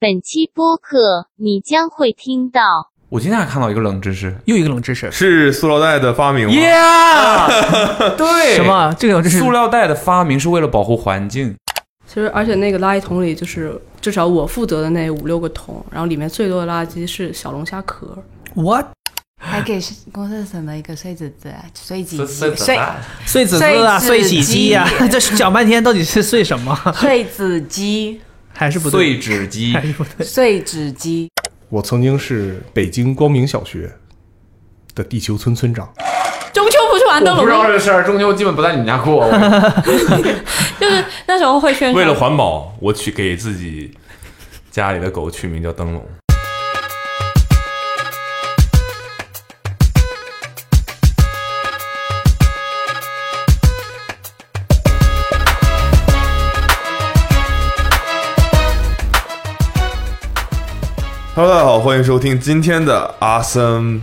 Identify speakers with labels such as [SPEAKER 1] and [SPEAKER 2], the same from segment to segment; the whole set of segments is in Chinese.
[SPEAKER 1] 本期播客你将会听到
[SPEAKER 2] 我今天还看到一个冷知识，
[SPEAKER 3] 又一个冷知识，
[SPEAKER 4] 是塑料袋的发明吗？
[SPEAKER 2] yeah! 对，
[SPEAKER 3] 什么？这个冷知识
[SPEAKER 2] 塑料袋的发明是为了保护环境。
[SPEAKER 5] 其实，而且那个垃圾桶里，就是至少我负责的那五六个桶，然后里面最多的垃圾是小龙虾壳。
[SPEAKER 3] ？What？
[SPEAKER 6] 还给公司省了一个碎纸子、碎几
[SPEAKER 2] 碎
[SPEAKER 6] 碎
[SPEAKER 2] 纸袋
[SPEAKER 3] 碎纸子啊，
[SPEAKER 6] 碎
[SPEAKER 3] 碎
[SPEAKER 6] 纸
[SPEAKER 3] 洗机呀、 这讲半天到底是碎什么？
[SPEAKER 6] 碎纸机、
[SPEAKER 3] 还是不对，
[SPEAKER 2] 碎纸机
[SPEAKER 3] 还是不对。
[SPEAKER 6] 碎纸机。
[SPEAKER 4] 我曾经是北京光明小学的地球村村长，
[SPEAKER 5] 中秋不是玩灯
[SPEAKER 2] 我不
[SPEAKER 5] 笼
[SPEAKER 2] 知道
[SPEAKER 5] 吗？
[SPEAKER 2] 这事儿，中秋基本不在你们家过。
[SPEAKER 5] 就是那时候会宣传。
[SPEAKER 4] 为了环保，我取给自己家里的狗取名叫灯笼。Hello，大家好，欢迎收听今天的阿森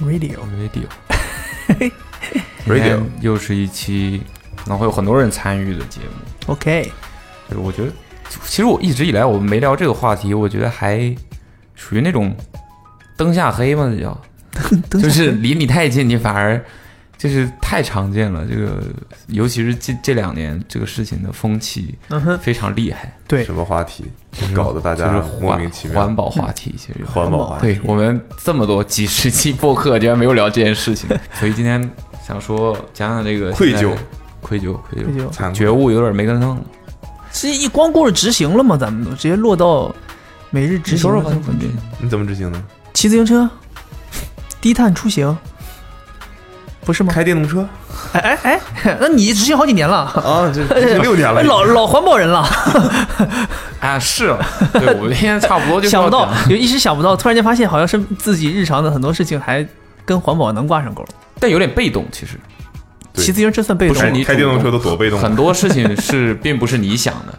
[SPEAKER 3] Radio
[SPEAKER 2] Radio，
[SPEAKER 4] Radio。
[SPEAKER 2] 又是一期可能会有很多人参与的节目。
[SPEAKER 3] OK，
[SPEAKER 2] 对，我觉得其实我一直以来我们没聊这个话题，我觉得还属于那种灯下黑嘛，这叫就是离你太近，你反而就是太常见了。这个尤其是这这两年这个事情的风气
[SPEAKER 3] 嗯哼，
[SPEAKER 2] 非常厉害，
[SPEAKER 3] 对
[SPEAKER 4] 什，么话题，搞得大
[SPEAKER 2] 就
[SPEAKER 4] 家
[SPEAKER 2] 是
[SPEAKER 4] 莫
[SPEAKER 2] 环
[SPEAKER 4] 名其妙。
[SPEAKER 2] 环保话题，其实
[SPEAKER 4] 环保话题，
[SPEAKER 2] 对我们这么多几十期播客，竟然没有聊这件 事情，所以今天想说讲讲这个
[SPEAKER 4] 愧疚
[SPEAKER 2] 现在愧疚、愧疚、
[SPEAKER 3] 就
[SPEAKER 4] 残
[SPEAKER 2] 觉
[SPEAKER 4] 酷。
[SPEAKER 2] 悟有点没跟上了。
[SPEAKER 3] 是一光顾着执行了嘛，咱们都直接落到每日执行
[SPEAKER 2] 说
[SPEAKER 3] 了
[SPEAKER 2] 说吧
[SPEAKER 3] 这个环节
[SPEAKER 4] 你怎么执行呢？
[SPEAKER 3] 骑自行车， 低碳出行，不是吗？
[SPEAKER 4] 开电动车
[SPEAKER 3] 哎哎哎，那你执行好几年了，
[SPEAKER 4] 啊，
[SPEAKER 2] 哦
[SPEAKER 4] 这这六年了，
[SPEAKER 3] 老老环保人 了，
[SPEAKER 2] 啊，是了，对，我们今天差不多就是
[SPEAKER 3] 想
[SPEAKER 2] 要
[SPEAKER 3] 不到
[SPEAKER 2] 讲，
[SPEAKER 3] 就一时想不到，突然间发现好像是自己日常的很多事情还跟环保能挂上钩。
[SPEAKER 2] 但有点被动，其实
[SPEAKER 4] 对
[SPEAKER 3] 骑自行车算被
[SPEAKER 2] 不
[SPEAKER 3] 动
[SPEAKER 2] 是
[SPEAKER 3] 吗？
[SPEAKER 2] 你
[SPEAKER 4] 开电动车都多被动
[SPEAKER 2] 很多事情是并不是你想 的，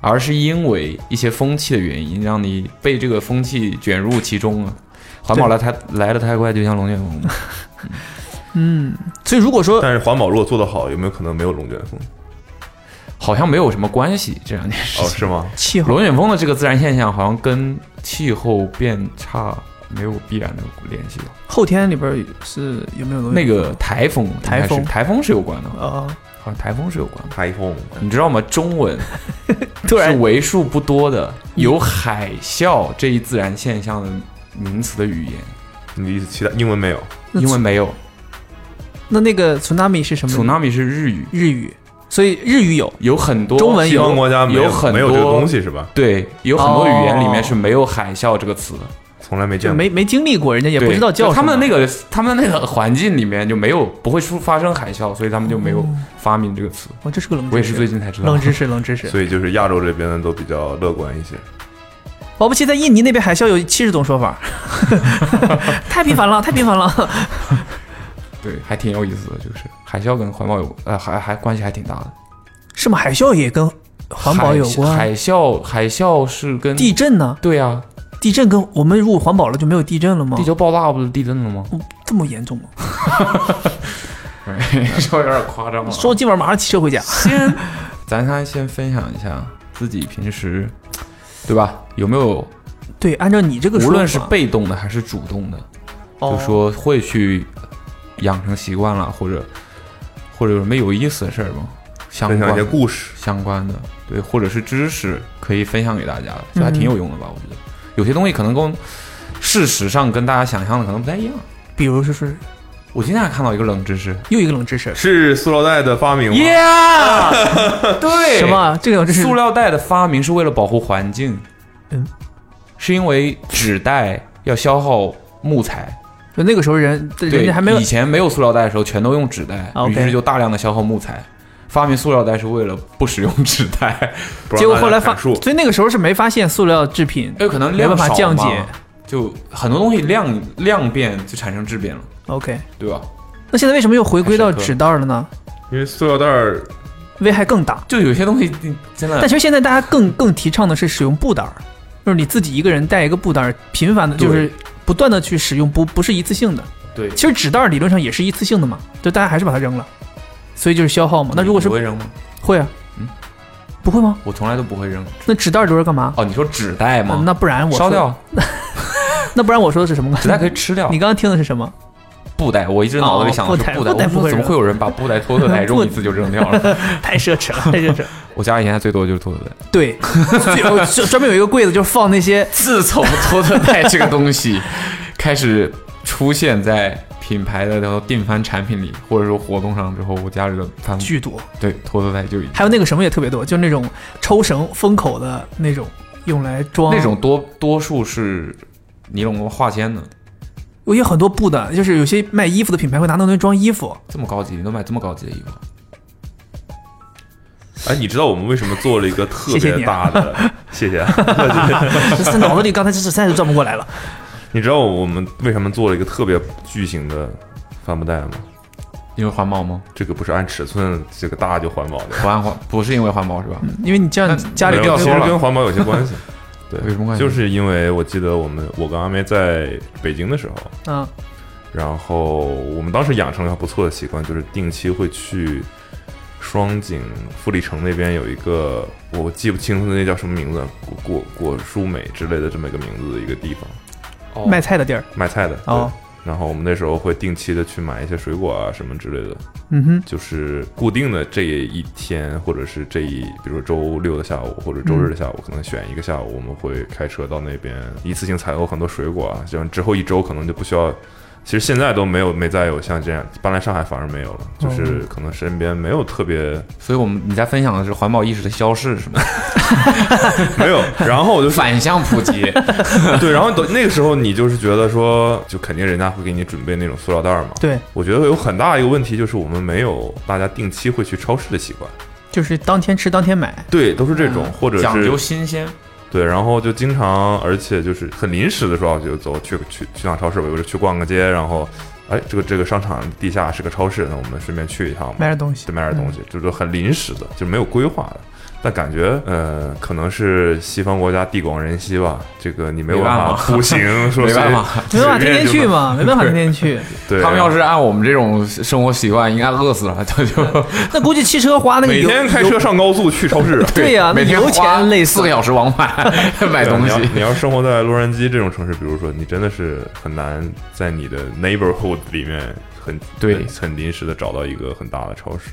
[SPEAKER 2] 而是因为一些风气的原因，让你被这个风气卷入其中了。环保来太来的太快，就像龙卷风。
[SPEAKER 3] 嗯，所以如果说
[SPEAKER 4] 但是环保如果做得好，有没有可能没有龙卷风？
[SPEAKER 2] 好像没有什么关系这两件事
[SPEAKER 4] 哦，
[SPEAKER 2] 情。
[SPEAKER 4] 是吗？
[SPEAKER 3] 气候
[SPEAKER 2] 龙卷风的这个自然现象好像跟气候变差没有必然的联系吧？
[SPEAKER 3] 后天里边儿是有没有东西？
[SPEAKER 2] 那个台风应该
[SPEAKER 3] 嗯台
[SPEAKER 2] 是，
[SPEAKER 3] 风
[SPEAKER 2] 台风是有关的，
[SPEAKER 3] 呃，
[SPEAKER 2] 好像台风是有关的。
[SPEAKER 4] 台风，
[SPEAKER 2] 你知道吗？中文
[SPEAKER 3] 突
[SPEAKER 2] 是
[SPEAKER 3] 然
[SPEAKER 2] 为数不多的有海啸这一自然现象的名词的语言，
[SPEAKER 4] 你的意思其他英文没有？
[SPEAKER 3] 那
[SPEAKER 2] 英文没有。
[SPEAKER 3] 那那个 tsunami 是什么？
[SPEAKER 2] tsunami 是日语，
[SPEAKER 3] 日语，所以日语有
[SPEAKER 2] 有很多
[SPEAKER 3] 中文
[SPEAKER 4] 西
[SPEAKER 3] 有
[SPEAKER 4] 方国家没
[SPEAKER 2] 有很
[SPEAKER 4] 没有这个
[SPEAKER 2] 多
[SPEAKER 4] 东西是吧？
[SPEAKER 2] 对，有很多语言里面
[SPEAKER 3] 哦
[SPEAKER 2] 是没有海啸这个词的，
[SPEAKER 4] 从来没见
[SPEAKER 3] 就
[SPEAKER 4] 过。
[SPEAKER 3] 没没经历过，人家也不
[SPEAKER 2] 对
[SPEAKER 3] 知道叫
[SPEAKER 2] 就他们那
[SPEAKER 3] 个
[SPEAKER 2] 个他们那个环境里面就没有不会出发生海啸，所以他们就没有
[SPEAKER 3] 嗯
[SPEAKER 2] 发明这个词。
[SPEAKER 3] 哦，这是个冷知识，
[SPEAKER 2] 我也是最近才知道
[SPEAKER 3] 冷，知识冷知识。
[SPEAKER 4] 所以就是亚洲这边的都比较乐观一些。
[SPEAKER 3] 保不齐在印尼那边海啸有七十种说法，太频繁了，太频繁了。
[SPEAKER 2] 对，还挺有意思的，就是海啸跟环保有呃还还关系还挺大的。
[SPEAKER 3] 是吗？海啸也跟环保有关？
[SPEAKER 2] 海海啸海啸是跟
[SPEAKER 3] 地震呢？
[SPEAKER 2] 对啊，
[SPEAKER 3] 地震跟我们如果环保了就没有地震了吗
[SPEAKER 2] 地？球爆炸不是地震了吗？
[SPEAKER 3] 哦这么严重吗？
[SPEAKER 2] 稍微有点夸张了。
[SPEAKER 3] 说今晚马上骑车回家。
[SPEAKER 2] 先， 咱先先分享一下自己平时，对吧？有没有
[SPEAKER 3] 对，按照你这个说法，
[SPEAKER 2] 无论是被动的还是主动的，
[SPEAKER 3] 哦
[SPEAKER 2] 就说会去养成习惯了，或者或者有什么有意思的事儿吗？相
[SPEAKER 4] 分
[SPEAKER 2] 关
[SPEAKER 4] 享一些
[SPEAKER 2] 的
[SPEAKER 4] 故事，
[SPEAKER 2] 相关的，对，或者是知识可以分享给大家
[SPEAKER 3] 嗯
[SPEAKER 2] 的，就还挺有用的吧？我觉得有些东西可能跟事实上跟大家想象的可能不太一样。
[SPEAKER 3] 比如说是
[SPEAKER 2] 我今天还看到一个冷知识
[SPEAKER 3] 又一个冷知识，
[SPEAKER 4] 是塑料袋的发明吗？
[SPEAKER 2] ，Yeah，对，
[SPEAKER 3] 什么？这个冷知识
[SPEAKER 2] 塑料袋的发明是为了保护环境，
[SPEAKER 3] 嗯，
[SPEAKER 2] 是因为纸袋要消耗木材，
[SPEAKER 3] 就那个时候人人
[SPEAKER 2] 对，
[SPEAKER 3] 家还没有
[SPEAKER 2] 以前没有塑料袋的时候，全都用纸袋，
[SPEAKER 3] 啊，OK
[SPEAKER 2] 于是就大量的消耗木材。发明塑料袋是为了不使用纸 袋，
[SPEAKER 4] 不让
[SPEAKER 3] 结果
[SPEAKER 4] 大家
[SPEAKER 3] 后来发，
[SPEAKER 4] 砍树
[SPEAKER 3] 所以那个时候是没发现塑料制品
[SPEAKER 2] 因为可能
[SPEAKER 3] 没
[SPEAKER 2] 量
[SPEAKER 3] 办法
[SPEAKER 2] 少
[SPEAKER 3] 降
[SPEAKER 2] 嘛
[SPEAKER 3] 解。
[SPEAKER 2] 就很多东西量量变就产生质变了，
[SPEAKER 3] OK，
[SPEAKER 2] 对吧？
[SPEAKER 3] 那现在为什么又回归到
[SPEAKER 2] 还是个
[SPEAKER 3] 纸袋了呢？
[SPEAKER 4] 因为塑料袋儿
[SPEAKER 3] 危害更大。
[SPEAKER 2] 就有些东西真
[SPEAKER 3] 但
[SPEAKER 2] 的，
[SPEAKER 3] 其实现在大家更更提倡的是使用布袋儿，就是你自己一个人带一个布袋儿，频繁的
[SPEAKER 2] 对
[SPEAKER 3] 就是不断的去使用，不不是一次性的。
[SPEAKER 2] 对，
[SPEAKER 3] 其实纸袋儿理论上也是一次性的嘛，就大家还是把它扔了，所以就是消耗嘛。那如果是
[SPEAKER 2] 你会扔吗？
[SPEAKER 3] 会啊，
[SPEAKER 2] 嗯
[SPEAKER 3] 不会吗？
[SPEAKER 2] 我从来都不会扔。
[SPEAKER 3] 那纸袋留着干嘛？
[SPEAKER 2] 哦，你说纸袋吗？
[SPEAKER 3] 那不然我说，
[SPEAKER 2] 烧掉，
[SPEAKER 3] 那不然我说的是什么？
[SPEAKER 2] 纸袋可以吃掉
[SPEAKER 3] 你。刚刚听的是什么？
[SPEAKER 2] 布袋，我一直脑子里想的是
[SPEAKER 3] 哦
[SPEAKER 2] 布
[SPEAKER 3] 布袋布袋
[SPEAKER 2] 袋。我
[SPEAKER 3] 不会
[SPEAKER 2] 说怎么
[SPEAKER 3] 扔
[SPEAKER 2] 会有人把布袋 拖拖袋
[SPEAKER 3] 布
[SPEAKER 2] 扔一次就扔掉了？
[SPEAKER 3] 太奢侈了，太奢侈了。
[SPEAKER 2] 我家以前最多就是拖拖袋。
[SPEAKER 3] 对，就就专门有一个柜子，就是放那些
[SPEAKER 2] 自从拖拖袋这个东西开始出现在品牌的然后订番产品里，或者说活动上之后，我家里的帆
[SPEAKER 3] 巨多，
[SPEAKER 2] 对拖拖袋就已经
[SPEAKER 3] 还有那个什么也特别多，就那种抽绳封口的那种，用来装
[SPEAKER 2] 那种多多数是尼龙化纤的，
[SPEAKER 3] 我有很多布的，就是有些卖衣服的品牌会拿那种东西装衣服。
[SPEAKER 2] 这么高级，你都买这么高级的衣 服？
[SPEAKER 7] 哎，你知道我们为什么做了一个特
[SPEAKER 3] 谢谢
[SPEAKER 7] 别
[SPEAKER 3] 你
[SPEAKER 7] 大
[SPEAKER 3] 啊
[SPEAKER 7] 的？ 谢谢啊。
[SPEAKER 3] 这脑子里刚才实在是转不过来了。
[SPEAKER 7] 你知道我们为什么做了一个特别巨型的帆布袋吗？
[SPEAKER 2] 因为环保吗？
[SPEAKER 7] 这个不是按尺寸这个大就环保的，
[SPEAKER 2] 不按环不是因为环保是吧？
[SPEAKER 3] 因为你这样
[SPEAKER 2] 那
[SPEAKER 3] 家里
[SPEAKER 7] 没
[SPEAKER 2] 掉
[SPEAKER 7] 有
[SPEAKER 2] 漆
[SPEAKER 7] 其实
[SPEAKER 2] 了
[SPEAKER 7] 跟环保有些关系。 对，
[SPEAKER 2] 有什么关系
[SPEAKER 7] 就是因为我记得我们我跟阿梅在北京的时候，
[SPEAKER 2] 嗯
[SPEAKER 3] 啊，
[SPEAKER 7] 然后我们当时养成了不错的习惯，就是定期会去双井富力城那边有一个我记不清楚那叫什么名字，果果果蔬美之类的这么一个名字的一个地方
[SPEAKER 2] 哦
[SPEAKER 3] 卖菜的地儿。
[SPEAKER 7] 卖菜的。
[SPEAKER 3] 哦
[SPEAKER 7] 对，然后我们那时候会定期的去买一些水果啊什么之类的，
[SPEAKER 3] 嗯哼，
[SPEAKER 7] 就是固定的这一天，或者是这一，比如说周六的下午或者周日的下午，可能选一个下午，我们会开车到那边一次性采购很多水果啊，这样之后一周可能就不需要。其实现在都没有没再有像这样搬来上海反而没有了，就是可能身边没有特别
[SPEAKER 2] 嗯所以我们你在分享的是环保意识的消逝是吗？
[SPEAKER 7] 没有， 然后我就
[SPEAKER 2] 反向普及，
[SPEAKER 7] 对，然后等那个时候你就是觉得说，就肯定人家会给你准备那种塑料袋儿嘛。
[SPEAKER 3] 对，
[SPEAKER 7] 我觉得有很大一个问题就是我们没有大家定期会去超市的习惯，
[SPEAKER 3] 就是当天吃当天买。
[SPEAKER 7] 对，都是这种，或者是
[SPEAKER 2] 嗯讲究新鲜。
[SPEAKER 7] 对，然后就经常，而且就是很临时的时候就走去去去趟超市吧，有时去逛个街，然后，哎，这个这个商场地下是个超市，那我们顺便去一趟嘛，
[SPEAKER 3] 买点东西
[SPEAKER 7] 就买点东西，
[SPEAKER 2] 嗯
[SPEAKER 7] 就是很临时的，就没有规划的。但感觉，呃，可能是西方国家地广人稀吧，这个你没有
[SPEAKER 2] 没
[SPEAKER 7] 办
[SPEAKER 2] 办
[SPEAKER 7] 法
[SPEAKER 2] 法
[SPEAKER 7] 步行，说
[SPEAKER 2] 没
[SPEAKER 7] 谁
[SPEAKER 2] 办法
[SPEAKER 3] 没办法，
[SPEAKER 7] 随
[SPEAKER 3] 天
[SPEAKER 7] 便
[SPEAKER 3] 天
[SPEAKER 7] 就
[SPEAKER 3] 去
[SPEAKER 7] 能
[SPEAKER 3] 嘛，没办法天天去。
[SPEAKER 7] 对，
[SPEAKER 2] 他们要
[SPEAKER 7] 然后
[SPEAKER 2] 是按我们这种生活习惯，应该饿死了。他就
[SPEAKER 3] 那估计汽车花那个
[SPEAKER 7] 每
[SPEAKER 3] 油，，
[SPEAKER 7] 天开车上高速去超市 啊
[SPEAKER 3] 对呀、那
[SPEAKER 2] 每天
[SPEAKER 3] 油
[SPEAKER 2] 花
[SPEAKER 3] 钱累死
[SPEAKER 2] 四个小时往返 买
[SPEAKER 7] 对
[SPEAKER 2] 东
[SPEAKER 7] 你要
[SPEAKER 2] 西。
[SPEAKER 7] 你要生活在洛杉矶这种城市，比如说，你真的是很难在你的 neighborhood 里面很
[SPEAKER 2] 对
[SPEAKER 7] 很很临时的找到一个很大的超市。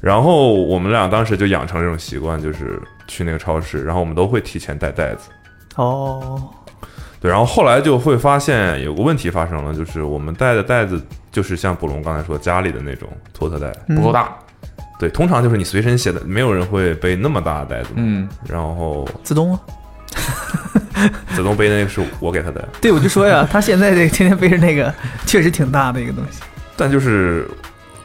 [SPEAKER 7] 然后我们俩当时就养成这种习惯，就是去那个超市，然后我们都会提前带袋子。
[SPEAKER 3] 哦，
[SPEAKER 7] 对，然后后来就会发现有个问题发生了，就是我们带的袋子就是像卜龙刚才说家里的那种托特袋，嗯
[SPEAKER 2] 不够大，
[SPEAKER 7] 对，通常就是你随身携带，没有人会背那么大的袋子嘛。
[SPEAKER 2] 嗯，
[SPEAKER 7] 然后
[SPEAKER 3] 子东啊。
[SPEAKER 7] 子东背的那个是我给他的，
[SPEAKER 3] 对，我就说呀，他现在这个 天天背着那个，确实挺大的一个东西。
[SPEAKER 7] 但就是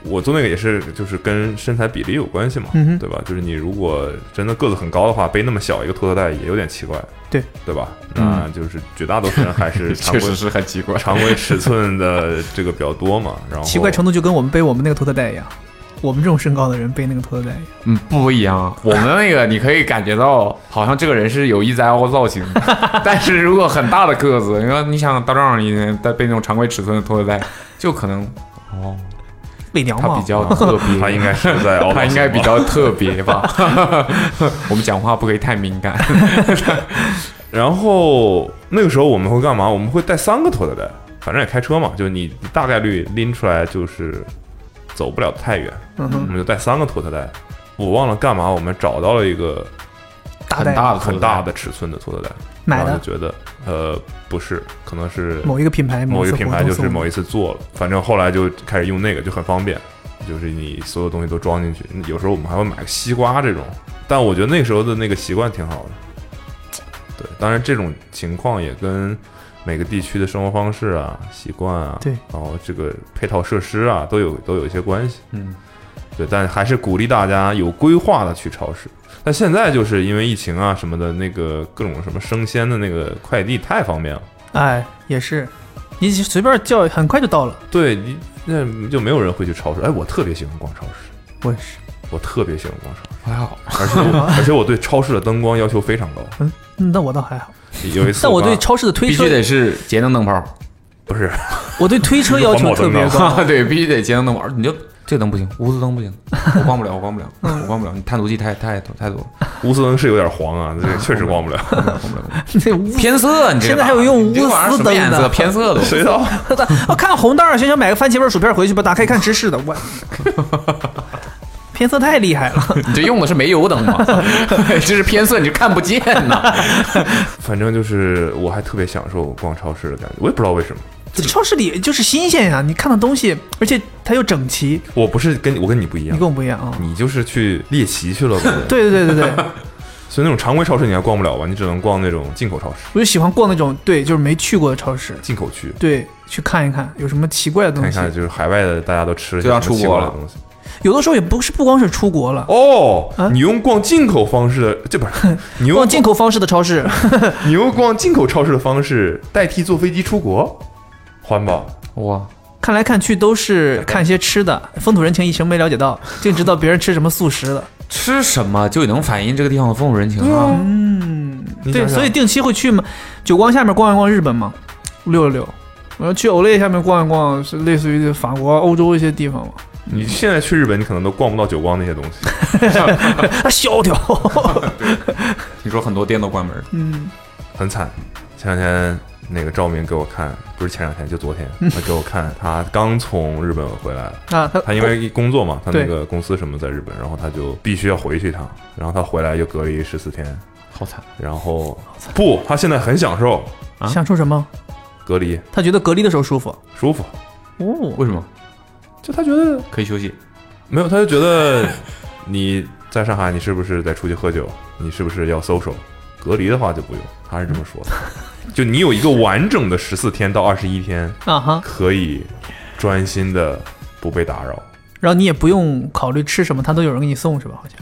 [SPEAKER 7] 我做那个也是，就是跟身材比例有关系嘛，
[SPEAKER 3] 嗯哼
[SPEAKER 7] 对吧？就是你如果真的个子很高的话，背那么小一个托特袋也有点奇怪，
[SPEAKER 3] 对
[SPEAKER 7] 对吧？那就是绝大多数人还是常
[SPEAKER 2] 确
[SPEAKER 7] 规
[SPEAKER 2] 实是很奇怪。
[SPEAKER 7] 常规尺寸的这个比较多嘛，然 后
[SPEAKER 3] 奇怪程度就跟我们背我们那个托特袋一样，我们这种身高的人背那个托特袋一样。
[SPEAKER 2] 嗯，不一样。我们那个你可以感觉到，好像这个人是有意在凹造型的。 但是如果很大的个子，你说你想大壮一天在被那种常规尺寸的拖着带，就可能
[SPEAKER 3] 伪娘
[SPEAKER 2] 他
[SPEAKER 3] 嘛
[SPEAKER 2] 比，较特别，
[SPEAKER 7] 哦 他应该是在 凹
[SPEAKER 2] 他应该比较特别吧。我们讲话不可以太敏感。
[SPEAKER 7] 然后那个时候我们会干嘛？我们会带三个拖特袋，反正也开车嘛，就你大概率拎出来就是走不了太远，
[SPEAKER 3] 嗯
[SPEAKER 7] 我
[SPEAKER 3] 哼，
[SPEAKER 7] 们就带三个拖特袋。我忘了干嘛，我们找到了一个
[SPEAKER 3] 大
[SPEAKER 2] 很
[SPEAKER 3] 袋
[SPEAKER 2] 大的拖
[SPEAKER 7] 很
[SPEAKER 2] 着带
[SPEAKER 7] 大的尺寸的拖特袋，
[SPEAKER 3] 买
[SPEAKER 7] 然后
[SPEAKER 3] 的
[SPEAKER 7] 就觉得呃不是，可能是
[SPEAKER 3] 某一个品牌，
[SPEAKER 7] 某一
[SPEAKER 3] 次
[SPEAKER 7] 个品
[SPEAKER 3] 活
[SPEAKER 7] 牌
[SPEAKER 3] 动
[SPEAKER 7] 就是
[SPEAKER 3] 送
[SPEAKER 7] 某
[SPEAKER 3] 的
[SPEAKER 7] 一次做了，反正后来就开始用那个就很方便，就是你所有东西都装进去。有时候我们还会买个西瓜这种，但我觉得那时候的那个习惯挺好的。对，当然这种情况也跟每个地区的生活方式啊、习惯啊，
[SPEAKER 3] 对
[SPEAKER 7] 然后这个配套设施啊都有都有一些关系。
[SPEAKER 2] 嗯，
[SPEAKER 7] 对，但还是鼓励大家有规划的去超市。但现在就是因为疫情啊什么的，那个各种什么生鲜的那个快递太方便了。
[SPEAKER 3] 哎，也是，你随便叫，很快就到了。
[SPEAKER 7] 对你，那就没有人会去超市。哎，我特别喜欢逛超市，
[SPEAKER 3] 我也是，
[SPEAKER 7] 我特别喜欢逛超
[SPEAKER 2] 还好，
[SPEAKER 7] 市，而且 我而且我对超市的灯光要求非常高。
[SPEAKER 3] 嗯那我倒还好，
[SPEAKER 7] 有一次
[SPEAKER 3] 但
[SPEAKER 7] 我
[SPEAKER 3] 我对
[SPEAKER 7] 刚
[SPEAKER 3] 超市的推
[SPEAKER 2] 必
[SPEAKER 3] 车
[SPEAKER 2] 须，得是节能灯泡。
[SPEAKER 7] 不是
[SPEAKER 3] 我对推车要求特别
[SPEAKER 7] 环保
[SPEAKER 3] 高。
[SPEAKER 2] 对，必须得节能灯泡。你就这灯不行，钨丝灯不行，我光不了，我光不了，我光不了，你探毒剂太太多太多了，
[SPEAKER 7] 钨丝灯是有点黄啊，这个确实光不了。
[SPEAKER 2] 光不了，光不了，光不了
[SPEAKER 3] 那钨
[SPEAKER 2] 偏色，你这个
[SPEAKER 3] 现在还有用
[SPEAKER 2] 你这玩意儿
[SPEAKER 3] 钨丝灯
[SPEAKER 2] 什么颜
[SPEAKER 3] 的
[SPEAKER 2] 色偏色的，
[SPEAKER 7] 谁 知道？
[SPEAKER 3] 我看红灯儿，想想买个番茄味儿薯片回去吧，打开一看芝士的， 我偏色太厉害了。
[SPEAKER 2] 你这用的是煤油灯吗？ 这是偏色，你就看不见呐。
[SPEAKER 7] 反正就是我还特别享受逛超市的感觉，我也不知道为什么。
[SPEAKER 3] 这 超市里就是新鲜呀、你看到东西，而且它又整齐，
[SPEAKER 7] 我不是跟你我跟你不一
[SPEAKER 3] 你
[SPEAKER 7] 样
[SPEAKER 3] 跟，我不一样啊。
[SPEAKER 7] 你就是去猎奇去了，对
[SPEAKER 3] 对对对对对，
[SPEAKER 7] 所以那种常规超市你还逛不了吧？你只能逛那种进口超市、
[SPEAKER 3] 我就喜欢逛那种对，就是没去过的超市，
[SPEAKER 7] 进口区，
[SPEAKER 3] 对，去看一看有什么奇怪的
[SPEAKER 7] 看
[SPEAKER 3] 东
[SPEAKER 7] 一
[SPEAKER 3] 西。
[SPEAKER 7] 看就是海外的大家都吃了
[SPEAKER 2] 就要
[SPEAKER 7] 些什么
[SPEAKER 2] 出
[SPEAKER 7] 奇
[SPEAKER 2] 国
[SPEAKER 7] 怪的
[SPEAKER 2] 了
[SPEAKER 7] 东西。
[SPEAKER 3] 有的时候也不是不光是出国了，
[SPEAKER 7] 哦，
[SPEAKER 3] 啊
[SPEAKER 7] 你用逛进口方式的，这不 是你用
[SPEAKER 3] 逛进口方式的超市，
[SPEAKER 7] 你用逛进口超市的方式代替坐飞机出国，环保。
[SPEAKER 2] 哇，
[SPEAKER 3] 看来看去都是看些吃的，风土人情一直没了解到，净知道别人吃什么素食的。
[SPEAKER 7] 啊
[SPEAKER 2] 吃什么就能反映这个地方的风土人情啊？
[SPEAKER 3] 嗯，
[SPEAKER 7] 你
[SPEAKER 3] 对，
[SPEAKER 7] 想想
[SPEAKER 3] 所以定期会去嘛，九光下面逛一逛日本嘛，溜一溜。我要去 Olay 下面逛一逛，是类似于法国、欧洲一些地方嘛。
[SPEAKER 7] 你现在去日本，你可能都逛不到久光那些 东西。
[SPEAKER 3] 啊，萧 条。
[SPEAKER 2] 听说很多店都关门了，
[SPEAKER 3] 嗯，
[SPEAKER 7] 很惨。前两天那个赵明给我看，不是前两天，就昨天，他给我看，他刚从日本回来，
[SPEAKER 3] 嗯啊，他
[SPEAKER 7] 他因为工作嘛，他
[SPEAKER 3] 对
[SPEAKER 7] 那个公司什么在日本，然后他就必须要回去一趟，然后他回来又隔离十四天，
[SPEAKER 2] 好惨。
[SPEAKER 7] 然后不，他现在很享受
[SPEAKER 2] 啊
[SPEAKER 3] 想说什么？
[SPEAKER 7] 隔离，
[SPEAKER 3] 他觉得隔离的时候舒服。
[SPEAKER 7] 舒服，
[SPEAKER 3] 哦，
[SPEAKER 2] 为什么？
[SPEAKER 7] 就他觉得
[SPEAKER 2] 可以休息。
[SPEAKER 7] 没有，他就觉得 你在上海，你是不是得出去喝酒？你是不是要 social？隔离的话就不用，他是这么 说的。就你有一个完整的十四天到二十一天，
[SPEAKER 3] 啊哈，
[SPEAKER 7] 可以专心的不被打扰。
[SPEAKER 3] 然后你也不用考虑吃什么，他都有人给你送是吧？好像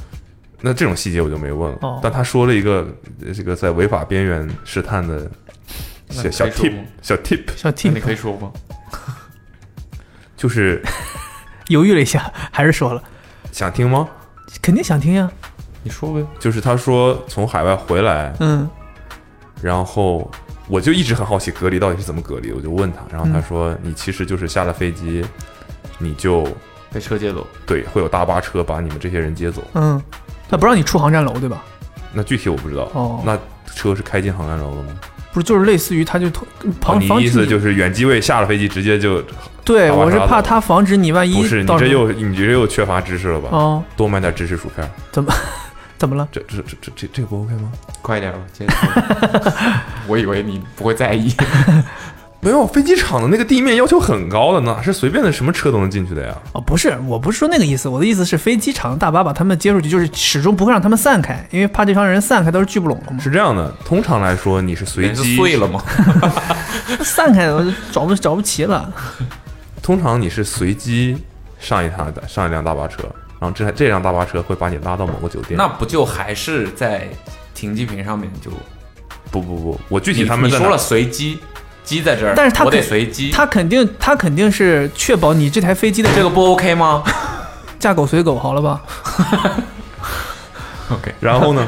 [SPEAKER 7] 那这种细节我就没问了，
[SPEAKER 3] 哦
[SPEAKER 7] 但他说了一个呃这个在违法边缘试探的小小
[SPEAKER 2] 那你可以
[SPEAKER 7] tip
[SPEAKER 2] 说吗
[SPEAKER 7] 小 tip，
[SPEAKER 3] 小
[SPEAKER 2] 那你
[SPEAKER 3] tip
[SPEAKER 2] 可以说吗？
[SPEAKER 7] 就是
[SPEAKER 3] 犹豫了一下， 还是说了，
[SPEAKER 7] 想听吗？
[SPEAKER 3] 肯定想听呀。
[SPEAKER 2] 你说呗。
[SPEAKER 7] 就是他说从海外回来，
[SPEAKER 3] 嗯，
[SPEAKER 7] 然后我就一直很好奇隔离到底是怎么隔离，我就问他，然
[SPEAKER 3] 嗯
[SPEAKER 7] 后他说、你其实就是下了飞机，你就
[SPEAKER 2] 被车接走，
[SPEAKER 7] 对会有大巴车把你们这些人 接走。
[SPEAKER 3] 嗯，他不让你出航站楼对吧？
[SPEAKER 7] 那具体我不知道，
[SPEAKER 3] 哦
[SPEAKER 7] 那车是开进航站楼的吗？
[SPEAKER 3] 不是，就是类似于他就通
[SPEAKER 7] 哦
[SPEAKER 3] 防
[SPEAKER 7] 你
[SPEAKER 3] 防
[SPEAKER 7] 意
[SPEAKER 3] 止
[SPEAKER 7] 思
[SPEAKER 3] 你，
[SPEAKER 7] 就是远机位下了飞机直接就
[SPEAKER 3] 对
[SPEAKER 7] 打完
[SPEAKER 3] 我是
[SPEAKER 7] 沙子
[SPEAKER 3] 怕他防止你万一
[SPEAKER 7] 不是你
[SPEAKER 3] 到
[SPEAKER 7] 这
[SPEAKER 3] 时候
[SPEAKER 7] 又你这又缺乏知识了吧？
[SPEAKER 3] 哦
[SPEAKER 7] 多买点芝士薯片儿，
[SPEAKER 3] 怎么了？
[SPEAKER 7] 这这这这这这个不 OK 吗？
[SPEAKER 2] 快点吧，接着说。 我以为你不会在意。
[SPEAKER 7] 没有，飞机场的那个地面要求很高的，哪是随便的什么车都能进去的呀？
[SPEAKER 3] 哦，不是，我不是说那个意思，我的意思是飞机场的大巴把他们接出去，就是始终不会让他们散开，因为怕这帮人散开都是聚不拢了嘛。
[SPEAKER 7] 是这样的，通常来说你是随
[SPEAKER 2] 人是
[SPEAKER 7] 机
[SPEAKER 2] 哦碎了吗？
[SPEAKER 3] 散开我就找不找不齐了。
[SPEAKER 7] 通常你是随机上一趟上一辆大巴车，然后这这辆大巴车会把你拉到某个酒
[SPEAKER 3] 啊
[SPEAKER 7] 店。
[SPEAKER 2] 那不就还是在停机坪上面就？
[SPEAKER 7] 不不不，我具
[SPEAKER 2] 具
[SPEAKER 7] 体他们
[SPEAKER 2] 你
[SPEAKER 7] 在
[SPEAKER 2] 说
[SPEAKER 7] 哪
[SPEAKER 2] 了随机，机在这儿，
[SPEAKER 3] 但是他
[SPEAKER 2] 我得
[SPEAKER 3] 肯
[SPEAKER 2] 随机，
[SPEAKER 3] 他肯定，他肯定是确保你这台飞机的
[SPEAKER 2] 这个不 OK 吗
[SPEAKER 3] 架狗随狗，好了 吧？
[SPEAKER 2] ？OK，
[SPEAKER 7] 然后 呢？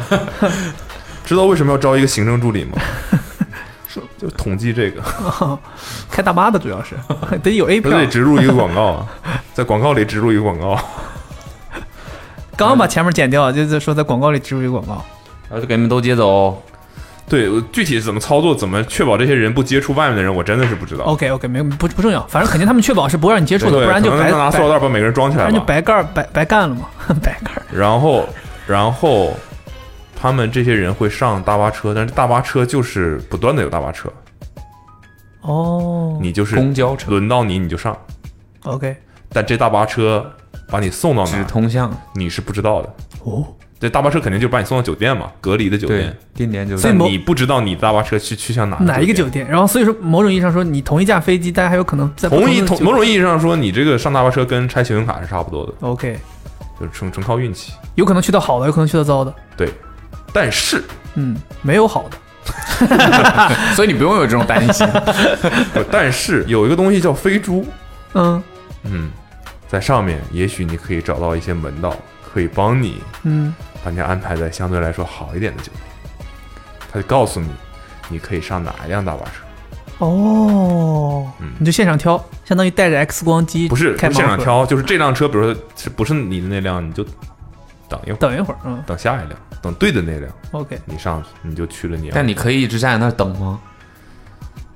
[SPEAKER 7] 知道为什么要招一个行政助理吗？就统计这个，
[SPEAKER 3] 开大巴的主要是 得有 A
[SPEAKER 7] 他
[SPEAKER 3] 票。
[SPEAKER 7] 得植入一个广告 啊，在广告里植入一个广告。
[SPEAKER 3] 刚刚把前面剪掉，就是说在广告里植入一个广告。
[SPEAKER 2] 然后就给你们都接走。
[SPEAKER 7] 对，我具体是怎么操作，怎么确保这些人不接触外面的人，我真的是不知道。
[SPEAKER 3] OK OK，没不不重要，反正肯定他们确保是不让你接触
[SPEAKER 7] 啊对，
[SPEAKER 3] 的，不然就
[SPEAKER 7] 可能
[SPEAKER 3] 白
[SPEAKER 7] 拿塑料
[SPEAKER 3] 白
[SPEAKER 7] 袋把每个人装起
[SPEAKER 3] 不
[SPEAKER 7] 来
[SPEAKER 3] 然就
[SPEAKER 7] 吧。
[SPEAKER 3] 白干白白干了嘛，白干。
[SPEAKER 7] 然后，然后他们这些人会上大巴车，但是大巴车就是不断的有大巴车，
[SPEAKER 3] 哦，
[SPEAKER 7] 你就是
[SPEAKER 2] 公交车
[SPEAKER 7] 轮到你你就上，
[SPEAKER 3] OK
[SPEAKER 7] 但这大巴车把你送到哪
[SPEAKER 2] 只
[SPEAKER 7] 儿，
[SPEAKER 2] 通向
[SPEAKER 7] 你是不知道的。
[SPEAKER 3] 哦，
[SPEAKER 7] 这大巴车肯定就把你送到酒店嘛，隔离的酒
[SPEAKER 2] 对
[SPEAKER 7] 店。
[SPEAKER 2] 定点就
[SPEAKER 3] 所以
[SPEAKER 7] 但
[SPEAKER 3] 某
[SPEAKER 7] 你不知道你大巴车去去向哪
[SPEAKER 3] 哪一个
[SPEAKER 7] 酒
[SPEAKER 3] 酒
[SPEAKER 7] 店？
[SPEAKER 3] 店？然后所以说某种意义上说，你同一架飞机，大家还有可能在不
[SPEAKER 7] 同
[SPEAKER 3] 的
[SPEAKER 7] 一
[SPEAKER 3] 酒
[SPEAKER 7] 同某种意义上说，你这个上大巴车跟拆信用卡是差不多的，
[SPEAKER 3] OK，
[SPEAKER 7] 就是纯纯靠运 气。
[SPEAKER 3] 有可能去到好的，有可能去到糟的。
[SPEAKER 7] 对，但 是
[SPEAKER 3] 嗯，没有好的。
[SPEAKER 2] 所以你不用有这种担心。
[SPEAKER 7] 不但是有一个东西叫飞猪，
[SPEAKER 3] 嗯
[SPEAKER 7] 嗯，在上面也许你可以找到一些门道，可以帮你
[SPEAKER 3] 嗯，
[SPEAKER 7] 把你安排在相对来说好一点的酒店。他就告诉你，你可以上哪一辆大巴车，
[SPEAKER 3] 哦，
[SPEAKER 7] 嗯
[SPEAKER 3] 你就现场挑，相当于带着 X 光机
[SPEAKER 7] 不是不
[SPEAKER 3] 开
[SPEAKER 7] 是现
[SPEAKER 3] 盲
[SPEAKER 7] 场
[SPEAKER 3] 盒，
[SPEAKER 7] 挑，就是这辆车，比如说是不是你的那辆，你就等一会儿，
[SPEAKER 3] 等一会儿，嗯
[SPEAKER 7] 等下一辆，等对的那辆，
[SPEAKER 3] ，OK，
[SPEAKER 7] 你上去你就去了你要。
[SPEAKER 2] 但你可以一直站在那儿等吗？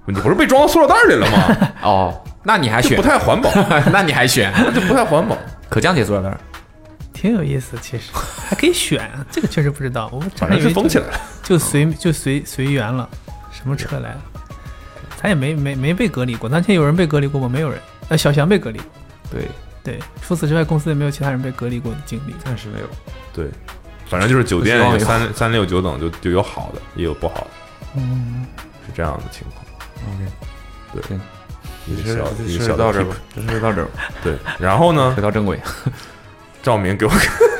[SPEAKER 7] 你不是被装到塑料袋里了吗？
[SPEAKER 2] 哦，那你还
[SPEAKER 7] 这
[SPEAKER 2] 选
[SPEAKER 7] 不？太环保，
[SPEAKER 2] 那你还选？
[SPEAKER 7] 这不太环保。
[SPEAKER 2] 可降解塑料袋儿？
[SPEAKER 3] 挺有意思，其实还可以选啊，这个确实不知道，我真
[SPEAKER 7] 反
[SPEAKER 3] 的
[SPEAKER 7] 正
[SPEAKER 3] 以为
[SPEAKER 7] 是封起
[SPEAKER 3] 就
[SPEAKER 7] 来了。
[SPEAKER 3] 就随就随随缘了，什么车来了，咱也没没没被隔离过，当天有人被隔离过吗？没有人，呃，小翔被隔离过，
[SPEAKER 2] 对，
[SPEAKER 3] 对，除此之外，公司也没有其他人被隔离过的经历。
[SPEAKER 2] 暂时没有。
[SPEAKER 7] 对，反正就是酒店
[SPEAKER 2] 希望
[SPEAKER 7] 有
[SPEAKER 2] 有
[SPEAKER 7] 三三六九等就就有好的，也有不好的，
[SPEAKER 3] 嗯
[SPEAKER 7] 是这样的情况。
[SPEAKER 2] OK，
[SPEAKER 7] 对
[SPEAKER 2] 对，
[SPEAKER 7] 一
[SPEAKER 2] 这
[SPEAKER 7] 个小
[SPEAKER 2] 这
[SPEAKER 7] 一个
[SPEAKER 2] 事
[SPEAKER 7] 小
[SPEAKER 2] 儿到
[SPEAKER 7] 的
[SPEAKER 2] 这儿
[SPEAKER 7] tip
[SPEAKER 2] 吧，这事儿到这儿吧，
[SPEAKER 7] 对，然后呢
[SPEAKER 2] 回，到正轨。
[SPEAKER 7] 赵明给我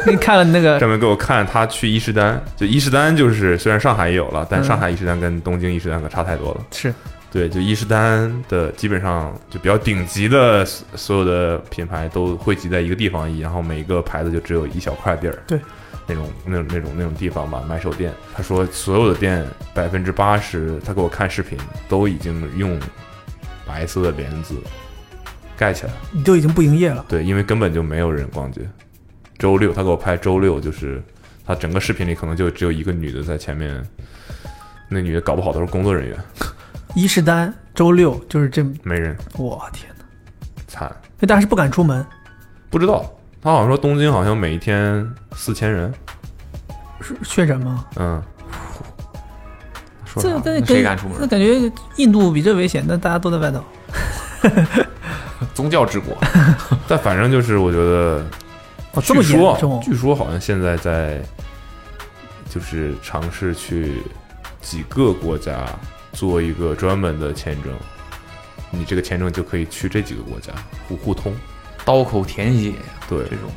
[SPEAKER 3] 你看了那个
[SPEAKER 7] 专门给我看他去伊势丹，就伊势丹就是虽然上海也有了，但
[SPEAKER 3] 嗯
[SPEAKER 7] 上海伊势丹跟东京伊势丹可差太多了。
[SPEAKER 3] 是
[SPEAKER 7] 对，就伊势丹的基本上就比较顶级的所所有的品牌都汇集在一个地方，然后每一个牌子就只有一小块地儿。
[SPEAKER 3] 对。
[SPEAKER 7] 那种、那种、那种、那种地方吧，买手店。他说，所有的店百分之八十，他给我看视频，都已经用白色的帘子盖起来了。
[SPEAKER 3] 你都已经不营业了，
[SPEAKER 7] 对，因为根本就没有人逛街。周六他给我拍周六，就是他整个视频里可能就只有一个女的在前面，那女的搞不好都是工作人员，
[SPEAKER 3] 伊势丹周六就是这，
[SPEAKER 7] 没人，
[SPEAKER 3] 我天哪，
[SPEAKER 7] 惨。
[SPEAKER 3] 那大家是不敢出门，
[SPEAKER 7] 不知道，他好像说东京好像每一天四千人，
[SPEAKER 3] 是确诊吗？
[SPEAKER 7] 嗯，说
[SPEAKER 3] 这
[SPEAKER 7] 啥
[SPEAKER 3] 但
[SPEAKER 2] 那谁敢出门
[SPEAKER 3] 那感觉印度比这危险，但大家都在外头。
[SPEAKER 2] 宗教之国，
[SPEAKER 7] 但反正就是我觉得，
[SPEAKER 3] 哦，这
[SPEAKER 7] 据
[SPEAKER 3] 么
[SPEAKER 7] 说
[SPEAKER 3] 严重？
[SPEAKER 7] 据说好像现在在就是尝试去几个国家做一个专门的签证，你这个签证就可以去这几个国家互互通。
[SPEAKER 2] 刀口舔血呀，
[SPEAKER 7] 对，
[SPEAKER 2] 这种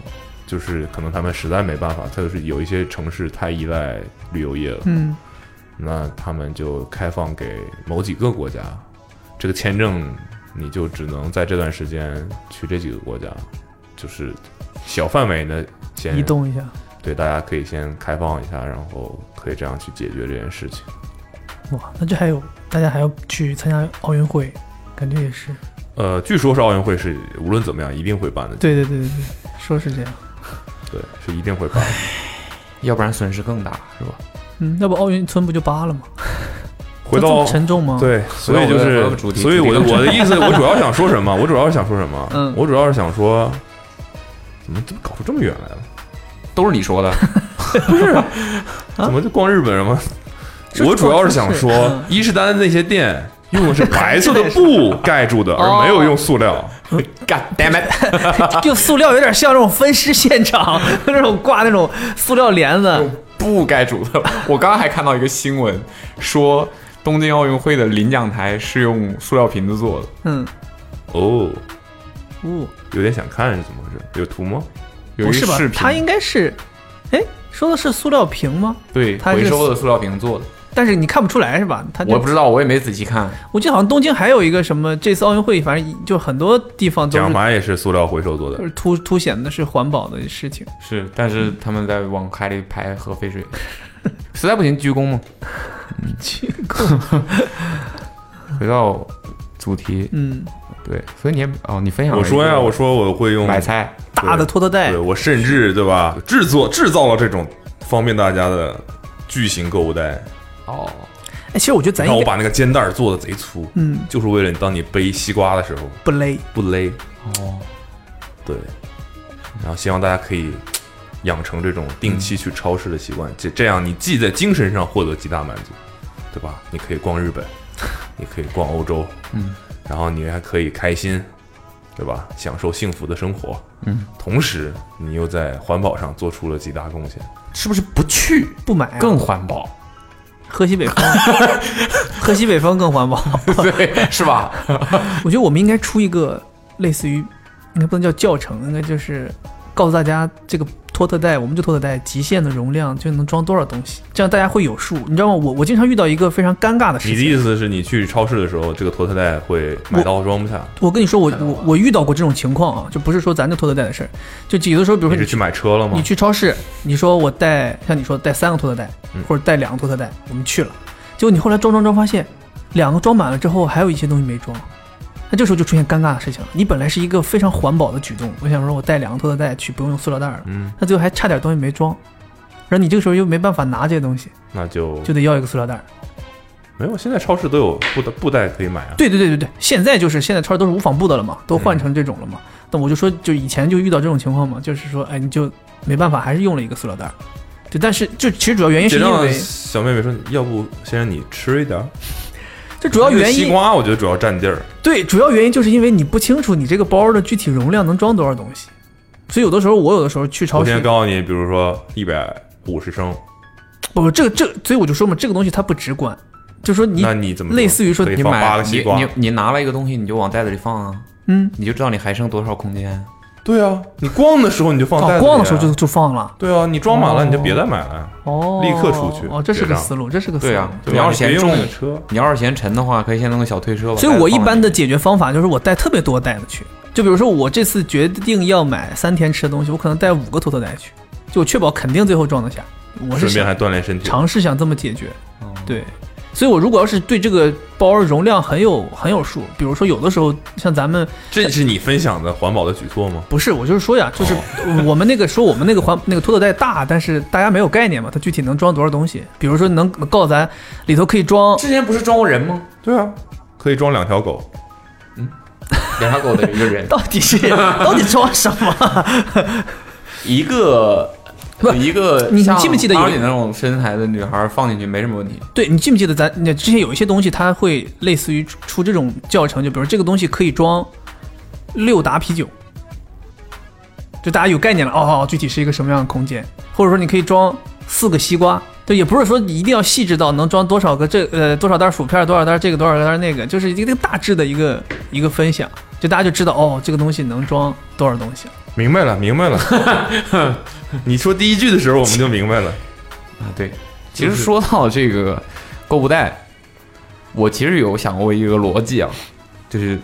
[SPEAKER 7] 就是可能他们实在没办法，他就是有一些城市太依赖旅游业了，
[SPEAKER 3] 嗯，
[SPEAKER 7] 那他们就开放给某几个国家，这个签证你就只能在这段时间去这几个国家，就是小范围的先
[SPEAKER 3] 移动一下，
[SPEAKER 7] 对，大家可以先开放一下，然后可以这样去解决这件事情。
[SPEAKER 3] 哇，那这还有大家还要去参加奥运会，感觉也是。
[SPEAKER 7] 呃，据说是奥运会是无论怎么样一定会办的，
[SPEAKER 3] 对对对对对，说是这样。
[SPEAKER 7] 对，是一定会办的。
[SPEAKER 2] 要不然损失更大，是吧？
[SPEAKER 3] 嗯，要不奥运村不就扒 了吗？
[SPEAKER 7] 回
[SPEAKER 3] 这
[SPEAKER 7] 到
[SPEAKER 3] 么沉重吗？，
[SPEAKER 7] 对，所以就
[SPEAKER 2] 回到
[SPEAKER 7] 是
[SPEAKER 2] 我的主，题
[SPEAKER 7] 所以我的
[SPEAKER 2] 主题
[SPEAKER 7] 我的意 思，我主要想说什么？我主要想说什么？
[SPEAKER 3] 嗯
[SPEAKER 7] 我主要是想说，怎么怎么搞出这么远来了？啊
[SPEAKER 2] 都是你说的，
[SPEAKER 7] 怎么就逛日本什么？我主要是想说
[SPEAKER 3] 嗯，
[SPEAKER 7] 伊势丹那些店用的是白色的布盖住
[SPEAKER 2] 哦
[SPEAKER 7] 的，而没有用塑料。
[SPEAKER 2] God damn it！
[SPEAKER 3] 就塑料有点像那种分尸现 场那种挂那种塑料帘子，
[SPEAKER 2] 不该主的。我刚刚还看到一个新闻，说东京奥运会的领奖台是用塑料瓶子做的，
[SPEAKER 3] 嗯，
[SPEAKER 7] 哦，
[SPEAKER 3] 呜，
[SPEAKER 7] 有点想看是怎么回事？有图吗？
[SPEAKER 2] 有
[SPEAKER 3] 不
[SPEAKER 2] 一
[SPEAKER 3] 是吧
[SPEAKER 2] 视？
[SPEAKER 3] 它
[SPEAKER 2] 频，
[SPEAKER 3] 应该是，哎，说的是塑料瓶吗？
[SPEAKER 2] 对，
[SPEAKER 3] 它是
[SPEAKER 2] 回收的塑料瓶做的。
[SPEAKER 3] 但是你看不出来是吧？它就
[SPEAKER 2] 我不知道，我也没仔细看。
[SPEAKER 3] 我记得好像东京还有一个什么，这次奥运会反正就很多地方都
[SPEAKER 7] 奖
[SPEAKER 3] 是
[SPEAKER 7] 牌也是塑料回收做的
[SPEAKER 3] 就。是凸凸显的是环保的事情。
[SPEAKER 2] 是，但是他们在往海里排核废水， 实在不行鞠躬嘛。嗯
[SPEAKER 3] 去，
[SPEAKER 2] 回到主题，
[SPEAKER 3] 嗯，
[SPEAKER 2] 对，所以你也哦，你分享了
[SPEAKER 7] 我说
[SPEAKER 2] 一
[SPEAKER 7] 呀，
[SPEAKER 2] 个
[SPEAKER 7] 我说我会用
[SPEAKER 2] 买菜，
[SPEAKER 3] 大的
[SPEAKER 7] 对
[SPEAKER 3] 拖拖带
[SPEAKER 7] 对，我甚至对吧，制作制造了这种方便大家的巨型购物袋。
[SPEAKER 2] 哦，
[SPEAKER 3] 哎，其实我觉得咱
[SPEAKER 7] 然后
[SPEAKER 3] 应
[SPEAKER 7] 我
[SPEAKER 3] 该，
[SPEAKER 7] 把那个肩带儿做的贼粗，
[SPEAKER 3] 嗯，
[SPEAKER 7] 就是为了你当你背西瓜的时候
[SPEAKER 3] 不勒，
[SPEAKER 7] 不勒。
[SPEAKER 2] 哦，
[SPEAKER 7] 对，然后希望大家可以养成这种定
[SPEAKER 2] 嗯
[SPEAKER 7] 期去超市的习惯，这这样你既在精神上获得极大满足，对吧？你可以逛 日本，你可以逛欧洲，
[SPEAKER 2] 嗯，
[SPEAKER 7] 然后你还可以开心，对吧？享受幸福的生活，
[SPEAKER 2] 嗯，
[SPEAKER 7] 同时你又在环保上做出了极大贡献。
[SPEAKER 2] 是不是不去
[SPEAKER 3] 不买啊、
[SPEAKER 2] 更环保？
[SPEAKER 3] 喝西北风，啊喝西北风更环保。
[SPEAKER 2] 对，是吧？
[SPEAKER 3] 我觉得我们应该出一个类似于，应该不能叫教程，应该就是告诉大家这个托特袋，我们就托特袋极限的容量就能装多少东西，这样大家会有数。你知道吗？我我经常遇到一个非常尴尬的事
[SPEAKER 7] 你
[SPEAKER 3] 情。
[SPEAKER 7] 的意思是你去超市的时候，这个托特袋会买到装不下？
[SPEAKER 3] 我跟你说，我我我遇到过这种情况啊，就不是说咱这托特袋的事儿，就有的时候，比如说
[SPEAKER 7] 你
[SPEAKER 3] 你
[SPEAKER 7] 是去买车了吗
[SPEAKER 3] 你？去超市，你说我
[SPEAKER 7] 嗯
[SPEAKER 3] 带，像你说带三个托特袋，或者带两个托特袋，我们去了，结果你后来装装装发现，两个装满了之后，还有一些东西没装，那这时候就出现尴尬的事情了。你本来是一个非常环保的举动，我想说我带两个托特袋去，不用用塑料袋了，
[SPEAKER 7] 嗯，
[SPEAKER 3] 那最后还差点东西没装，然后你这个时候又没办法拿这些东西，
[SPEAKER 7] 那就
[SPEAKER 3] 就得要一个塑料袋。
[SPEAKER 7] 没有。现在超市都有布袋布袋可以买啊。
[SPEAKER 3] 对对对对对，现在就是现在超市都是无纺布的了嘛，都
[SPEAKER 7] 嗯
[SPEAKER 3] 换成这种了嘛。那、我就说，就以前就遇到这种情况嘛，就是说，哎，你就没办法，还是用了一个塑料袋。对，但是就其实主要原因
[SPEAKER 7] 得
[SPEAKER 3] 是因
[SPEAKER 7] 让
[SPEAKER 3] 为
[SPEAKER 7] 小妹妹说，要不先让你吃一点儿。
[SPEAKER 3] 这主要
[SPEAKER 7] 那个
[SPEAKER 3] 原
[SPEAKER 7] 西
[SPEAKER 3] 因
[SPEAKER 7] 瓜，我觉得主要占地儿。
[SPEAKER 3] 对，主要原因就是因为你不清楚你这个包的具体容量能装多少东西，所以有的时候我有的时候去
[SPEAKER 7] 我
[SPEAKER 3] 超
[SPEAKER 7] 今天
[SPEAKER 3] 市，
[SPEAKER 7] 告诉你，比如说一百五十升，
[SPEAKER 3] 不不，这个这个，所以我就说嘛，这个东西它不直观，就说你
[SPEAKER 7] 那你怎么
[SPEAKER 3] 类似于说
[SPEAKER 7] 可以
[SPEAKER 2] 你
[SPEAKER 7] 放八
[SPEAKER 2] 买
[SPEAKER 7] 个
[SPEAKER 2] 你
[SPEAKER 7] 西瓜？
[SPEAKER 2] 你你拿了一个东西，你就往袋子里放啊，
[SPEAKER 3] 嗯，
[SPEAKER 2] 你就知道你还剩多少空间。
[SPEAKER 7] 对啊，你逛的时候你就放袋子
[SPEAKER 3] 啊
[SPEAKER 7] 里啊
[SPEAKER 3] 逛的时候就就放了，
[SPEAKER 7] 对啊，你装满了你就别再买了。
[SPEAKER 3] 哦，
[SPEAKER 7] 立刻出去
[SPEAKER 3] 哦，这是
[SPEAKER 7] 结
[SPEAKER 3] 个
[SPEAKER 7] 账
[SPEAKER 3] 思路，这是个思路，
[SPEAKER 2] 对啊，
[SPEAKER 7] 对
[SPEAKER 2] 你
[SPEAKER 7] 吧
[SPEAKER 2] 要
[SPEAKER 7] 你
[SPEAKER 2] 是嫌
[SPEAKER 7] 别
[SPEAKER 2] 重
[SPEAKER 7] 用那，个车，
[SPEAKER 2] 你要是嫌沉的话，可以先弄个小推车吧。
[SPEAKER 3] 所以我一般的
[SPEAKER 2] 袋子
[SPEAKER 3] 解决方法就是我带特别多袋子去，就比如说我这次决定要买三天吃的东西，我可能带五个托特袋去，就确保肯定最后装得下。我是
[SPEAKER 7] 顺便
[SPEAKER 3] 想
[SPEAKER 7] 还锻炼身体。
[SPEAKER 3] 尝试想这么解决，
[SPEAKER 2] 放那里，
[SPEAKER 3] 对。所以我如果要是对这个包容量很有很有数，比如说有的时候像咱们
[SPEAKER 7] 这是你分享的环保的举措吗？
[SPEAKER 3] 不是我就是说呀，就是
[SPEAKER 2] 哦
[SPEAKER 3] 我们那个说我们那个环那个托特袋大，但是大家没有概念嘛，它具体能装多少东西？比如说能能告诉咱里头可以装
[SPEAKER 2] 之前不是装过人吗？
[SPEAKER 7] 对啊，可以装两条狗。
[SPEAKER 2] 嗯两条狗的一个 人，
[SPEAKER 3] 到底是到底装什么？
[SPEAKER 2] 一个
[SPEAKER 3] 不
[SPEAKER 2] 一个
[SPEAKER 3] 你你
[SPEAKER 2] 像
[SPEAKER 3] 记不记得有
[SPEAKER 2] 阿里那种身材的女孩放进去没什么问题？
[SPEAKER 3] 对你记不记得咱那之前有一些东西，它会类似于出出这种教程，就比如这个东西可以装六打啤酒，就大家有概念了。哦哦，具体是一个什么样的空间，或者说你可以装四个西瓜，对，也不是说一定要细致到能装多少个这呃多少袋薯片，多少袋这个多少袋那个，就是一个大致的一个一个分享，就大家就知道哦，这个东西能装多少东西。
[SPEAKER 7] 明白了，明白了。 你说第一句的时候，我们就明白了。
[SPEAKER 2] 啊，对。其实说到这个购物袋，我其实有想过一个逻辑啊，就是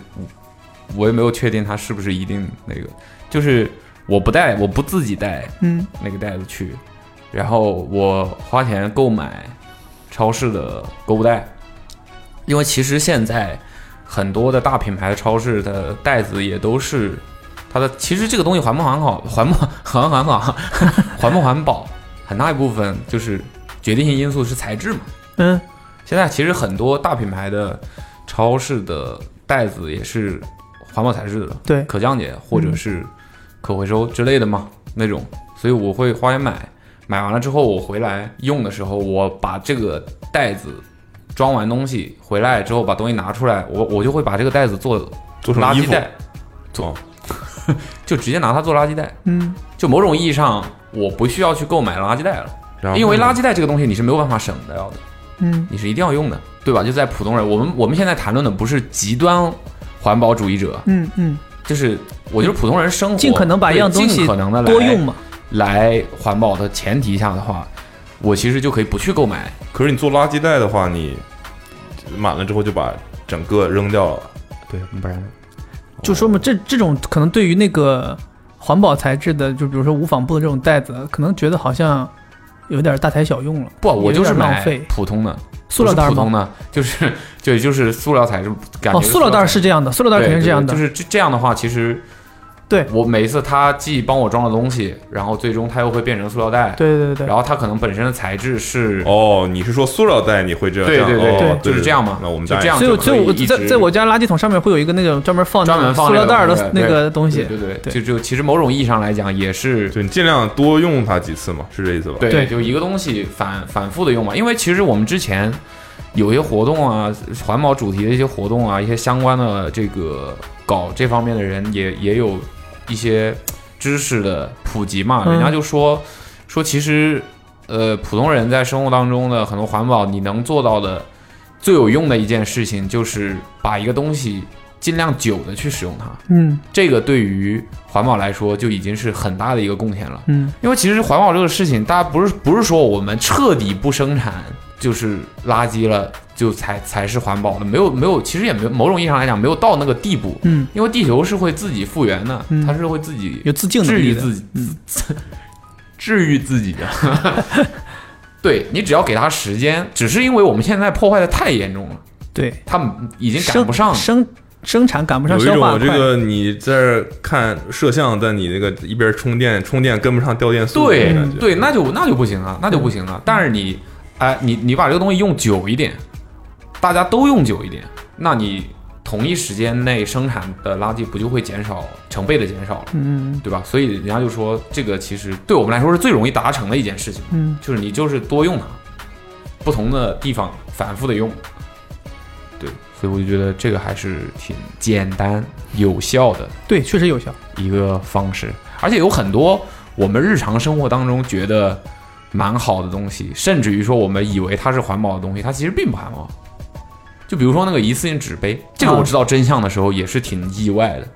[SPEAKER 2] 我也没有确定它是不是一定那个，就是我不带，我不自己带
[SPEAKER 3] 嗯，
[SPEAKER 2] 那个袋子去，然后我花钱购买超市的购物袋，因为其实现在很多的大品牌的超市的袋子也都是它的，其实这个东西环不环保，环不环环保， 环不环保，很大一部分就是决定性因素是材质嘛。
[SPEAKER 3] 嗯，
[SPEAKER 2] 现在其实很多大品牌的超市的袋子也是环保材质的，嗯
[SPEAKER 3] 对
[SPEAKER 2] 可降解或者是可回收之类的嘛那种，所以我会花钱买，买完了之后我回来用的时候，我把这个袋子装完东西回来之后，把东西拿出来，我我就会把这个袋子做
[SPEAKER 7] 做成
[SPEAKER 2] 垃
[SPEAKER 7] 衣
[SPEAKER 2] 圾
[SPEAKER 7] 服，
[SPEAKER 2] 袋，
[SPEAKER 7] 做
[SPEAKER 2] 就直接拿它做垃圾袋，
[SPEAKER 3] 嗯，
[SPEAKER 2] 就某种意义上我不需要去购买垃圾袋了，
[SPEAKER 7] 然后
[SPEAKER 2] 因为垃圾袋这个东西你是没有办法省的要的。
[SPEAKER 3] 嗯，
[SPEAKER 2] 你是一定要用的，对吧？就在普通人，我们我们现在谈论的不是极端环保主义者，
[SPEAKER 3] 嗯嗯，
[SPEAKER 2] 就是我觉得普通人生活
[SPEAKER 3] 尽可能把一样东
[SPEAKER 2] 对尽
[SPEAKER 3] 西
[SPEAKER 2] 可能的
[SPEAKER 3] 多用嘛。
[SPEAKER 2] 来环保的前提下的话，我其实就可以不去购买，
[SPEAKER 7] 可是你做垃圾袋的话，你满了之后就把整个扔掉了。
[SPEAKER 2] 对，不然
[SPEAKER 3] 就说嘛，这这种可能对于那个环保材质的，就比如说无纺布的这种袋子，可能觉得好像有点大材小用了。
[SPEAKER 2] 不，
[SPEAKER 3] 有
[SPEAKER 2] 我
[SPEAKER 3] 点
[SPEAKER 2] 就是
[SPEAKER 3] 浪
[SPEAKER 2] 买
[SPEAKER 3] 费
[SPEAKER 2] 普通的
[SPEAKER 3] 塑料袋
[SPEAKER 2] 不是普
[SPEAKER 3] 吗
[SPEAKER 2] 通？的，就是 对，就是塑料材质，感觉
[SPEAKER 3] 哦，塑料袋是这样的，塑料袋
[SPEAKER 2] 对
[SPEAKER 3] 肯定是这样的。
[SPEAKER 2] 对就是这这样的话，其实
[SPEAKER 3] 对
[SPEAKER 2] 我每一次他既帮我装了东西，然后最终他又会变成塑料袋，
[SPEAKER 3] 对对对对，
[SPEAKER 2] 然后它可能本身的材质是
[SPEAKER 7] 哦，你是说塑料袋你会这样？
[SPEAKER 2] 对对对
[SPEAKER 7] 哦
[SPEAKER 2] 对
[SPEAKER 7] 对，
[SPEAKER 2] 就是这样嘛
[SPEAKER 7] 那我们
[SPEAKER 2] 就
[SPEAKER 7] 再
[SPEAKER 2] 这样
[SPEAKER 3] 所以我
[SPEAKER 2] 就
[SPEAKER 3] 所以
[SPEAKER 2] 可以
[SPEAKER 3] 我
[SPEAKER 2] 一
[SPEAKER 3] 在
[SPEAKER 2] 直
[SPEAKER 3] 在我家垃圾桶上面会有一个那种专门放
[SPEAKER 2] 专门放
[SPEAKER 3] 塑料袋
[SPEAKER 2] 那个
[SPEAKER 3] 的
[SPEAKER 2] 东西
[SPEAKER 3] 那个东西。
[SPEAKER 2] 对对对，
[SPEAKER 3] 对
[SPEAKER 2] 就就其实某种意义上来讲也是
[SPEAKER 7] 就你尽量多用它几次嘛，是这意思吧？
[SPEAKER 2] 对，
[SPEAKER 3] 对
[SPEAKER 2] 就一个东西反反复的用嘛。因为其实我们之前有一些活动啊，环保主题的一些活动啊，一些相关的这个搞这方面的人也也有一些知识的普及嘛。
[SPEAKER 3] 嗯
[SPEAKER 2] 人家就说说其实呃，普通人在生活当中的很多环保，你能做到的最有用的一件事情，就是把一个东西尽量久的去使用它。
[SPEAKER 3] 嗯
[SPEAKER 2] 这个对于环保来说就已经是很大的一个贡献了。
[SPEAKER 3] 嗯，
[SPEAKER 2] 因为其实环保这个事情，大家不是不是说我们彻底不生产就是垃圾了，就才才是环保的，没有没有，其实也没有某种意义上来讲没有到那个地步，
[SPEAKER 3] 嗯，
[SPEAKER 2] 因为地球是会自己复原的，
[SPEAKER 3] 嗯
[SPEAKER 2] 它是会自己
[SPEAKER 3] 有自净能
[SPEAKER 2] 治愈
[SPEAKER 3] 力的。嗯
[SPEAKER 2] 自己， 治愈自己的。 对你只要给它时间，只是因为我们现在破坏的太严重了，
[SPEAKER 3] 对，
[SPEAKER 2] 他们已经赶不上，
[SPEAKER 3] 生生产赶不上
[SPEAKER 7] 有一
[SPEAKER 3] 消化
[SPEAKER 7] 种
[SPEAKER 3] 快
[SPEAKER 7] 这，个你在这儿看摄像，但你那个一边充电，充电跟不上掉电速，
[SPEAKER 2] 对
[SPEAKER 7] 感觉
[SPEAKER 2] 对，那就那就不行啊，那就不行啊。但是你，哎，你你把这个东西用久一点，大家都用久一点，那你同一时间内生产的垃圾不就会减少成倍的减少了，
[SPEAKER 3] 嗯
[SPEAKER 2] 对吧？所以人家就说，这个其实对我们来说是最容易达成的一件事情，
[SPEAKER 3] 嗯，
[SPEAKER 2] 就是你就是多用它，不同的地方反复的用。对，所以我就觉得这个还是挺简单有效的。
[SPEAKER 3] 对，确实有效。
[SPEAKER 2] 一个方式，而且有很多我们日常生活当中觉得蛮好的东西，甚至于说我们以为它是环保的东西，它其实并不环保。就比如说那个一次性纸杯，这个
[SPEAKER 3] 啊
[SPEAKER 2] 我知道真相的时候也是挺意外的，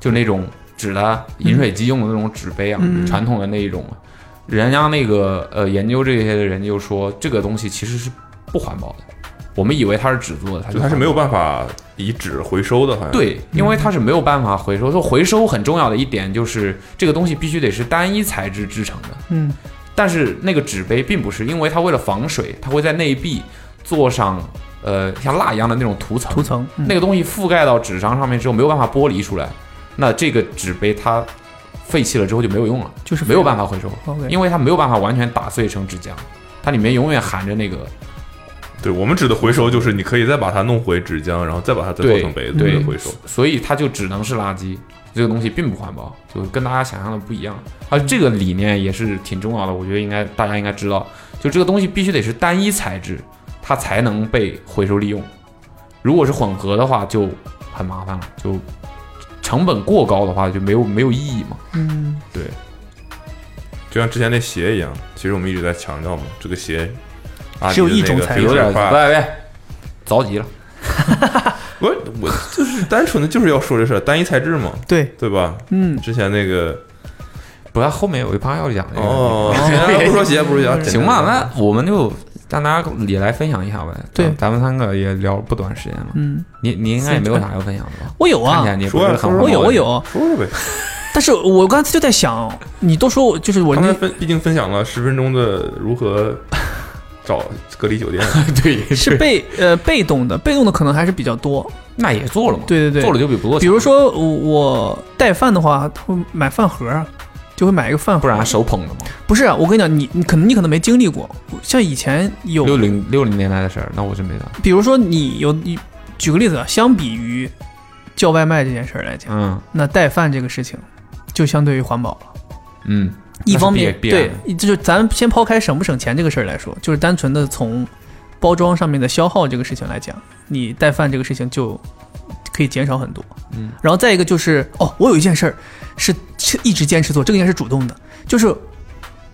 [SPEAKER 2] 就那种纸的饮水机用的那种纸杯啊，
[SPEAKER 3] 嗯
[SPEAKER 2] 传统的那一种啊，人家那个呃研究这些的人就说这个东西其实是不环保的，我们以为它是纸做的，它
[SPEAKER 7] 就它是没有
[SPEAKER 2] 法。
[SPEAKER 7] 办法以纸回收的，好像
[SPEAKER 2] 对，因为它是没有办法回收。说回收很重要的一点就是这个东西必须得是单一材质制成的，
[SPEAKER 3] 嗯，
[SPEAKER 2] 但是那个纸杯并不是，因为它为了防水，它会在内壁做上呃像蜡一样的那种涂层，
[SPEAKER 3] 涂层，嗯
[SPEAKER 2] 那个东西覆盖到纸张上面之后没有办法剥离出来，那这个纸杯它呃废弃了之后就没有用了，
[SPEAKER 3] 就是
[SPEAKER 2] 没有办法回收，
[SPEAKER 3] OK，
[SPEAKER 2] 因为它没有办法完全打碎成纸浆，它里面永远含着那个
[SPEAKER 7] 对，我们指的回收就是你可以再把它弄回纸浆，然后再把它再做
[SPEAKER 2] 对
[SPEAKER 7] 成杯子
[SPEAKER 2] 对
[SPEAKER 7] 再回收。
[SPEAKER 2] 所以它就只能是垃圾。这个东西并不环保，就跟大家想象的不一样。而这个理念也是挺重要的，我觉得应该大家应该知道，就这个东西必须得是单一材质，它才能被回收利用。如果是混合的话，就很麻烦了，就成本过高的话，就没有没有意义嘛。
[SPEAKER 3] 嗯，
[SPEAKER 7] 就像之前那鞋一样，其实我们一直在强调嘛，这个鞋啊，
[SPEAKER 3] 只有
[SPEAKER 7] 你的
[SPEAKER 3] 一种
[SPEAKER 7] 那个
[SPEAKER 3] 材质
[SPEAKER 7] 有
[SPEAKER 2] 有点
[SPEAKER 7] 点
[SPEAKER 2] 儿
[SPEAKER 7] 快。
[SPEAKER 2] 喂喂，着 急了。
[SPEAKER 7] 我我就是单纯的就是要说这事儿，单一材质嘛，
[SPEAKER 3] 对，
[SPEAKER 7] 对吧？
[SPEAKER 3] 嗯，
[SPEAKER 7] 之前那个
[SPEAKER 2] 不要，后面有一趴要讲这个。
[SPEAKER 7] 哦，不说鞋，不说鞋，
[SPEAKER 2] 行吧，那我们就让大家也来分享一下呗。
[SPEAKER 3] 对
[SPEAKER 2] 咱们三个也聊不短时间了。
[SPEAKER 3] 嗯，
[SPEAKER 2] 你你应该也没有啥要分享的吧？
[SPEAKER 3] 我有
[SPEAKER 2] 看
[SPEAKER 3] 啊
[SPEAKER 2] 起，来你也不
[SPEAKER 7] 说
[SPEAKER 2] 是
[SPEAKER 7] 啊
[SPEAKER 2] 很
[SPEAKER 7] 说
[SPEAKER 2] 环
[SPEAKER 7] 啊
[SPEAKER 2] 保
[SPEAKER 3] 我有
[SPEAKER 2] 的
[SPEAKER 3] 我
[SPEAKER 2] 人。
[SPEAKER 3] 有，
[SPEAKER 7] 说说呗。
[SPEAKER 3] 但是我刚才就在想，你都说我就是我
[SPEAKER 7] 刚才
[SPEAKER 3] 那
[SPEAKER 7] 分毕竟分享了十分钟的如何找隔离酒店，
[SPEAKER 2] 对，
[SPEAKER 3] 是被呃被动的，被动的可能还是比较多。
[SPEAKER 2] 那也做了嘛？，
[SPEAKER 3] 对对对，
[SPEAKER 2] 做了就比不做强。
[SPEAKER 3] 比如说我我带饭的话，他会买饭盒儿，就会买一个饭盒。
[SPEAKER 2] 不然手捧的嘛，
[SPEAKER 3] 不是啊，我跟你讲，你你可能你可能没经历过，像以前有，
[SPEAKER 2] 六零六零年代的事儿，那我真没咋。
[SPEAKER 3] 比如说你有，你举个例子啊，相比于叫外卖这件事儿来讲，
[SPEAKER 2] 嗯
[SPEAKER 3] 那带饭这个事情就相对于环保了。
[SPEAKER 2] 嗯，
[SPEAKER 3] 一方面
[SPEAKER 2] 那是必必
[SPEAKER 3] 对
[SPEAKER 2] 然，
[SPEAKER 3] 这就咱先抛开省不省钱这个事儿来说，就是单纯的从包装上面的消耗这个事情来讲，你带饭这个事情就可以减少很多。
[SPEAKER 2] 嗯，
[SPEAKER 3] 然后再一个就是，哦，我有一件事儿是是一直坚持做，这个应该是主动的，就是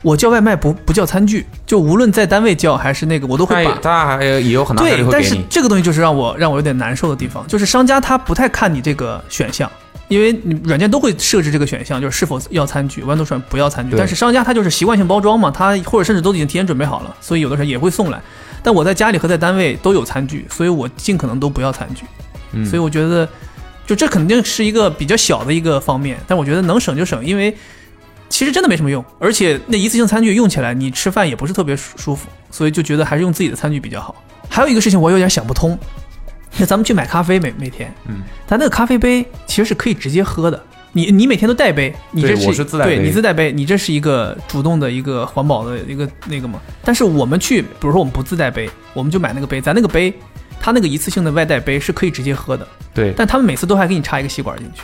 [SPEAKER 3] 我叫外卖不不叫餐具，就无论在单位叫还是那个，我都
[SPEAKER 2] 他
[SPEAKER 3] 会
[SPEAKER 2] 也
[SPEAKER 3] 把。
[SPEAKER 2] 他还也有很大概率
[SPEAKER 3] 对，
[SPEAKER 2] 会
[SPEAKER 3] 但
[SPEAKER 2] 给
[SPEAKER 3] 是
[SPEAKER 2] 你。
[SPEAKER 3] 这个东西就是让我让我有点难受的地方，就是商家他不太看你这个选项，因为你软件都会设置这个选项，就是是否要餐具，豌豆涮不要餐具。
[SPEAKER 2] 对
[SPEAKER 3] 但是商家他就是习惯性包装嘛，他或者甚至都已经提前准备好了，所以有的时候也会送来。但我在家里和在单位都有餐具，所以我尽可能都不要餐具。
[SPEAKER 2] 嗯
[SPEAKER 3] 所以我觉得，就这肯定是一个比较小的一个方面，但我觉得能省就省，因为其实真的没什么用，而且那一次性餐具用起来，你吃饭也不是特别舒舒服，所以就觉得还是用自己的餐具比较好。还有一个事情我有点想不通，那咱们去买咖啡每每天，
[SPEAKER 2] 嗯，
[SPEAKER 3] 咱那个咖啡杯其实是可以直接喝的。你你每天都带杯，你
[SPEAKER 2] 对
[SPEAKER 3] 这是
[SPEAKER 2] 我是自带
[SPEAKER 3] 对
[SPEAKER 2] 杯
[SPEAKER 3] 你自带杯，你这是一个主动的一个环保的一个那个嘛。但是我们去，比如说我们不自带杯，我们就买那个杯，咱那个杯，它那个一次性的外带杯是可以直接喝的，
[SPEAKER 2] 对，
[SPEAKER 3] 但他们每次都还给你插一个吸管进去，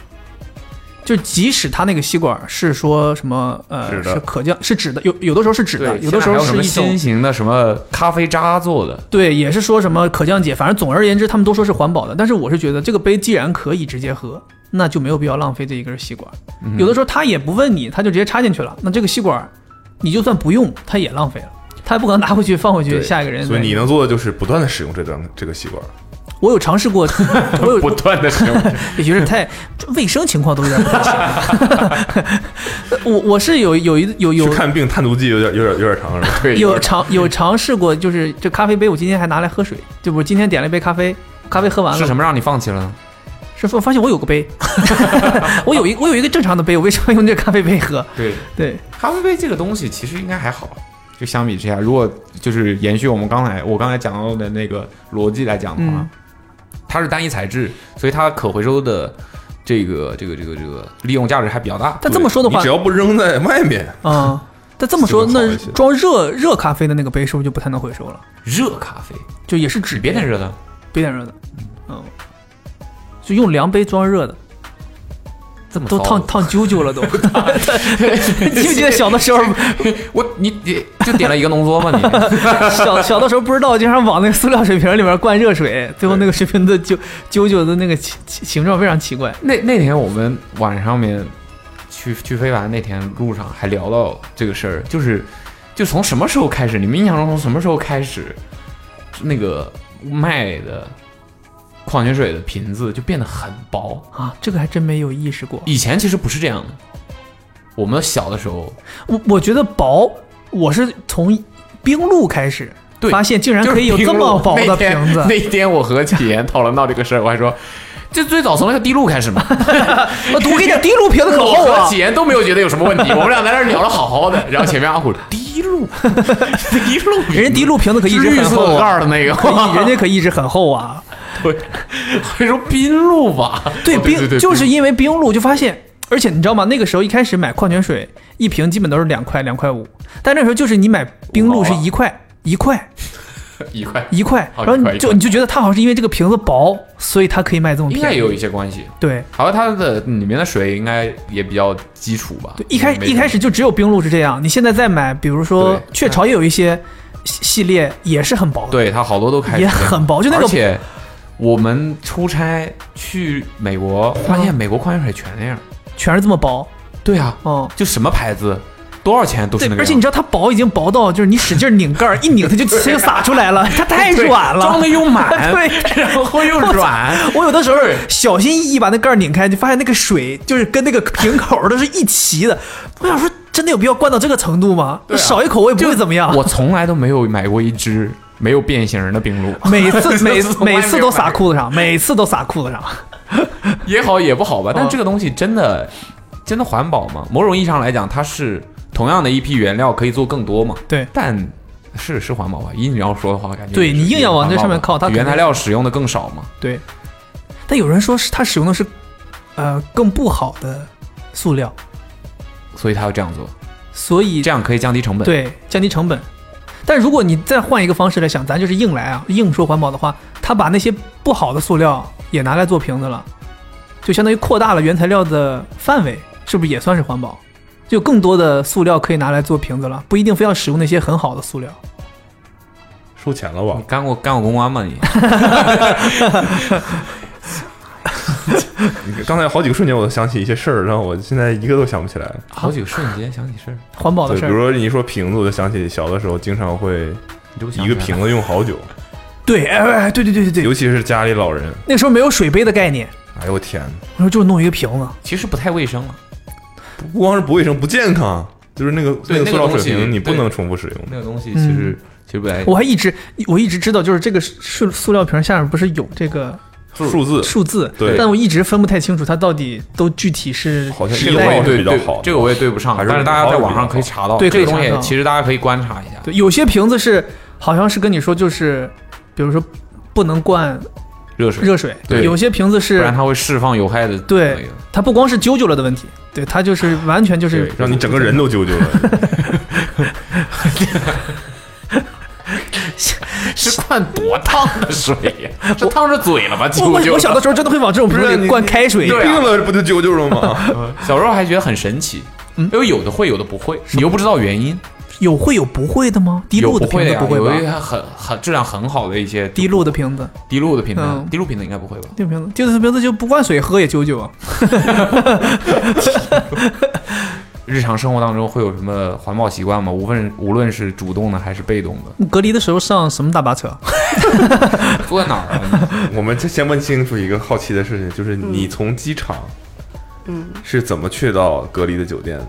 [SPEAKER 3] 就即使他那个吸管是说什么呃
[SPEAKER 7] 纸的
[SPEAKER 3] 是可降是纸的，有有的时候是纸的，
[SPEAKER 2] 对，
[SPEAKER 3] 有的时候
[SPEAKER 2] 现在还有什
[SPEAKER 3] 是
[SPEAKER 2] 么
[SPEAKER 3] 一
[SPEAKER 2] 新
[SPEAKER 3] 种
[SPEAKER 2] 型的什么咖啡渣做的，
[SPEAKER 3] 对，也是说什么可降解，反正总而言之他们都说是环保的，但是我是觉得这个杯既然可以直接喝，那就没有必要浪费这一根吸管。
[SPEAKER 2] 嗯
[SPEAKER 3] 有的时候他也不问你，他就直接插进去了，那这个吸管你就算不用，它也浪费了。他也不可能拿回去放回去，
[SPEAKER 7] 对
[SPEAKER 3] 下一个人再。
[SPEAKER 7] 所以你能做的就是不断的使用这段这个吸管，
[SPEAKER 3] 我有尝试过， 我有
[SPEAKER 7] 不断的使用。
[SPEAKER 3] 也觉得太卫生情况都有点不太行我我是有有一有有
[SPEAKER 7] 去看病，碳足迹有点有点有点长是吧？
[SPEAKER 2] 对
[SPEAKER 3] 有尝有尝试过，就是这咖啡杯，我今天还拿来喝水，就我今天点了一杯咖啡，咖啡喝完了，
[SPEAKER 2] 是什么让你放弃了呢？
[SPEAKER 3] 是我发现我有个杯， 我有一我有一个正常的杯，我为什么用这咖啡杯喝？
[SPEAKER 2] 对，
[SPEAKER 3] 对，
[SPEAKER 2] 咖啡杯这个东西其实应该还好，啊就相比之下，如果就是延续我们刚才我刚才讲到的那个逻辑来讲的话，
[SPEAKER 3] 嗯
[SPEAKER 2] 它是单一材质，所以它可回收的这个这个这个这个利用价值还比较大。
[SPEAKER 3] 但这么说的
[SPEAKER 7] 你
[SPEAKER 3] 话
[SPEAKER 7] 只，要不扔在外面，
[SPEAKER 3] 啊，但这么说，
[SPEAKER 7] 这个好
[SPEAKER 3] 那
[SPEAKER 7] 一些
[SPEAKER 3] 装热热咖啡的那个杯是不是就不太能回收了？
[SPEAKER 2] 热咖啡，
[SPEAKER 3] 就也是纸
[SPEAKER 2] 别点热的，
[SPEAKER 3] 别点热的，嗯，就用量杯装热的，
[SPEAKER 2] 这么
[SPEAKER 3] 都
[SPEAKER 2] 骚
[SPEAKER 3] 烫烫啾啾了 都。你记不记得小的时候，
[SPEAKER 2] 我你你就点了一个浓缩吗？ 你
[SPEAKER 3] 小小的时候不知道，经常往那个塑料水瓶里面灌热水，最后那个水瓶的啾啾啾的那个形形状非常奇怪。
[SPEAKER 2] 那那天我们晚上面去去飞盘那天路上还聊到这个事儿，就是就从什么时候开始？你们印象中从什么时候开始，那个卖的矿泉水的瓶子就变得很薄？
[SPEAKER 3] 啊，这个还真没有意识过。
[SPEAKER 2] 以前其实不是这样的。我们小的时候，
[SPEAKER 3] 我我觉得薄，我是从冰露开始
[SPEAKER 2] 对
[SPEAKER 3] 发现，竟然可以有这么薄的瓶子
[SPEAKER 2] 那天。那天我和启言讨论到这个事儿，我还说，这最早从那个滴露 开始嘛。
[SPEAKER 3] 我读给点滴露瓶子可
[SPEAKER 2] 我
[SPEAKER 3] 厚
[SPEAKER 2] 和
[SPEAKER 3] 啊！
[SPEAKER 2] 启言都没有觉得有什么问题，我们俩在那儿聊的好好的。然后前面阿虎滴露，滴露，
[SPEAKER 3] 人家滴露瓶子可一直
[SPEAKER 2] 绿
[SPEAKER 3] 很厚
[SPEAKER 2] 色盖
[SPEAKER 3] 啊，
[SPEAKER 2] 儿的那个，
[SPEAKER 3] 可以，人家可一直很厚 啊。
[SPEAKER 2] 还说冰露吧？
[SPEAKER 3] 对
[SPEAKER 2] 哦对
[SPEAKER 3] 冰
[SPEAKER 2] 对，
[SPEAKER 3] 就是因为冰露就发现，而且你知道吗？那个时候一开始买矿泉水一瓶基本都是两块两块五，但那时候就是你买冰露是一块一 块
[SPEAKER 2] 一块，
[SPEAKER 3] 一块，
[SPEAKER 2] 哦
[SPEAKER 3] 然后
[SPEAKER 2] 一块
[SPEAKER 3] 你
[SPEAKER 2] 一
[SPEAKER 3] 就
[SPEAKER 2] 块
[SPEAKER 3] 你就觉得它好像是因为这个瓶子薄，所以它可以卖这么
[SPEAKER 2] 应该
[SPEAKER 3] 便
[SPEAKER 2] 也
[SPEAKER 3] 宜。
[SPEAKER 2] 有一些关系。
[SPEAKER 3] 对
[SPEAKER 2] 还有它的里面的水应该也比较基础吧？
[SPEAKER 3] 对，一开
[SPEAKER 2] 没什么
[SPEAKER 3] 一开始就只有冰露是这样，你现在再买，比如说
[SPEAKER 2] 对
[SPEAKER 3] 雀巢也有一些系系列也是很薄的，
[SPEAKER 2] 对它好多都开始
[SPEAKER 3] 也很薄，就那
[SPEAKER 2] 而
[SPEAKER 3] 个
[SPEAKER 2] 且我们出差去美国，发现美国矿泉水全那样。
[SPEAKER 3] 全是这么薄，
[SPEAKER 2] 对啊，
[SPEAKER 3] 嗯。
[SPEAKER 2] 就什么牌子，多少钱都是
[SPEAKER 3] 对
[SPEAKER 2] 那，个样。啊
[SPEAKER 3] 而且你知道它薄已经薄到，就是你使劲拧盖儿，一拧它就它就洒出来 了，它太
[SPEAKER 2] 对
[SPEAKER 3] 软了，
[SPEAKER 2] 装的 又满，
[SPEAKER 3] 对，
[SPEAKER 2] 然后又软。
[SPEAKER 3] 我有的时候小心翼翼把那盖儿拧开，就发现那个水就是跟那个瓶口儿都是一齐的。我想说，真的有必要灌到这个程度吗？
[SPEAKER 2] 对啊
[SPEAKER 3] 少一口我也不会怎么样。
[SPEAKER 2] 我从来都没有买过一支没有变形的冰露，
[SPEAKER 3] 每 次每
[SPEAKER 2] 从来没有
[SPEAKER 3] 每次都
[SPEAKER 2] 买
[SPEAKER 3] 撒
[SPEAKER 2] 过
[SPEAKER 3] 裤子上，啊每次都撒裤子上。
[SPEAKER 2] 也好也不好吧。但
[SPEAKER 3] 嗯
[SPEAKER 2] 这个东西真的真的环保吗？某种意义上来讲，它是同样的一批原料可以做更多嘛。
[SPEAKER 3] 对
[SPEAKER 2] 但是是环保吧？以你要说的话，感觉
[SPEAKER 3] 对
[SPEAKER 2] 也是
[SPEAKER 3] 你硬要往
[SPEAKER 2] 也是
[SPEAKER 3] 这上面
[SPEAKER 2] 环保
[SPEAKER 3] 靠
[SPEAKER 2] 吧
[SPEAKER 3] 它肯定
[SPEAKER 2] 原材料使用的更少嘛。
[SPEAKER 3] 对，但有人说是他使用的是呃更不好的塑料，
[SPEAKER 2] 所以他要这样做，
[SPEAKER 3] 所以
[SPEAKER 2] 这样可以降低成本。，
[SPEAKER 3] 对降低成本。但如果你再换一个方式来想，咱就是硬来啊，硬说环保的话，他把那些不好的塑料也拿来做瓶子了，就相当于扩大了原材料的范围，是不是也算是环保？就有更多的塑料可以拿来做瓶子了，不一定非要使用那些很好的塑料。
[SPEAKER 7] 收钱了吧
[SPEAKER 2] 你？干过干过公关吗？ 你
[SPEAKER 7] 你 刚才好几个瞬间我都想起一些事儿，然后我现在一个都想不起来。
[SPEAKER 2] 好几个瞬间想起事儿，
[SPEAKER 3] 环保的
[SPEAKER 7] 对，
[SPEAKER 3] 事
[SPEAKER 7] 比如
[SPEAKER 3] 儿，
[SPEAKER 7] 说你说瓶子，我就想起小的时候经常会
[SPEAKER 2] 你都想
[SPEAKER 7] 一个
[SPEAKER 2] 起来了
[SPEAKER 7] 瓶子用好久，
[SPEAKER 3] 对，哎哎，哎对对对对
[SPEAKER 7] 尤
[SPEAKER 3] 对，
[SPEAKER 7] 其是家里老人。
[SPEAKER 3] 那时候没有水杯的概念，
[SPEAKER 7] 哎呦我天，
[SPEAKER 3] 我说就弄一个瓶子，
[SPEAKER 2] 其实不太卫生啊了。
[SPEAKER 7] 不不光是不卫生，不健康，就是那个
[SPEAKER 2] 对
[SPEAKER 7] 个塑料
[SPEAKER 2] 那个东
[SPEAKER 7] 水
[SPEAKER 2] 西
[SPEAKER 7] 瓶你不
[SPEAKER 2] 对
[SPEAKER 7] 能重复使用。
[SPEAKER 2] 那个东西其实、其实不太
[SPEAKER 3] 嗯我还一直我一直知道，就是这个塑塑料瓶下面不是有这个
[SPEAKER 7] 数字
[SPEAKER 3] 数字，
[SPEAKER 7] 对
[SPEAKER 3] 但我一直分不太清楚它到底都具体是
[SPEAKER 7] 好像
[SPEAKER 3] 是
[SPEAKER 2] 这个
[SPEAKER 7] 一
[SPEAKER 2] 我
[SPEAKER 3] 在
[SPEAKER 2] 也
[SPEAKER 7] 号是
[SPEAKER 2] 对
[SPEAKER 7] 比较
[SPEAKER 2] 对
[SPEAKER 7] 好的
[SPEAKER 2] 这个我也对不上，
[SPEAKER 7] 还是
[SPEAKER 2] 但是大家在网上可以查到。
[SPEAKER 3] 对
[SPEAKER 2] 这个东
[SPEAKER 3] 可以查
[SPEAKER 2] 西
[SPEAKER 3] 到
[SPEAKER 2] 其实大家可以观察一下。
[SPEAKER 3] 对，有些瓶子是好像是跟你说就是，比如说不能灌
[SPEAKER 2] 热水，
[SPEAKER 3] 热水，
[SPEAKER 2] 对
[SPEAKER 3] 有些瓶子
[SPEAKER 2] 不
[SPEAKER 3] 是
[SPEAKER 2] 然它会释放有害的
[SPEAKER 3] 对
[SPEAKER 2] 那个
[SPEAKER 3] 它不光是啾啾了的问题，对它就是完全就是
[SPEAKER 2] 对
[SPEAKER 7] 让你整个 人都揪揪了。
[SPEAKER 2] 是灌多烫的水呀？ 这烫着嘴了吧？
[SPEAKER 3] 我
[SPEAKER 2] 我
[SPEAKER 3] 我我小的时候真的会往这种瓶
[SPEAKER 7] 不
[SPEAKER 3] 子
[SPEAKER 7] 是
[SPEAKER 3] 里
[SPEAKER 7] 你
[SPEAKER 3] 灌开水
[SPEAKER 7] 你，
[SPEAKER 2] 对
[SPEAKER 7] 病
[SPEAKER 2] 啊嗯
[SPEAKER 7] 了不就揪揪了 吗？
[SPEAKER 2] 小时候还觉得很神奇，因为有的会，有的不会，你又不知道原因。
[SPEAKER 3] 嗯有会有不会的吗？滴
[SPEAKER 2] 有
[SPEAKER 3] 露的
[SPEAKER 2] 会
[SPEAKER 3] 瓶
[SPEAKER 2] 的
[SPEAKER 3] 子
[SPEAKER 2] 呀，
[SPEAKER 3] 不会
[SPEAKER 2] 有一
[SPEAKER 3] 吧？
[SPEAKER 2] 些很很质量很好的一些
[SPEAKER 3] 滴露的瓶子，
[SPEAKER 2] 滴露的瓶子
[SPEAKER 3] 嗯，
[SPEAKER 2] 滴露瓶子应该不会吧？
[SPEAKER 3] 这瓶子，这瓶子就不灌水喝也啾 啾啊。
[SPEAKER 2] 日常生活当中会有什么环保习惯吗？无论无论是主动的还是被动的，
[SPEAKER 3] 隔离的时候上什么大巴车？
[SPEAKER 2] 坐在哪儿啊？
[SPEAKER 7] 我们这先问清楚一个好奇的事情，就是你从机场，
[SPEAKER 5] 嗯，
[SPEAKER 7] 是怎么去到隔离的酒店的？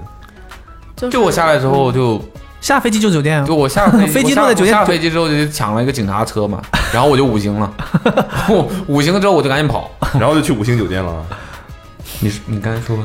[SPEAKER 5] 就是
[SPEAKER 2] 就我下来之后就
[SPEAKER 3] 下飞机就酒店啊
[SPEAKER 2] 就？我下飞
[SPEAKER 3] 飞机
[SPEAKER 2] 我下
[SPEAKER 3] 落在酒店
[SPEAKER 2] 我下飞机之后就去抢了一个警察车嘛，然后我就五星了， 我五星之后我就赶紧跑。
[SPEAKER 7] 然后就去五星酒店了。
[SPEAKER 2] 你你刚才说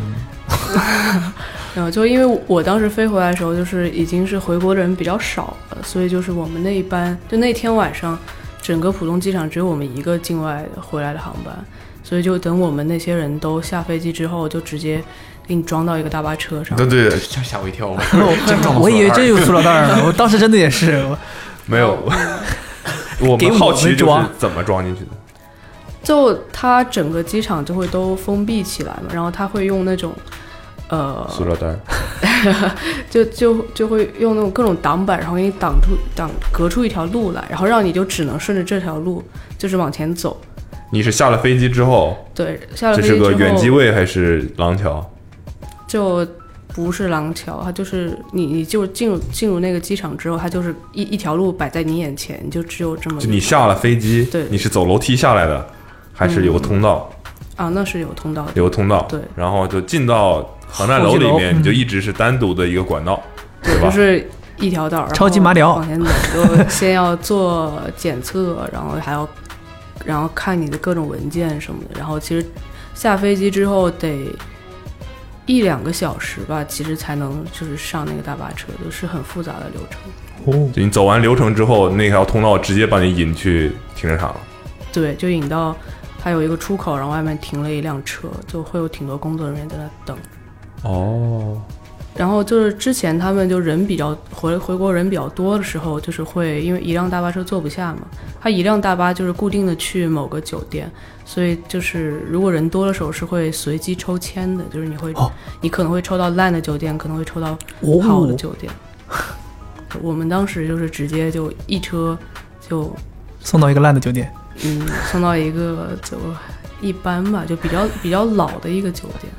[SPEAKER 5] 然后就因为我当时飞回来的时候，就是已经是回国的人比较少了，所以就是我们那一班就那天晚上整个浦东机场只有我们一个境外回来的航班，所以就等我们那些人都下飞机之后，就直接给你装到一个大巴车上。
[SPEAKER 7] 对对，对
[SPEAKER 2] 吓吓我一跳，我
[SPEAKER 3] 哦我以为真有塑料袋儿呢，我当时真的也是，我
[SPEAKER 7] 没 有。我
[SPEAKER 3] 给我
[SPEAKER 7] 们好奇
[SPEAKER 3] 们
[SPEAKER 7] 就
[SPEAKER 3] 装
[SPEAKER 7] 是怎么装进去的？
[SPEAKER 5] 就它整个机场就会都封闭起来嘛，然后它会用那种，呃，
[SPEAKER 7] 塑料袋儿，
[SPEAKER 5] 就就就会用那种各种挡板，然后给你挡出挡隔出一条路来，然后让你就只能顺着这条路就是往前走。
[SPEAKER 7] 你是下了飞机之后，
[SPEAKER 5] 对，下了
[SPEAKER 7] 这
[SPEAKER 5] 飞机
[SPEAKER 7] 是
[SPEAKER 5] 之
[SPEAKER 7] 个
[SPEAKER 5] 后
[SPEAKER 7] 远机位还是廊桥？
[SPEAKER 5] 就不是廊桥，它就是你你就进入进入那个机场之后，它就是一一条路摆在你眼前，你就只有这么
[SPEAKER 7] 就你下了飞机，
[SPEAKER 5] 对
[SPEAKER 7] 你是走楼梯下来的，还是有个通道？
[SPEAKER 5] 啊，那是有通道的。
[SPEAKER 7] 有个通道，
[SPEAKER 5] 对
[SPEAKER 7] 然后就进到航站楼里
[SPEAKER 3] 候机楼
[SPEAKER 7] 面，你就一直是单独的一个管道，对吧？
[SPEAKER 5] 就是一条道儿，
[SPEAKER 3] 超级马里
[SPEAKER 5] 然后
[SPEAKER 3] 奥
[SPEAKER 5] 往前走，就先要做检测，然后还要，然后看你的各种文件什么的。然后其实下飞机之后得一两个小时吧，其实才能就是上那个大巴车，就是很复杂的流程。
[SPEAKER 4] 哦，
[SPEAKER 7] 就你走完流程之后，那条通道直接把你引去停车场了。
[SPEAKER 5] 对，就引到它有一个出口，然后外面停了一辆车，就会有挺多工作人员在那等。
[SPEAKER 7] 哦，
[SPEAKER 5] 然后就是之前他们就人比较回回国人比较多的时候，就是会因为一辆大巴车坐不下嘛，它一辆大巴就是固定的去某个酒店，所以就是如果人多的时候是会随机抽签的，就是你会、
[SPEAKER 3] 哦
[SPEAKER 5] 你可能会抽到烂的酒店，可能会抽到好的
[SPEAKER 3] 哦，
[SPEAKER 5] 酒店。我们当时就是直接就一车就
[SPEAKER 3] 送到一个烂的酒店，
[SPEAKER 5] 嗯送到一个就一般吧，就比较比较老的一个酒店，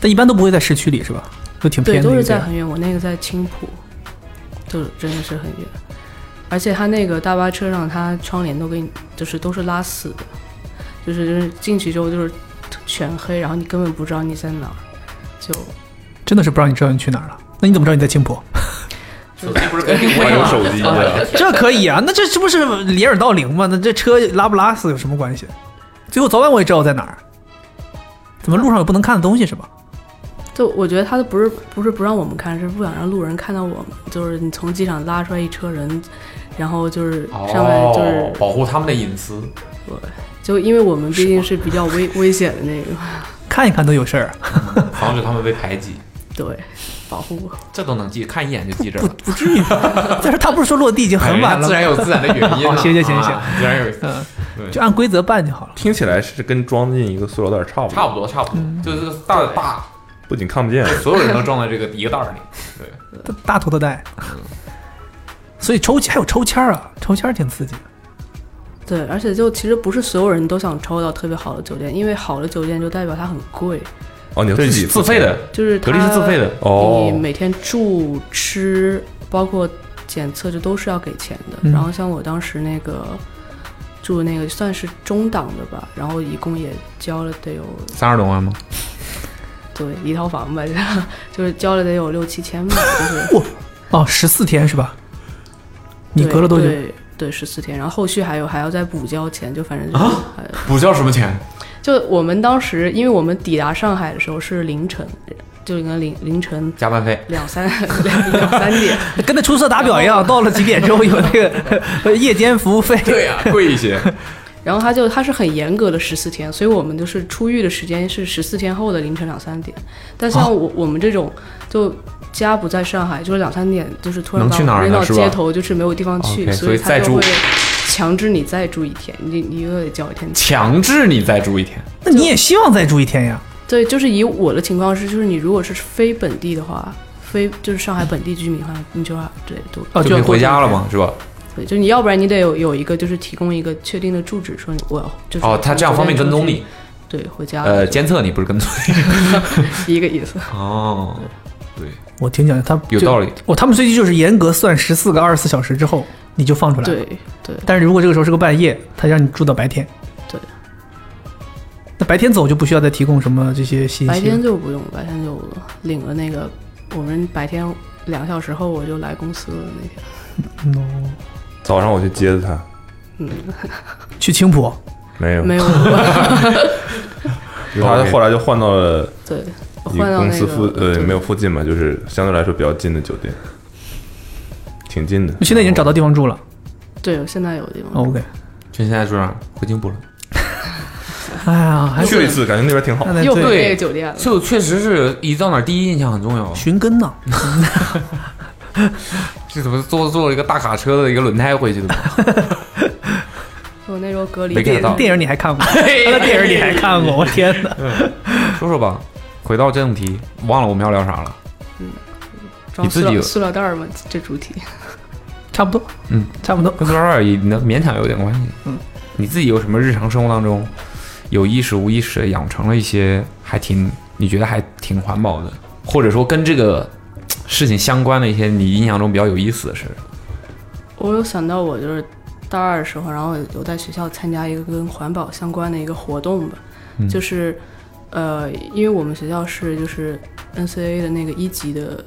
[SPEAKER 3] 但一般都不会在市区里是吧？都挺
[SPEAKER 5] 对，
[SPEAKER 3] 偏的一个
[SPEAKER 5] 都是
[SPEAKER 3] 地
[SPEAKER 5] 在
[SPEAKER 3] 儿，
[SPEAKER 5] 很远。我那个在青浦，就真的是很远。而且他那个大巴车上，他窗帘都给你，就是都是拉死的，就是就是进去之后就是全黑，然后你根本不知道你在哪儿。就
[SPEAKER 3] 真的是不让你知道你去哪儿了。那你怎么知道你在青浦？
[SPEAKER 7] 不是跟定 位有手机的，
[SPEAKER 3] 这可以啊，那这这不是掩耳盗铃吗？那这车拉不拉死有什么关系？最后早晚我也知道我在哪儿。怎么路上有不能看的东西是吧？
[SPEAKER 5] 就我觉得他都不是不是不让我们看，是不想让路人看到我们。就是你从机场拉出来一车人，然后就是上面就是、
[SPEAKER 2] 哦，保护他们的隐私。
[SPEAKER 5] 就因为我们毕竟是比较危危险的那个，
[SPEAKER 3] 看一看都有事儿，啊
[SPEAKER 2] 防止他们被排挤，
[SPEAKER 5] 对，保护。
[SPEAKER 2] 这都能记，看一眼就记着
[SPEAKER 3] 不
[SPEAKER 2] 了。
[SPEAKER 3] 不至于吧。 但是他不是说落地已经很晚
[SPEAKER 2] 哎人家
[SPEAKER 3] 了
[SPEAKER 2] 自
[SPEAKER 3] 吗，
[SPEAKER 2] 然有自然的原因了。
[SPEAKER 3] 好行行行行
[SPEAKER 2] 啊，自然有
[SPEAKER 3] 嗯，
[SPEAKER 2] 对
[SPEAKER 3] 就按规则办就好了。
[SPEAKER 7] 听起来是跟装进一个塑料袋儿差不多，
[SPEAKER 2] 差不多差不多，
[SPEAKER 3] 嗯
[SPEAKER 2] 就是大大，
[SPEAKER 7] 不仅看不见，
[SPEAKER 2] 所有人都装在这个一个袋儿里。对，
[SPEAKER 3] 大大头头带，所以抽签还有抽签儿啊，抽签儿挺刺激的。
[SPEAKER 5] 对，而且就其实不是所有人都想抽到特别好的酒店，因为好的酒店就代表它很贵，
[SPEAKER 7] 哦，你要自己
[SPEAKER 2] 自费的，
[SPEAKER 5] 就是它
[SPEAKER 2] 格力是自费的。
[SPEAKER 7] 哦
[SPEAKER 5] 你，每天住吃包括检测这都是要给钱的。
[SPEAKER 3] 嗯
[SPEAKER 5] 然后像我当时那个住那个算是中档的吧，然后一共也交了得有
[SPEAKER 2] 三十多万吗？
[SPEAKER 5] 对一套房吧， 就是交了得有六七千吧， 就是
[SPEAKER 3] 哦，十四天是吧？你隔了多久？
[SPEAKER 5] 对对对，十四天，然后后续还有还要再补交钱，就反正就是、
[SPEAKER 2] 啊
[SPEAKER 5] 还
[SPEAKER 2] 补交什么钱？
[SPEAKER 5] 就我们当时，因为我们抵达上海的时候是凌晨，就应该凌凌晨
[SPEAKER 2] 加班费。
[SPEAKER 5] 两三 两两三点，
[SPEAKER 3] 跟那出色打表一样，到了几点之后有那个 呃夜间服务费。
[SPEAKER 2] 对呀、贵一些。
[SPEAKER 5] 然后他就他是很严格的十四天，所以我们就是出狱的时间是十四天后的凌晨两三点。但
[SPEAKER 2] 哦
[SPEAKER 5] 像我、我们这种就家不在上海，就是两三点就是突然
[SPEAKER 2] 能
[SPEAKER 5] 把
[SPEAKER 2] 去哪
[SPEAKER 5] 我
[SPEAKER 2] 儿
[SPEAKER 5] 扔
[SPEAKER 2] 呢
[SPEAKER 5] 到
[SPEAKER 2] 是吧
[SPEAKER 5] 街头，就是没有地方去
[SPEAKER 2] OK，所
[SPEAKER 5] 以
[SPEAKER 2] 以
[SPEAKER 5] 他
[SPEAKER 2] 再
[SPEAKER 5] 就
[SPEAKER 2] 住
[SPEAKER 5] 会强制你再住一天，你你又得交一天钱。
[SPEAKER 2] 强制你再住一天，
[SPEAKER 3] 那你也希望再住一天呀？
[SPEAKER 5] 对，就是以我的情况是，就是你如果是非本地的话，非就是上海本地居民的话，你就要对都
[SPEAKER 3] 哦，
[SPEAKER 2] 就
[SPEAKER 3] 要
[SPEAKER 2] 可以
[SPEAKER 3] 多
[SPEAKER 2] 回
[SPEAKER 3] 住
[SPEAKER 2] 家了嘛，是吧？
[SPEAKER 5] 对，就是你要不然你得有有一个就是提供一个确定的住址，说你我要就是
[SPEAKER 2] 哦，他这样方便跟踪你，，
[SPEAKER 5] 对，回家
[SPEAKER 2] 呃，监测你不是跟踪你。
[SPEAKER 5] 一个意思。
[SPEAKER 2] 哦，对，
[SPEAKER 3] 我听讲他
[SPEAKER 2] 有道理。
[SPEAKER 3] 我哦他们最近就是严格算十四个二十四小时之后你就放出来。
[SPEAKER 5] 对，对，
[SPEAKER 3] 但是如果这个时候是个半夜，他让你住到白天。
[SPEAKER 5] 对。
[SPEAKER 3] 那白天走就不需要再提供什么这些信息。
[SPEAKER 5] 白天就不用，白天就领了那个，我们白天两个小时后我就来公司了那天。
[SPEAKER 3] 嗯
[SPEAKER 7] 早上我去接的他，
[SPEAKER 5] 嗯
[SPEAKER 3] 去青浦，
[SPEAKER 7] 没有，
[SPEAKER 5] 没 有，
[SPEAKER 7] 他
[SPEAKER 3] 哦
[SPEAKER 7] 后来就换到了
[SPEAKER 5] 对，
[SPEAKER 7] 你
[SPEAKER 5] 换到
[SPEAKER 7] 公
[SPEAKER 5] 那
[SPEAKER 7] 司
[SPEAKER 5] 个
[SPEAKER 7] 附呃
[SPEAKER 5] 对
[SPEAKER 7] 没有附近嘛，就是相对来说比较近的酒店，挺近的。
[SPEAKER 3] 现在已经找到地方住了。
[SPEAKER 5] 对，我现在有地方住。
[SPEAKER 3] OK，
[SPEAKER 2] 就现在住哪？回京不了。
[SPEAKER 3] 哎呀，还
[SPEAKER 7] 去了一次，感觉那边挺好
[SPEAKER 3] 那。得
[SPEAKER 5] 啊又
[SPEAKER 3] 对
[SPEAKER 5] 回那个酒店了，
[SPEAKER 2] 就确实是一到哪儿第一印象很重要。
[SPEAKER 3] 寻根呢。
[SPEAKER 2] 这怎么坐坐了一个大卡车的一个轮胎回 去的吗？
[SPEAKER 5] 我那时候隔离
[SPEAKER 2] 没 get 到
[SPEAKER 3] 电影你还 看过？那电影你还看啊过？我天哪！
[SPEAKER 2] 嗯说说吧，回到正题，忘了我们要聊啥了。
[SPEAKER 5] 装
[SPEAKER 2] 你自
[SPEAKER 5] 塑
[SPEAKER 2] 己有
[SPEAKER 5] 料塑料袋儿嘛，这主题。
[SPEAKER 3] 差不多，
[SPEAKER 2] 嗯，
[SPEAKER 3] 差不多。
[SPEAKER 2] 跟多少尔也能勉强有点关系。
[SPEAKER 3] 嗯，
[SPEAKER 2] 你自己有什么日常生活当中有意识无意识地养成了一些还挺你觉得还挺环保的，或者说跟这个嘖事情相关的一些你印象中比较有意思的事儿？
[SPEAKER 5] 我有想到，我就是大二的时候，然后有在学校参加一个跟环保相关的一个活动吧，
[SPEAKER 2] 嗯
[SPEAKER 5] 就是呃，因为我们学校是就是 NCAA 的那个一级的，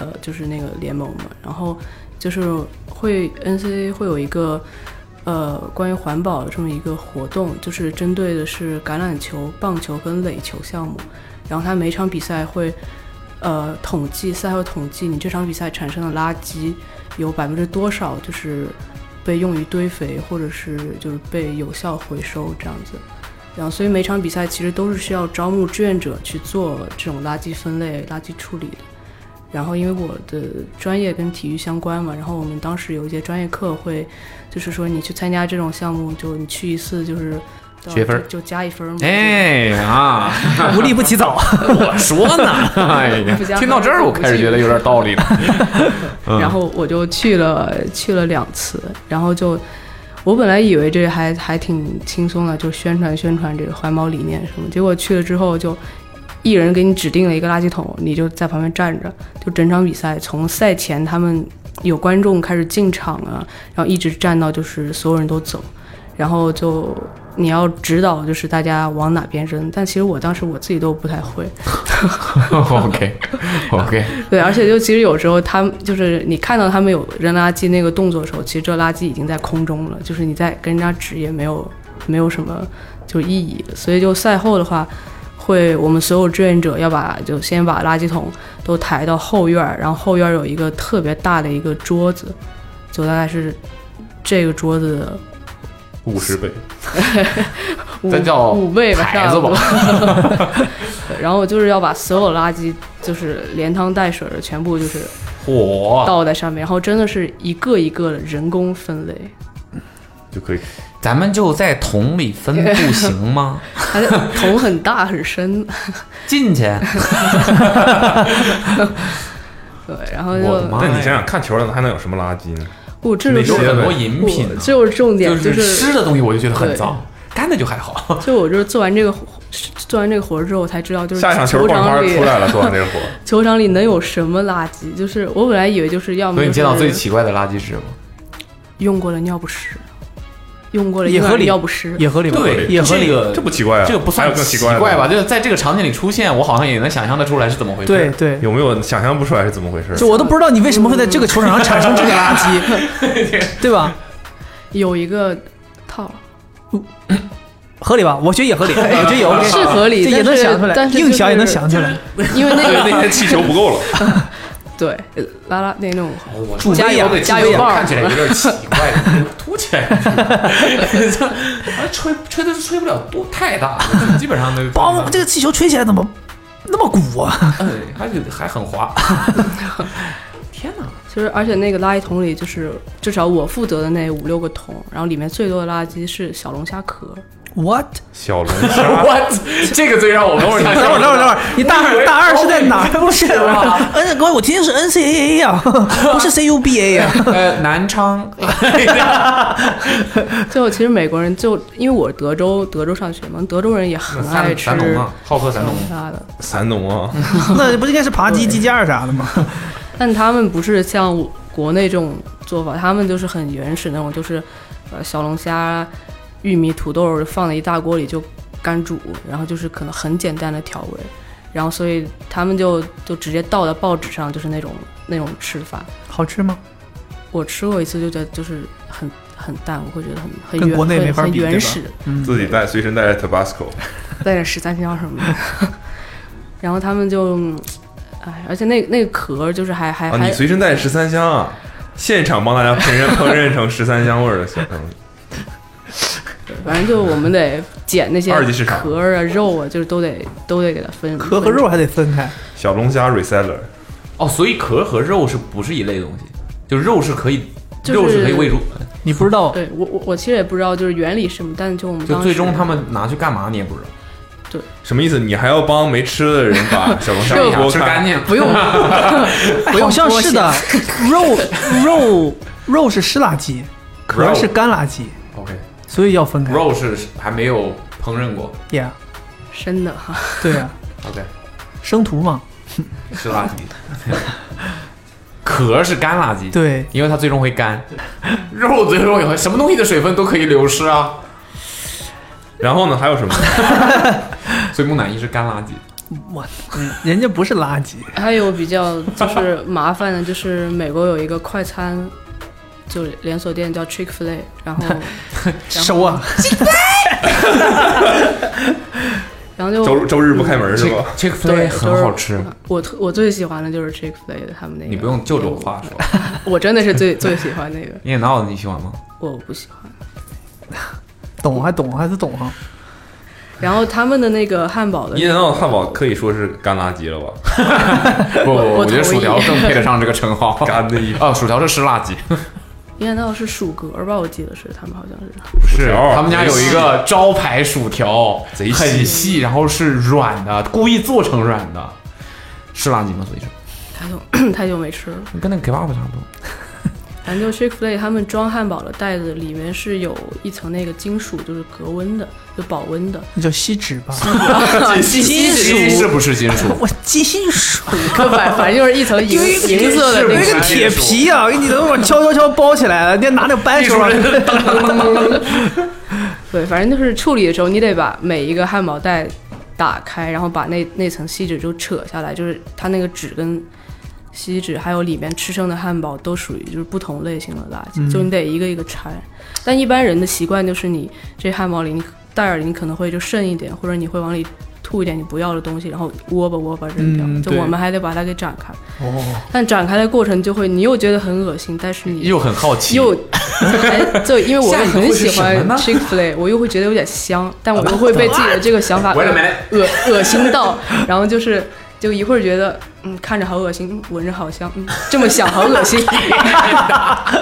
[SPEAKER 5] 呃，就是那个联盟嘛，然后就是会 NCAA 会有一个呃关于环保的这么一个活动，就是针对的是橄榄球、棒球跟垒球项目，然后它每场比赛会。呃，统计赛后统计你这场比赛产生的垃圾，有百分之多少就是被用于堆肥，或者是就是被有效回收这样子。然后，所以每场比赛其实都是需要招募志愿者去做这种垃圾分类、垃圾处理的。然后，因为我的专业跟体育相关嘛，然后我们当时有一节专业课会，就是说你去参加这种项目，就你去一次就是
[SPEAKER 2] 学分儿
[SPEAKER 5] 就就加一分儿嘛。
[SPEAKER 2] 哎啊，
[SPEAKER 3] 无利不起早。
[SPEAKER 2] 我说呢，哎呀
[SPEAKER 5] 不加，
[SPEAKER 2] 听到这儿我开始觉得有点道理了。
[SPEAKER 3] 嗯
[SPEAKER 5] 然后我就去了去了两次，然后就我本来以为这还还挺轻松的，就宣传宣传这个环保理念什么，结果去了之后就一人给你指定了一个垃圾桶，你就在旁边站着，就整场比赛从赛前他们有观众开始进场啊，然后一直站到就是所有人都走，然后就。你要指导就是大家往哪边扔，但其实我当时我自己都不太会，
[SPEAKER 2] OK OK，
[SPEAKER 5] 对，而且就其实有时候他们就是你看到他们有扔垃圾那个动作的时候，其实这垃圾已经在空中了，就是你在跟人家指也没有没有什么就意义了。所以就赛后的话，会我们所有志愿者要把就先把垃圾桶都抬到后院儿，然后后院儿有一个特别大的一个桌子，就大概是这个桌子 的
[SPEAKER 7] 五十倍，
[SPEAKER 5] 五
[SPEAKER 2] 咱叫
[SPEAKER 5] 五倍吧，
[SPEAKER 2] 牌子吧
[SPEAKER 5] 差 不多对 然后就是要把所有垃圾就是连汤带水的全部就是
[SPEAKER 2] 嚯，
[SPEAKER 5] 倒在上面，然后真的是一个一个的人工分类，
[SPEAKER 7] 就可以
[SPEAKER 2] 咱们就在桶里分不行 吗？
[SPEAKER 5] 它的桶很大 很深，
[SPEAKER 2] 进去，
[SPEAKER 5] 对，然后
[SPEAKER 2] 我的
[SPEAKER 5] 就
[SPEAKER 2] 妈
[SPEAKER 7] 那你
[SPEAKER 2] 呀！
[SPEAKER 7] 想想，看球儿的还能有什么垃圾呢？
[SPEAKER 5] 我这
[SPEAKER 2] 那
[SPEAKER 5] 就
[SPEAKER 2] 有
[SPEAKER 5] 是
[SPEAKER 2] 很多饮品呢
[SPEAKER 5] 我，这就是重点，
[SPEAKER 2] 就是吃的东西我就觉得很
[SPEAKER 5] 对
[SPEAKER 2] 脏，干的就还好。
[SPEAKER 5] 就我就是做完这个活做完这个活儿之后，我才知道就是
[SPEAKER 7] 下一场球
[SPEAKER 5] 球
[SPEAKER 7] 儿爆花
[SPEAKER 5] 场里
[SPEAKER 7] 出来了，做完这个活儿，
[SPEAKER 5] 球场里能有什么垃圾？就是我本来以为就是要么
[SPEAKER 2] 所以你见到
[SPEAKER 5] 就
[SPEAKER 2] 最
[SPEAKER 5] 是
[SPEAKER 2] 奇怪的垃圾是什么？
[SPEAKER 5] 用过的尿不湿，用过的
[SPEAKER 3] 也合
[SPEAKER 5] 婴儿
[SPEAKER 3] 理
[SPEAKER 5] 尿不湿，
[SPEAKER 3] 也合理吧？也合
[SPEAKER 2] 这
[SPEAKER 3] 理。
[SPEAKER 2] 个
[SPEAKER 7] 这不奇怪啊？
[SPEAKER 2] 这个不
[SPEAKER 7] 还
[SPEAKER 2] 算
[SPEAKER 7] 有更
[SPEAKER 2] 奇
[SPEAKER 7] 怪的
[SPEAKER 2] 吧？？就是在这个场景里出现，我好像也能想象得出来是怎么回事。
[SPEAKER 3] 对，对，
[SPEAKER 7] 有没有想象不出来是怎么回事？
[SPEAKER 3] 就我都不知道你为什么会在这个球场上产生这个垃圾， 对吧？
[SPEAKER 5] 有一个套儿
[SPEAKER 3] 合理吧？我觉得也合理，我觉得 也 OK，
[SPEAKER 5] 是合理
[SPEAKER 3] 哎这也能
[SPEAKER 5] 但是
[SPEAKER 3] 想出来，
[SPEAKER 5] 但是就是
[SPEAKER 3] 硬想也能想出来。
[SPEAKER 5] 因为那
[SPEAKER 7] 对，
[SPEAKER 5] 个
[SPEAKER 7] 那天气球不 够了，
[SPEAKER 5] 对呃拉拉那种
[SPEAKER 2] 我
[SPEAKER 3] 助威
[SPEAKER 2] 加油
[SPEAKER 3] 啊
[SPEAKER 2] 对
[SPEAKER 5] 加
[SPEAKER 2] 助威
[SPEAKER 5] 油棒
[SPEAKER 2] 看起来有点 奇怪，凸起来，啊吹吹的吹不了多太大， 基本上都
[SPEAKER 3] 嘣，这个气球吹起来怎么那么鼓啊？
[SPEAKER 2] 嗯还是还 很滑。天哪！
[SPEAKER 5] 就是而且那个垃圾桶里，就是至少我负责的那五六个桶，然后里面最多的垃圾是小龙虾壳。
[SPEAKER 3] What？
[SPEAKER 7] 小龙虾
[SPEAKER 2] What？这个最让我等 会儿
[SPEAKER 3] 等会儿，等会儿，等会儿，你大二大二是在哪儿？不啊是
[SPEAKER 2] 吧
[SPEAKER 3] ，N 嗯各位，我听的是 NCAA 啊，不是 CUBA 啊。
[SPEAKER 2] 呃，南昌，
[SPEAKER 5] 最后其实美国人就因为我是德州德州上学嘛，德州人也很爱吃
[SPEAKER 2] 三
[SPEAKER 5] 小
[SPEAKER 2] 农
[SPEAKER 5] 龙
[SPEAKER 2] 啊，好喝三农。
[SPEAKER 5] 虾的，
[SPEAKER 7] 三农啊，
[SPEAKER 3] 那不应该是扒鸡、鸡架啥的吗？
[SPEAKER 5] 但他们不是像国内这种做法，他们就是很原始那种，就是呃小龙虾、玉米、土豆放在一大锅里就干煮，然后就是可能很简单的调味，然后所以他们就就直接倒到报纸上，就是那种那种吃法。
[SPEAKER 3] 好吃 吗？
[SPEAKER 5] 我吃过一次，就觉得就是很很淡，我会觉得很很
[SPEAKER 3] 跟
[SPEAKER 5] 原
[SPEAKER 3] 国内
[SPEAKER 5] 很
[SPEAKER 3] 没法比
[SPEAKER 5] 很
[SPEAKER 3] 对
[SPEAKER 5] 原
[SPEAKER 3] 吧
[SPEAKER 5] 始，
[SPEAKER 7] 自己带随身带着 Tabasco，
[SPEAKER 5] 带点十三香什么的。 然后他们就，嗯哎，而且那那个壳儿就是还还
[SPEAKER 7] 啊，
[SPEAKER 5] 还
[SPEAKER 7] 你随身带着十三香啊？现场帮大家烹饪烹饪成十三香味儿的小肠，
[SPEAKER 5] 反正就我们得捡那些
[SPEAKER 7] 二级市场
[SPEAKER 5] 壳儿啊、肉啊，就是都得都得给它分
[SPEAKER 3] 壳和肉还得分开。
[SPEAKER 7] 小龙虾 reseller
[SPEAKER 2] 哦，所以壳和肉是不是一类东西？就肉是可以，
[SPEAKER 5] 就是
[SPEAKER 2] 肉是可以喂猪，
[SPEAKER 3] 你不知道，
[SPEAKER 5] 对我我我其实也不知道就是原理是什么，但就我们
[SPEAKER 2] 就
[SPEAKER 5] 当时
[SPEAKER 2] 最终他们拿去干嘛你也不知道，
[SPEAKER 7] 什么意思？你还要帮没吃的人把小龙虾
[SPEAKER 2] 哎呀
[SPEAKER 7] 剥
[SPEAKER 2] 吃干
[SPEAKER 7] 开？
[SPEAKER 2] 净，
[SPEAKER 5] 不用
[SPEAKER 3] 哎好像是的，肉肉肉是湿垃圾，壳
[SPEAKER 7] 肉
[SPEAKER 3] 是干垃圾，
[SPEAKER 2] OK，
[SPEAKER 3] 所以要分开。
[SPEAKER 2] 肉是还没有烹饪过
[SPEAKER 3] ，yeah，
[SPEAKER 5] 深的哈，
[SPEAKER 3] 对啊，
[SPEAKER 2] ，OK，
[SPEAKER 3] 生图嘛，
[SPEAKER 2] 是垃圾， 壳是干垃圾，，
[SPEAKER 3] 对，
[SPEAKER 2] 因为它最终会干，肉最终也会，什么东西的水分都可以流失啊，
[SPEAKER 7] 然后呢？还有 什么？
[SPEAKER 2] 所以木乃伊是干垃圾，
[SPEAKER 3] 我嗯人家不是垃圾，
[SPEAKER 5] 还有比较就是麻烦的，就是美国有一个快餐，就连锁店叫 Chick Fil A，然后
[SPEAKER 3] 收啊，
[SPEAKER 5] 然后就
[SPEAKER 7] 周周日不开门是吧？
[SPEAKER 2] 这个
[SPEAKER 5] 对
[SPEAKER 2] a 很好吃，
[SPEAKER 5] 我特我最喜欢的就是 Chick Fil A 的他们那个，
[SPEAKER 2] 你不用就这种话说，
[SPEAKER 5] 我真的是最最喜欢那个，
[SPEAKER 2] 面脑子你喜欢吗？
[SPEAKER 5] 我不喜欢。
[SPEAKER 3] 懂还懂还是懂啊哈。
[SPEAKER 5] 然后他们的那个汉堡的
[SPEAKER 7] 伊，人奥汉堡可以说是干垃圾了吧？
[SPEAKER 2] 不，
[SPEAKER 5] 我
[SPEAKER 2] 我觉得
[SPEAKER 5] 同意
[SPEAKER 2] 薯条更配得上这个称号，
[SPEAKER 7] 干的一
[SPEAKER 2] 哦，薯条是湿垃圾，
[SPEAKER 5] 应该道是薯格吧？我记得是他们好像是。
[SPEAKER 2] 嗯
[SPEAKER 7] 薯条
[SPEAKER 2] 他们家有一个招牌薯条，
[SPEAKER 7] 贼细
[SPEAKER 2] 很细，然后是软的，故意做成软的，是垃圾吗？所以说，
[SPEAKER 5] 太久太久嗯没吃了，
[SPEAKER 2] 跟那个 kebab 差不多。
[SPEAKER 5] 反正就 Chick Fil A 他们装汉堡的袋子里面是有一层那个金属，就是隔温的，就保温的。
[SPEAKER 3] 那叫锡纸 吧？
[SPEAKER 2] 金属是不是金属？
[SPEAKER 3] 我金属，
[SPEAKER 5] 反反正就是一层银银色的
[SPEAKER 3] 有
[SPEAKER 5] 那
[SPEAKER 3] 一
[SPEAKER 5] 个
[SPEAKER 3] 个铁皮啊，给你都我敲敲敲包起来了，你拿那个扳手啊，
[SPEAKER 5] 对，反正就是处理的时候，你得把每一个汉堡袋打开，然后把那那层锡纸就扯下来，就是它那个纸跟锡纸，还有里面吃剩的汉堡都属于就是不同类型的垃
[SPEAKER 2] 嗯
[SPEAKER 5] 圾，就你得一个一个拆。但一般人的习惯就是你这汉堡里你袋儿里你可能会就剩一点，或者你会往里吐一点你不要的东西，然后窝吧窝吧扔掉。
[SPEAKER 3] 嗯
[SPEAKER 5] 就
[SPEAKER 3] 对
[SPEAKER 5] 我们还得把它给展开。哦。但展开的过程就会你又觉得很恶心，但是你
[SPEAKER 2] 又很好奇，
[SPEAKER 5] 又，哎 就因为我
[SPEAKER 2] 下一个
[SPEAKER 5] 很
[SPEAKER 2] 会是
[SPEAKER 5] 喜欢
[SPEAKER 2] 什么呢
[SPEAKER 5] Chick Fil A，我又会觉得有点香，但
[SPEAKER 3] 啊
[SPEAKER 5] 我又会被自己的这个想法
[SPEAKER 2] Wait a
[SPEAKER 5] 恶
[SPEAKER 2] minute
[SPEAKER 5] 恶恶心到，然后就是就一会儿觉得嗯看着好恶心，嗯闻着好香，嗯这么想好 恶 心，然后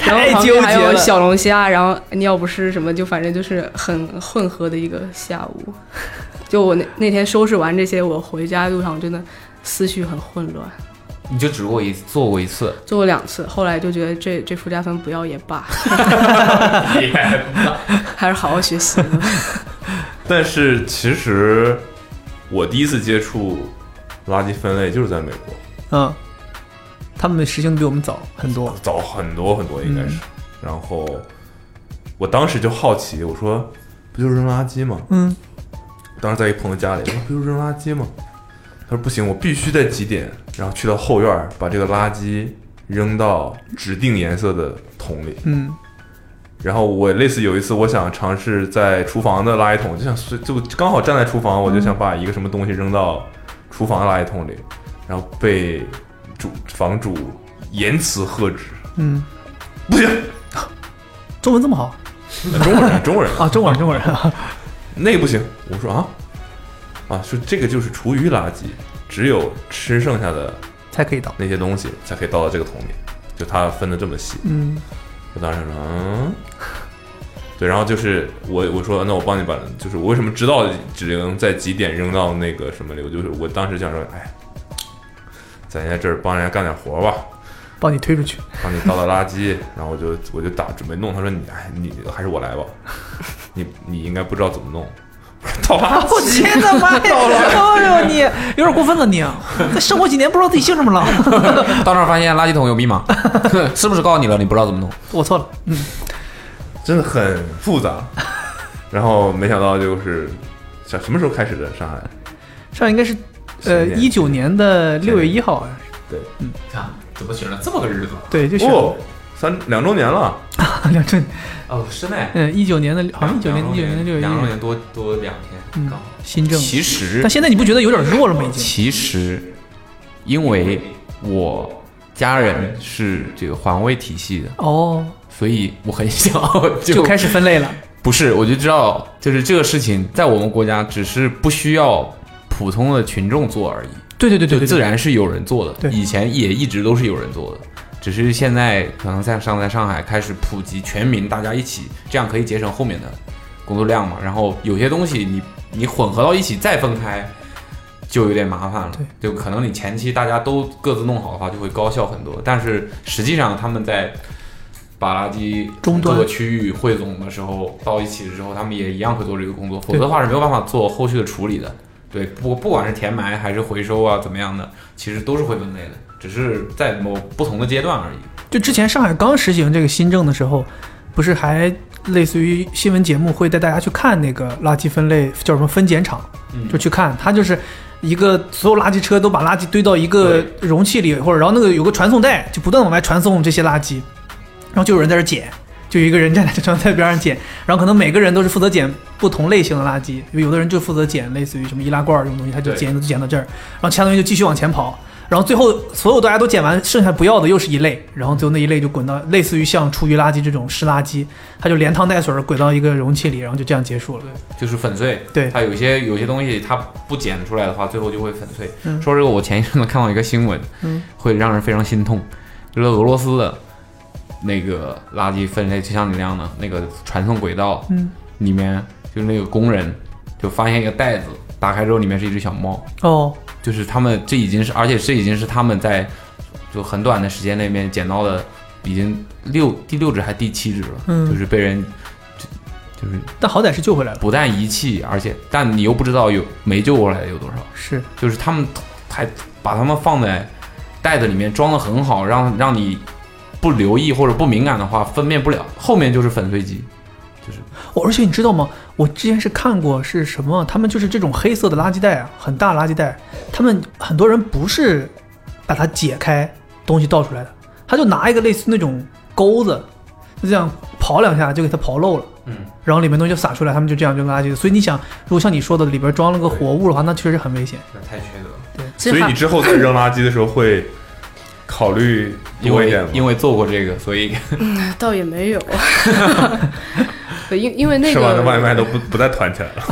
[SPEAKER 3] 太
[SPEAKER 5] 旁
[SPEAKER 3] 纠
[SPEAKER 5] 边还
[SPEAKER 3] 结
[SPEAKER 5] 有
[SPEAKER 3] 了。
[SPEAKER 5] 小龙虾，然后尿不湿什么，就反正就是很混合的一个下午。 就我那那天收拾完这些，我回家路上真的思绪很混乱，
[SPEAKER 2] 你就只过一做过一次，
[SPEAKER 5] 做过两次，后来就觉得这这附加分不要也罢。还是好好学习。
[SPEAKER 7] 但是其实我第一次接触垃圾分类就是在美国，
[SPEAKER 3] 嗯，他们实行的比我们早很多。
[SPEAKER 7] 早很多很多应
[SPEAKER 5] 嗯
[SPEAKER 7] 该是。然后我当时就好奇，我说不就是扔垃圾吗？
[SPEAKER 3] 嗯，
[SPEAKER 7] 当时在一朋友家里，我说不就是扔垃圾吗？他说不行，我必须在几点，然后去到后院儿把这个垃圾扔到指定颜色的桶里。
[SPEAKER 3] 嗯，
[SPEAKER 7] 然后我类似有一次，我想尝试在厨房的垃圾桶，就想随就刚好站在厨房，我就想把一个什么东西扔到厨房的垃圾桶里，然后被主房主严词喝止，
[SPEAKER 3] 嗯，
[SPEAKER 7] 不行，
[SPEAKER 3] 中文这么好
[SPEAKER 7] 中国人，中国人
[SPEAKER 3] 啊？中国人，中国人，
[SPEAKER 7] 那个不行。我说啊啊，说这个就是厨余垃圾，只有吃剩下的
[SPEAKER 3] 才可以倒。
[SPEAKER 7] 那些东西才可以倒到这个桶里，就它分的这么细。
[SPEAKER 3] 嗯，
[SPEAKER 7] 我当时说，嗯，对，然后就是我我说，那我帮你把，就是我为什么知道只能在几点扔到那个什么里，我就是我当时想说，哎，咱在这儿帮人家干点活吧，
[SPEAKER 3] 帮你推出去。
[SPEAKER 7] 帮你倒倒垃圾， 然后我就我就打准备弄，他说你哎你还是我来 吧，你你应该不知道怎么弄，我说倒垃 圾，
[SPEAKER 3] 我天他妈呀！哎呦你有点过分了你，在生活几年不知道自己姓什么 了。
[SPEAKER 2] 到那儿发现垃圾桶有密 码，是不是告诉你了？你不知道怎么弄？
[SPEAKER 3] 我错了，嗯，
[SPEAKER 7] 真的很 复杂，然后没想到就是想什么时候开始的上海，
[SPEAKER 3] 上应该是呃
[SPEAKER 7] 前
[SPEAKER 3] 一
[SPEAKER 7] 年
[SPEAKER 3] 九年的六月一号好像是，
[SPEAKER 2] 啊，怎么选了这么个日子？
[SPEAKER 3] 嗯
[SPEAKER 2] 啊
[SPEAKER 3] 对，就选
[SPEAKER 7] 哦，三两周年了。
[SPEAKER 3] 两周年，
[SPEAKER 2] 哦，是呢，
[SPEAKER 3] 嗯，一九年的好像一九年
[SPEAKER 2] 两
[SPEAKER 3] 一九年的六月一
[SPEAKER 2] 两周
[SPEAKER 3] 日
[SPEAKER 2] 年多多两天，
[SPEAKER 3] 嗯
[SPEAKER 2] 刚好。
[SPEAKER 3] 新政。
[SPEAKER 2] 其实
[SPEAKER 3] 但现在你不觉得有点弱了吗？已经
[SPEAKER 2] 其实，因为我家人是这个环卫体系的，
[SPEAKER 3] 哦，
[SPEAKER 2] 所以我很 小就
[SPEAKER 3] 就开始分类了。
[SPEAKER 2] 不是，我就知道，就是这个事情在我们国家只是不需要普通的群众做而已，
[SPEAKER 3] 对对对对
[SPEAKER 2] 就
[SPEAKER 3] 对，
[SPEAKER 2] 自然是有人做的，
[SPEAKER 3] 对
[SPEAKER 2] 以前也一直都是有人做的，只是现在可能在上在上海开始普及全民，大家一起，这样可以节省后面的工作量嘛。然后有些东西你你混合到一起再分开，就有点麻烦了。就可能你前期大家都各自弄好的话，就会高效很多。但是实际上他们在把垃圾
[SPEAKER 3] 终端
[SPEAKER 2] 各个区域汇总的时候到一起的时候，他们也一样会做这个工作，否则的话是没有办法做后续的处理的。对，不不管是填埋还是回收啊，怎么样的，其实都是会分类的，只是在某不同的阶段而已。
[SPEAKER 3] 就之前上海刚实行这个新政的时候，不是还类似于新闻节目会带大家去看那个垃圾分类叫什么分拣场，
[SPEAKER 2] 嗯
[SPEAKER 3] 就去看，它就是一个所有垃圾车都把垃圾堆到一个容器里，或者然后那个有个传送带，就不断往外传送这些垃圾，然后就有人在这儿捡。就有一个人站在传送带边上捡，然后可能每个人都是负责捡不同类型的垃圾，有的人就负责捡类似于什么易拉罐儿这种东西，他就
[SPEAKER 2] 对
[SPEAKER 3] 捡就捡到这儿，然后其他东西就继续往前跑，然后最后所有大家都捡完，剩下不要的又是一类，然后最后那一类就滚到类似于像厨余垃圾这种湿垃圾，它就连汤带水儿滚到一个容器里，然后就这样结束了。
[SPEAKER 2] 就是粉碎。
[SPEAKER 3] 对
[SPEAKER 2] 它有些有些东西它不剪出来的话，最后就会粉碎。
[SPEAKER 3] 嗯
[SPEAKER 2] 说这个，我前一阵子看到一个新闻，
[SPEAKER 3] 嗯
[SPEAKER 2] 会让人非常心痛，就是俄罗斯的那个垃圾分类，就像你那样的那个传送轨道
[SPEAKER 3] 嗯，
[SPEAKER 2] 里面，就是那个工人就发现一个袋子，打开之后里面是一只小猫，
[SPEAKER 3] 哦，
[SPEAKER 2] 就是他们这已经是，而且这已经是他们在就很短的时间内面捡到的，已经六第六只还第七只了，
[SPEAKER 3] 嗯
[SPEAKER 2] 就是被人就就是
[SPEAKER 3] 但好歹是救回来了。
[SPEAKER 2] 不但遗弃，而且但你又不知道有没救过来的有多少，
[SPEAKER 3] 是，
[SPEAKER 2] 就是他们还把他们放在袋子里面装的很好，让让你不留意或者不敏感的话分辨不了，后面就是粉碎机，
[SPEAKER 3] 哦，而且你知道吗？我之前是看过是什么，他们就是这种黑色的垃圾袋啊，很大垃圾袋，他们很多人不是把它解开东西倒出来的，他就拿一个类似那种钩子，就这样刨两下就给它刨漏了。
[SPEAKER 2] 嗯，
[SPEAKER 3] 然后里面东西就洒出来，他们就这样扔垃圾。所以你想，如果像你说的里边装了个活物的话，那确实很危险。
[SPEAKER 2] 那太缺德了，
[SPEAKER 5] 其
[SPEAKER 7] 所
[SPEAKER 5] 实
[SPEAKER 7] 以
[SPEAKER 5] 还
[SPEAKER 7] 你之后在扔垃圾的时候会考虑
[SPEAKER 2] 因
[SPEAKER 7] 多一点
[SPEAKER 2] 为
[SPEAKER 7] 吗？
[SPEAKER 2] 因为做过这个，所以
[SPEAKER 5] 嗯倒也没有， 对，因因为那
[SPEAKER 7] 吃完的
[SPEAKER 5] 个
[SPEAKER 7] 外卖都不不再团起来了。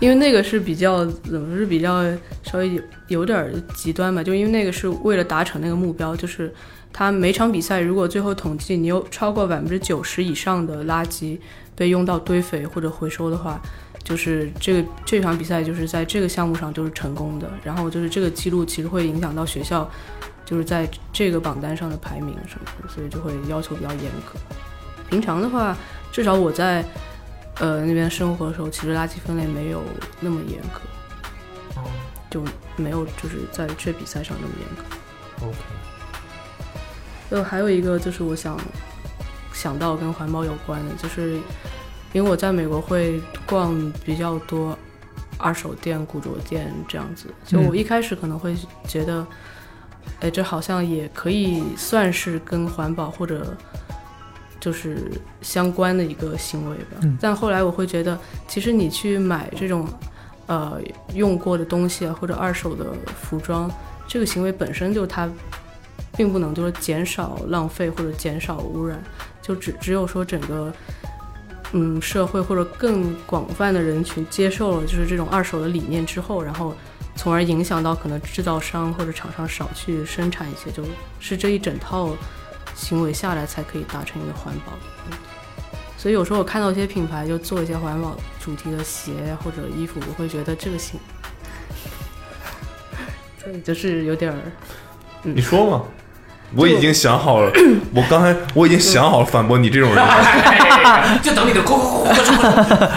[SPEAKER 5] 因为那个是比较怎么说是比较稍微有有点儿极端吧，就因为那个是为了达成那个目标，就是他每场比赛如果最后统计你有超过百分之九十以上的垃圾被用到堆肥或者回收的话，就是这个这场比赛就是在这个项目上就是成功的，然后就是这个记录其实会影响到学校。就是在这个榜单上的排名什么的，所以就会要求比较严格。平常的话，至少我在呃那边生活的时候，其实垃圾分类没有那么严格，就没有就是在这比赛上那么严格。
[SPEAKER 2] 嗯 OK。
[SPEAKER 5] 呃，还有一个就是我想想到跟环保有关的，就是因为我在美国会逛比较多二手店、古着店这样子，就我一开始可能会觉得，哎，这好像也可以算是跟环保或者就是相关的一个行为吧。
[SPEAKER 3] 嗯
[SPEAKER 5] 但后来我会觉得，其实你去买这种呃用过的东西啊，或者二手的服装，这个行为本身就它并不能就是减少浪费或者减少污染，就只只有说整个。嗯，社会或者更广泛的人群接受了就是这种二手的理念之后，然后从而影响到可能制造商或者厂商少去生产一些，就是这一整套行为下来才可以达成一个环保。嗯所以有时候我看到一些品牌就做一些环保主题的鞋或者衣服，我会觉得这个行， 对，就是有点儿
[SPEAKER 7] 你说嘛？我已经想好了，我刚才我已经想好了反驳你这 种人了。
[SPEAKER 2] 哎就等你的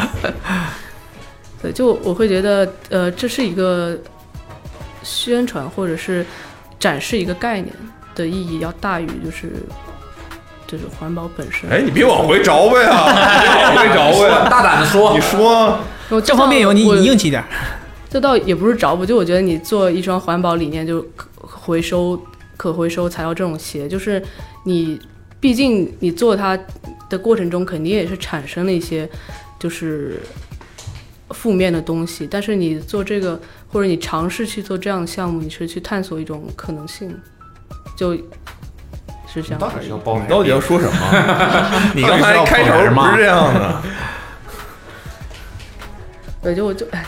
[SPEAKER 5] 对，就我会觉得，呃，这是一个宣传或者是展示一个概念的意义要大于就是就是环保本身。
[SPEAKER 7] 哎，你别往回找呗啊！你别 往回找呗，
[SPEAKER 2] 大胆的说
[SPEAKER 7] 你说
[SPEAKER 5] 我
[SPEAKER 3] 这方面有你
[SPEAKER 5] 我
[SPEAKER 3] 你硬气点儿。
[SPEAKER 5] 这倒也不是找补，就我觉得你做一双环保理念就可回收可回收材料这种鞋，就是你毕竟你做它的过程中肯定也是产生了一些就是负面的东西，但是你做这个或者你尝试去做这样的项目，你是去探索一种可能性，就是这样
[SPEAKER 2] 到
[SPEAKER 5] 的。
[SPEAKER 2] 底要包
[SPEAKER 7] 你到底要说什么？
[SPEAKER 2] 你
[SPEAKER 7] 到
[SPEAKER 2] 刚
[SPEAKER 7] 底是
[SPEAKER 2] 才
[SPEAKER 7] 要
[SPEAKER 2] 开
[SPEAKER 7] 捧人
[SPEAKER 2] 头
[SPEAKER 7] 吗
[SPEAKER 2] 不是这样的，
[SPEAKER 5] 对，就我就哎，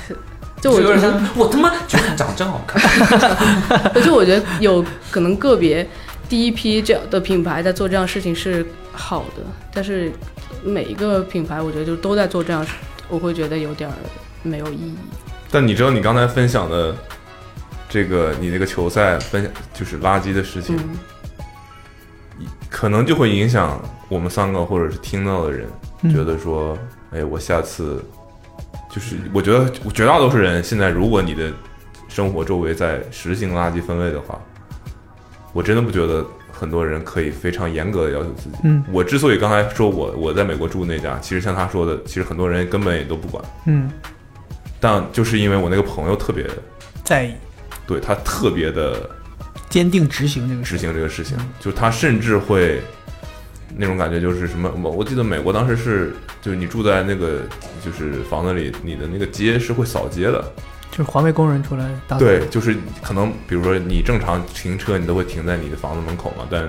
[SPEAKER 5] 就我觉
[SPEAKER 2] 就是
[SPEAKER 5] 得，
[SPEAKER 2] 我他妈觉得你长真好看。
[SPEAKER 5] 就我觉得有可能个别第一批这样的品牌在做这样的事情是好的，但是每一个品牌我觉得就都在做这样的事，我会觉得有点儿没有意义。
[SPEAKER 7] 但你知道你刚才分享的这个你那个球赛分享就是垃圾的事情，
[SPEAKER 5] 嗯，
[SPEAKER 3] 嗯
[SPEAKER 7] 可能就会影响我们三个或者是听到的人，
[SPEAKER 3] 嗯
[SPEAKER 7] 觉得说，哎，我下次就是我觉得绝大多数人现在，如果你的生活周围在实行垃圾分类的话，我真的不觉得很多人可以非常严格的要求自己。
[SPEAKER 3] 嗯
[SPEAKER 7] 我之所以刚才说我我在美国住那家，其实像他说的，其实很多人根本也都不管，
[SPEAKER 3] 嗯，
[SPEAKER 7] 但就是因为我那个朋友特别，
[SPEAKER 3] 在意
[SPEAKER 7] 对他特别的
[SPEAKER 3] 坚定执行这个
[SPEAKER 7] 执
[SPEAKER 3] 事情。嗯
[SPEAKER 7] 行这个事情，就是他甚至会那种感觉，就是什么我我记得美国当时是，就是你住在那个就是房子里，你的那个街是会扫街的，
[SPEAKER 3] 就是环卫工人出来打扫
[SPEAKER 7] 对，就是可能比如说你正常停车，你都会停在你的房子门口嘛，但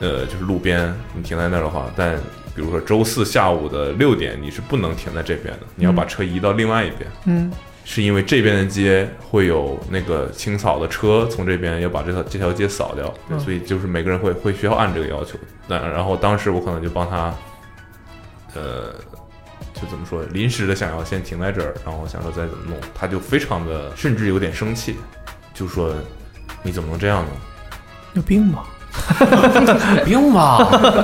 [SPEAKER 7] 呃就是路边你停在那儿的话，但比如说周四下午的六点，你是不能停在这边的，你要把车移到另外一边。
[SPEAKER 3] 嗯，
[SPEAKER 7] 是因为这边的街会有那个清扫的车从这边要把这条这条街扫掉，对
[SPEAKER 3] 嗯
[SPEAKER 7] 所以就是每个人会会需要按这个要求。那然后当时我可能就帮他，呃，就怎么说，临时的想要先停在这儿，然后想说再怎么弄，他就非常的甚至有点生气，就说你怎么能这样呢？
[SPEAKER 3] 有病吧？
[SPEAKER 2] 不用 吧？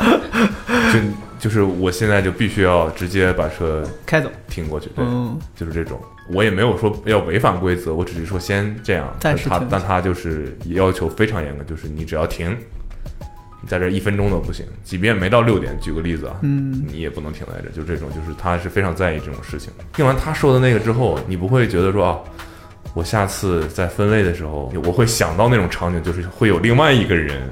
[SPEAKER 7] 就就是我现在就必须要直接把车
[SPEAKER 3] 开走。
[SPEAKER 7] 停过去，对，
[SPEAKER 3] 嗯，
[SPEAKER 7] 就是这种。我也没有说要违反规则，我只是说先这样。
[SPEAKER 3] 暂
[SPEAKER 7] 但
[SPEAKER 3] 时
[SPEAKER 7] 他
[SPEAKER 3] 停
[SPEAKER 7] 但他就是要求非常严格，就是你只要停，你在这一分钟都不行，即便没到六点。举个例子啊，
[SPEAKER 3] 嗯，
[SPEAKER 7] 你也不能停在这，就这种，就是他是非常在意这种事情的。听完他说的那个之后，你不会觉得说啊，我下次在分类的时候，我会想到那种场景，就是会有另外一个人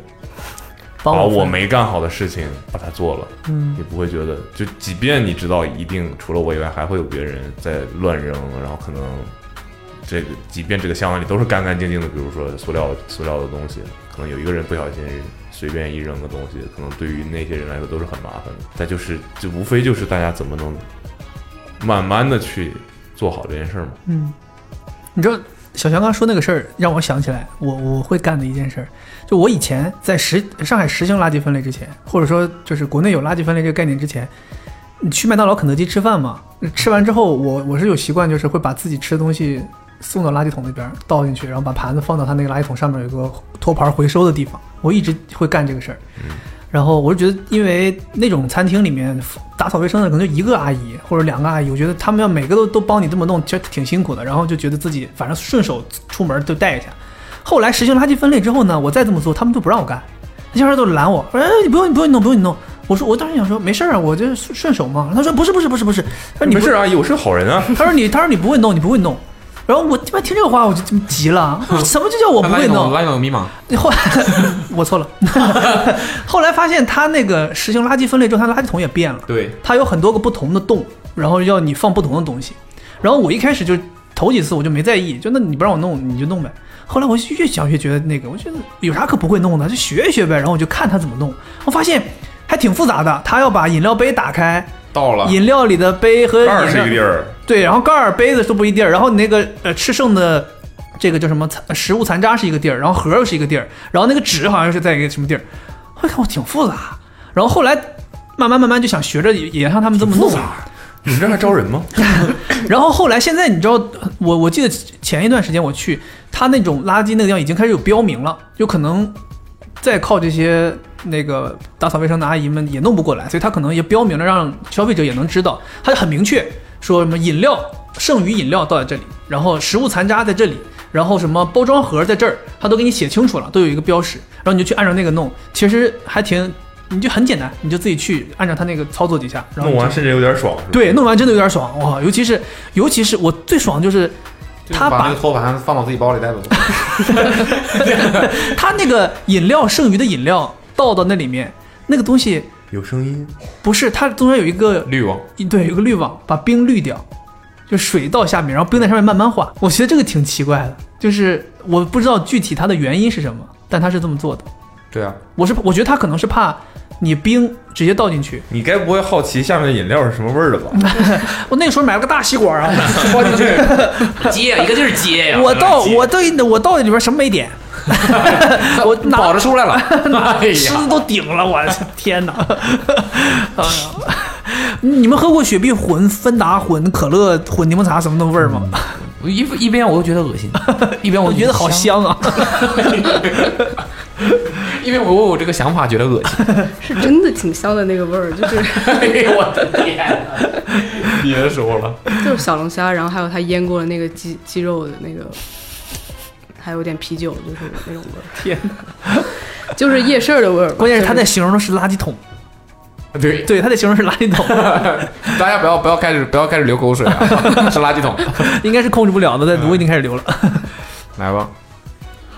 [SPEAKER 3] 帮
[SPEAKER 7] 把我
[SPEAKER 3] 分
[SPEAKER 7] 没干好的事情把它做了。
[SPEAKER 3] 嗯
[SPEAKER 7] 你不会觉得，就即便你知道一定除了我以外还会有别人在乱扔，然后可能这个即便这个箱子里都是干干净净的，比如说塑料塑料的东西，可能有一个人不小心随便一扔个东西，可能对于那些人来说都是很麻烦的。但就是就无非就是大家怎么能慢慢的去做好这件事儿嘛。
[SPEAKER 3] 嗯，你知道小强刚说那个事儿，让我想起来我我会干的一件事儿，就我以前在实上海实行垃圾分类之前，或者说就是国内有垃圾分类这个概念之前，你去麦当劳、肯德基吃饭嘛，吃完之后我我是有习惯，就是会把自己吃的东西送到垃圾桶那边儿倒进去，然后把盘子放到他那个垃圾桶上面有个托盘回收的地方，我一直会干这个事儿。然后我就觉得，因为那种餐厅里面打扫卫生的可能就一个阿姨或者两个阿姨，我觉得他们要每个都都帮你这么弄，其实挺辛苦的。然后就觉得自己反正顺手出门就带一下。后来实行垃圾分类之后呢，我再这么做，他们就不让我干，那些人都拦我，哎，你不用，你不用你弄，不用你弄。我说我当时想说没事儿啊，我就顺顺手嘛。他说不是不是不是不是，他说你
[SPEAKER 7] 没
[SPEAKER 3] 不
[SPEAKER 7] 事，阿姨，我是个好人啊。
[SPEAKER 3] 他说你，他说你不会弄，你不会弄。然后我他妈听这个话我就这么急了，我说什么就叫我 不会弄？
[SPEAKER 2] 垃圾桶迷茫，
[SPEAKER 3] 后来 我错了，后来发现他那个实行垃圾分类之后，他垃圾桶也变了，
[SPEAKER 2] 对，
[SPEAKER 3] 它有很多个不同的洞，然后要你放不同的东西。然后我一开始就头几次我就没在意，就那你不让我弄你就弄呗。后来我就越想越觉得那个，我觉得有啥可不会弄的，就学一学呗。然后我就看他怎么弄，我发现还挺复杂的。他要把饮料杯打开，
[SPEAKER 2] 到了
[SPEAKER 3] 饮料里的杯和饮
[SPEAKER 7] 二是
[SPEAKER 3] 料
[SPEAKER 7] 一个地儿，
[SPEAKER 3] 对，然后盖儿、杯子都不一地儿，然后你那个呃吃剩的这个叫什么残呃食物残渣是一个地儿，然后盒儿又是一个地儿，然后那个纸好像是在一个什么地儿，我看我挺复杂。然后后来慢慢慢慢就想学着也也像他们这么弄，
[SPEAKER 7] 你们这儿还招人吗？
[SPEAKER 3] 然后后来现在你知道，我我记得前一段时间我去，他那种垃圾那个地方已经开始有标明了，有可能再靠这些那个打扫卫生的阿姨们也弄不过来，所以他可能也标明了，让消费者也能知道，他就很明确说什么饮料剩余饮料倒在这里，然后食物残渣在这里。然后什么包装盒在这儿，他都给你写清楚了，都有一个标识，然后你就去按照那个弄，其实还挺，你就很简单，你就自己去按照他那个操作几下，然后
[SPEAKER 7] 弄
[SPEAKER 3] 你就
[SPEAKER 7] 完甚至有点爽。是吧
[SPEAKER 3] 对，弄完真的有点爽哇！尤其是尤其是我最爽就是他把
[SPEAKER 2] 那个托盘放到自己包里带走。
[SPEAKER 3] 他那个饮料剩余的饮料倒到那里面，那个东西
[SPEAKER 7] 有声音，
[SPEAKER 3] 不是它中间有一个
[SPEAKER 2] 滤网，
[SPEAKER 3] 对有个滤网把冰滤掉，就水倒下面，然后冰在上面慢慢化。我觉得这个挺奇怪的，就是我不知道具体它的原因是什么，但他是这么做的。
[SPEAKER 2] 对啊，
[SPEAKER 3] 我是我觉得他可能是怕你冰直接倒进去，
[SPEAKER 7] 你该不会好奇下面的饮料是什么味儿的吧？
[SPEAKER 3] 我那时候买了个大吸管啊，我进去，
[SPEAKER 2] 接呀，啊一个劲儿接呀
[SPEAKER 3] 我倒我倒我倒里边什么没点， 我拿
[SPEAKER 2] 保着出来 了，哎
[SPEAKER 3] 吃
[SPEAKER 2] 呀，
[SPEAKER 3] 的都顶了，我天哪！哎呀你们喝过雪碧混、芬达混、可乐混柠檬茶什么的味儿吗？
[SPEAKER 5] 嗯
[SPEAKER 2] 我一一边我又觉 得恶心，一边
[SPEAKER 3] 我觉得好
[SPEAKER 2] 香，
[SPEAKER 3] 香 啊！
[SPEAKER 2] 一边我我有这个想法觉得恶 心，
[SPEAKER 5] 是真的挺香的那个味儿，就是
[SPEAKER 2] 哎呦我的天，别说了，
[SPEAKER 5] 就是小龙虾，然后还有它腌过的那个鸡鸡肉的那个，还有点啤酒，就是那种 味儿。
[SPEAKER 2] 天
[SPEAKER 5] 就是夜市儿的味儿吧。
[SPEAKER 3] 关键是他
[SPEAKER 5] 就
[SPEAKER 3] 在形容的是垃圾桶，
[SPEAKER 2] 对，
[SPEAKER 3] 对他在形容是垃圾桶，
[SPEAKER 2] 大家不要不要开始不要开始流口水啊， 是垃圾桶，
[SPEAKER 3] 应该是控制不了的，
[SPEAKER 5] 嗯
[SPEAKER 3] 但我已经开始流了。
[SPEAKER 2] 来吧，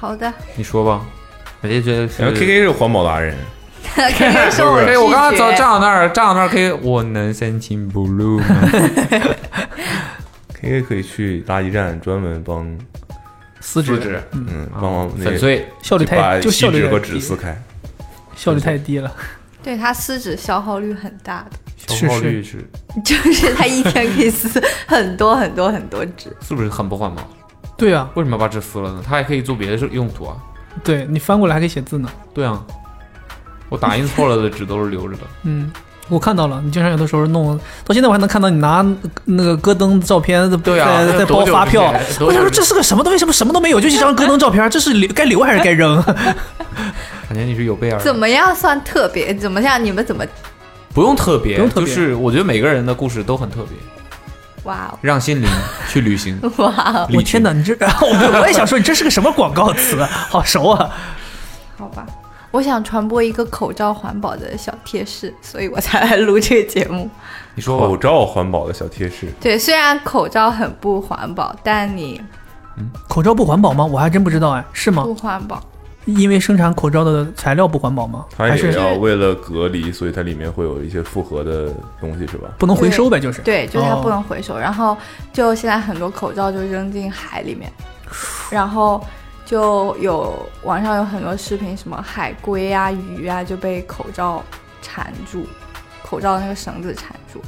[SPEAKER 6] 好的，
[SPEAKER 2] 你说吧，哎我就觉得
[SPEAKER 7] 然后 K K 是环保达人，
[SPEAKER 6] 肯定 是我
[SPEAKER 2] 对，哎我刚刚走
[SPEAKER 6] 拒绝
[SPEAKER 2] 站到那儿，站到那儿可以，我能深情不露吗？
[SPEAKER 7] K K 可以去垃圾站专门帮，
[SPEAKER 3] 撕
[SPEAKER 2] 是
[SPEAKER 3] 纸，哦
[SPEAKER 7] 嗯，帮忙那
[SPEAKER 2] 粉
[SPEAKER 7] 个
[SPEAKER 2] 碎，
[SPEAKER 3] 效率
[SPEAKER 7] 把
[SPEAKER 3] 太就效
[SPEAKER 7] 锡
[SPEAKER 3] 率
[SPEAKER 7] 纸
[SPEAKER 3] 太
[SPEAKER 7] 和
[SPEAKER 3] 低
[SPEAKER 7] 纸撕开。
[SPEAKER 3] 效率太低了。
[SPEAKER 6] 对它撕纸消耗率很大的，
[SPEAKER 3] 是
[SPEAKER 2] 消耗率是
[SPEAKER 6] 就是它一天可以撕很多很多很多纸。
[SPEAKER 2] 是不是很不环保？
[SPEAKER 3] 对啊，
[SPEAKER 2] 为什么要把纸撕了呢？它还可以做别的用途啊。
[SPEAKER 3] 对你翻过来还可以写字呢。
[SPEAKER 2] 对啊，我打印错了的纸都是留着的。
[SPEAKER 3] 嗯，我看到了，你经常有的时候弄，到现在我还能看到你拿那个戈登照片
[SPEAKER 2] 对啊，
[SPEAKER 3] 在在包发票。我想说
[SPEAKER 2] 我想说
[SPEAKER 3] 这
[SPEAKER 2] 这
[SPEAKER 3] 是个什么东西？什么什么都没有，就一张戈登照片，这是留该留还是该扔？
[SPEAKER 2] 感觉你是有备而来。
[SPEAKER 6] 怎么样算特别？怎么样？你们怎么？
[SPEAKER 2] 不用特别？
[SPEAKER 3] 不用特别
[SPEAKER 2] 就是我觉得每个人的故事都很特别，
[SPEAKER 6] 哇哦
[SPEAKER 2] 让心灵去旅行。
[SPEAKER 6] 哇哦，
[SPEAKER 3] 啊我天哪，你这 我我也想说你这是个什么广告词？好熟啊！
[SPEAKER 6] 好吧。我想传播一个口罩环保的小贴士，所以我才来录这个节 目。
[SPEAKER 2] 你说
[SPEAKER 7] 口
[SPEAKER 2] 吧，
[SPEAKER 7] 罩环保的小贴士，
[SPEAKER 6] 对，虽然口罩很不环保，但你
[SPEAKER 3] 口罩不环保吗？我还真不知道哎，是吗
[SPEAKER 6] 不？环保，
[SPEAKER 3] 因为生产口罩的材料不环保吗？
[SPEAKER 7] 它
[SPEAKER 3] 还
[SPEAKER 7] 也
[SPEAKER 3] 是
[SPEAKER 7] 要为了隔离，所以它里面会有一些复合的东西，是吧？
[SPEAKER 3] 不能回收呗？就是
[SPEAKER 6] 对，就是它
[SPEAKER 3] 哦
[SPEAKER 6] 不能回收。然后就现在很多口罩就扔进海里面，然后就有网上有很多视频，什么海龟啊、鱼啊就被口罩缠住，口罩那个绳子缠住。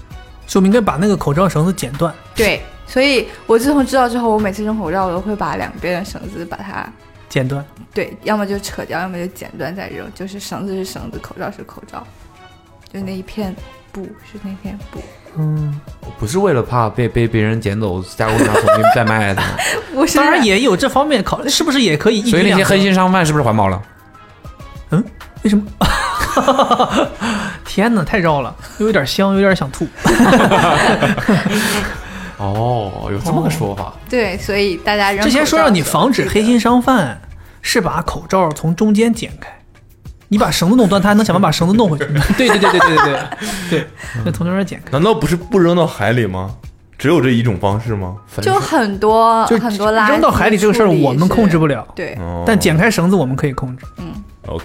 [SPEAKER 3] 所以我们应该把那个口罩绳子剪断。
[SPEAKER 6] 对，所以我自从知道之后，我每次扔口罩，我都会把两边的绳子把它。
[SPEAKER 3] 剪断，
[SPEAKER 6] 对，要么就扯掉，要么就剪断再扔，就是绳子是绳子，口罩是口罩，就那一片布是那片布，
[SPEAKER 3] 嗯，
[SPEAKER 2] 不是为了怕被被别人捡走，加工厂重新再卖 的，
[SPEAKER 6] 我是
[SPEAKER 3] 当然也有这方面考虑，是不是也可以一
[SPEAKER 2] 所
[SPEAKER 3] 举
[SPEAKER 2] 以那
[SPEAKER 3] 两
[SPEAKER 2] 些
[SPEAKER 3] 得？
[SPEAKER 2] 黑心商贩是不是环保了？
[SPEAKER 3] 为什么？ 天哪，太绕了，又有点香，有点想吐。
[SPEAKER 2] 哦， 有这么个说法。
[SPEAKER 6] 对，所以大家扔
[SPEAKER 3] 之前
[SPEAKER 6] 口
[SPEAKER 3] 说
[SPEAKER 6] 罩
[SPEAKER 3] 让你
[SPEAKER 6] 的时
[SPEAKER 3] 防
[SPEAKER 6] 候
[SPEAKER 3] 止
[SPEAKER 6] 记
[SPEAKER 3] 黑
[SPEAKER 6] 得
[SPEAKER 3] 心商贩，是把口罩从中间剪开，你把绳子弄断，他还能想办法把绳子弄回去。对对对对对对 对对，那从中间剪开。
[SPEAKER 7] 难道不是不扔到海里吗？只有这一种方式吗？
[SPEAKER 2] 反正
[SPEAKER 6] 就很多
[SPEAKER 3] 就
[SPEAKER 6] 很多垃圾
[SPEAKER 3] 扔到海里这个事儿
[SPEAKER 6] 处理
[SPEAKER 3] 我们控制不了，
[SPEAKER 6] 是。嗯对，
[SPEAKER 7] 哦，
[SPEAKER 3] 但剪开绳子我们可以控制。
[SPEAKER 7] OK，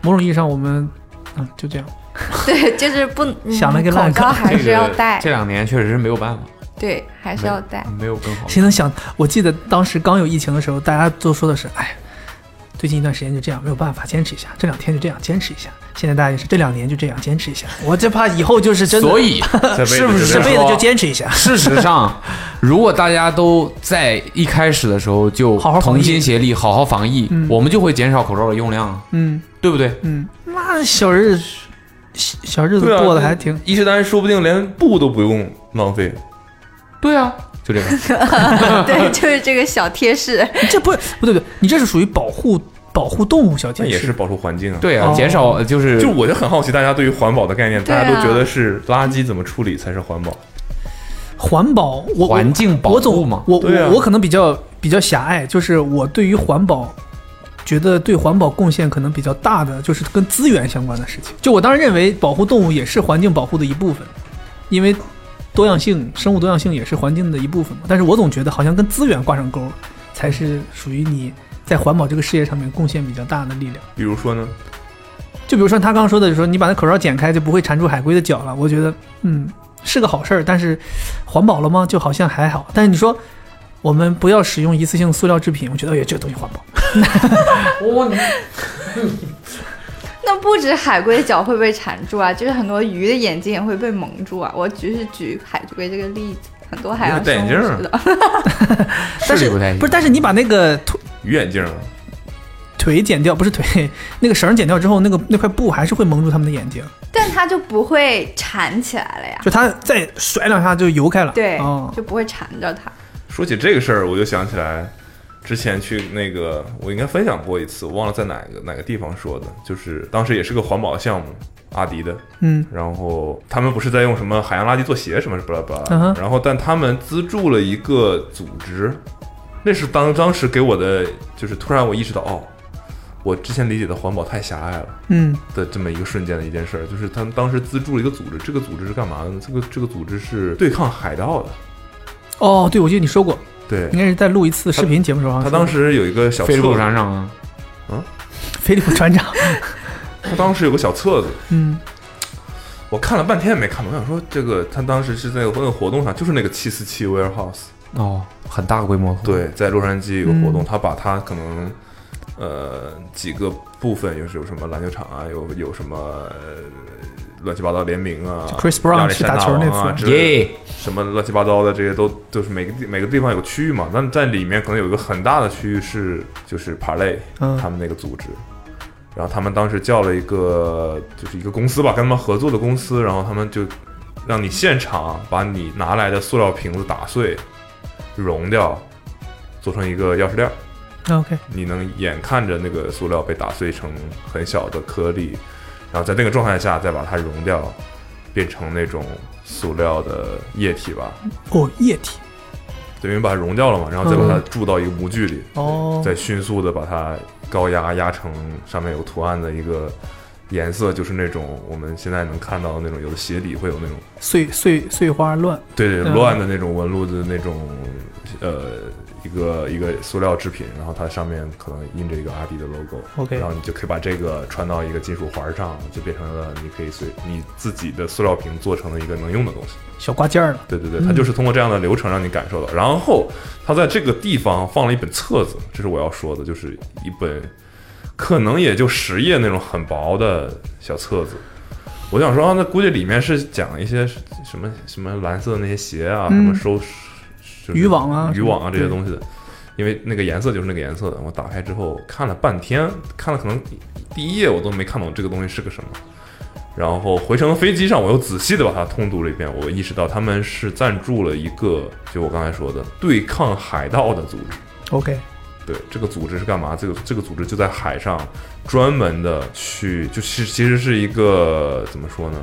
[SPEAKER 3] 某种意义上，我们嗯就这样。
[SPEAKER 6] 对，就是不嗯
[SPEAKER 3] 想了一个烂
[SPEAKER 6] 口罩
[SPEAKER 3] 梗
[SPEAKER 6] 还是要
[SPEAKER 2] 这个
[SPEAKER 6] 戴，
[SPEAKER 2] 这两年确实是没有办法，
[SPEAKER 6] 对，还是要戴。
[SPEAKER 2] 没有更好的。
[SPEAKER 3] 谁能想？我记得当时刚有疫情的时候，大家都说的是，哎，最近一段时间就这样，没有办法坚持一下，这两天就这样坚持一下。现在大家也是这两年就这样坚持一下，我这怕以后就是真的，
[SPEAKER 2] 所 以，
[SPEAKER 7] 这辈子
[SPEAKER 2] 是不
[SPEAKER 7] 就是这
[SPEAKER 3] 这
[SPEAKER 7] 样
[SPEAKER 3] 辈子就坚持一下。
[SPEAKER 2] 事实 上，如果大家都在一开始的时候就
[SPEAKER 3] 好好防疫
[SPEAKER 2] 同心协力，好好防疫，
[SPEAKER 3] 嗯
[SPEAKER 2] 我们就会减少口罩的用量啊，
[SPEAKER 3] 嗯
[SPEAKER 2] 对不对？
[SPEAKER 3] 嗯，那小日子小小日子
[SPEAKER 7] 对啊
[SPEAKER 3] 过得还挺。
[SPEAKER 7] 伊势丹说不定连布都不用浪费，
[SPEAKER 2] 对啊，就这个。
[SPEAKER 6] 对，就是这个小贴士。
[SPEAKER 3] 这不不对不对， 你这是属于保护保护动物小
[SPEAKER 7] 那
[SPEAKER 3] 贴
[SPEAKER 7] 也
[SPEAKER 3] 士，
[SPEAKER 7] 是保护环境啊。，
[SPEAKER 2] 对啊，
[SPEAKER 3] 哦
[SPEAKER 2] 减少就是
[SPEAKER 7] 就我就很好奇，大家对于环保的概念，
[SPEAKER 6] 对
[SPEAKER 7] 大
[SPEAKER 6] 啊
[SPEAKER 7] 家都觉得是垃圾怎么处理才是环保？
[SPEAKER 3] 环保。我
[SPEAKER 2] 环境保
[SPEAKER 3] 我
[SPEAKER 2] 护
[SPEAKER 3] 总
[SPEAKER 2] 嘛。
[SPEAKER 3] 我
[SPEAKER 7] 对啊
[SPEAKER 3] 我我可能比较比较狭隘，就是我对于环保。觉得对环保贡献可能比较大的就是跟资源相关的事情。就我当然认为保护动物也是环境保护的一部分，因为多样性、生物多样性也是环境的一部分嘛。但是我总觉得好像跟资源挂上钩儿，才是属于你在环保这个事业上面贡献比较大的力量。
[SPEAKER 7] 啊比如说呢，
[SPEAKER 3] 就比如说他刚刚说的，就是说你把那口罩剪开就不会缠住海龟的脚了。我觉得，嗯，是个好事儿，但是环保了吗？就好像还好。但是你说我们不要使用一次性塑料制品。我觉得，哎呀，这个东西环保。
[SPEAKER 2] 哦
[SPEAKER 6] 那不止海龟的脚会被缠住啊，就是很多鱼的眼睛也会被蒙住啊。我只是举海龟这个例子，很多海洋
[SPEAKER 2] 戴眼
[SPEAKER 6] 生
[SPEAKER 2] 镜
[SPEAKER 6] 物
[SPEAKER 2] 儿
[SPEAKER 6] 是的。
[SPEAKER 3] 但
[SPEAKER 2] 视
[SPEAKER 3] 是
[SPEAKER 2] 力不太行
[SPEAKER 3] 不是，但是你把那个腿
[SPEAKER 7] 鱼眼镜，
[SPEAKER 3] 腿剪掉，不是腿， 那个绳儿剪掉之后，那个那块布还是会蒙住他们的眼睛，
[SPEAKER 6] 但它就不会缠起来了呀，
[SPEAKER 3] 就他再甩两下就游开了。
[SPEAKER 6] 对，
[SPEAKER 3] 哦，
[SPEAKER 6] 就不会缠着它。
[SPEAKER 7] 说起这个事儿，我就想起来，之前去那个我应该分享过一次，我忘了在哪个哪个地方说的，就是当时也是个环保项目，阿迪的，
[SPEAKER 3] 嗯，
[SPEAKER 7] 然后他们不是在用什么海洋垃圾做鞋什么巴拉巴
[SPEAKER 3] 嗯
[SPEAKER 7] 拉
[SPEAKER 3] 哼，
[SPEAKER 7] 然后但他们资助了一个组织，那是当当时给我的，就是突然我意识到哦，我之前理解的环保太狭隘了。
[SPEAKER 3] 嗯，
[SPEAKER 7] 的这么一个瞬间的一件事儿，就是他们当时资助了一个组织，这个组织是干嘛的呢？这个这个组织是对抗海盗的，
[SPEAKER 3] 哦，对，我记得你说过，
[SPEAKER 7] 对
[SPEAKER 3] 应。该是在录一次视频节目时候好像
[SPEAKER 7] 他
[SPEAKER 3] 说过，
[SPEAKER 7] 当时有一个小册
[SPEAKER 2] 菲利普船
[SPEAKER 7] 子，嗯
[SPEAKER 2] 长啊，
[SPEAKER 3] 菲利普船长，
[SPEAKER 7] 他当时有个小册子，
[SPEAKER 3] 嗯，
[SPEAKER 7] 我看了半天也没看懂。我想说，这个他当时是在那个活动上，就是那个七四七 warehouse，
[SPEAKER 2] 哦，很大规模，，
[SPEAKER 7] 对，在洛杉矶有个活动，
[SPEAKER 3] 嗯
[SPEAKER 7] 他把他可能呃几个部分，就是有什么篮球场啊，有有什么呃乱七八糟联名啊
[SPEAKER 3] 就 Chris Brown
[SPEAKER 7] 亚历
[SPEAKER 3] 去
[SPEAKER 7] 山
[SPEAKER 3] 打
[SPEAKER 7] 大
[SPEAKER 3] 球
[SPEAKER 7] 王
[SPEAKER 3] 那
[SPEAKER 7] 啊
[SPEAKER 3] 次
[SPEAKER 7] 之类的
[SPEAKER 2] 耶，
[SPEAKER 7] 什么乱七八糟的这些都就是每个地每个地方有个区域嘛，但在里面可能有一个很大的区域是就是 Parlay
[SPEAKER 3] 嗯
[SPEAKER 7] 他们那个组织，然后他们当时叫了一个就是一个公司吧，跟他们合作的公司，然后他们就让你现场把你拿来的塑料瓶子打碎、融掉，做成一个钥匙链儿，
[SPEAKER 3] 啊，OK，
[SPEAKER 7] 你能眼看着那个塑料被打碎成很小的颗粒，然后在那个状态下再把它融掉，变成那种塑料的液体吧。
[SPEAKER 3] 哦，液体，
[SPEAKER 7] 对，因为把它溶掉了嘛，然后再把它注到一个模具里，
[SPEAKER 3] 嗯哦，
[SPEAKER 7] 再迅速的把它高压压成上面有图案的一个颜色，就是那种我们现在能看到的那种，有的鞋底会有那种
[SPEAKER 3] 碎碎碎花乱，
[SPEAKER 7] 对对
[SPEAKER 3] 嗯
[SPEAKER 7] 乱的那种纹路的那种呃一个一个塑料制品，然后它上面可能印着一个阿迪的 logo。
[SPEAKER 3] OK
[SPEAKER 7] 然后你就可以把这个穿到一个金属环上，就变成了你可以随你自己的塑料瓶做成了一个能用的东西。
[SPEAKER 3] 小挂件儿了，
[SPEAKER 7] 对对对，他就是通过这样的流程让你感受到。然后他在这个地方放了一本册子，这是我要说的，就是一本可能也就十页那种很薄的小册子。我想说啊，那估计里面是讲一些什么什么蓝色的那些鞋啊，什么
[SPEAKER 3] 嗯
[SPEAKER 7] 收就是
[SPEAKER 3] 渔网啊
[SPEAKER 7] 渔网啊这
[SPEAKER 3] 对
[SPEAKER 7] 些东西的，因为那个颜色就是那个颜色的。我打开之后看了半天，看了可能第一页我都没看懂这个东西是个什么。然后回程飞机上，我又仔细的把它通读了一遍，我意识到他们是赞助了一个，就我刚才说的对抗海盗的组织。
[SPEAKER 3] ，OK，
[SPEAKER 7] 对，这个组织是干嘛？这个这个组织就在海上，专门的去，就是其实是一个怎么说呢，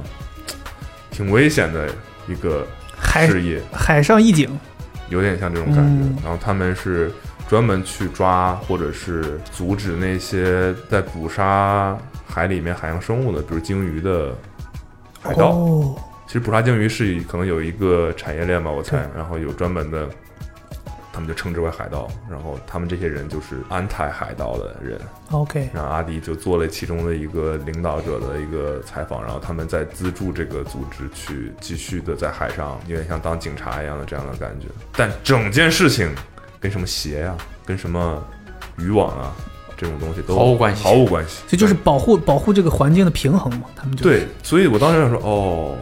[SPEAKER 7] 挺危险的一个
[SPEAKER 3] 海
[SPEAKER 7] 事业，
[SPEAKER 3] 海上一景，
[SPEAKER 7] 有点像这种感觉。
[SPEAKER 3] 嗯
[SPEAKER 7] 然后他们是专门去抓或者是阻止那些在捕杀海里面海洋生物的，比如鲸鱼的海盗。
[SPEAKER 3] 哦，
[SPEAKER 7] 其实捕杀鲸鱼是可能有一个产业链吧，我猜，然后有专门的，他们就称之为海盗，然后他们这些人就是安泰海盗的人，
[SPEAKER 3] OK，
[SPEAKER 7] 然后阿迪就做了其中的一个领导者的一个采访，然后他们在资助这个组织去继续的在海上，有点像当警察一样的这样的感觉。但整件事情跟什么鞋呀、跟什么渔网啊这种东西都
[SPEAKER 2] 毫无关系
[SPEAKER 7] 毫无关系。
[SPEAKER 3] 所以就是保护保护这个环境的平衡嘛，他们就
[SPEAKER 7] 对，所以我当时想说，哦，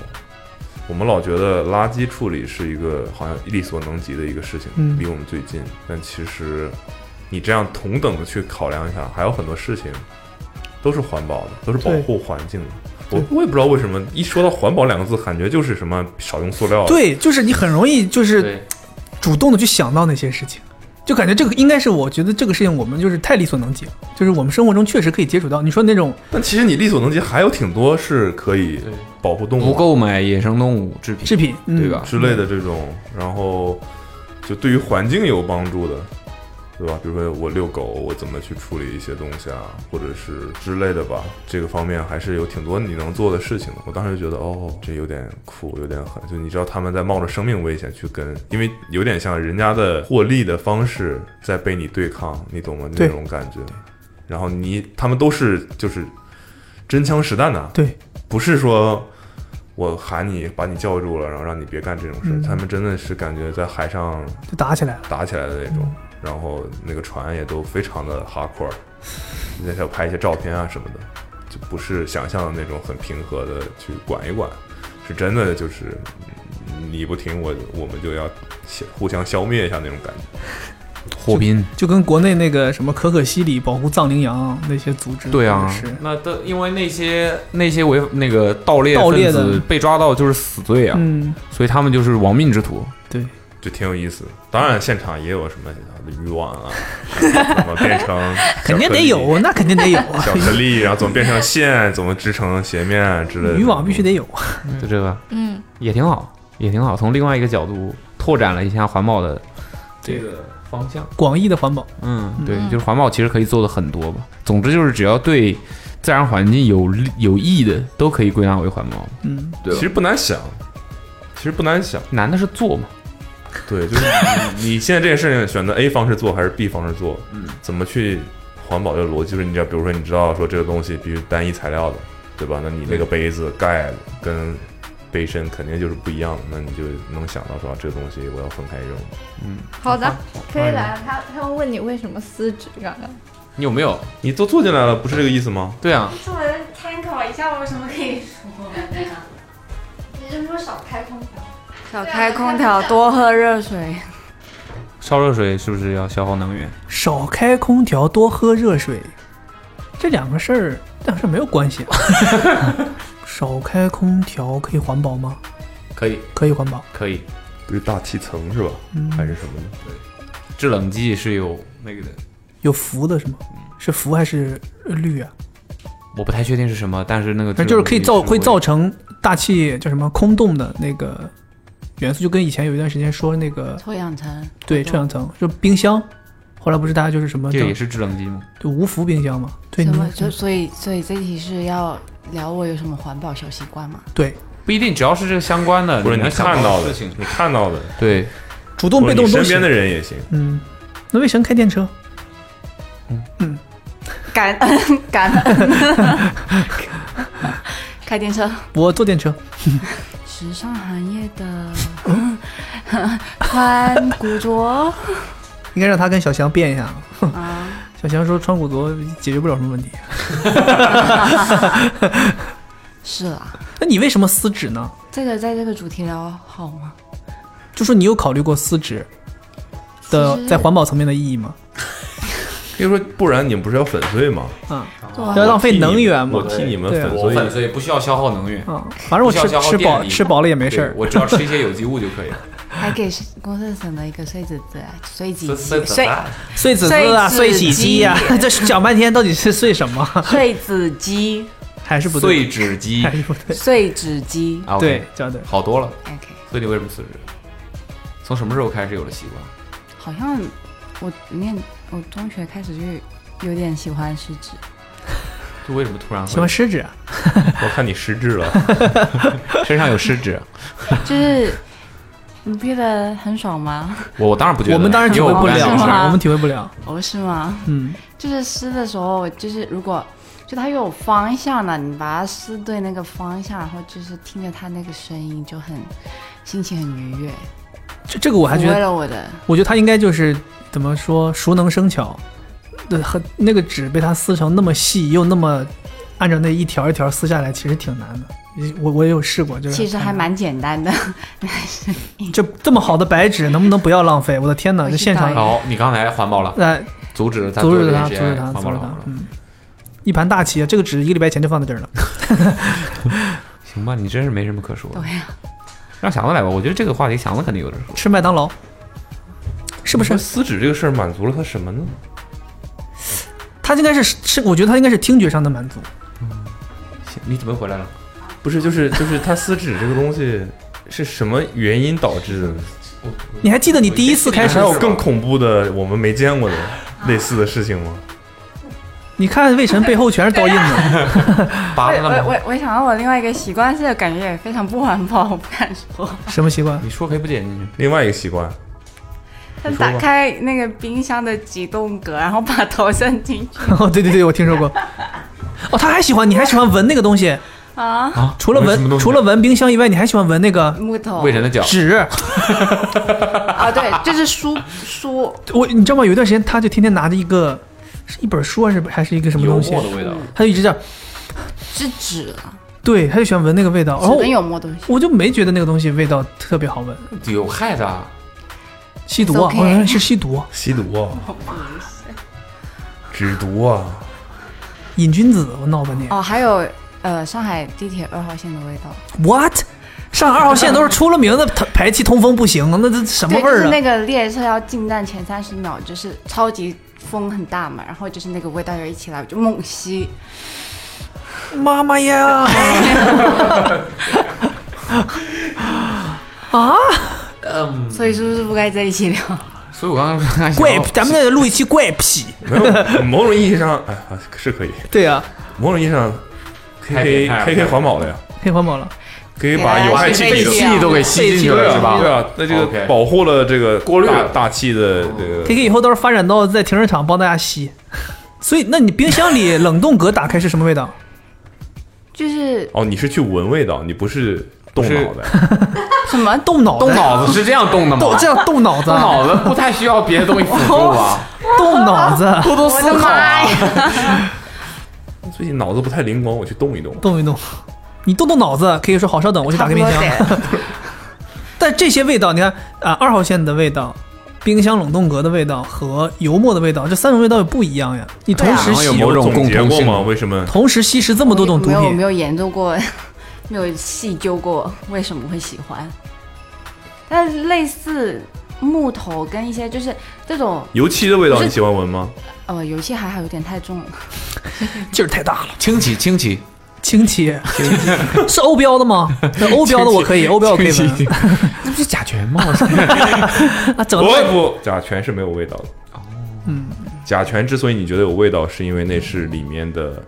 [SPEAKER 7] 我们老觉得垃圾处理是一个好像力所能及的一个事情，
[SPEAKER 3] 嗯
[SPEAKER 7] 离我们最近，但其实你这样同等的去考量一下，还有很多事情都是环保的，都是保
[SPEAKER 3] 对
[SPEAKER 7] 护环境的。
[SPEAKER 3] 对
[SPEAKER 7] 我我也不知道为什么一说到环保两个字，感觉就是什么少用塑料，，
[SPEAKER 3] 对，就是你很容易就是
[SPEAKER 2] 对，
[SPEAKER 3] 主动的去想到那些事情，就感觉这个应该是我觉得这个事情我们就是太力所能及了，就是我们生活中确实可以接触到。你说那种
[SPEAKER 7] 但其实你力所能及还有挺多是可以
[SPEAKER 2] 对
[SPEAKER 7] 保护动物啊
[SPEAKER 2] 不购买野生动物制品，
[SPEAKER 3] 制品，嗯、
[SPEAKER 2] 对吧？
[SPEAKER 7] 之类的这种，然后就对于环境有帮助的，对吧？比如说我遛狗，我怎么去处理一些东西啊，或者是之类的吧。这个方面还是有挺多你能做的事情的。我当时就觉得，哦，这有点酷，有点狠。就你知道他们在冒着生命危险去跟，因为有点像人家的获利的方式在被你对抗，你懂吗？那
[SPEAKER 3] 对
[SPEAKER 7] 种感觉。然后你他们都是就是真枪实弹的，
[SPEAKER 3] 对，
[SPEAKER 7] 不是说我喊你把你叫住了，然后让你别干这种事。
[SPEAKER 3] 嗯
[SPEAKER 7] 他们真的是感觉在海上
[SPEAKER 3] 就打起来了。
[SPEAKER 7] 打起来的那
[SPEAKER 3] 嗯
[SPEAKER 7] 种，然后那个船也都非常的 hardcore，那要拍一些照片啊什么的，就不是想象的那种很平和的去管一管，是真的就是嗯你不听我我们就要互相消灭一下那种感觉。
[SPEAKER 2] 火拼。
[SPEAKER 3] 就跟国内那个什么可可西里保护藏羚羊那些组织，
[SPEAKER 2] 对啊
[SPEAKER 3] 是，
[SPEAKER 2] 那都因为那些那些违那个盗猎
[SPEAKER 3] 盗猎
[SPEAKER 2] 分
[SPEAKER 3] 的
[SPEAKER 2] 子被抓到就是死罪啊，
[SPEAKER 3] 嗯，
[SPEAKER 2] 所以他们就是亡命之徒。
[SPEAKER 7] 就挺有意思，当然现场也有什么渔网啊，怎么变成
[SPEAKER 3] 肯定得有，那肯定得有啊，
[SPEAKER 7] 小颗粒，然后怎么变成线，怎么织成斜面之类的。
[SPEAKER 3] 渔网必须得有，啊
[SPEAKER 2] 就这个
[SPEAKER 6] 嗯，
[SPEAKER 2] 也挺好，也挺好。从另外一个角度拓展了一下环保的这个方向。
[SPEAKER 3] 广义的环保，
[SPEAKER 2] 嗯，对，
[SPEAKER 6] 嗯
[SPEAKER 2] 就是环保其实可以做的很多吧。总之就是只要对自然环境有利有益的，都可以归纳为环保。
[SPEAKER 3] 嗯，
[SPEAKER 2] 对吧
[SPEAKER 7] 其实不难想，其实不难想。
[SPEAKER 2] 难的是做嘛，
[SPEAKER 7] 对，就是你你现在这件事情选择 A 方式做还是 B 方式做，
[SPEAKER 2] 嗯，
[SPEAKER 7] 怎么去环保这个逻辑？就是你知道，比如说你知道说这个东西必须单一材料的，对吧？那你那个杯子盖跟杯身肯定就是不一样的，那你就能想到说、啊这个东西我要分开用。
[SPEAKER 6] 好的，可以来。他他们问你为什么撕纸，刚刚
[SPEAKER 2] 你有没有？
[SPEAKER 7] 你都坐进来了，不是这个意思吗？
[SPEAKER 2] 对啊，
[SPEAKER 8] 作为参考一下，我有什么可以说的呀？你是说少开空调？
[SPEAKER 6] 少开空调，多喝 热水。
[SPEAKER 2] 烧热水是不是要消耗能源？
[SPEAKER 3] 少开空调，多喝热水，这两个事儿，这两个事儿没有关系啊。 少开空调可以环保吗？
[SPEAKER 2] 可以，
[SPEAKER 3] 可以环保，
[SPEAKER 2] 可以。
[SPEAKER 7] 不是大气层是吧？
[SPEAKER 3] 嗯
[SPEAKER 7] 还是什么的？
[SPEAKER 2] 制冷剂是有那个的，
[SPEAKER 3] 有氟的是吗？是氟还是氯啊？
[SPEAKER 2] 我不太确定是什么，但是那个
[SPEAKER 3] 反正就是可以造，会造
[SPEAKER 2] 成
[SPEAKER 3] 成大气叫什么空洞的那个元素，就跟以前有一段时间说那个
[SPEAKER 9] 臭氧层，
[SPEAKER 3] 对臭氧层，就冰箱，后来不是大家就是什么
[SPEAKER 2] 这个也
[SPEAKER 3] 叫
[SPEAKER 2] 是制冷剂吗？
[SPEAKER 3] 就无氟冰箱嘛？对，
[SPEAKER 9] 什
[SPEAKER 3] 你
[SPEAKER 9] 么
[SPEAKER 3] 们
[SPEAKER 9] 啊就所以所以这题是要聊我有什么环保小习惯嘛？
[SPEAKER 3] 对
[SPEAKER 2] 不一定，只要是这个相关的，
[SPEAKER 7] 或者你
[SPEAKER 2] 能想
[SPEAKER 7] 看到
[SPEAKER 2] 的
[SPEAKER 7] 的
[SPEAKER 2] 事情，，
[SPEAKER 7] 你看到的，
[SPEAKER 2] 对，
[SPEAKER 3] 主
[SPEAKER 7] 或
[SPEAKER 3] 动
[SPEAKER 7] 者
[SPEAKER 3] 被
[SPEAKER 7] 你
[SPEAKER 3] 动都
[SPEAKER 7] 身边的
[SPEAKER 3] 行。
[SPEAKER 7] 人也行。
[SPEAKER 3] 嗯，那为什么开电车？
[SPEAKER 9] 感 恩感恩， 开电车，
[SPEAKER 3] 我坐 电车，
[SPEAKER 9] 时尚行业的 穿古着
[SPEAKER 3] 应该让他跟小翔变一下。
[SPEAKER 9] 啊，
[SPEAKER 3] 小翔说穿古着解决不了什么问题，
[SPEAKER 9] 是啊啦，
[SPEAKER 3] 那你为什么撕纸呢？
[SPEAKER 9] 这个在这个主题聊好吗？
[SPEAKER 3] 就说你有考虑过撕纸
[SPEAKER 9] 其
[SPEAKER 3] 的
[SPEAKER 9] 实
[SPEAKER 3] 在环保层面的意义吗？
[SPEAKER 7] 就是说，不然你们不是要粉碎吗？
[SPEAKER 2] 嗯
[SPEAKER 3] 啊，
[SPEAKER 9] 对
[SPEAKER 3] 要
[SPEAKER 9] 啊
[SPEAKER 3] 浪费能源
[SPEAKER 7] 我
[SPEAKER 3] 嘛。
[SPEAKER 7] 替你们
[SPEAKER 3] 对啊
[SPEAKER 7] 粉碎。
[SPEAKER 2] 碎不需要消耗能源，
[SPEAKER 3] 啊，反正我
[SPEAKER 2] 不需要
[SPEAKER 3] 吃
[SPEAKER 2] 消耗
[SPEAKER 3] 吃
[SPEAKER 2] 电
[SPEAKER 3] 饱
[SPEAKER 2] 力
[SPEAKER 3] 吃饱了也没事
[SPEAKER 2] 对
[SPEAKER 3] 儿。
[SPEAKER 2] 我只要吃一些有机物就可以了。
[SPEAKER 9] 还给公社省了一个碎纸子啊，碎纸
[SPEAKER 2] 这
[SPEAKER 9] 机，
[SPEAKER 2] 这咋办
[SPEAKER 3] 碎纸机啊，
[SPEAKER 9] 碎
[SPEAKER 3] 碎
[SPEAKER 9] 纸
[SPEAKER 3] 洗机 啊， 这是讲半天到底是碎什么？
[SPEAKER 9] 碎纸机，
[SPEAKER 3] 还是不对，
[SPEAKER 2] 碎纸机
[SPEAKER 3] 还是不对。
[SPEAKER 9] 碎纸机
[SPEAKER 2] 啊，
[SPEAKER 3] 对
[SPEAKER 2] OK，，
[SPEAKER 3] 叫对。
[SPEAKER 2] 好多了。
[SPEAKER 9] ，OK，
[SPEAKER 2] 所以你为什么辞职？从什么时候开始有了习惯？
[SPEAKER 9] 好像我念我中学开始就有点喜欢湿纸，
[SPEAKER 2] 就为什么突然会
[SPEAKER 3] 喜欢湿纸啊，
[SPEAKER 7] 我看你失智 了。
[SPEAKER 2] 身上有湿
[SPEAKER 3] 啊
[SPEAKER 2] 纸？
[SPEAKER 9] 就是你不觉得很爽吗？
[SPEAKER 2] 我我当然不觉得，
[SPEAKER 3] 我们当然体
[SPEAKER 2] 因为
[SPEAKER 3] 会
[SPEAKER 2] 我
[SPEAKER 3] 不
[SPEAKER 2] 干这
[SPEAKER 3] 了
[SPEAKER 2] 种
[SPEAKER 9] 是
[SPEAKER 2] 事
[SPEAKER 9] 吗
[SPEAKER 2] 儿
[SPEAKER 3] 啊，我们体会不了。
[SPEAKER 9] 哦，是吗？
[SPEAKER 3] 嗯，
[SPEAKER 9] 就是湿的时候，就是如果就它又有方向了，你把它湿对那个方向，然后就是听着它那个声音就很心情很愉悦，
[SPEAKER 3] 这这个我还
[SPEAKER 9] 抚
[SPEAKER 3] 觉
[SPEAKER 9] 慰
[SPEAKER 3] 得，
[SPEAKER 9] 了我的。
[SPEAKER 3] 我觉得他应该就是怎么说，熟能生巧。对，很那个纸被他撕成那么细，又那么按照那一条一条撕下来，其实挺难的。我我也有试过，就是
[SPEAKER 9] 其实还蛮简单的，
[SPEAKER 3] 这这么好的白纸，能不能不要浪费？我的天哪，
[SPEAKER 9] 我
[SPEAKER 3] 这
[SPEAKER 9] 知
[SPEAKER 3] 现
[SPEAKER 9] 道
[SPEAKER 3] 场
[SPEAKER 9] 了
[SPEAKER 2] 好，你刚才环保了，
[SPEAKER 3] 呃，
[SPEAKER 2] 阻止了他
[SPEAKER 3] 阻止
[SPEAKER 2] 做
[SPEAKER 3] 他，阻
[SPEAKER 2] 这些
[SPEAKER 3] 止他，阻
[SPEAKER 2] 环保
[SPEAKER 3] 止
[SPEAKER 2] 了，环
[SPEAKER 3] 他
[SPEAKER 2] 保。了。
[SPEAKER 3] 嗯，一盘大棋，这个纸一个礼拜前就放在这儿了。
[SPEAKER 2] 行吧，你真是没什么可说的。
[SPEAKER 9] 对呀、
[SPEAKER 2] 让祥子来吧，我觉得这个话题祥子肯定有点说。
[SPEAKER 3] 吃麦当劳，是不
[SPEAKER 7] 不
[SPEAKER 3] 是？
[SPEAKER 7] 撕纸这个事儿满足了他什么呢？
[SPEAKER 3] 他应该是是，我觉得他应该是听觉上的满足。
[SPEAKER 2] 行，你怎么回来了？
[SPEAKER 7] 不是，就是就是他撕纸这个东西是什么原因导致的？
[SPEAKER 3] 你还记得你第一次开始
[SPEAKER 7] 还，有更恐怖的，我们没见过的类似的事情吗？
[SPEAKER 3] 你看魏晨背后全是刀印子，
[SPEAKER 2] 拔
[SPEAKER 9] 我
[SPEAKER 2] 了
[SPEAKER 9] 我
[SPEAKER 2] 吗？
[SPEAKER 9] 我我想到我另外一个习惯是感觉也非常不环保，我不敢说。
[SPEAKER 3] 什么习惯？
[SPEAKER 2] 你说可以不剪进去。
[SPEAKER 7] 另外一个习惯，
[SPEAKER 9] 他
[SPEAKER 7] 你说吧
[SPEAKER 9] 打开那个冰箱的几动格，然后把头伸进去。
[SPEAKER 3] 哦，对对对，我听说过。哦，他还喜欢，你还喜欢闻那个东西，
[SPEAKER 9] 啊，
[SPEAKER 2] 啊，
[SPEAKER 3] 除了
[SPEAKER 2] 我什么
[SPEAKER 3] 闻
[SPEAKER 2] 东西
[SPEAKER 3] 除了闻冰箱以外，你还喜欢闻那个
[SPEAKER 9] 木头
[SPEAKER 2] 魏晨的脚，
[SPEAKER 3] 纸？
[SPEAKER 9] 啊，对，就是书书，
[SPEAKER 3] 我你知道吗？有一段时间他就天天拿着一个是一本书啊还是还是一个什么
[SPEAKER 2] 油
[SPEAKER 3] 东西
[SPEAKER 2] 墨，的味道，
[SPEAKER 3] 他就一直这样，
[SPEAKER 9] 是纸，
[SPEAKER 3] 对，他就喜欢闻那个味道。然
[SPEAKER 9] 只
[SPEAKER 3] 后
[SPEAKER 9] 能
[SPEAKER 3] 我
[SPEAKER 9] 有摸东西。
[SPEAKER 3] 我就没觉得那个东西味道特别好闻，
[SPEAKER 2] 有害的啊。
[SPEAKER 3] 吸毒啊，
[SPEAKER 9] It's
[SPEAKER 3] 我
[SPEAKER 9] okay
[SPEAKER 3] 好像是吸毒，
[SPEAKER 7] 吸毒啊，
[SPEAKER 10] 嗯
[SPEAKER 7] 只 毒啊，
[SPEAKER 3] 瘾君子，我闹半天。
[SPEAKER 9] 哦，还有呃，上海地铁二号线的味道，
[SPEAKER 3] What？上海二号线都是出了名的它排气通风不行，那这什么味
[SPEAKER 9] 对，就
[SPEAKER 3] 儿
[SPEAKER 9] 是
[SPEAKER 3] 啊？
[SPEAKER 9] 那个列车要进站前三十秒，就是超级风很大嘛，然后就是那个味道就一起来，我就猛吸，
[SPEAKER 3] 妈妈 呀！啊，
[SPEAKER 2] 嗯，
[SPEAKER 9] 所以是不是不该在一起聊？
[SPEAKER 2] 所以我刚刚
[SPEAKER 3] 怪，咱们再录一期怪 癖。
[SPEAKER 7] 没有某种意义上， 哎，好是可以，
[SPEAKER 3] 对啊，
[SPEAKER 7] 某种意义上，K
[SPEAKER 2] 太
[SPEAKER 7] K
[SPEAKER 2] 变态了
[SPEAKER 7] K K 环保的呀，
[SPEAKER 3] 太环保了。
[SPEAKER 7] 可以把有害气体
[SPEAKER 9] 废
[SPEAKER 7] 的
[SPEAKER 9] 气
[SPEAKER 2] 气都给吸进去
[SPEAKER 7] 对
[SPEAKER 2] 了
[SPEAKER 7] 啊
[SPEAKER 2] 是吧？
[SPEAKER 7] 对啊，那这
[SPEAKER 2] OK
[SPEAKER 7] 个保护了这个
[SPEAKER 2] 过滤
[SPEAKER 7] 大
[SPEAKER 2] 了
[SPEAKER 7] 大气的这个
[SPEAKER 3] K K 以后到时候发展到在停车场帮大家吸。所以，那你冰箱里冷冻格打开是什么味道？
[SPEAKER 9] 就是
[SPEAKER 7] 哦，你是去闻味道，你不是动脑的。
[SPEAKER 9] 什么
[SPEAKER 3] 动脑
[SPEAKER 2] 动
[SPEAKER 3] 袋，
[SPEAKER 2] 脑子是这样动的吗？
[SPEAKER 3] 哦动这样动脑子
[SPEAKER 2] 动
[SPEAKER 3] 啊，
[SPEAKER 2] 脑子不太需要别 的东西啊辅助吧？
[SPEAKER 3] 动脑子，
[SPEAKER 2] 多多思考啊。
[SPEAKER 7] 最近脑子不太灵光，我去动一动。
[SPEAKER 3] 动一动。你动动脑子，可以说好稍等，我去打开冰箱。
[SPEAKER 9] 差不多得
[SPEAKER 3] 但这些味道，你看啊，二号线的味道、冰箱冷冻格的味道和油墨的味道，这三种味道也不一样呀。你同时
[SPEAKER 2] 对啊
[SPEAKER 3] 吸，
[SPEAKER 2] 有某种
[SPEAKER 7] 总结
[SPEAKER 2] 共通
[SPEAKER 7] 过
[SPEAKER 2] 性
[SPEAKER 7] 吗？为什么？
[SPEAKER 3] 同时吸食这么多种毒
[SPEAKER 9] 没有没
[SPEAKER 3] 品，
[SPEAKER 9] 有研究过， 没有细究过为什么会喜欢。但是类似木头跟一些就是这种
[SPEAKER 7] 油漆的味道
[SPEAKER 9] 不是
[SPEAKER 7] 你喜欢闻吗？
[SPEAKER 9] 呃，油漆还好有点太重了，
[SPEAKER 3] 劲儿太大了。
[SPEAKER 2] 清奇清奇，
[SPEAKER 3] 氢气是欧标的吗？那欧标的我可以，欧标我可以闻。
[SPEAKER 2] 那不是甲 醛吗？
[SPEAKER 3] 啊，整
[SPEAKER 7] 不
[SPEAKER 3] 个
[SPEAKER 7] 不，甲醛是没有味道的。嗯，甲醛之所以你觉得有味道，是因为那是里面的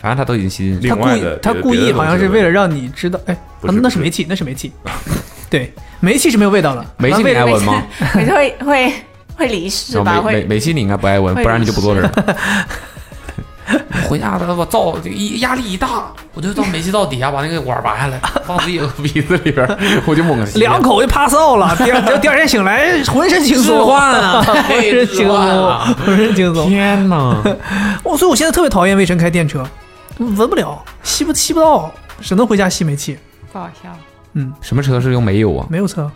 [SPEAKER 2] 反正他都已经吸进去
[SPEAKER 3] 他
[SPEAKER 2] 了。
[SPEAKER 7] 另
[SPEAKER 3] 故
[SPEAKER 7] 外
[SPEAKER 3] 意
[SPEAKER 7] 的。
[SPEAKER 3] 他
[SPEAKER 7] 别
[SPEAKER 3] 故
[SPEAKER 7] 别
[SPEAKER 3] 意
[SPEAKER 7] 的
[SPEAKER 3] 好像
[SPEAKER 7] 东西
[SPEAKER 3] 是
[SPEAKER 7] 的
[SPEAKER 3] 为了
[SPEAKER 7] 味道
[SPEAKER 3] 让你知道，哎，
[SPEAKER 7] 不
[SPEAKER 3] 啊
[SPEAKER 7] 是
[SPEAKER 3] 那是
[SPEAKER 7] 不是
[SPEAKER 3] 煤气，那是煤气。对，煤气是没有味道的，啊
[SPEAKER 2] 煤气
[SPEAKER 3] 那为
[SPEAKER 2] 你
[SPEAKER 3] 了
[SPEAKER 2] 爱闻吗？
[SPEAKER 9] 我就会会会离世吧，
[SPEAKER 2] 然后煤煤
[SPEAKER 9] 会
[SPEAKER 2] 煤气你应该不爱闻，
[SPEAKER 9] 会
[SPEAKER 2] 不然你就不坐这儿了。回家他我造就一压力一大，我就到煤气灶底下把那个管拔下来，放自己的鼻子里边儿， 我就猛 吸
[SPEAKER 3] 两口就 pass out 了，第二第二天醒来浑身轻
[SPEAKER 2] 置
[SPEAKER 3] 松，
[SPEAKER 2] 换啊，
[SPEAKER 3] 浑身轻
[SPEAKER 2] 置换啊
[SPEAKER 3] 松，浑身轻松。
[SPEAKER 2] 天哪！
[SPEAKER 3] 我、所以我现在特别讨厌魏晨开电车，闻不了，吸不吸不到，只能回家吸煤气。
[SPEAKER 9] 不好笑。
[SPEAKER 2] 什么车是用煤油啊？
[SPEAKER 3] 嗯没有车，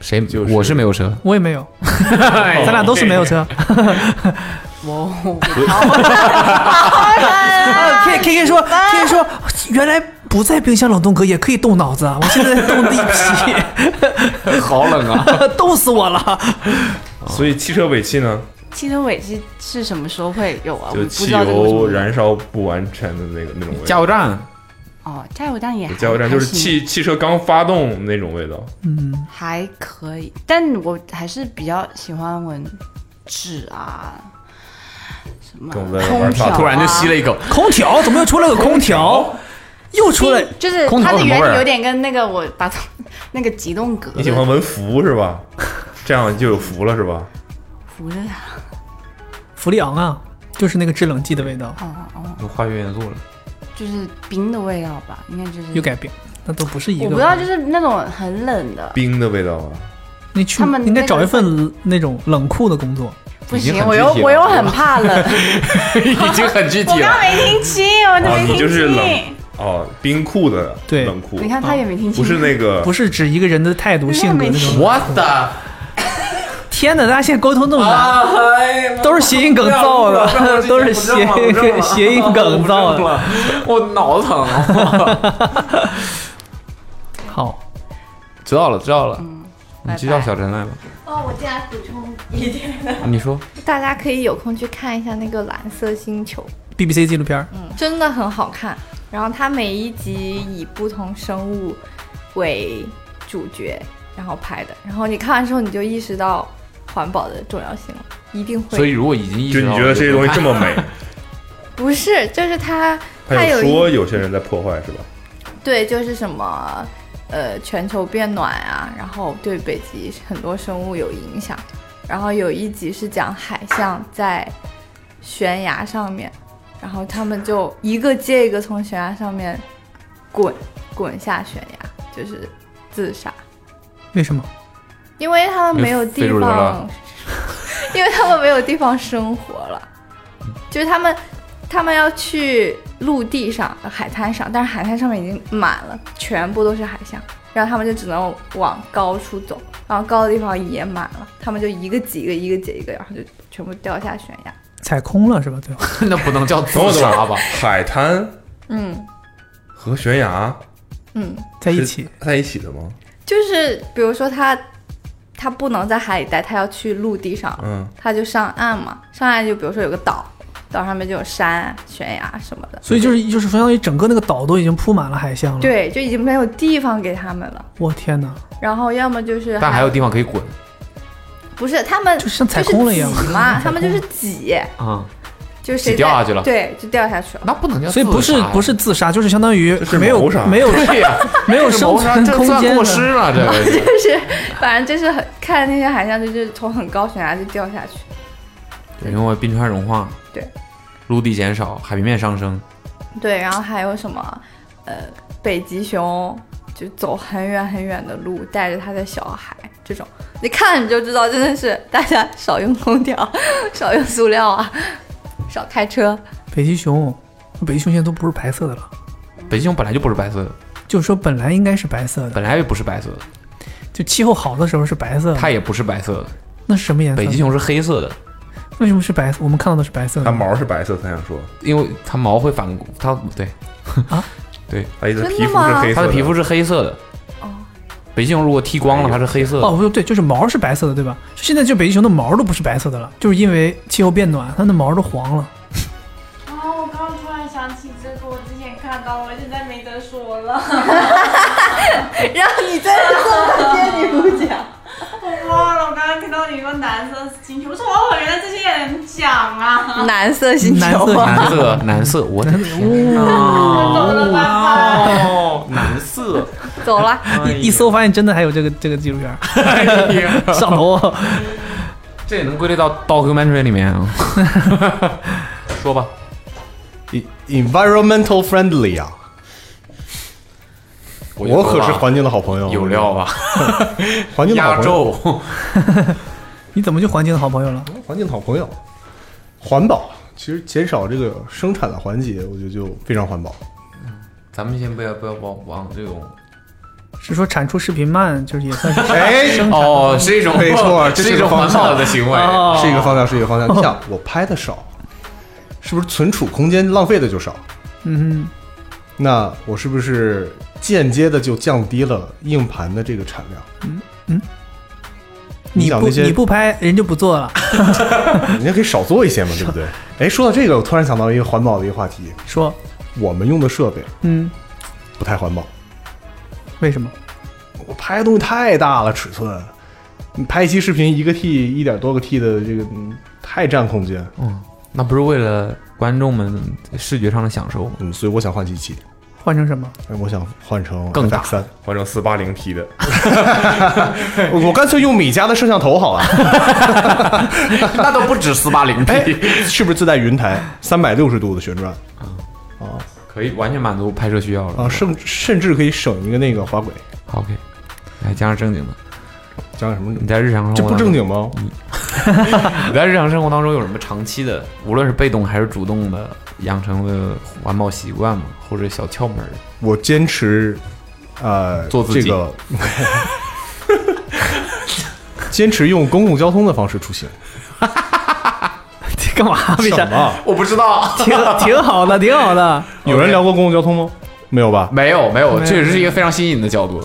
[SPEAKER 2] 谁？
[SPEAKER 7] 就是
[SPEAKER 2] 我是没有车，
[SPEAKER 3] 我也没有，
[SPEAKER 2] 哎
[SPEAKER 3] 咱俩都是没有车。 啊，K K K 说，K K 说，原来不在冰箱冷冻格也可以动脑子啊！我现在动地皮，
[SPEAKER 2] 好冷啊！
[SPEAKER 3] 冻死我了。
[SPEAKER 7] 所以汽车尾气呢，
[SPEAKER 9] 汽车尾气是什么时候会有啊？我
[SPEAKER 7] 就
[SPEAKER 9] 不
[SPEAKER 7] 汽
[SPEAKER 9] 知道这个为什么
[SPEAKER 7] 油燃烧不完全的那个那种味
[SPEAKER 2] 加
[SPEAKER 7] 道。
[SPEAKER 2] 油站
[SPEAKER 9] 哦，加油站也还
[SPEAKER 7] 加油站就是汽
[SPEAKER 9] 还行
[SPEAKER 7] 汽车刚发动那种味道，
[SPEAKER 3] 嗯，
[SPEAKER 9] 还可以，但我还是比较喜欢闻纸啊，什么
[SPEAKER 7] 跟我在玩法
[SPEAKER 9] 空调、啊，
[SPEAKER 2] 突然就吸了一口，
[SPEAKER 3] 空调怎么又出来个空调？又出来，
[SPEAKER 9] 就是
[SPEAKER 2] 空
[SPEAKER 9] 它
[SPEAKER 2] 调
[SPEAKER 9] 的
[SPEAKER 2] 什么
[SPEAKER 9] 原
[SPEAKER 2] 味儿
[SPEAKER 9] 理
[SPEAKER 2] 啊
[SPEAKER 9] 有点跟那个我把它那个急冻格
[SPEAKER 7] 你喜欢闻福是吧？这样就有福了是吧？
[SPEAKER 9] 不是它
[SPEAKER 3] 氟利昂啊，就是那个制冷剂的味道，
[SPEAKER 9] 哦哦，
[SPEAKER 2] 有化学元素了。
[SPEAKER 9] 就是冰的味道吧，应该就是
[SPEAKER 3] 有改变，那都不是一个。
[SPEAKER 9] 我不知道，就是那种很冷的，
[SPEAKER 7] 冰的味道啊，
[SPEAKER 3] 你去
[SPEAKER 9] 他们
[SPEAKER 3] 应该找一
[SPEAKER 9] 那
[SPEAKER 3] 份那种冷库的工作，
[SPEAKER 9] 不
[SPEAKER 2] 已经
[SPEAKER 9] 行，
[SPEAKER 2] 很
[SPEAKER 9] 我
[SPEAKER 2] 具
[SPEAKER 9] 又
[SPEAKER 2] 体了
[SPEAKER 9] 我又很怕 冷，
[SPEAKER 2] 已经很具体
[SPEAKER 9] 我刚
[SPEAKER 2] 了。
[SPEAKER 9] 没听清，我都
[SPEAKER 7] 哦
[SPEAKER 9] 没
[SPEAKER 7] 你就
[SPEAKER 9] 听
[SPEAKER 7] 是冷
[SPEAKER 9] 清，
[SPEAKER 7] 哦，冰库的
[SPEAKER 3] 对
[SPEAKER 7] 冷库，
[SPEAKER 9] 你看他也没听清，
[SPEAKER 7] 不是那个
[SPEAKER 3] 不是指一个人的态度、
[SPEAKER 9] 那
[SPEAKER 3] 性格
[SPEAKER 9] 没
[SPEAKER 3] 那种。
[SPEAKER 2] 我的
[SPEAKER 3] 天哪，大家现在沟通这么难，
[SPEAKER 2] 啊！
[SPEAKER 3] 都是谐音梗造的，都是谐谐音梗造的。
[SPEAKER 2] 的，我脑子疼。
[SPEAKER 3] 好，
[SPEAKER 2] 知道了，知道了。你
[SPEAKER 9] 嗯拜
[SPEAKER 2] 去叫
[SPEAKER 9] 拜
[SPEAKER 2] 小陈来吧。
[SPEAKER 11] 哦，我进来补充一点，
[SPEAKER 2] 你说
[SPEAKER 6] 大家可以有空去看一下那个《蓝色星球
[SPEAKER 3] BBC 纪录片儿，》，
[SPEAKER 11] 嗯
[SPEAKER 6] 真的很好看。然后它每一集以不同生物为主角，然后拍的。然后你看完之后，你就意识到环保的重要性了，一定
[SPEAKER 2] 所以
[SPEAKER 6] 会。
[SPEAKER 2] 如果已经意
[SPEAKER 7] 就
[SPEAKER 2] 识
[SPEAKER 7] 你
[SPEAKER 2] 到了，
[SPEAKER 7] 觉得这些东西这么美，
[SPEAKER 6] 不是，就是它，
[SPEAKER 7] 他
[SPEAKER 6] 它
[SPEAKER 7] 有
[SPEAKER 6] 有
[SPEAKER 7] 说
[SPEAKER 6] 一
[SPEAKER 7] 有些人在破坏是吧？
[SPEAKER 6] 对，就是什么。呃，全球变暖啊，然后对北极很多生物有影响。然后有一集是讲海象在悬崖上面然后他们就一个接一个从悬崖上面滚滚下悬崖，就是自杀，
[SPEAKER 3] 为什么？
[SPEAKER 6] 因为他们没有地
[SPEAKER 2] 飞入流
[SPEAKER 6] 方
[SPEAKER 2] 浪，
[SPEAKER 6] 因为他们没有地方生活了，就是他们他们要去陆地上、海滩上，但是海滩上面已经满了，全部都是海象，然后他们就只能往高处走，然后高的地方也满了，他们就一个挤一个，一个挤一个，然后就全部掉下悬崖。
[SPEAKER 3] 踩空了是吧？对吧？
[SPEAKER 2] 那不能叫自
[SPEAKER 4] 等会儿等
[SPEAKER 2] 杀
[SPEAKER 4] 会
[SPEAKER 2] 吧
[SPEAKER 4] 儿？，海滩
[SPEAKER 6] 嗯
[SPEAKER 4] 和悬崖
[SPEAKER 6] 嗯，
[SPEAKER 3] 在一起，
[SPEAKER 4] 在一起的吗？
[SPEAKER 6] 就是比如说他他不能在海里待，他要去陆地上，
[SPEAKER 4] 嗯，
[SPEAKER 6] 他就上岸嘛，上岸就比如说有个岛，岛上面就有山、悬崖什么的，
[SPEAKER 3] 所以就是就是相当于整个那个岛都已经铺满了海象了。，
[SPEAKER 6] 对，就已经没有地方给他们了。
[SPEAKER 3] 我天哪，
[SPEAKER 6] 然后要么就是
[SPEAKER 2] 但还有地方可以滚
[SPEAKER 6] 不是他们
[SPEAKER 3] 就像踩空了一样
[SPEAKER 6] 就是 挤嘛，他们就是挤，
[SPEAKER 2] 啊，
[SPEAKER 6] 就是谁
[SPEAKER 2] 挤掉
[SPEAKER 6] 在
[SPEAKER 2] 下去了
[SPEAKER 6] 对，就掉下去了。
[SPEAKER 2] 那不能叫自杀
[SPEAKER 3] 所以
[SPEAKER 2] 呀。
[SPEAKER 3] 不是不是自杀，就是相当于
[SPEAKER 4] 这是
[SPEAKER 3] 没有
[SPEAKER 4] 谋杀
[SPEAKER 3] 没有
[SPEAKER 2] 对呀，
[SPEAKER 3] 没有
[SPEAKER 2] 这是
[SPEAKER 3] 生
[SPEAKER 2] 谋杀
[SPEAKER 3] 存
[SPEAKER 2] 这
[SPEAKER 3] 空
[SPEAKER 2] 算
[SPEAKER 3] 间
[SPEAKER 2] 过
[SPEAKER 3] 了
[SPEAKER 2] 失了，这个是
[SPEAKER 6] 就是，反正就是很看那些海象，就是从很高悬崖就掉下去。
[SPEAKER 2] 因为冰川融化，
[SPEAKER 6] 对，
[SPEAKER 2] 陆地减少，海平面上升，
[SPEAKER 6] 对，然后还有什么，呃，北极熊就走很远很远的路，带着他的小孩，这种你看你就知道，真的是大家少用空调，少用塑料啊，少开车。
[SPEAKER 3] 北极熊，北极熊现在都不是白色的了，
[SPEAKER 2] 北极熊本来就不是白色的，
[SPEAKER 3] 就是说本来应该是白色的，
[SPEAKER 2] 本来也不是白色的，
[SPEAKER 3] 就气候好的时候是白色的，
[SPEAKER 2] 它也不是白色的，
[SPEAKER 3] 那是什么颜色？
[SPEAKER 2] 北极熊是黑色的，
[SPEAKER 3] 为什么是白色？我们看到的是白色的，
[SPEAKER 4] 它毛是白色，他想说，
[SPEAKER 2] 因为它毛会反它对
[SPEAKER 4] 他意思是
[SPEAKER 6] 啊真的
[SPEAKER 4] 皮肤是
[SPEAKER 6] 吗哦
[SPEAKER 4] 黑色
[SPEAKER 2] 它的皮肤是黑色的。北极熊如果剃光了，它是黑色的。
[SPEAKER 3] 哦，不对，就是毛是白色的，对吧？现在就北极熊的毛都不是白色的了，就是因为气候变暖，它的毛都黄了。
[SPEAKER 2] 啊
[SPEAKER 8] 哦，我刚刚突然想起这个，我之前看到，我现在没得说 了。
[SPEAKER 6] 让你在这坐半天，你不讲。
[SPEAKER 8] 我忘了，我刚刚听到你说蓝色星球，我说哦，原来这些人讲啊。
[SPEAKER 6] 蓝色星
[SPEAKER 3] 蓝
[SPEAKER 6] 球
[SPEAKER 3] 色
[SPEAKER 6] 啊，
[SPEAKER 2] 蓝色，蓝色，我的天
[SPEAKER 8] 懂了吧？
[SPEAKER 2] 哦，蓝色，
[SPEAKER 6] 走了。
[SPEAKER 4] 哎
[SPEAKER 3] 一一搜发现真的还有这个这个纪录片 儿， 上头啊。
[SPEAKER 2] 这也能归类到《Documentary》里面啊。说吧，
[SPEAKER 12] E- environmental friendly 啊，
[SPEAKER 2] 觉得
[SPEAKER 12] 我可
[SPEAKER 2] 吧
[SPEAKER 12] 是环境的好朋友，
[SPEAKER 2] 有料吧？
[SPEAKER 12] 环境的好
[SPEAKER 2] 压
[SPEAKER 12] 朋友，
[SPEAKER 2] 轴，
[SPEAKER 3] 你怎么就环境的好朋友了？
[SPEAKER 12] 环境的好朋友，环保。其实减少这个生产的环节，我觉得就非常环保。
[SPEAKER 2] 咱们 先不要不要往往这种
[SPEAKER 3] 是说产出视频慢，就是也 算是
[SPEAKER 12] 哎，
[SPEAKER 3] 生产
[SPEAKER 2] 哦，是一种
[SPEAKER 12] 没错这是
[SPEAKER 2] 是一
[SPEAKER 12] 个
[SPEAKER 2] 种
[SPEAKER 12] 方
[SPEAKER 2] 环
[SPEAKER 12] 向
[SPEAKER 2] 保的行为。
[SPEAKER 3] 哦
[SPEAKER 12] 是一个方向，是一个方向。你想，我拍的少，是不是存储空间浪费的就少？
[SPEAKER 3] 嗯
[SPEAKER 12] 那我是不是间接的就降低了硬盘的这个产量？
[SPEAKER 3] 哼，
[SPEAKER 12] 你
[SPEAKER 3] 你
[SPEAKER 12] 想
[SPEAKER 3] 不
[SPEAKER 12] 那些
[SPEAKER 3] 你不拍，人就不做了。
[SPEAKER 12] 人家可以少做一些嘛，对不对？哎，说到这个，我突然想到一个环保的一个话题，
[SPEAKER 3] 说，
[SPEAKER 12] 我们用的设备
[SPEAKER 3] 嗯，
[SPEAKER 12] 不太环保，
[SPEAKER 3] 为什么？
[SPEAKER 12] 我拍的东西太大了，尺寸，你拍一期视频一个 T 一点多个 T 的这个嗯太占空间，
[SPEAKER 3] 嗯
[SPEAKER 2] 那不是为了观众们视觉上的享受吗？
[SPEAKER 12] 嗯，所以我想换机器，
[SPEAKER 3] 换成什么？
[SPEAKER 12] 哎我想换成
[SPEAKER 2] 更大
[SPEAKER 12] 三，
[SPEAKER 4] 换成四八零 P 的，
[SPEAKER 12] 我 我干脆用米家的摄像头好了。
[SPEAKER 2] 那都不止四八零
[SPEAKER 12] 哎，是不是自带云台三百六十度的旋转
[SPEAKER 2] 啊可以完全满足拍摄需要了
[SPEAKER 12] 啊？甚甚至可以省一个那个滑轨，
[SPEAKER 2] 好 OK，来加上正经的，
[SPEAKER 12] 加上什么？
[SPEAKER 2] 你在日常生活
[SPEAKER 12] 这不
[SPEAKER 2] 当中
[SPEAKER 12] 正经吗？嗯
[SPEAKER 2] 你 在日常生活当中有什么长期的，无论是被动还是主动的，养成的环保习惯吗？或者小窍门儿？
[SPEAKER 12] 我坚持，呃，
[SPEAKER 2] 做自
[SPEAKER 12] 这
[SPEAKER 2] 己
[SPEAKER 12] 个， 坚持用公共交通的方式出行。
[SPEAKER 3] 这干嘛？为
[SPEAKER 12] 什
[SPEAKER 3] 啥？
[SPEAKER 12] 么？
[SPEAKER 2] 我不知道，
[SPEAKER 3] 挺 挺好的，挺好的。
[SPEAKER 12] 有人聊过公共交通吗？没有吧？
[SPEAKER 2] 没有没有，
[SPEAKER 3] 没有
[SPEAKER 2] 这也是一个非常新颖的角度。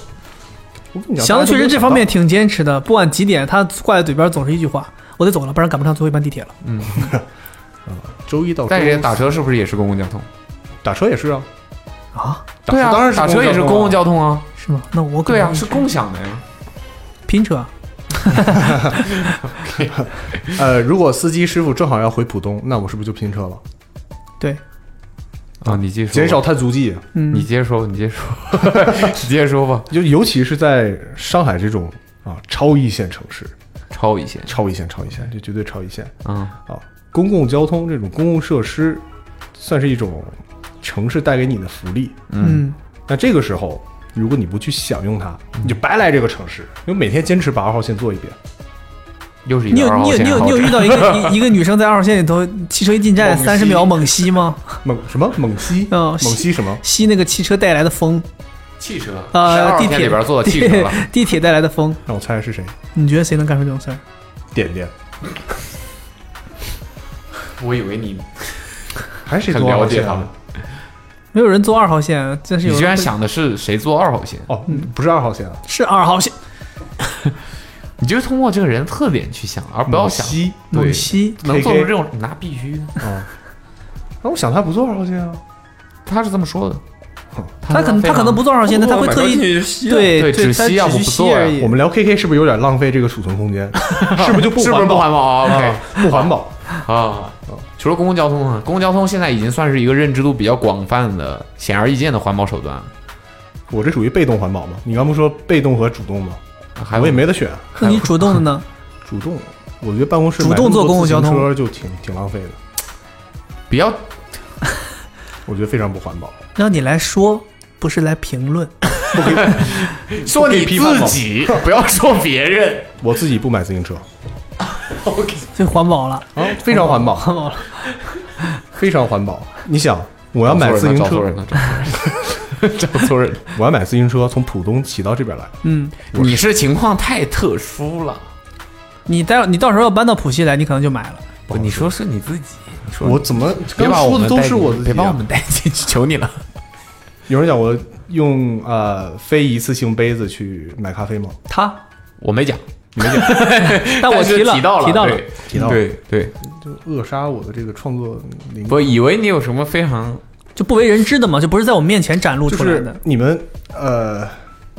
[SPEAKER 12] 我跟你讲
[SPEAKER 3] 祥子确实这方面，挺坚持的，不管几点，他挂在嘴边总是一句话：“我得走了，不然赶不上最后一班地铁了。
[SPEAKER 2] 嗯
[SPEAKER 12] 大家嗯都周一到周
[SPEAKER 2] 但是
[SPEAKER 12] 五
[SPEAKER 2] 打车是不是也是公共交通？
[SPEAKER 12] 打车也是啊，”
[SPEAKER 3] 啊，
[SPEAKER 12] 打车当然是
[SPEAKER 2] 打车也是公共交通啊。
[SPEAKER 3] 是吗？那我可
[SPEAKER 2] 对
[SPEAKER 3] 能
[SPEAKER 2] 啊，是共享的呀。
[SPEAKER 3] 拼车。
[SPEAKER 12] 通啊。呃，如果司机师傅正好要回浦东，那我是不是就拼车了？
[SPEAKER 3] 对，
[SPEAKER 2] 啊，你接着说
[SPEAKER 12] 减少，碳足迹。
[SPEAKER 3] 嗯，
[SPEAKER 2] 你接着说，你接着说， 你接着说吧。
[SPEAKER 12] 就尤其是在上海这种啊超一线城市，
[SPEAKER 2] 超一些，
[SPEAKER 12] 超一线，超一线，这绝对超一线
[SPEAKER 2] 嗯，
[SPEAKER 12] 啊！公共交通这种公共设施算是一种城市带给你的福利。
[SPEAKER 3] 嗯，
[SPEAKER 12] 那这个时候，如果你不去享用它，你就白来这个城市。因为每天坚持把二号线做一遍，
[SPEAKER 2] 又是
[SPEAKER 3] 你有你有你有你有遇到一 个一一个女生在二号线里头，汽车一进站
[SPEAKER 12] 猛吸
[SPEAKER 3] 三十秒猛吸吗？
[SPEAKER 12] 猛什么猛吸？
[SPEAKER 3] 嗯，
[SPEAKER 12] 猛吸什么？
[SPEAKER 3] 吸那个汽车带来的风。
[SPEAKER 2] 汽车
[SPEAKER 3] 啊，
[SPEAKER 2] 12
[SPEAKER 3] 地
[SPEAKER 2] 天
[SPEAKER 3] 铁
[SPEAKER 2] 里边坐的汽车了
[SPEAKER 3] 地铁带来的风。
[SPEAKER 12] 让我猜是谁？
[SPEAKER 3] 你觉得谁能干出这种事儿？
[SPEAKER 12] 点点。
[SPEAKER 2] 我以为你
[SPEAKER 12] 还是
[SPEAKER 2] 很
[SPEAKER 12] 多
[SPEAKER 2] 了
[SPEAKER 12] 了解
[SPEAKER 2] 解
[SPEAKER 12] 他
[SPEAKER 2] 他
[SPEAKER 12] 们
[SPEAKER 2] 们。
[SPEAKER 3] 没有人坐二号线，啊真是有。嗯
[SPEAKER 2] 你居然想的是谁坐二号线？
[SPEAKER 12] 哦，不是二号线啊，
[SPEAKER 3] 是二号线。
[SPEAKER 2] 你就是通过这个人的特点去想，而不要想
[SPEAKER 12] 猛吸
[SPEAKER 2] 对
[SPEAKER 3] 猛吸
[SPEAKER 2] 能做出
[SPEAKER 12] KK
[SPEAKER 2] 这种，那必须的。
[SPEAKER 12] 啊， 那我想他不做二号线啊，
[SPEAKER 2] 他是这么说的。
[SPEAKER 3] 他可能他可能不坐二号线，但他会特意对
[SPEAKER 2] 对只
[SPEAKER 3] 他
[SPEAKER 2] 吸要不
[SPEAKER 3] 只
[SPEAKER 2] 不
[SPEAKER 3] 吸
[SPEAKER 2] 做呀啊
[SPEAKER 3] 而已
[SPEAKER 12] 我。们聊 KK 是不是有点浪费这个储存空间？是不是就不
[SPEAKER 2] 是不是不环保啊？OK
[SPEAKER 12] 啊不环保。
[SPEAKER 2] 啊，除了公共交通啊，公共交通现在已经算是一个认知度比较广泛的、显而易见的环保手段了。
[SPEAKER 12] 我这属于被动环保吗？你刚不说被动和主动吗？
[SPEAKER 2] 啊还有
[SPEAKER 12] 我也没得选，
[SPEAKER 3] 那你主动的呢？
[SPEAKER 12] 主动。我觉得办公室
[SPEAKER 3] 主动坐公共交通
[SPEAKER 12] 买那么多自行车就挺挺浪费的，
[SPEAKER 2] 比较
[SPEAKER 12] 我觉得非常不环保。
[SPEAKER 3] 让你来说，不是来评论。
[SPEAKER 2] 说你
[SPEAKER 12] 可以批判
[SPEAKER 2] 自
[SPEAKER 12] 吗
[SPEAKER 2] 己，不要说别人。
[SPEAKER 12] 我自己不买自行车
[SPEAKER 3] 最环保了，
[SPEAKER 12] 啊，非常环保，
[SPEAKER 3] 环保了。
[SPEAKER 12] 非常环保。你想，我要买自行
[SPEAKER 2] 找错
[SPEAKER 12] 车
[SPEAKER 2] 人，了，找错人了，找错人了。
[SPEAKER 12] 我要买自行车从浦东骑到这边来，
[SPEAKER 3] 嗯，
[SPEAKER 2] 你是情况太特殊了，
[SPEAKER 3] 你待你到时候要搬到浦西来，你可能就买了。
[SPEAKER 2] 不，你说是你自己，你说
[SPEAKER 12] 我怎么
[SPEAKER 2] 别
[SPEAKER 12] 刚
[SPEAKER 2] 把我
[SPEAKER 12] 说
[SPEAKER 2] 们
[SPEAKER 12] 的都
[SPEAKER 2] 带
[SPEAKER 12] 是
[SPEAKER 2] 进
[SPEAKER 12] 我
[SPEAKER 2] 去
[SPEAKER 12] 自己啊？
[SPEAKER 2] 别把我们带进去，求你了。
[SPEAKER 12] 有人讲我用呃非一次性杯子去买咖啡吗？
[SPEAKER 3] 他，
[SPEAKER 2] 我没讲，
[SPEAKER 12] 没 讲，
[SPEAKER 3] 但我
[SPEAKER 2] 是
[SPEAKER 3] 提了，
[SPEAKER 2] 提到了，
[SPEAKER 3] 提到了
[SPEAKER 2] 对，
[SPEAKER 12] 提到了
[SPEAKER 2] 对对，
[SPEAKER 12] 就扼杀我的这个创作灵
[SPEAKER 2] 我以为你有什么非常
[SPEAKER 3] 就不为人知的嘛，就不是在我们面前展露
[SPEAKER 12] 就
[SPEAKER 3] 出来
[SPEAKER 12] 是
[SPEAKER 3] 的。
[SPEAKER 12] 你们呃，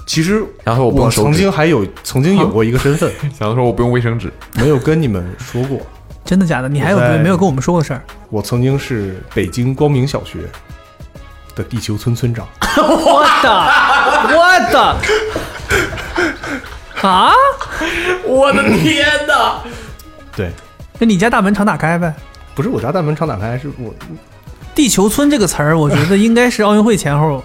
[SPEAKER 12] 其实
[SPEAKER 2] 然后我不
[SPEAKER 12] 我
[SPEAKER 2] 用手
[SPEAKER 12] 曾
[SPEAKER 2] 指
[SPEAKER 12] 经还有曾经有过一个身份，
[SPEAKER 2] 啊 想说我不用卫生纸，
[SPEAKER 12] 没有跟你们说过。
[SPEAKER 3] 真的假的？你还有
[SPEAKER 12] 我在
[SPEAKER 3] 没有跟我们说过事儿？
[SPEAKER 12] 我曾经是北京光明小学的地球村村长，
[SPEAKER 3] 我的，我的，啊！
[SPEAKER 2] 我的天哪！
[SPEAKER 12] 对，
[SPEAKER 3] 那你家大门常打开呗？
[SPEAKER 12] 不是我家大门常打开，是我
[SPEAKER 3] 地球村这个词儿，我觉得应该是奥运会前后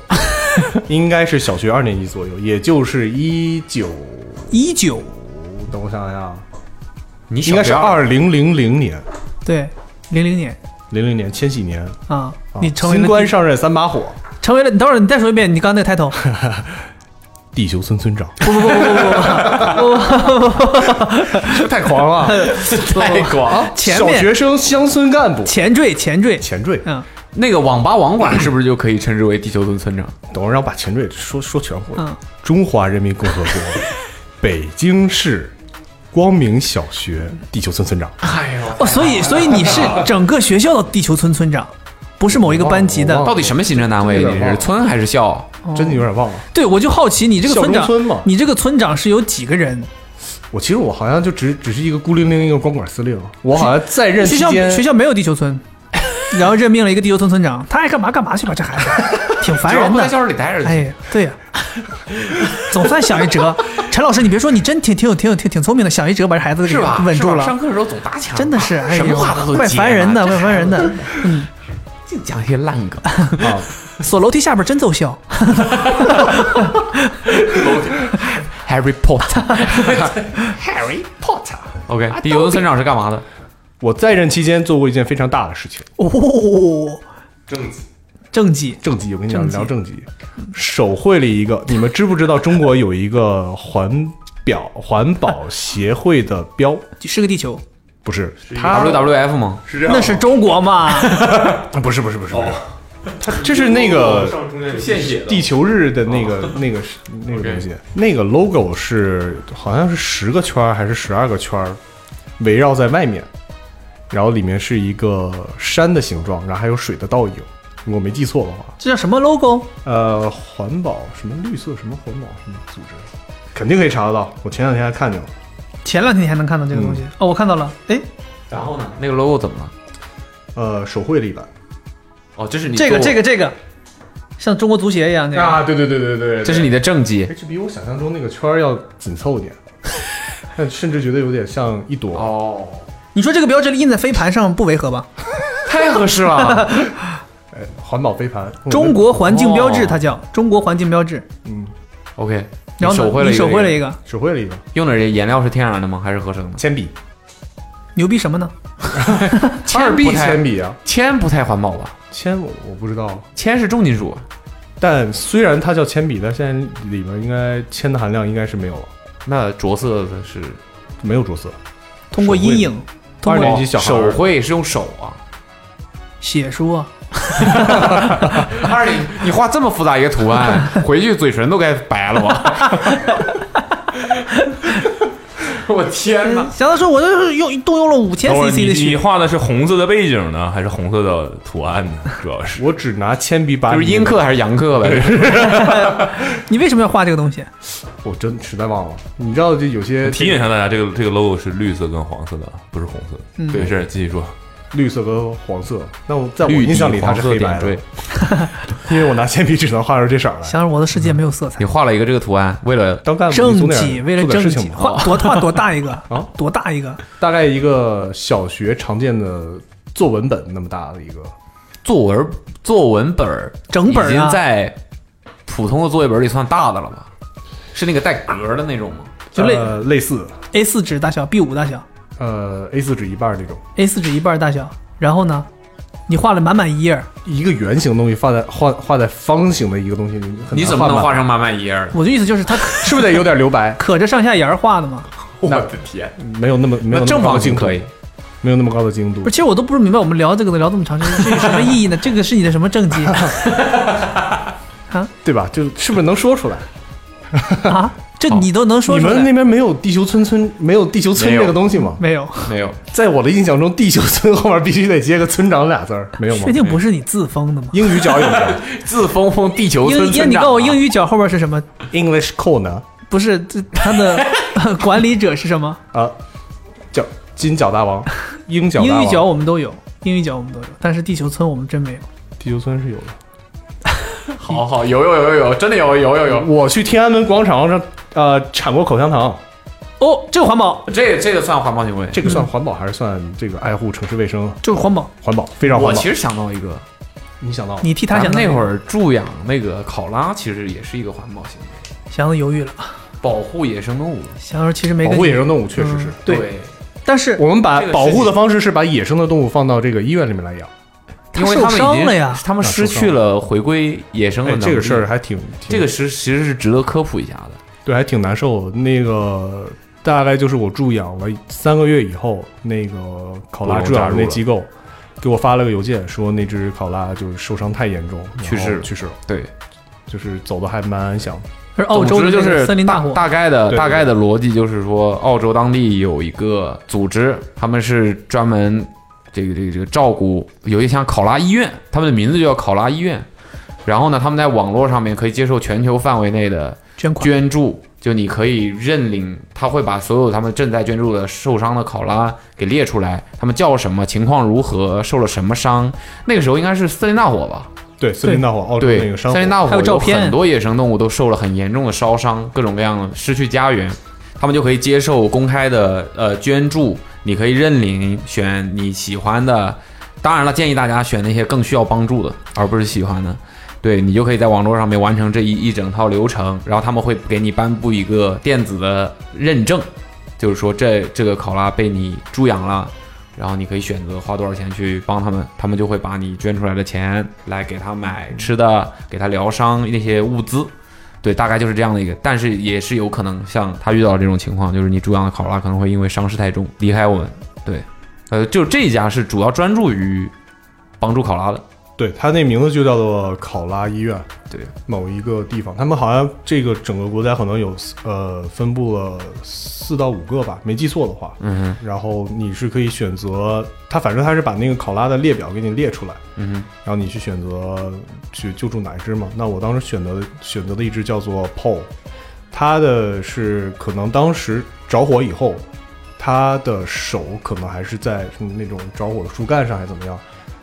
[SPEAKER 12] 应该是小学二年级左右，也就是一九，
[SPEAKER 3] 一九
[SPEAKER 12] 等我想想啊，
[SPEAKER 2] 你小
[SPEAKER 12] 应该是
[SPEAKER 2] 学
[SPEAKER 12] 二零零零年，
[SPEAKER 3] 对零零年
[SPEAKER 12] 零零年千禧年，
[SPEAKER 3] 啊
[SPEAKER 12] 啊，
[SPEAKER 3] 你成为
[SPEAKER 12] 新
[SPEAKER 3] 了
[SPEAKER 12] 官
[SPEAKER 3] 地
[SPEAKER 12] 上任三把火，
[SPEAKER 3] 成为了，你等会儿你再说一遍你刚刚那抬头，
[SPEAKER 12] 地球村村长，
[SPEAKER 3] 不不不不不不不哦
[SPEAKER 12] 太狂了！
[SPEAKER 2] 太广，
[SPEAKER 3] 前
[SPEAKER 12] 小
[SPEAKER 3] 面
[SPEAKER 12] 学生乡村干部
[SPEAKER 3] 前缀前缀，
[SPEAKER 12] 前缀，
[SPEAKER 3] 嗯
[SPEAKER 2] 那个网吧网管是不是就可以称之为地球村村长？
[SPEAKER 12] 等会儿让我把前缀说说全乎了。
[SPEAKER 3] 嗯，
[SPEAKER 12] 中华人民共和国 北京市光明小学地球村村长，
[SPEAKER 2] 哎
[SPEAKER 3] 哦，所以所以你 是整个学校的地球村村长，不是某一个班级
[SPEAKER 12] 我忘
[SPEAKER 3] 的
[SPEAKER 12] 了。
[SPEAKER 2] 哦到底什么行政单位？
[SPEAKER 12] 这个哦
[SPEAKER 2] 你是村还是校？
[SPEAKER 12] 真的有点忘了。
[SPEAKER 3] 对，我就好奇你这个
[SPEAKER 12] 校
[SPEAKER 3] 村
[SPEAKER 12] 中
[SPEAKER 3] 长
[SPEAKER 12] 村嘛，
[SPEAKER 3] 你这个村长是有几个人？
[SPEAKER 12] 我其实我好像就只只是一个孤零零一个光管司令，我好像在任
[SPEAKER 3] 学
[SPEAKER 12] 期
[SPEAKER 3] 校
[SPEAKER 12] 间
[SPEAKER 3] 学校没有地球 村，然后任命了一个地球村村长，他爱干嘛干嘛去吧，这孩子挺烦
[SPEAKER 2] 只要
[SPEAKER 3] 人
[SPEAKER 2] 不在
[SPEAKER 3] 的。
[SPEAKER 2] 教室里待着就行。
[SPEAKER 3] 哎，对呀、总算想一 辙。陈老师，你别说，你真挺挺有挺有挺挺聪明的，想一辙把这孩子给
[SPEAKER 2] 是吧？
[SPEAKER 3] 稳住
[SPEAKER 2] 是吧
[SPEAKER 3] 了
[SPEAKER 2] 上，课的时候总打抢，
[SPEAKER 3] 真的是，哎
[SPEAKER 2] 什么
[SPEAKER 3] 呦
[SPEAKER 2] 话他都
[SPEAKER 3] 怪
[SPEAKER 2] 接啊
[SPEAKER 3] 烦人的，
[SPEAKER 2] 这
[SPEAKER 3] 怪烦人 的。
[SPEAKER 2] 净讲一些烂 梗。
[SPEAKER 12] 啊，
[SPEAKER 3] 锁楼梯下边真奏效，
[SPEAKER 2] Harry Potter，Harry Potter。OK，地
[SPEAKER 3] 啊
[SPEAKER 2] 球村村长是干嘛的？
[SPEAKER 12] 我在任期间做过一件非常大的事情，
[SPEAKER 3] 哦，
[SPEAKER 4] 政绩
[SPEAKER 3] 政绩
[SPEAKER 12] 政绩。我跟你讲，
[SPEAKER 3] 政绩
[SPEAKER 12] 聊政绩，手绘了一个，你们知不知道中国有一个环表 环保协会的标？
[SPEAKER 3] 是个地球，
[SPEAKER 12] 不是，它
[SPEAKER 2] WWF 吗？
[SPEAKER 4] 是这样吗，
[SPEAKER 3] 那是中国嘛？
[SPEAKER 12] 不是不是不是不是，它就是那个
[SPEAKER 4] 上中间有
[SPEAKER 2] 献血的
[SPEAKER 12] 地球日的那
[SPEAKER 2] 哦
[SPEAKER 12] 个、那个是 那个东西那个 logo 是好像是十个圈儿还是十二个圈儿围绕在外面，然后里面是一个山的形状，然后还有水的倒影。如果没记错的话，
[SPEAKER 3] 这叫什么 logo？
[SPEAKER 12] 呃，环保什么绿色什么环保什么组织，肯定可以查得到。我前两天还看见了，
[SPEAKER 3] 前两天你还能看到这个东西、哦，我看到了，哎，
[SPEAKER 2] 嗯然后呢？那个 logo 怎么了？
[SPEAKER 12] 呃，手绘了一版
[SPEAKER 2] 哦，这是你
[SPEAKER 3] 这个
[SPEAKER 2] 做
[SPEAKER 3] 这，个这个，像中国足协一样，这个、，
[SPEAKER 12] 对对对对对对
[SPEAKER 2] 这是你的政绩
[SPEAKER 12] 哎，这比我想象中那个圈儿要紧凑 一点，但甚至觉得有点像一朵
[SPEAKER 2] 哦，
[SPEAKER 3] 你说这个标志印在飞盘上不违和吧？
[SPEAKER 2] 太合适了。
[SPEAKER 12] 环保飞盘，
[SPEAKER 3] 中国环境标志，它叫中国环境标志。
[SPEAKER 12] 嗯
[SPEAKER 2] ，OK。
[SPEAKER 3] 然后呢
[SPEAKER 2] 手绘了
[SPEAKER 3] 你手绘了一
[SPEAKER 2] 个
[SPEAKER 3] 个，
[SPEAKER 12] 手绘了一个，
[SPEAKER 2] 用的颜料是天然的吗？还是合成的？
[SPEAKER 12] 铅笔，
[SPEAKER 3] 牛逼什么呢？
[SPEAKER 2] 铅笔，
[SPEAKER 12] 铅笔啊，
[SPEAKER 2] 铅不太环保吧？
[SPEAKER 12] 铅我我不知道，
[SPEAKER 2] 铅是重金属，
[SPEAKER 12] 但虽然它叫铅笔，但现在里面应该铅的含量应该是没有了。
[SPEAKER 2] 那着色的是
[SPEAKER 12] 没有着色，
[SPEAKER 3] 通过阴影，通
[SPEAKER 12] 二
[SPEAKER 3] 过
[SPEAKER 12] 年级小孩
[SPEAKER 2] 手绘是用手啊。
[SPEAKER 3] 写书啊，
[SPEAKER 2] 二你你画这么复杂一个图案，回去嘴唇都该白了吧？我天哪！
[SPEAKER 3] 呃小的说，我就是用动用了五千
[SPEAKER 4] 等会儿
[SPEAKER 3] CC
[SPEAKER 4] 你
[SPEAKER 3] 的
[SPEAKER 4] 你
[SPEAKER 3] 血，
[SPEAKER 4] 画的是红色的背景呢，还是红色的图案呢？主要是
[SPEAKER 12] 我只拿铅笔把
[SPEAKER 2] 就是阴刻还是阳刻呗？
[SPEAKER 3] 你为什么要画这个东西？
[SPEAKER 12] 我真实在忘了。你知道，就有些
[SPEAKER 4] 提醒一下大家，这个这个 logo 是绿色跟黄色的，不是红色的。
[SPEAKER 3] 嗯
[SPEAKER 4] 没事，继续说。
[SPEAKER 12] 绿色和黄色，那我在我
[SPEAKER 2] 绿
[SPEAKER 12] 印象
[SPEAKER 2] 底
[SPEAKER 12] 里它
[SPEAKER 2] 黄
[SPEAKER 12] 是
[SPEAKER 2] 色
[SPEAKER 12] 黑白的
[SPEAKER 2] 点缀，。
[SPEAKER 12] 因为我拿铅笔只能画出这色儿来。
[SPEAKER 3] 想让我的世界没有色彩
[SPEAKER 2] 你。画了一个这个图案，为了
[SPEAKER 12] 当干部你
[SPEAKER 3] 正
[SPEAKER 12] 总得
[SPEAKER 3] 己为了
[SPEAKER 12] 做点
[SPEAKER 3] 正
[SPEAKER 12] 事情
[SPEAKER 3] 己，
[SPEAKER 12] 嘛
[SPEAKER 3] 画多画多大一个
[SPEAKER 12] 啊？
[SPEAKER 3] 多大一个？
[SPEAKER 12] 大概一个小学常见的作文本那么大的一个，
[SPEAKER 2] 作文作文本儿
[SPEAKER 3] 整本儿啊
[SPEAKER 2] 已经在普通的作业本里算大的了吧？是那个带格儿的那种吗？
[SPEAKER 3] 就类
[SPEAKER 12] 呃类似
[SPEAKER 3] A 四纸大小，B 五大小
[SPEAKER 12] 呃 A 四纸一半儿那种，
[SPEAKER 3] ，A 四纸一半大小。然后呢，你画了满满一页儿，
[SPEAKER 12] 一个圆形的东西放在画画在方形的一个东西里，很难
[SPEAKER 2] 你怎么能
[SPEAKER 12] 满
[SPEAKER 2] 画？成满满一页儿呢？
[SPEAKER 3] 我的意思就是它？
[SPEAKER 12] 是不是得有点留白
[SPEAKER 3] 可着上下沿儿画的嘛。
[SPEAKER 2] 我的天！
[SPEAKER 12] 没有那么没有那
[SPEAKER 2] 那
[SPEAKER 12] 么
[SPEAKER 2] 正
[SPEAKER 12] 高的
[SPEAKER 2] 方形
[SPEAKER 12] 精度
[SPEAKER 2] 可以，，
[SPEAKER 12] 没有那么高的精度
[SPEAKER 3] 不是，。其实我都不是明白我们聊这个的聊这么长时间，这有什么意义呢？这个是你的什么政绩啊
[SPEAKER 12] 对吧？就是不是能说出来？
[SPEAKER 3] 啊？这你都能说
[SPEAKER 12] 你
[SPEAKER 3] 出
[SPEAKER 12] 们
[SPEAKER 3] 来
[SPEAKER 12] 那？边没有地球村村没有地球村
[SPEAKER 2] 没有
[SPEAKER 12] 这个东西吗？
[SPEAKER 3] 没有，
[SPEAKER 2] 没有
[SPEAKER 12] 在我的印象中，地球村后面必须得接个村长俩字儿，没有吗
[SPEAKER 3] 确？定不是你自封的吗？
[SPEAKER 12] 英语角有没有
[SPEAKER 2] 自封封地球
[SPEAKER 3] 英
[SPEAKER 2] 村
[SPEAKER 3] 英，
[SPEAKER 2] 村
[SPEAKER 3] 你
[SPEAKER 2] 长
[SPEAKER 3] 告我
[SPEAKER 2] 啊
[SPEAKER 3] 英语角后边是什么？
[SPEAKER 12] ？English 啊 code 呢？
[SPEAKER 3] 不是，这他的 管理者是什么？
[SPEAKER 12] 啊，角金角大 王，鹰角大
[SPEAKER 3] 英
[SPEAKER 12] 王
[SPEAKER 3] 语角我们都有，英语角我们都有，但是地球村我们真没有。
[SPEAKER 12] 地球村是有的。
[SPEAKER 2] 好好有有有有有，真的有有有有，
[SPEAKER 12] 我去天安门广场上呃产过口香糖，
[SPEAKER 3] 哦，这个环保，
[SPEAKER 2] 这这个算环保行为。
[SPEAKER 12] 这个算环保还是算这个爱护城市卫生？
[SPEAKER 3] 这个环保，
[SPEAKER 12] 环保非常
[SPEAKER 2] 我
[SPEAKER 12] 环保哦
[SPEAKER 2] 其。实想到一个，
[SPEAKER 12] 你想到了
[SPEAKER 3] 你替他想
[SPEAKER 2] 咱们
[SPEAKER 3] 到
[SPEAKER 2] 那会
[SPEAKER 3] 儿
[SPEAKER 2] 儿助养那个考拉，其实也是一个环保行为，
[SPEAKER 3] 祥子犹豫了，
[SPEAKER 2] 保护野生动物。
[SPEAKER 3] 祥子其实没
[SPEAKER 12] 保
[SPEAKER 3] 跟
[SPEAKER 12] 护野生动物确实是
[SPEAKER 3] 嗯，对，但是
[SPEAKER 12] 我们把
[SPEAKER 2] 这个事情
[SPEAKER 12] 保护的方式是把野生的动物放到这个医院里面来养。
[SPEAKER 2] 因为他们
[SPEAKER 3] 受伤
[SPEAKER 2] 已经
[SPEAKER 3] 了呀
[SPEAKER 2] 他们
[SPEAKER 12] 啊
[SPEAKER 2] 失
[SPEAKER 12] 受
[SPEAKER 2] 去
[SPEAKER 12] 伤
[SPEAKER 2] 了回归野生的
[SPEAKER 12] 哎，
[SPEAKER 2] 能力。
[SPEAKER 12] 这个事儿还挺，挺
[SPEAKER 2] 这个是其实是值得科普一下的。
[SPEAKER 12] 对，还挺难受的。那个大概就是我住养了三个月以后，那个考拉助养的那机构给我发了个邮件，说那只考拉就是受伤太严重，然后
[SPEAKER 2] 去世了
[SPEAKER 12] 去世了，
[SPEAKER 2] 对，
[SPEAKER 12] 就是走的还蛮安详。
[SPEAKER 3] 而澳洲的
[SPEAKER 2] 总之就
[SPEAKER 3] 那个
[SPEAKER 2] 是
[SPEAKER 3] 森林大
[SPEAKER 2] 大
[SPEAKER 3] 火，
[SPEAKER 2] 大概的
[SPEAKER 12] 对
[SPEAKER 2] 大概的逻辑就是说，澳洲当地有一个组织，他们是专门这个这个这个照顾，有一像考拉医院，他们的名字就叫考拉医院。然后呢，他们在网络上面可以接受全球范围内的
[SPEAKER 3] 捐款，
[SPEAKER 2] 捐助，就你可以认领，他会把所有他们正在捐助的受伤的考拉给列出来，他们叫什么，情况如何，受了什么伤。那个时候应该是森林大火吧？
[SPEAKER 12] 对，森林大火，澳洲那
[SPEAKER 2] 对，
[SPEAKER 12] 个山火
[SPEAKER 2] 森林大
[SPEAKER 3] 还
[SPEAKER 2] 火
[SPEAKER 3] 有照片
[SPEAKER 2] 很多野生动物都受了很严重的烧伤，各种各样的失去家园，他们就可以接受公开的呃捐助，你可以认领选你喜欢的。当然了，建议大家选那些更需要帮助的，而不是喜欢的。对你就可以在网络上面完成这一一整套流程，然后他们会给你颁布一个电子的认证，就是说这这个考拉被你助养了，然后你可以选择花多少钱去帮他们，他们就会把你捐出来的钱来给他买吃的，给他疗伤那些物资。对，大概就是这样的一个，但是也是有可能像他遇到这种情况，就是你助养的考拉可能会因为伤势太重离开我们。对，呃，就这一家是主要专注于帮助考拉的。
[SPEAKER 12] 对，它那名字就叫做考拉医院。
[SPEAKER 2] 对，
[SPEAKER 12] 某一个地方，他们好像这个整个国家可能有呃分布了四到五个吧，没记错的话。
[SPEAKER 2] 嗯
[SPEAKER 12] 然后你是可以选择，它反正它是把那个考拉的列表给你列出来，
[SPEAKER 2] 哼，嗯哼，
[SPEAKER 12] 然后你去选择去救助哪一只嘛。那我当时选择的选择的一只叫做 Paul，它的是可能当时着火以后，它的手可能还是在什么那种着火树干上还是怎么样，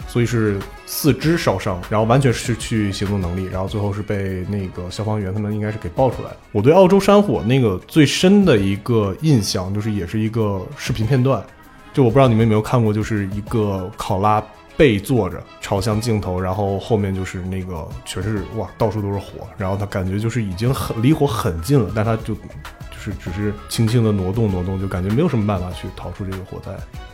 [SPEAKER 12] 所以是四肢烧伤，然后完全失去行动能力，然后最后是被那个消防员他们应该是给抱出来的。我对澳洲山火那个最深的一个印象，就是也是一个视频片段，就我不知道你们有没有看过，就是一个考拉背坐着朝向镜头，然后后面就是那个全是哇，到处都是火，然后他感觉就是已经很离火很近了，但他就就是只是轻轻的挪动挪动，就感觉没有什么办法去逃出这个火灾。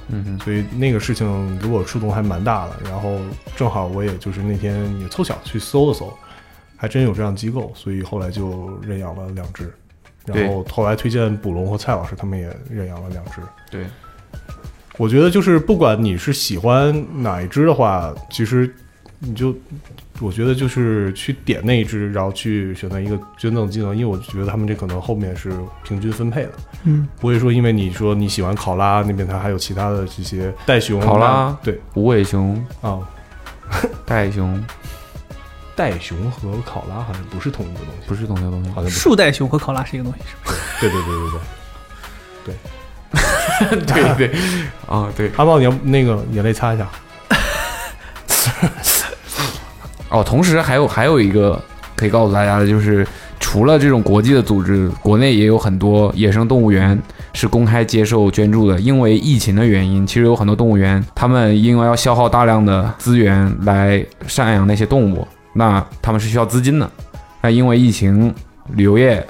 [SPEAKER 2] 嗯哼，
[SPEAKER 12] 所以那个事情给我触动还蛮大的。然后正好我也就是那天也凑巧去搜了搜，还真有这样机构，所以后来就认养了两只。然后后来推荐卜龙和蔡老师，他们也认养了两只。
[SPEAKER 2] 对，
[SPEAKER 12] 我觉得就是不管你是喜欢哪一只的话，其实你就我觉得就是去点那一只，然后去选择一个捐赠技能，因为我觉得他们这可能后面是平均分配的，
[SPEAKER 3] 嗯，
[SPEAKER 12] 不会说因为你说你喜欢考拉那边，它还有其他的这些袋熊、
[SPEAKER 2] 考拉
[SPEAKER 12] 对
[SPEAKER 2] 无尾熊
[SPEAKER 12] 啊，
[SPEAKER 2] 袋 熊、
[SPEAKER 12] 袋熊和考拉好像不是同一个东西，
[SPEAKER 2] 不是同一个东西，
[SPEAKER 12] 好像不是
[SPEAKER 3] 树袋熊和考拉是一个东西，是吧？
[SPEAKER 12] 对对对对对。
[SPEAKER 2] 对对对， 啊对，
[SPEAKER 12] 阿豹，你要那个眼泪擦一下。
[SPEAKER 2] 哦，同时还有还有一个可以告诉大家的就是，除了这种国际的组织，国内也有很多野生动物园是公开接受捐助的。因为疫情的原因，其实有很多动物园，他们因为要消耗大量的资源来赡养那些动物，那他们是需要资金的。那因为疫情，旅游业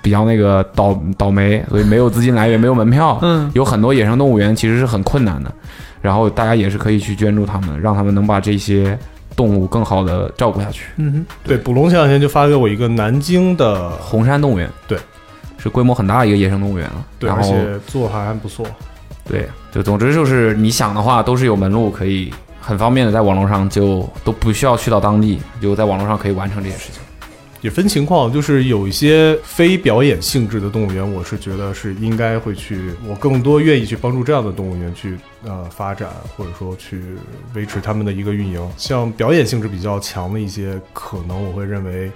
[SPEAKER 2] 比较那个倒倒霉，所以没有资金来源，没有门票，
[SPEAKER 3] 嗯，
[SPEAKER 2] 有很多野生动物园其实是很困难的。然后大家也是可以去捐助他们，让他们能把这些动物更好的照顾下去。
[SPEAKER 3] 嗯
[SPEAKER 12] 对，捕龙前两天就发给我一个南京的
[SPEAKER 2] 红山动物园，
[SPEAKER 12] 对，
[SPEAKER 2] 是规模很大的一个野生动物园了。
[SPEAKER 12] 对，
[SPEAKER 2] 然
[SPEAKER 12] 而
[SPEAKER 2] 后
[SPEAKER 12] 且做还还不错。
[SPEAKER 2] 对，就总之就是你想的话，都是有门路可以很方便的，在网络上就都不需要去到当地，就在网络上可以完成这 些事情。
[SPEAKER 12] 也分情况，就是有一些非表演性质的动物园，我是觉得是应该会去，我更多愿意去帮助这样的动物园去呃发展，或者说去维持他们的一个运营。像表演性质比较强的一些，可能我会认为，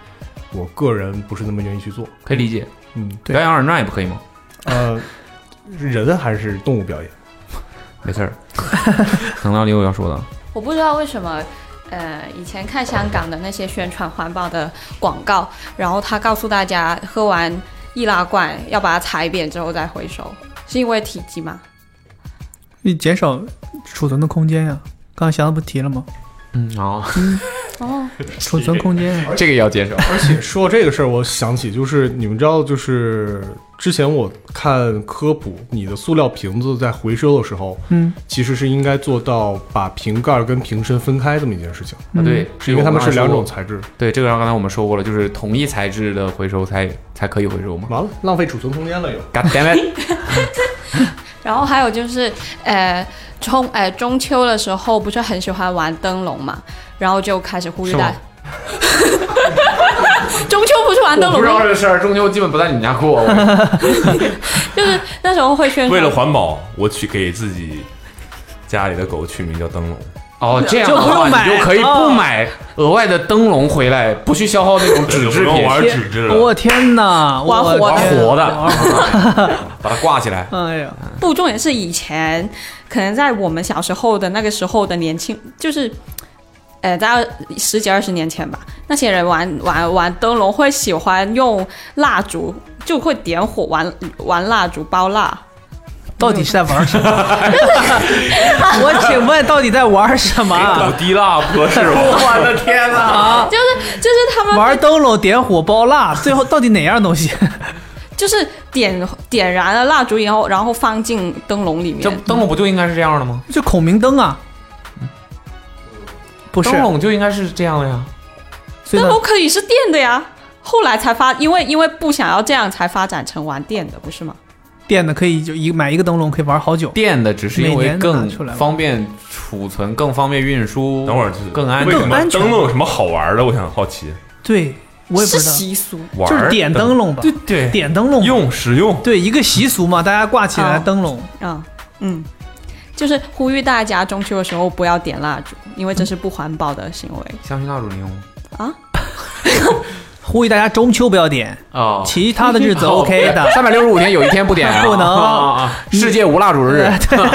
[SPEAKER 12] 我个人不是那么愿意去做。
[SPEAKER 2] 可以理解，
[SPEAKER 12] 嗯，
[SPEAKER 3] 对
[SPEAKER 2] 表演二人转也不可以吗？
[SPEAKER 12] 呃，人还是动物表演？
[SPEAKER 2] 没事儿，能到你有要说的，
[SPEAKER 13] 我不知道为什么，呃，以前看香港的那些宣传环保的广告，然后他告诉大家喝完易拉罐要把它踩扁之后再回收，是因为体积吗？
[SPEAKER 3] 你减少储存的空间呀、刚刚祥子不提了吗？
[SPEAKER 2] 嗯，哦，
[SPEAKER 13] 哦，
[SPEAKER 3] 储存空间呀、
[SPEAKER 2] 这个也要接受。
[SPEAKER 12] 而且说到这个事儿，我想起就是你们知道，就是之前我看科普，你的塑料瓶子在回收的时候，
[SPEAKER 3] 嗯，
[SPEAKER 12] 其实是应该做到把瓶盖儿跟瓶身分开这么一件事情。
[SPEAKER 2] 啊，对，
[SPEAKER 12] 嗯是因为它们是两种
[SPEAKER 2] 材。
[SPEAKER 12] 材质。
[SPEAKER 2] 对，这个刚才我们说过了，就是同一材质的回收才才可以回收嘛。
[SPEAKER 12] 完了，浪费储存空间了又。
[SPEAKER 2] God damn it！
[SPEAKER 13] 然后还有就是，呃，中呃中秋的时候不是很喜欢玩灯笼嘛，然后就开始呼吁大
[SPEAKER 2] 是吗
[SPEAKER 13] 中秋不是玩灯
[SPEAKER 2] 我不
[SPEAKER 13] 笼
[SPEAKER 2] 知道
[SPEAKER 13] 吗，
[SPEAKER 2] 这个事儿，中秋基本不在你们家过。
[SPEAKER 13] 就是那时候会宣传
[SPEAKER 7] 为了环保，我取给自己家里的狗取名叫灯笼。
[SPEAKER 2] 哦，这样的
[SPEAKER 3] 啊就不
[SPEAKER 2] 话
[SPEAKER 3] 用买
[SPEAKER 2] 你就可以不
[SPEAKER 3] 哦
[SPEAKER 2] 买额外的灯笼回来，不去消耗那种 纸质
[SPEAKER 7] 就不
[SPEAKER 2] 品啊
[SPEAKER 7] 用，玩
[SPEAKER 3] 天
[SPEAKER 7] 纸质
[SPEAKER 3] 我
[SPEAKER 7] 了，
[SPEAKER 3] 天哪！我
[SPEAKER 13] 玩火
[SPEAKER 2] 玩
[SPEAKER 13] 的
[SPEAKER 3] 天
[SPEAKER 2] 活的， 把它挂起来。
[SPEAKER 3] 哎呀，
[SPEAKER 13] 不，重点是以前可能在我们小时候的那个时候的年轻，就是，呃，在二十几二十年前吧，那些人玩玩玩灯笼会喜欢用蜡烛，就会点火玩玩蜡烛包蜡。
[SPEAKER 3] 到底是在玩什么？
[SPEAKER 2] 嗯
[SPEAKER 3] 我请问，到底在玩什么？
[SPEAKER 7] 低蜡不合适吧？
[SPEAKER 2] 我的天哪！
[SPEAKER 13] 就是就是他们
[SPEAKER 3] 玩灯笼、点火、包蜡，最后到底哪样东西？
[SPEAKER 13] 就是点点燃了蜡烛以后，然后放进灯笼里
[SPEAKER 2] 这
[SPEAKER 13] 面。
[SPEAKER 2] 灯笼不就应该是这样的吗？
[SPEAKER 3] 就孔明灯啊，不是
[SPEAKER 2] 灯？笼就应该是这样的呀。
[SPEAKER 3] 所以
[SPEAKER 13] 灯
[SPEAKER 3] 呢
[SPEAKER 13] 笼可以是电的呀，后来才发，因为因为不想要这样才发展成玩电的，不是吗？
[SPEAKER 3] 电的可以就一买一个灯笼可以玩好久。
[SPEAKER 2] 电的只是因
[SPEAKER 3] 每
[SPEAKER 2] 为
[SPEAKER 3] 年
[SPEAKER 2] 更
[SPEAKER 3] 拿出来吧
[SPEAKER 2] 方便储存、更方便运输。
[SPEAKER 7] 等会儿就是
[SPEAKER 2] 更安
[SPEAKER 7] 为
[SPEAKER 2] 全
[SPEAKER 7] 什。么
[SPEAKER 3] 安全
[SPEAKER 7] 灯笼有什么好玩的？我想好奇，
[SPEAKER 3] 对，我也不
[SPEAKER 13] 是
[SPEAKER 3] 知道，
[SPEAKER 13] 习俗。
[SPEAKER 7] 玩
[SPEAKER 3] 就是
[SPEAKER 7] 儿
[SPEAKER 3] 点灯笼吧
[SPEAKER 2] 对，对，
[SPEAKER 3] 点灯笼嘛，
[SPEAKER 7] 用使用，
[SPEAKER 3] 对一个习俗嘛，大家挂起来
[SPEAKER 13] 哦
[SPEAKER 3] 灯笼。
[SPEAKER 13] 啊，嗯，就是呼吁大家中秋的时候不要点蜡烛，因为这是不环保的行为。
[SPEAKER 2] 香薰蜡烛你用吗？
[SPEAKER 13] 啊
[SPEAKER 3] 呼吁大家中秋不要点，
[SPEAKER 2] 哦
[SPEAKER 3] 其他的日子 OK 的。
[SPEAKER 2] 三百六十五天有一天不点啊，
[SPEAKER 3] 不能
[SPEAKER 2] 啊啊啊世界无蜡烛 日。
[SPEAKER 3] 嗯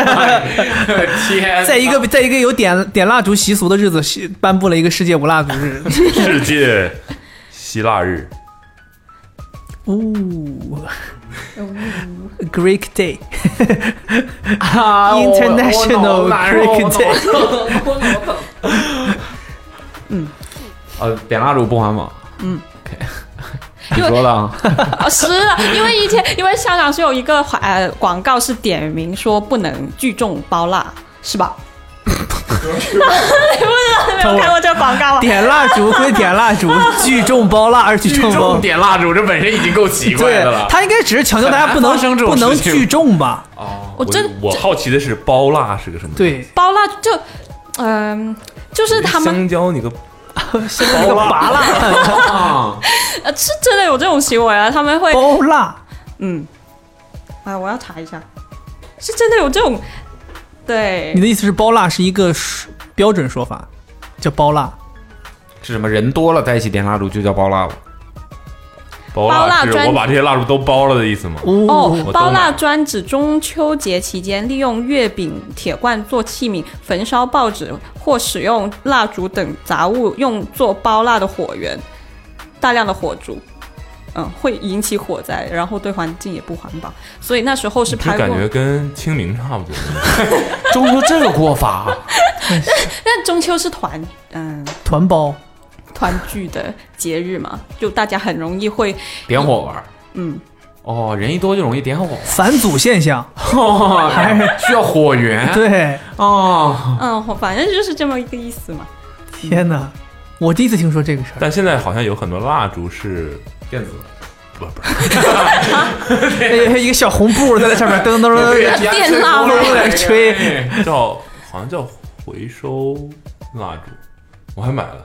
[SPEAKER 2] 天哪，
[SPEAKER 3] 在一个在一个有点点蜡烛习俗的日子，是颁布了一个世界无蜡烛日。
[SPEAKER 7] 世界希腊日，
[SPEAKER 3] 哦， Greek Day
[SPEAKER 9] 啊
[SPEAKER 3] International Greek Day。
[SPEAKER 9] Day。
[SPEAKER 2] 呃，点蜡烛不环保，
[SPEAKER 13] 嗯，
[SPEAKER 2] 你说的啊？
[SPEAKER 13] 啊，是的，因为以前因为香港是有一个呃广告是点名说不能聚众包蜡，是吧？ 你不是没有看过这个广告吗？啊
[SPEAKER 3] 点蜡烛归点蜡 烛，聚众包蜡而聚众
[SPEAKER 2] 聚
[SPEAKER 3] 包
[SPEAKER 2] 众。点蜡烛，这本身已经够奇怪的了
[SPEAKER 3] 对，。他应该只是强调大家不能
[SPEAKER 2] 很难发生这
[SPEAKER 3] 不
[SPEAKER 2] 种
[SPEAKER 3] 能
[SPEAKER 2] 事情
[SPEAKER 3] 聚众吧？
[SPEAKER 7] 哦，
[SPEAKER 13] 我真
[SPEAKER 7] 我好奇的是包蜡是个什么？
[SPEAKER 3] 对，
[SPEAKER 13] 包蜡就嗯、就是他们
[SPEAKER 7] 香蕉，你个
[SPEAKER 3] 香蕉个拔
[SPEAKER 2] 蜡，
[SPEAKER 13] 呃是真的有这种行为啊，他们会
[SPEAKER 3] 包蜡，
[SPEAKER 13] 嗯，啊，我要查一下，是真的有这种，对
[SPEAKER 3] 你，的意思是包蜡是一个说标准说法，叫包蜡？
[SPEAKER 2] 是什么？人多了在一起点蜡烛就叫包蜡吧？
[SPEAKER 7] 包
[SPEAKER 13] 蜡包蜡是专我把这
[SPEAKER 7] 些蜡烛都包了的意思吗？
[SPEAKER 13] 哦，包
[SPEAKER 7] 蜡
[SPEAKER 13] 蜡专指中秋节期间利用月饼、铁罐做器皿，焚烧报纸或使用蜡烛等杂物用作包蜡的火源，大量的火烛，嗯，会引起火灾，然后对环境也不环保，所以那时候是
[SPEAKER 7] 这
[SPEAKER 13] 拍过
[SPEAKER 7] 感。觉跟清明差不多。
[SPEAKER 2] 中秋这个过法，
[SPEAKER 13] 但中秋是团嗯
[SPEAKER 3] 团包
[SPEAKER 13] 团聚的节日嘛，就大家很容易会
[SPEAKER 2] 点火玩儿
[SPEAKER 13] 嗯
[SPEAKER 2] 哦，人一多就容易点火，
[SPEAKER 3] 返祖现象，
[SPEAKER 2] 哦、需要火源。
[SPEAKER 3] 对，
[SPEAKER 2] 哦，
[SPEAKER 13] 嗯，反正就是这么一个意思嘛。
[SPEAKER 3] 天哪！我第一次听说这个事儿。
[SPEAKER 7] 但现在好像有很多蜡烛是电子，不不是，
[SPEAKER 3] 哎 一个小红布在那上面噔噔噔噔，
[SPEAKER 13] 电蜡
[SPEAKER 3] 在那吹。
[SPEAKER 7] 哎叫好像叫回收蜡烛，我还买了，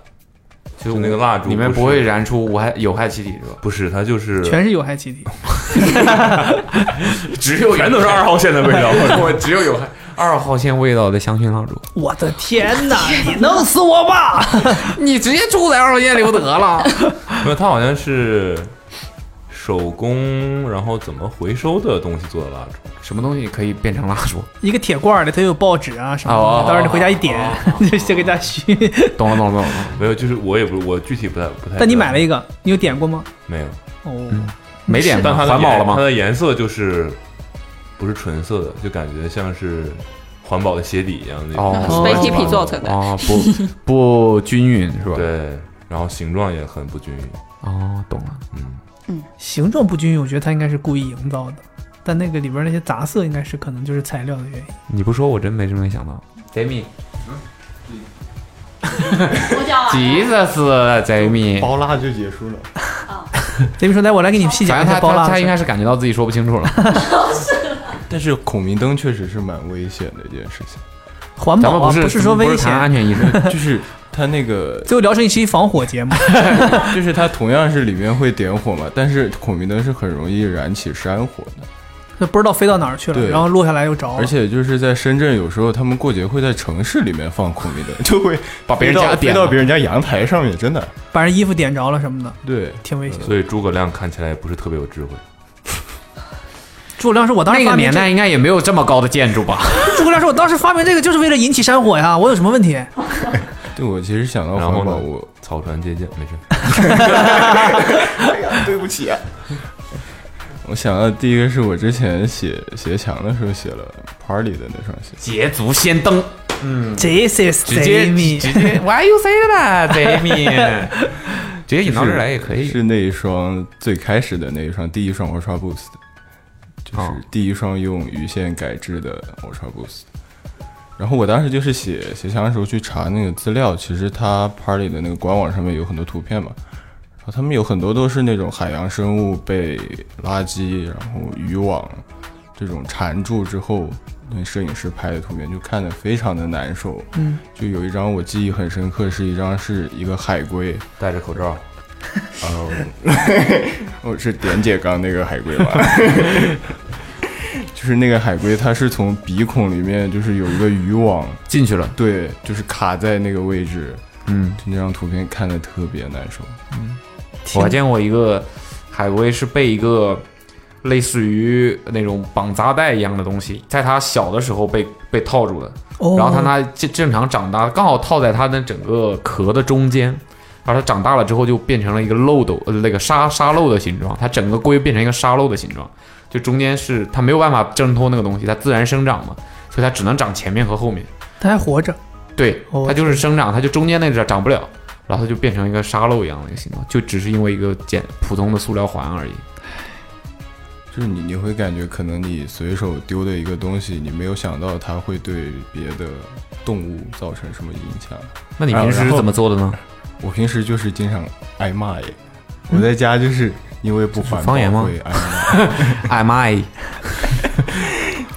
[SPEAKER 7] 就那个蜡烛
[SPEAKER 2] 里面
[SPEAKER 7] 不
[SPEAKER 2] 不会燃出无害有害气体是吧？
[SPEAKER 7] 不是，它就是
[SPEAKER 3] 全是有害气体，
[SPEAKER 2] 只有
[SPEAKER 7] 全都是二号线的味 道
[SPEAKER 2] 我只有有害二号线味道的香薰蜡烛。
[SPEAKER 3] 我的天哪！你弄死我吧！
[SPEAKER 2] 你直接住在二号线里不得了？
[SPEAKER 7] 没有，它好像是手工，然后怎么回收的东西做的蜡烛。
[SPEAKER 2] 什么东西可以变成蜡烛？
[SPEAKER 3] 一个铁罐里头有报纸啊什么
[SPEAKER 7] 哦
[SPEAKER 3] 的，到时候你回家一点，
[SPEAKER 2] 哦
[SPEAKER 3] 就先给大家熏。
[SPEAKER 2] 懂了懂了懂了。
[SPEAKER 7] 没有，就是我也不，我具体不太不太。
[SPEAKER 3] 但你买了一个，你有点过吗？
[SPEAKER 7] 没有？
[SPEAKER 3] 哦，
[SPEAKER 2] 嗯没点
[SPEAKER 7] 但它的
[SPEAKER 2] 环保了吗
[SPEAKER 7] 颜它的颜色就是不是纯色的，就感觉像是环保的鞋底一样的
[SPEAKER 2] 哦，
[SPEAKER 13] 被 hippie 做成的
[SPEAKER 2] 哦，不不均匀是吧？
[SPEAKER 7] 对，然后形状也很不均匀。
[SPEAKER 2] 哦，懂了，
[SPEAKER 7] 嗯
[SPEAKER 3] 形状不均匀，我觉得它应该是故意营造的，但那个里边那些杂色应该是可能就是材料的原因。
[SPEAKER 2] 你不说我真没这么想到。Jamie，急
[SPEAKER 13] 啊
[SPEAKER 2] 死了，Jamie，
[SPEAKER 14] 包蜡就结束了。
[SPEAKER 3] Jamie 说：“来，我来给你细
[SPEAKER 2] 反
[SPEAKER 3] 讲一
[SPEAKER 2] 正
[SPEAKER 3] 下
[SPEAKER 2] 他
[SPEAKER 3] 包
[SPEAKER 2] 他
[SPEAKER 3] 蜡。”
[SPEAKER 2] 他应该是感觉到自己说不 清楚了。
[SPEAKER 14] 但是孔明灯确实是蛮危险的一件事情，
[SPEAKER 3] 环保啊，不说危险，
[SPEAKER 14] 就是它那个
[SPEAKER 3] 最后聊成一期防火 节目。
[SPEAKER 14] 就是它同样是里面会点火嘛，但是孔明灯是很容易燃起山火的，
[SPEAKER 3] 那不知道飞到哪儿去了，
[SPEAKER 14] 对
[SPEAKER 3] 然后落下来又着了。
[SPEAKER 14] 而且就是在深圳，有时候他们过节会在城市里面放孔明灯， 就会
[SPEAKER 2] 把别人家
[SPEAKER 14] 飞到
[SPEAKER 2] 点
[SPEAKER 14] 飞到
[SPEAKER 2] 了
[SPEAKER 14] 别人家阳台上面，真的。
[SPEAKER 3] 把人衣服点着了什么的，
[SPEAKER 14] 对，
[SPEAKER 3] 挺危险的。
[SPEAKER 7] 呃所以诸葛亮看起来不是特别有智慧。
[SPEAKER 2] 啊
[SPEAKER 3] 诸葛亮说：“我当时
[SPEAKER 2] 那
[SPEAKER 3] 发
[SPEAKER 2] 个
[SPEAKER 3] 明
[SPEAKER 2] 年
[SPEAKER 3] 这
[SPEAKER 2] 代应该也没有这么高的建筑吧？
[SPEAKER 3] 诸葛亮说：“我当时发明这个就是为了引起山火呀，我有什么问题
[SPEAKER 14] 对我其实想到
[SPEAKER 7] 然后
[SPEAKER 14] 环
[SPEAKER 7] 呢
[SPEAKER 14] 保，我
[SPEAKER 7] 草船借箭没事。
[SPEAKER 14] 哎呀，对不起、 啊。 我想到第一个是我之前写写墙的时候写了 party 的那双鞋，
[SPEAKER 2] 捷足先登，嗯，
[SPEAKER 3] ？”This is
[SPEAKER 2] 直接
[SPEAKER 3] Jamie，
[SPEAKER 2] 直接 Why you say that，Jamie？直接引到这儿来也可以。
[SPEAKER 14] 是那一双最开始的那一双，第一双 Ultra Boost，就是第一双用鱼线改制的 Ultra Boost。然后我当时就是写写墙的时候去查那个资料，其实它 Party 的那个官网上面有很多图片嘛，然后他们有很多都是那种海洋生物被垃圾然后渔网这种缠住之后，那摄影师拍的图片就看得非常的难受。
[SPEAKER 3] 嗯，
[SPEAKER 14] 就有一张我记忆很深刻，是一张是一个海龟
[SPEAKER 7] 戴着口罩，
[SPEAKER 14] 哦， 我是点姐刚那个海龟吧？ 就是那个海龟，它是从鼻孔里面就是有一个渔网
[SPEAKER 2] 进去了，
[SPEAKER 14] 对，就是卡在那个位置。
[SPEAKER 2] 嗯，
[SPEAKER 14] 就那张图片看的特别难受。
[SPEAKER 2] 我还见过一个海龟是被一个类似于那种绑扎带一样的东西，在它小的时候被被套住的，
[SPEAKER 3] 哦
[SPEAKER 2] 然后它它正正常长大，刚好套在它的整个壳的中间。然后它长大了之后就变成了一个漏斗，呃，那个沙沙漏的形状，它整个龟变成一个沙漏的形状，就中间是它没有办法挣脱那个东西，它自然生长嘛，所以它只能长前面和后面。
[SPEAKER 3] 它还活着，
[SPEAKER 2] 对，
[SPEAKER 3] 哦
[SPEAKER 2] 它就是生长，它就中间那点长不了，然后它就变成一个沙漏一样的一个形状，就只是因为一个简普通的塑料环而已。
[SPEAKER 14] 就是你你会感觉可能你随手丢的一个东西，你没有想到它会对别的动物造成什么影响。
[SPEAKER 2] 那你平时
[SPEAKER 14] 啊
[SPEAKER 2] 是怎么做的呢？
[SPEAKER 14] 然后我平时就是经常挨骂耶，我在家就是因为不环保
[SPEAKER 2] 方言吗
[SPEAKER 14] 会挨 骂，
[SPEAKER 2] 挨骂。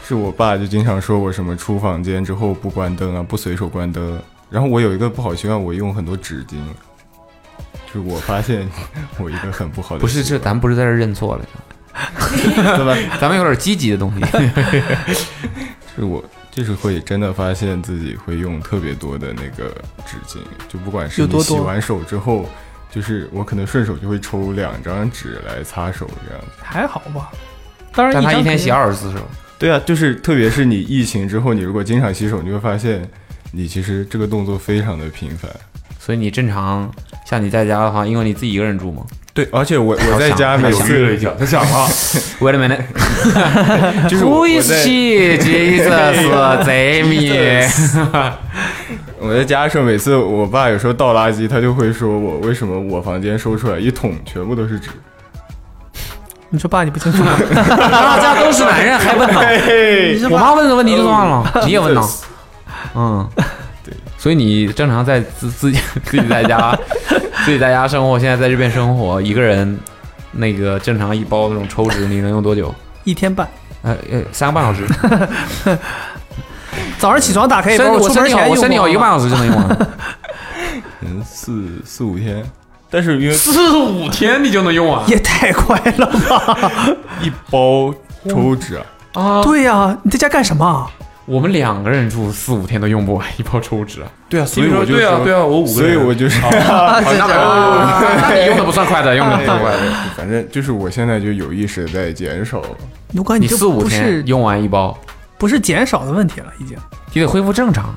[SPEAKER 14] 是我爸就经常说我什么出房间之后不关灯啊，不随手关灯。然后我有一个不好习惯，我用很多纸巾。就是我发现我一个很不好的
[SPEAKER 2] 不是，这咱不是在这儿认错了，
[SPEAKER 14] 对吧？
[SPEAKER 2] 咱们有点积极的东西。
[SPEAKER 14] 是我就是会真的发现自己会用特别多的那个纸巾，就不管是
[SPEAKER 3] 有
[SPEAKER 14] 你
[SPEAKER 3] 多
[SPEAKER 14] 洗
[SPEAKER 3] 多
[SPEAKER 14] 完手之后，就是我可能顺手就会抽两张纸来擦手这样子。
[SPEAKER 3] 还好吧。当然，
[SPEAKER 14] 但他
[SPEAKER 3] 张
[SPEAKER 14] 一天
[SPEAKER 3] 肯定
[SPEAKER 14] 洗24
[SPEAKER 2] 手。
[SPEAKER 14] 对啊，就是特别是你疫情之后，你如果经常洗手，你会发现你其实这个动作非常的频繁。
[SPEAKER 2] 所以你正常像你在家的话，因为你自己一个人住吗？
[SPEAKER 14] 对，而且我我在家每次
[SPEAKER 2] 他 想了，Wait a minute，
[SPEAKER 14] 就是我
[SPEAKER 2] Who
[SPEAKER 14] 我
[SPEAKER 2] is
[SPEAKER 14] 在
[SPEAKER 2] she? Jesus, Jamie
[SPEAKER 14] 我在家的时候，每次我爸有时候倒垃圾，他就会说我为什么我房间收出来一桶全部都是纸。
[SPEAKER 3] 你说爸你不清楚，
[SPEAKER 2] 大家都是男人还问 呢
[SPEAKER 14] 嘿
[SPEAKER 2] 你是吧我妈问的问题就算了
[SPEAKER 3] 哎
[SPEAKER 14] 嗯
[SPEAKER 2] 你也问 呢
[SPEAKER 14] 对
[SPEAKER 2] 嗯，对，所以你正常在自自己自己 在家自己在家生活，现在在这边生活，一个人那个正常一包那种抽纸，你能用多久？
[SPEAKER 3] 一天半。
[SPEAKER 2] 呃呃，三个半 小时。
[SPEAKER 3] 早上起床打开一
[SPEAKER 2] 身
[SPEAKER 3] 包，
[SPEAKER 2] 体我
[SPEAKER 3] 出门
[SPEAKER 2] 身体好，
[SPEAKER 3] 前
[SPEAKER 2] 我
[SPEAKER 3] 用
[SPEAKER 2] 身体好
[SPEAKER 3] 过
[SPEAKER 2] 一个半小时就能用完。
[SPEAKER 14] 嗯，四四五天，但是因为
[SPEAKER 2] 四五天你就能用完，
[SPEAKER 3] 也太快了吧！
[SPEAKER 14] 一 包抽纸啊，
[SPEAKER 2] 啊，
[SPEAKER 3] 对呀、你在家干什么啊？
[SPEAKER 2] 我们两个人住四五天都用不完一包抽纸啊。
[SPEAKER 14] 对啊，所以我就
[SPEAKER 2] 对啊
[SPEAKER 14] 说
[SPEAKER 2] 对啊，我五个
[SPEAKER 14] 所以
[SPEAKER 2] 人，
[SPEAKER 14] 我 就是
[SPEAKER 2] 哦 哦 那没有那
[SPEAKER 3] 哎
[SPEAKER 2] 你用的不算快的，用的不算快的。
[SPEAKER 14] 对哎反正就是我现在就有意识地在减少。
[SPEAKER 3] 卢哥，这
[SPEAKER 2] 四五
[SPEAKER 3] 不是
[SPEAKER 2] 天用完一包，
[SPEAKER 3] 不是减少的问题了，已 经。
[SPEAKER 2] 你得恢复 正常。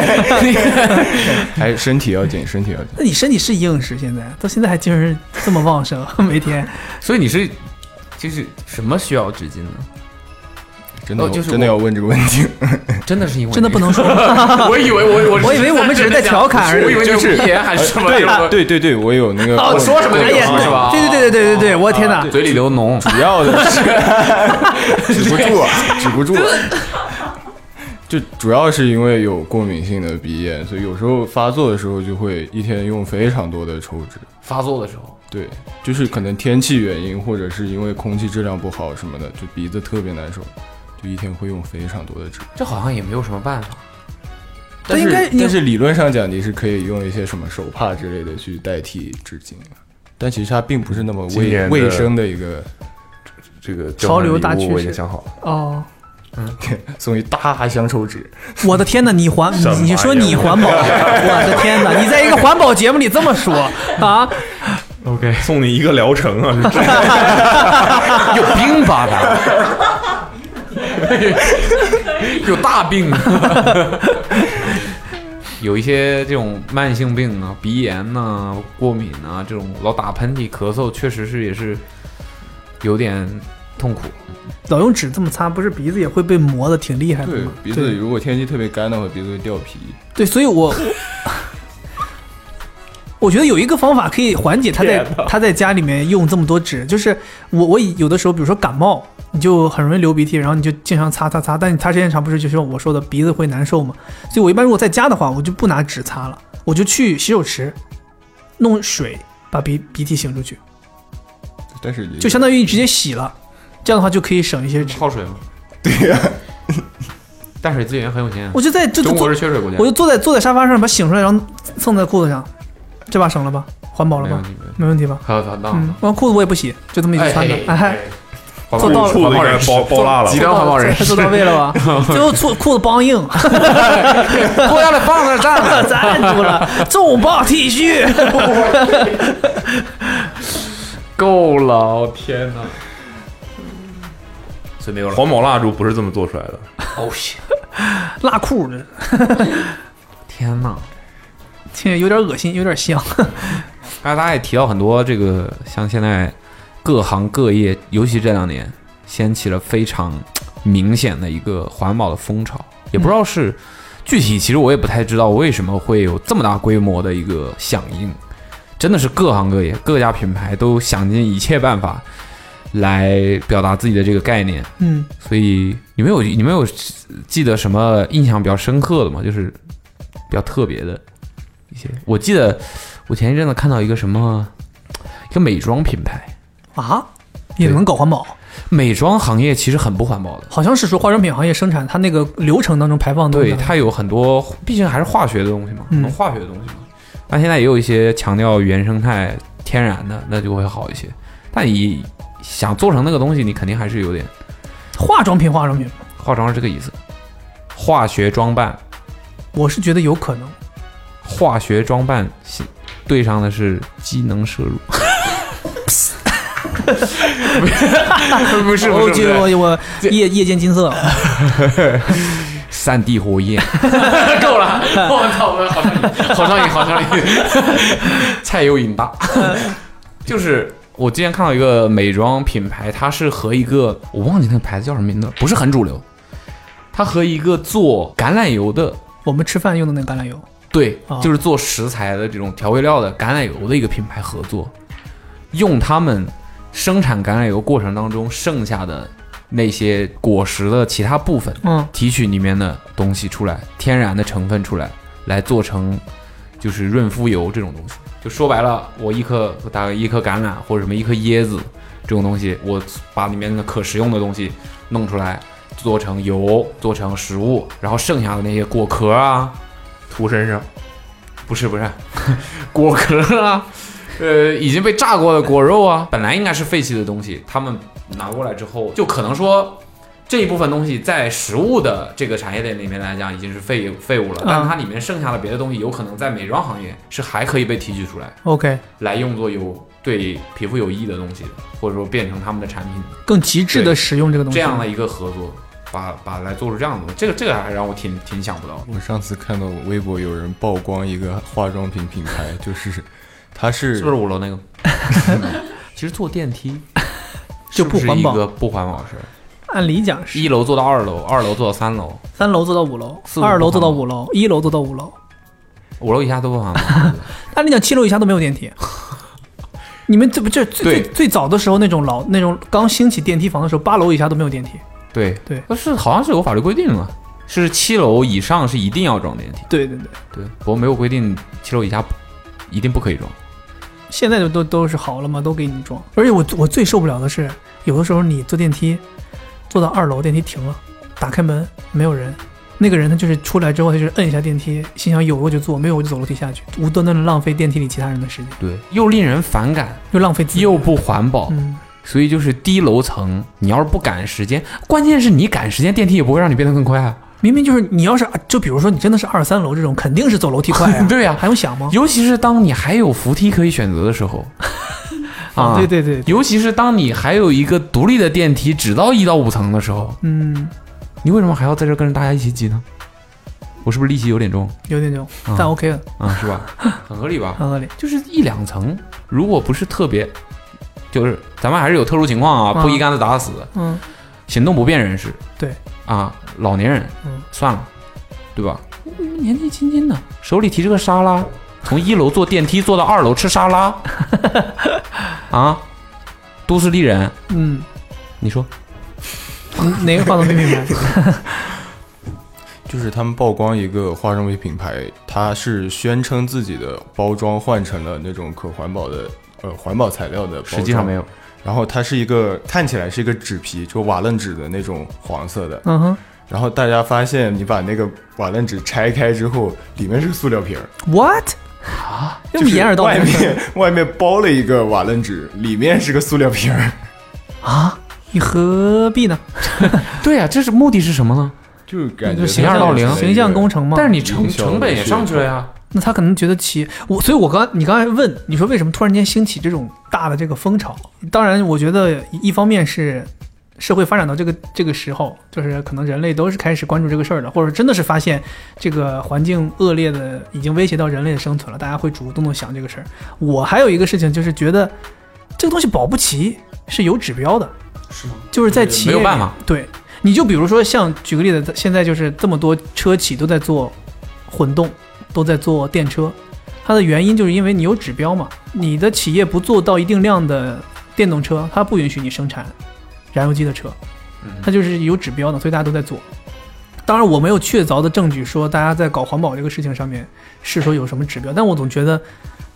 [SPEAKER 14] 还哎身体要紧，身体要紧。
[SPEAKER 3] 那你身体是硬实，现在到现在还精神这么旺盛，每天。
[SPEAKER 2] 所以你是就是什么需要纸巾呢？
[SPEAKER 14] 真的
[SPEAKER 2] 哦就是
[SPEAKER 14] 真的
[SPEAKER 2] 我
[SPEAKER 14] 要问这个问题，
[SPEAKER 2] 真的是因为
[SPEAKER 3] 真的不能说
[SPEAKER 2] 我以为我我
[SPEAKER 3] 我以为我们只是在调侃而已
[SPEAKER 2] 我以为
[SPEAKER 14] 就
[SPEAKER 2] 你
[SPEAKER 14] 是
[SPEAKER 2] 无言还是什么？
[SPEAKER 14] 对对对对，我有那个
[SPEAKER 2] 哦说什么就
[SPEAKER 14] 哎
[SPEAKER 2] 有
[SPEAKER 14] 呀
[SPEAKER 2] 什么是吧？啊
[SPEAKER 3] 对对对对对对对，我天哪！
[SPEAKER 2] 嘴里流脓，
[SPEAKER 14] 主要的是止不住，啊， 止不住。啊。就主要是因为有过敏性的鼻炎，所以有时候发作的时候就会一天用非常多的抽纸。
[SPEAKER 2] 发作的时候，
[SPEAKER 14] 对，就是可能天气原因，或者是因为空气质量不好什么的，就鼻子特别难受，就一天会用非常多的纸。
[SPEAKER 2] 这好像也没有什么办法。
[SPEAKER 14] 但
[SPEAKER 2] 应
[SPEAKER 14] 是
[SPEAKER 2] 该
[SPEAKER 14] 但是理论上讲，你是可以用一些什么手帕之类的去代替纸巾的，但其实它并不是那么
[SPEAKER 7] 今
[SPEAKER 14] 卫
[SPEAKER 7] 年的
[SPEAKER 14] 卫生的一个
[SPEAKER 7] 这个交换潮流礼大物趋势我已经想好了。
[SPEAKER 3] 哦，
[SPEAKER 14] 嗯， 送一大箱抽纸，
[SPEAKER 3] 我的天哪！你环，嗯你说你 环保，我的天哪！你在一个环保节目里这么说啊？
[SPEAKER 7] OK，送 你一个疗程啊，是真的
[SPEAKER 2] 有病吧他？有大病。有一些这种慢性病啊，鼻炎呐、过敏啊，这种老打喷嚏、咳嗽，确实是也是有点痛苦。
[SPEAKER 3] 老用纸这么擦，不是鼻子也会被磨的挺厉害的
[SPEAKER 14] 对
[SPEAKER 3] 吗？
[SPEAKER 14] 鼻子，如果天气特别干的话，鼻子会掉皮。
[SPEAKER 3] 对，所 以我我觉得有一个方法可以缓解他在
[SPEAKER 14] 天哪
[SPEAKER 3] 他在家里面用这么多纸，就是我我以有的时候，比如说感冒，你就很容易流鼻涕，然后你就经常擦擦擦，但你擦时间长，不是就是我说的鼻子会难受嘛？所以我一般如果在家的话，我就不拿纸擦了，我就去洗手池弄水把鼻鼻涕擤出去，
[SPEAKER 14] 但是也
[SPEAKER 3] 就相当于你直接洗了，这样的话就可以省一些纸。
[SPEAKER 2] 泡水吗？淡水资源很有钱，
[SPEAKER 3] 我就在就
[SPEAKER 2] 嗯中国
[SPEAKER 3] 坐
[SPEAKER 2] 是缺水国家，
[SPEAKER 3] 我就坐在坐在沙发上，把醒出来，然后蹭在裤子上，这把省了吧？环保了吧？没问题吧？
[SPEAKER 2] 好好好
[SPEAKER 3] 嗯，然后裤子我也不洗，就这么一直穿着，
[SPEAKER 2] 哎
[SPEAKER 3] 哎，
[SPEAKER 2] 环
[SPEAKER 3] 做到了，
[SPEAKER 2] 保环保人士
[SPEAKER 7] 哎包包辣了
[SPEAKER 2] 极端环 保人 士
[SPEAKER 3] 做到位了吧？最后裤裤子梆 硬，
[SPEAKER 2] 脱下来放那儿站着，
[SPEAKER 3] 站住了，重磅 T 恤，
[SPEAKER 2] 够了，天哪！所以没有了。
[SPEAKER 7] 环保蜡烛不是这么做出来的。
[SPEAKER 2] 哦天，
[SPEAKER 3] 辣裤子，
[SPEAKER 2] 天哪！
[SPEAKER 3] 天，有点恶心，有点香。
[SPEAKER 2] 刚才大家也提到很多这个，像现在各行各业，尤其这两年，掀起了非常明显的一个环保的风潮。也不知道是具体，其实我也不太知道为什么会有这么大规模的一个响应。真的是各行各业、各家品牌都想尽一切办法来表达自己的这个概念。
[SPEAKER 3] 嗯，
[SPEAKER 2] 所以你们有你们有记得什么印象比较深刻的吗？就是比较特别的一些。我记得我前一阵子看到一个什么一个美妆品牌，
[SPEAKER 3] 啊，也能搞环保？
[SPEAKER 2] 美妆行业其实很不环保的，
[SPEAKER 3] 好像是说化妆品行业生产它那个流程当中排放的
[SPEAKER 2] 对它有很多，毕竟还是化学的东西嘛，可
[SPEAKER 3] 嗯
[SPEAKER 2] 能化学的东西嘛。但现在也有一些强调原生态、天然的，那就会好一些。但你想做成那个东西，你肯定还是有点
[SPEAKER 3] 化妆品，化妆品，
[SPEAKER 2] 化妆是这个意思，化学装扮，
[SPEAKER 3] 我是觉得有 可能。
[SPEAKER 2] 化学装扮系对上的是机能摄入。 不是不
[SPEAKER 3] 我
[SPEAKER 2] 是
[SPEAKER 3] 觉得
[SPEAKER 2] 不是
[SPEAKER 3] 我我夜夜间金色，
[SPEAKER 2] 三 D 火焰，
[SPEAKER 3] 够
[SPEAKER 2] 了，我操，我好上瘾，好上瘾，好上 瘾，菜有瘾大。就是我之前看到一个美妆品牌，它是和一个我忘记那个牌子叫什么名字了，不是很主流，它和一个做橄榄油的，
[SPEAKER 3] 我们吃饭用的那橄榄油，
[SPEAKER 2] 对
[SPEAKER 3] 哦，
[SPEAKER 2] 就是做食材的这种调味料的橄榄油的一个品牌合作，用他们生产橄榄油过程当中剩下的那些果实的其他部分，
[SPEAKER 3] 嗯，
[SPEAKER 2] 提取里面的东西出来，天然的成分出来，来做成就是润肤油这种东西。就说白了，我一颗打个一颗橄榄或者什么一颗椰子这种东西，我把里面的可食用的东西弄出来，做成油，做成食物，然后剩下的那些果壳啊，涂身上。不是不 是，果壳啊，呃，已经被炸过的果肉啊，本来应该是废弃的东西，他们拿过来之后，就可能说这一部分东西在食物的这个产业链里面来讲已经是废废物了，但它里面剩下的别的东西，有可能在美妆行业是还可以被提取出来
[SPEAKER 3] OK
[SPEAKER 2] 来用作有对皮肤有益的东西，或者说变成他们的产品。
[SPEAKER 3] 更极致的使用这个东西。
[SPEAKER 2] 这样的一个合作，把把来做出这样的东西，这个这个还让我挺挺想不到的。
[SPEAKER 14] 我上次看到微博有人曝光一个化妆品品牌，就是它是
[SPEAKER 2] 是不是五楼那个？其实坐电梯
[SPEAKER 3] 就不
[SPEAKER 2] 是不是
[SPEAKER 3] 环
[SPEAKER 2] 一
[SPEAKER 3] 保
[SPEAKER 2] 个不环保事儿。
[SPEAKER 3] 按理讲是
[SPEAKER 2] 一楼做到二楼，二楼做到三楼，
[SPEAKER 3] 三楼做到五楼
[SPEAKER 2] 四，楼
[SPEAKER 3] 二楼
[SPEAKER 2] 不
[SPEAKER 3] 做
[SPEAKER 2] 环
[SPEAKER 3] 到
[SPEAKER 2] 保
[SPEAKER 3] 五楼，一楼做到五楼。
[SPEAKER 2] 五楼以下都不环 保。
[SPEAKER 3] 按理讲七楼以下都没有电 梯。你们这不这最最最早的时候那种老那种刚兴起电梯房的时候，八楼以下都没有电梯。
[SPEAKER 2] 对
[SPEAKER 3] 对，
[SPEAKER 2] 不是好像是有法律规定的嘛，是七楼以上是一定要装电梯。
[SPEAKER 3] 对对对
[SPEAKER 2] 对，不过没有规定七楼以下不一定不可以装。
[SPEAKER 3] 现在就都都是好了嘛，都给你装。而且我我最受不了的是，有的时候你坐电梯，坐到二楼，电梯停了，打开门没有人，那个人他就是出来之后，他就是摁一下电梯，心想有我就坐，没有我就走楼梯下去，无端端的浪费电梯里其他人的时间。
[SPEAKER 2] 对，又令人反感，
[SPEAKER 3] 又浪费资源，
[SPEAKER 2] 又不环保。
[SPEAKER 3] 嗯
[SPEAKER 2] 所以就是低楼层，你要是不赶时间，关键是你赶时间，电梯也不会让你变得更快啊。
[SPEAKER 3] 明明就是你要是就比如说你真的是二三楼这种，肯定是走楼梯快 啊。
[SPEAKER 2] 对呀、
[SPEAKER 3] 还用想吗？
[SPEAKER 2] 尤其是当你还有扶梯可以选择的时 候，啊，
[SPEAKER 3] 哦对对对，
[SPEAKER 2] 尤其是当你还有一个独立的电梯只到一到五层的时候，
[SPEAKER 3] 嗯，
[SPEAKER 2] 你为什么还要在这跟着大家一起挤呢？我是不是戾气有点重？
[SPEAKER 3] 有点重，
[SPEAKER 2] 啊
[SPEAKER 3] 但 OK 的，
[SPEAKER 2] 啊，是吧？很合理吧？
[SPEAKER 3] 很合理。
[SPEAKER 2] 就是一两层，如果不是特别，就是咱们还是有特殊情况啊，
[SPEAKER 3] 啊
[SPEAKER 2] 不一竿子打死，
[SPEAKER 3] 嗯，
[SPEAKER 2] 行动不便人士
[SPEAKER 3] 对，
[SPEAKER 2] 啊，老年人，
[SPEAKER 3] 嗯，
[SPEAKER 2] 算了，对吧？
[SPEAKER 3] 年纪轻轻的，
[SPEAKER 2] 手里提着个沙拉，从一楼坐电梯坐到二楼吃 沙拉，啊，都市丽人，
[SPEAKER 3] 嗯，
[SPEAKER 2] 你说
[SPEAKER 3] 嗯哪个化妆品品牌？
[SPEAKER 14] 就是他们曝光一个化妆品品牌，它是宣称自己的包装换成了那种可环保的呃环保材料的包装，
[SPEAKER 2] 实际上没有。
[SPEAKER 14] 然后它是一个看起来是一个纸皮，就瓦楞纸的那种黄色的。
[SPEAKER 3] 嗯哼。
[SPEAKER 14] 然后大家发现，你把那个瓦楞纸拆开之后，里面是个塑料瓶儿，
[SPEAKER 3] What 啊？那么
[SPEAKER 14] 就是
[SPEAKER 3] 掩耳盗
[SPEAKER 14] 外
[SPEAKER 3] 铃
[SPEAKER 14] 面外面包了一个瓦楞纸，里面是个塑料瓶儿。
[SPEAKER 3] 啊？你何必呢？
[SPEAKER 2] 对呀、这是目的是什么呢？
[SPEAKER 14] 就感觉
[SPEAKER 3] 就形象
[SPEAKER 2] 掩耳盗铃
[SPEAKER 3] 形象工程嘛。
[SPEAKER 2] 但是你成成本也上去了呀。
[SPEAKER 3] 那他可能觉得起我，所以我刚你刚才问你说为什么突然间兴起这种大的这个风潮？当然，我觉得一方面是社会发展到这个这个时候，就是可能人类都是开始关注这个事儿了，或者真的是发现这个环境恶劣的已经威胁到人类的生存了，大家会主动的想这个事儿。我还有一个事情就是觉得这个东西保不齐，是有指标的，
[SPEAKER 10] 是吗？
[SPEAKER 3] 就是在企业里
[SPEAKER 2] 没有办法
[SPEAKER 3] 对，你就比如说像举个例子，现在就是这么多车企都在做混动，都在做电车，它的原因就是因为你有指标嘛，你的企业不做到一定量的电动车，它不允许你生产燃油机的车，
[SPEAKER 2] 嗯
[SPEAKER 3] 它就是有指标的，所以大家都在做。当然，我没有确凿的证据说大家在搞环保这个事情上面是说有什么指标，但我总觉得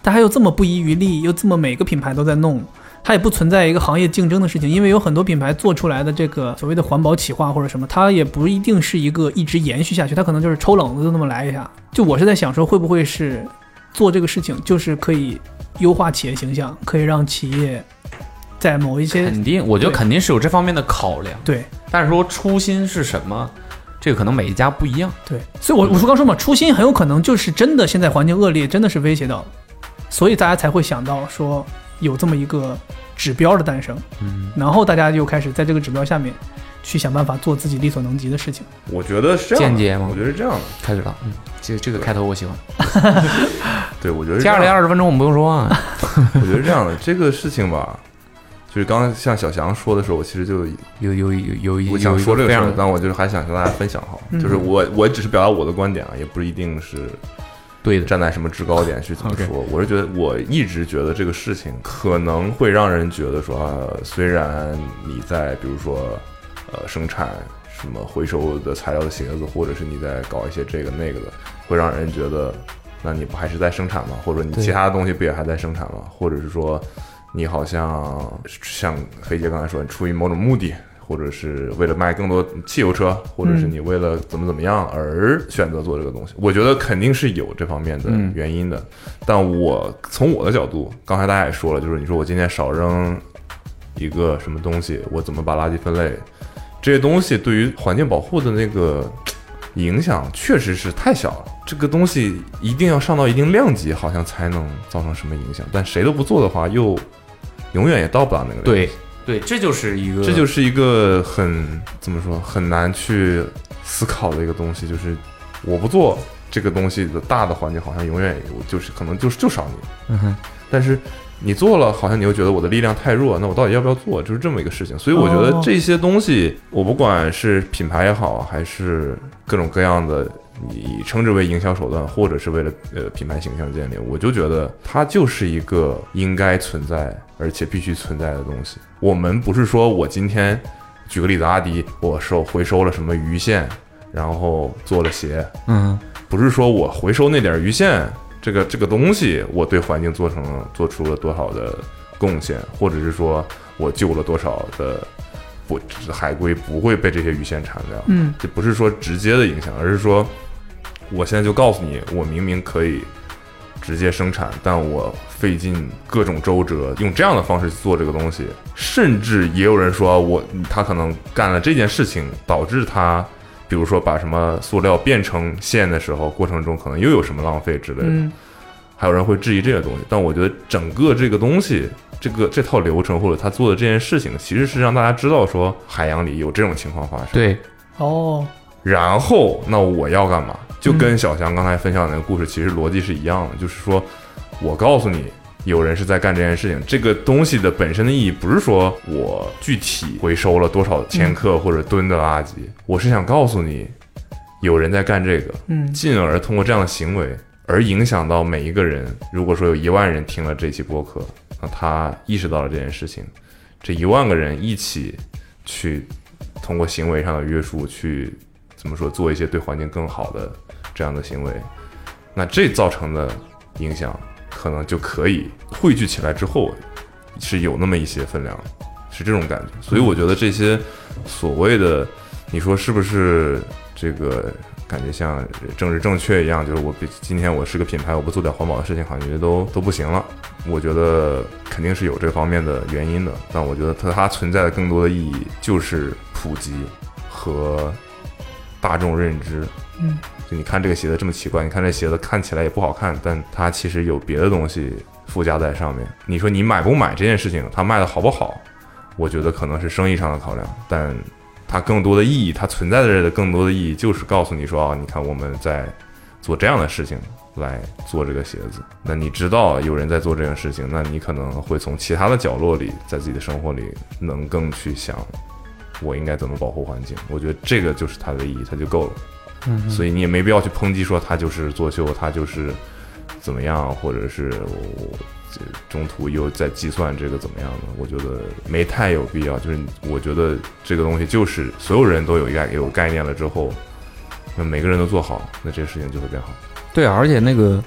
[SPEAKER 3] 大家又这么不遗余力，又这么每个品牌都在弄，它也不存在一个行业竞争的事情，因为有很多品牌做出来的这个所谓的环保企划或者什么，它也不一定是一个一直延续下去，它可能就是抽冷子就那么来一下。就我是在想说，会不会是做这个事情就是可以优化企业形象，可以让企业在某一些
[SPEAKER 2] 肯定，我觉得肯定是有这方面的考量。
[SPEAKER 3] 对，
[SPEAKER 2] 但是说初心是什么，这个可能每一家不一样。
[SPEAKER 3] 对，所以我我说刚说嘛，初心很有可能就是真的现在环境恶劣，真的是威胁到了，所以大家才会想到说有这么一个指标的诞生，
[SPEAKER 7] 嗯
[SPEAKER 3] 然后大家就开始在这个指标下面去想办法做自己力所能及的事情。
[SPEAKER 7] 我觉得是这样的
[SPEAKER 2] 间接吗
[SPEAKER 7] 我觉得是这样的。
[SPEAKER 2] 开始了，嗯，这这个开头我喜欢。
[SPEAKER 7] 对，我觉得是
[SPEAKER 2] 接下
[SPEAKER 7] 这
[SPEAKER 2] 来
[SPEAKER 7] 样
[SPEAKER 2] 二十分钟我们不用说啊。
[SPEAKER 7] 我觉得是这样的，这个事情吧，就是刚刚像小翔说的时候，我其实就
[SPEAKER 2] 有有有有
[SPEAKER 7] 我想说这个
[SPEAKER 2] 非
[SPEAKER 7] 事
[SPEAKER 2] 常
[SPEAKER 7] 儿，但我就是还想跟大家分享哈，
[SPEAKER 2] 嗯
[SPEAKER 7] 就是我我只是表达我的观点啊，也不一定是
[SPEAKER 2] 对的，
[SPEAKER 7] 站在什么制高点去怎么说。我是觉得我一直觉得这个事情可能会让人觉得说，啊，虽然你在比如说呃生产什么回收的材料的鞋子，或者是你在搞一些这个那个的，会让人觉得。那你不还是在生产吗？或者说你
[SPEAKER 2] 对
[SPEAKER 7] 其他的东西不也还在生产吗？或者是说，你好像像黑姐刚才说，你出于某种目的，或者是为了卖更多汽油车，或者是你为了怎么怎么样而选择做这个东西，我觉得肯定是有这方面的
[SPEAKER 2] 嗯
[SPEAKER 7] 原因的。但我从我的角度，刚才大家也说了，就是你说我今天少扔一个什么东西，我怎么把垃圾分类，这些东西对于环境保护的那个影响确实是太小了。这个东西一定要上到一定量级，好像才能造成什么影响。但谁都不做的话，又永远也到不了那个量级。
[SPEAKER 2] 对 对，这就是一个，
[SPEAKER 7] 这就是一个很怎么说很难去思考的一个东西，就是我不做这个东西的大的环境，好像永远有就是可能就是就少你，
[SPEAKER 2] 嗯哼
[SPEAKER 7] 但是你做了，好像你又觉得我的力量太弱，那我到底要不要做？就是这么一个事情。所以我觉得
[SPEAKER 2] 哦
[SPEAKER 7] 这些东西，我不管是品牌也好，还是各种各样的。你称之为营销手段，或者是为了呃品牌形象建立，我就觉得它就是一个应该存在而且必须存在的东西。我们不是说我今天举个例子，阿迪，我收回收了什么鱼线，然后做了鞋，
[SPEAKER 2] 嗯，
[SPEAKER 7] 不是说我回收那点儿鱼线，这个这个东西，我对环境做成了做出了多少的贡献，或者是说我救了多少的不海龟不会被这些鱼线缠掉，
[SPEAKER 2] 嗯
[SPEAKER 7] 这不是说直接的影响，而是说我现在就告诉你，我明明可以直接生产，但我费尽各种周折，用这样的方式去做这个东西，甚至也有人说啊我他可能干了这件事情，导致他。比如说，把什么塑料变成线的时候，过程中可能又有什么浪费之类的，
[SPEAKER 3] 嗯
[SPEAKER 7] 还有人会质疑这个东西。但我觉得整个这个东西，这个这套流程或者他做的这件事情，其实是让大家知道说海洋里有这种情况发生。
[SPEAKER 2] 对，
[SPEAKER 3] 哦，
[SPEAKER 7] 然后那我要干嘛？就跟小翔刚才分享的那个故事，其实逻辑是一样的，就是说我告诉你。有人是在干这件事情，这个东西的本身的意义不是说我具体回收了多少千克或者吨的垃圾，我是想告诉你，有人在干这个，
[SPEAKER 3] 嗯
[SPEAKER 7] 进而通过这样的行为而影响到每一个人。如果说有一万人听了这期播客，那他意识到了这件事情，这一万个人一起去通过行为上的约束去怎么说做一些对环境更好的这样的行为，那这造成的影响可能就可以汇聚起来之后是有那么一些分量的，是这种感觉。所以我觉得这些所谓的你说是不是这个感觉像政治正确一样？就是我比今天我是个品牌，我不做点环保的事情，好像觉得都都不行了。我觉得肯定是有这方面的原因的，但我觉得它它存在的更多的意义就是普及和大众认知。
[SPEAKER 3] 嗯，
[SPEAKER 7] 就你看这个鞋子这么奇怪，你看这鞋子看起来也不好看，但它其实有别的东西附加在上面。你说你买不买这件事情，它卖的好不好，我觉得可能是生意上的考量，但它更多的意义，它存在的这的更多的意义就是告诉你说啊，你看我们在做这样的事情来做这个鞋子。那你知道有人在做这件事情，那你可能会从其他的角落里，在自己的生活里能更去想，我应该怎么保护环境。我觉得这个就是它的意义，它就够了。
[SPEAKER 2] 嗯哼
[SPEAKER 7] 所以你也没必要去抨击说他就是作秀，他就是怎么样，或者是我我这中途又在计算这个怎么样的，我觉得没太有必要。就是我觉得这个东西就是所有人都有一概有概念了之后，那每个人都做好，那这个事情就会变好。
[SPEAKER 2] 对啊，而且那个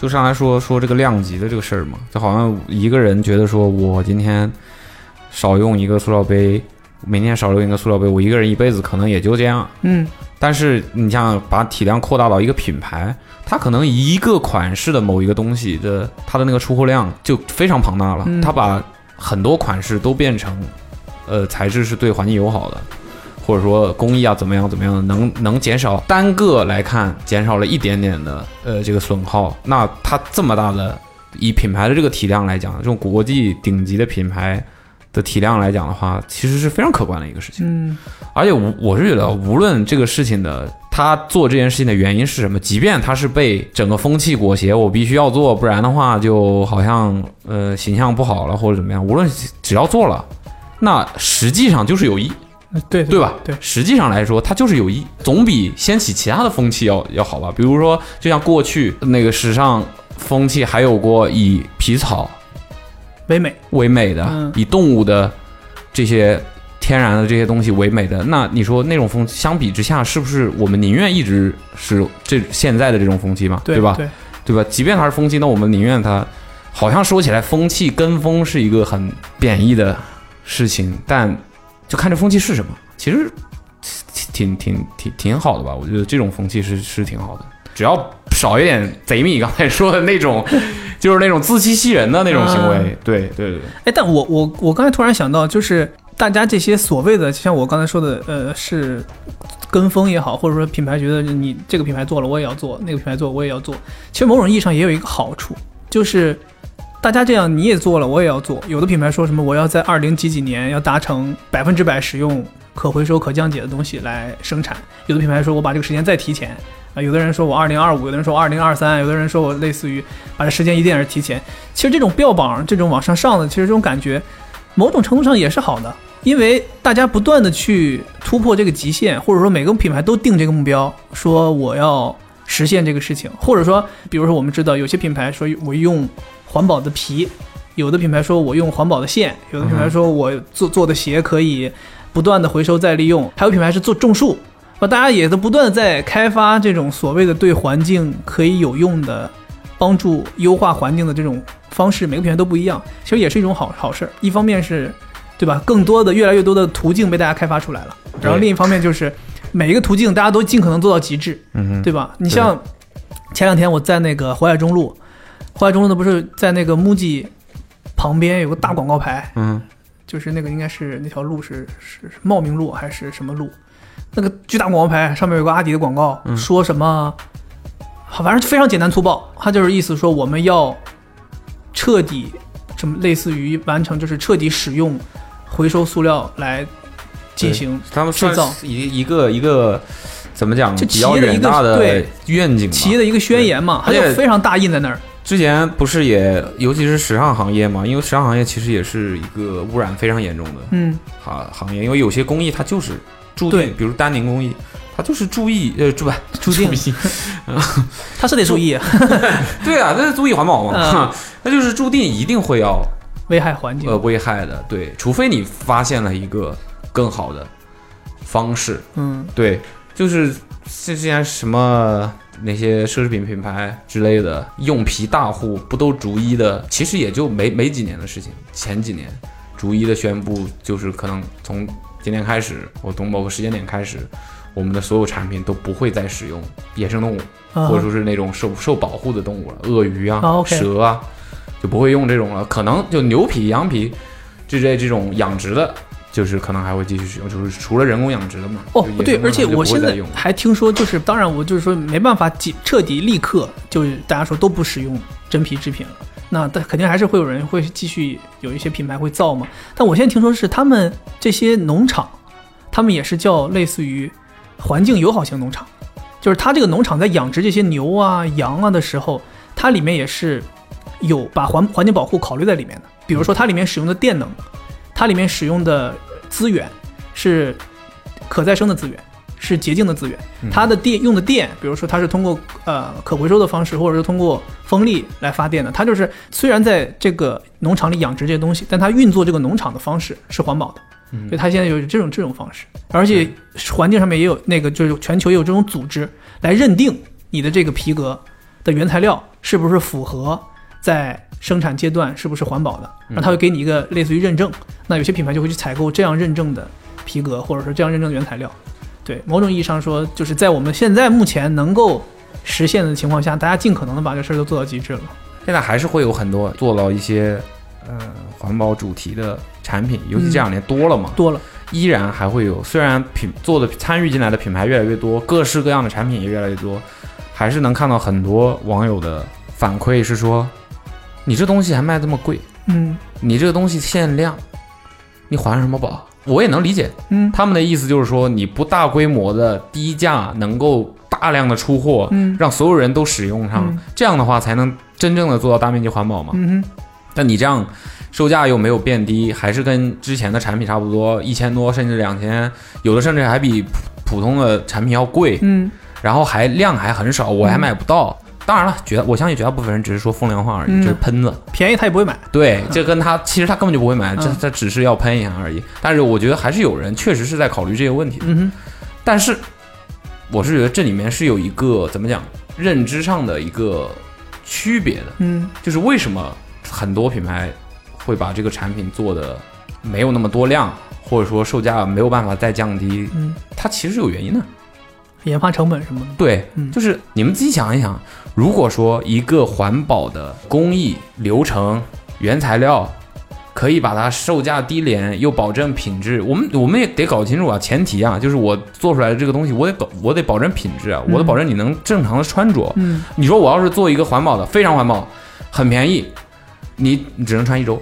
[SPEAKER 2] 就上来说说这个量级的这个事儿嘛，就好像一个人觉得说我今天少用一个塑料杯，明天少用一个塑料杯，我一个人一辈子可能也就这样。
[SPEAKER 3] 嗯，
[SPEAKER 2] 但是你像把体量扩大到一个品牌，它可能一个款式的某一个东西的它的那个出货量就非常庞大了，
[SPEAKER 3] 嗯
[SPEAKER 2] 它把很多款式都变成，呃，材质是对环境友好的，或者说工艺啊怎么样怎么样，能能减少单个来看减少了一点点的呃这个损耗，那它这么大的以品牌的这个体量来讲，这种国际顶级的品牌的体量来讲的话，其实是非常可观的一个事情。
[SPEAKER 3] 嗯
[SPEAKER 2] 而且我我是觉得，无论这个事情的他做这件事情的原因是什么，即便他是被整个风气裹挟，我必须要做，不然的话就好像呃形象不好了或者怎么样。无论只要做了，那实际上就是有益，
[SPEAKER 3] 对
[SPEAKER 2] 对吧？对，实际上来说，它就是有益，总比掀起其他的风气要要好吧？比如说，就像过去那个时尚风气，还有过以皮草
[SPEAKER 3] 唯美，
[SPEAKER 2] 为美的，
[SPEAKER 3] 嗯
[SPEAKER 2] 以动物的这些天然的这些东西为美的，那你说那种风相比之下，是不是我们宁愿一直是这现在的这种风气嘛？
[SPEAKER 3] 对
[SPEAKER 2] 吧？
[SPEAKER 3] 对
[SPEAKER 2] 对吧？即便它是风气，那我们宁愿它。好像说起来，风气跟风是一个很贬义的事情，但就看这风气是什么，其实挺挺挺挺好的吧？我觉得这种风气是是挺好的，只要少一点贼米刚才说的那种， 就是那种自欺欺人的那种行为。
[SPEAKER 3] 嗯
[SPEAKER 2] 对对对，
[SPEAKER 3] 哎，但我我我刚才突然想到，就是大家这些所谓的，就像我刚才说的，呃，是跟风也好，或者说品牌觉得你这个品牌做了，我也要做；那个品牌做，我也要做。其实某种意义上也有一个好处，就是大家这样你也做了，我也要做。有的品牌说什么我要在二零几几年要达成百分之百使用可回收可降解的东西来生产，有的品牌说我把这个时间再提前。啊，有的人说我二零二五，有的人说我二零二三，有的人说我类似于把这时间一定是提前。其实这种标榜、这种往上上的，其实这种感觉，某种程度上也是好的，因为大家不断的去突破这个极限，或者说每个品牌都定这个目标，说我要实现这个事情，或者说，比如说我们知道有些品牌说我用环保的皮，有的品牌说我用环保的线，有的品牌说我做做的鞋可以不断的回收再利用，还有品牌是做种树。那大家也都不断地在开发这种所谓的对环境可以有用的帮助优化环境的这种方式，每个品牌都不一样，其实也是一种好好事儿。一方面是，对吧？更多的、越来越多的途径被大家开发出来了，然后
[SPEAKER 15] 对
[SPEAKER 3] 另一方面就是每一个途径大家都尽可能做到极致，
[SPEAKER 15] 嗯哼
[SPEAKER 3] 对吧？你像前两天我在那个淮海中路，淮海中路那不是在那个 MUJI 旁边有个大广告牌，
[SPEAKER 2] 嗯，
[SPEAKER 3] 就是那个应该是那条路是是是茂名路还是什么路？那个巨大广告牌上面有个阿迪的广告，
[SPEAKER 2] 嗯
[SPEAKER 3] 说什么，好反正非常简单粗暴，它就是意思说我们要彻底什么类似于完成，就是彻底使用回收塑料来进行
[SPEAKER 2] 他们
[SPEAKER 3] 制
[SPEAKER 2] 算
[SPEAKER 3] 造。
[SPEAKER 2] 是一一个一个怎么讲
[SPEAKER 3] 就
[SPEAKER 2] 比
[SPEAKER 3] 企业
[SPEAKER 2] 较
[SPEAKER 3] 的一
[SPEAKER 2] 远
[SPEAKER 3] 个
[SPEAKER 2] 大的
[SPEAKER 3] 对
[SPEAKER 2] 愿景吧。
[SPEAKER 3] 企业的一个宣言嘛，它
[SPEAKER 2] 对
[SPEAKER 3] 就
[SPEAKER 2] 而且
[SPEAKER 3] 非常大印在那儿。
[SPEAKER 2] 之前不是也，尤其是时尚行业嘛，因为时尚行业其实也是一个污染非常严重的
[SPEAKER 3] 嗯
[SPEAKER 2] 行行业，因为有些工艺它就是注
[SPEAKER 3] 对
[SPEAKER 2] 定，比如丹宁工艺，它就是注意呃，注不注定， 嗯
[SPEAKER 3] 它是得注意，啊
[SPEAKER 2] 对啊，那是注意环保嘛
[SPEAKER 3] 嗯，
[SPEAKER 2] 那就是注定一定会要
[SPEAKER 3] 危害环境。
[SPEAKER 2] 呃危害的，对，除非你发现了一个更好的方式，
[SPEAKER 3] 嗯，
[SPEAKER 2] 对，就是之前什么那些奢侈品品牌之类的用皮大户不都逐一的，其实也就没没几年的事情，前几年逐一的宣布，就是可能从今天开始，我从某个时间点开始，我们的所有产品都不会再使用野生动物，
[SPEAKER 3] 啊哈
[SPEAKER 2] 或者说是那种受受保护的动物了，鳄鱼啊、
[SPEAKER 3] 啊，OK
[SPEAKER 2] 蛇啊，就不会用这种了，可能就牛皮、羊皮之类这种养殖的。就是可能还会继续使用，就是除了人工养殖的嘛。
[SPEAKER 3] 哦
[SPEAKER 2] 就野，
[SPEAKER 3] 对，
[SPEAKER 2] 生
[SPEAKER 3] 而
[SPEAKER 2] 的
[SPEAKER 3] 且
[SPEAKER 2] 就
[SPEAKER 3] 我
[SPEAKER 2] 不会
[SPEAKER 3] 现
[SPEAKER 2] 再
[SPEAKER 3] 在
[SPEAKER 2] 用了
[SPEAKER 3] 还听说，就是当然我就是说没办法即彻底立刻就是大家说都不使用真皮制品了，那但肯定还是会有人会继续有一些品牌会造嘛。但我现在听说是他们这些农场，他们也是叫类似于环境友好型农场，就是它这个农场在养殖这些牛啊、羊啊的时候，它里面也是有把环环境保护考虑在里面的。比如说，它里面使用的电能，它里面使用的资源是可再生的资源，是洁净的资源
[SPEAKER 10] 嗯。
[SPEAKER 3] 它的电用的电，比如说它是通过呃可回收的方式，或者是通过风力来发电的。它就是虽然在这个农场里养殖这些东西，但它运作这个农场的方式是环保的。
[SPEAKER 5] 嗯
[SPEAKER 2] 嗯
[SPEAKER 3] 所以它现在有这种这种方式，而且环境上面也有那个，就是全球也有这种组织来认定你的这个皮革的原材料是不是符合在生产阶段是不是环保的，
[SPEAKER 10] 嗯
[SPEAKER 3] 那它会给你一个类似于认证，那有些品牌就会去采购这样认证的皮革，或者说这样认证的原材料。对，某种意义上说，就是在我们现在目前能够实现的情况下，大家尽可能的把这事儿都做到极致了。
[SPEAKER 2] 现在还是会有很多做到一些呃环保主题的产品，尤其这两年多了嘛，
[SPEAKER 3] 嗯多了，
[SPEAKER 2] 依然还会有。虽然品做的参与进来的品牌越来越多，各式各样的产品也越来越多，还是能看到很多网友的反馈是说，你这东西还卖这么贵，
[SPEAKER 3] 嗯
[SPEAKER 2] 你这个东西限量，你还什么保？我也能理解，
[SPEAKER 3] 嗯，
[SPEAKER 2] 他们的意思就是说，你不大规模的低价能够大量的出货，
[SPEAKER 3] 嗯
[SPEAKER 2] 让所有人都使用上，
[SPEAKER 3] 嗯
[SPEAKER 2] 这样的话才能真正的做到大面积环保嘛。
[SPEAKER 3] 嗯哼，
[SPEAKER 2] 但你这样售价又没有变低，还是跟之前的产品差不多，一千多甚至两千，有的甚至还比普普通的产品要贵，
[SPEAKER 3] 嗯，
[SPEAKER 2] 然后还量还很少，我还买不到。当然了，绝我相信绝大部分人只是说风凉话而已，
[SPEAKER 3] 嗯
[SPEAKER 2] 这是喷子。
[SPEAKER 3] 便宜他也不会买。
[SPEAKER 2] 对，这跟他其实他根本就不会买，这
[SPEAKER 3] 嗯
[SPEAKER 2] 他只是要喷一下而已。但是我觉得还是有人确实是在考虑这些问题的。
[SPEAKER 3] 嗯哼，
[SPEAKER 2] 但是我是觉得这里面是有一个怎么讲认知上的一个区别的，
[SPEAKER 3] 嗯，
[SPEAKER 2] 就是为什么很多品牌会把这个产品做的没有那么多量，或者说售价没有办法再降低，
[SPEAKER 3] 嗯，
[SPEAKER 2] 它其实是有原因的。
[SPEAKER 3] 研发成本什么的，
[SPEAKER 2] 对，
[SPEAKER 10] 嗯
[SPEAKER 2] 就是你们自己想一想，如果说一个环保的工艺流程、原材料，可以把它售价低廉又保证品质，我们我们也得搞清楚啊，前提啊，就是我做出来的这个东西，我得保我得保证品质啊，
[SPEAKER 10] 嗯
[SPEAKER 2] 我得保证你能正常的穿着。
[SPEAKER 10] 嗯
[SPEAKER 2] 你说我要是做一个环保的，非常环保，很便宜，你你只能穿一周，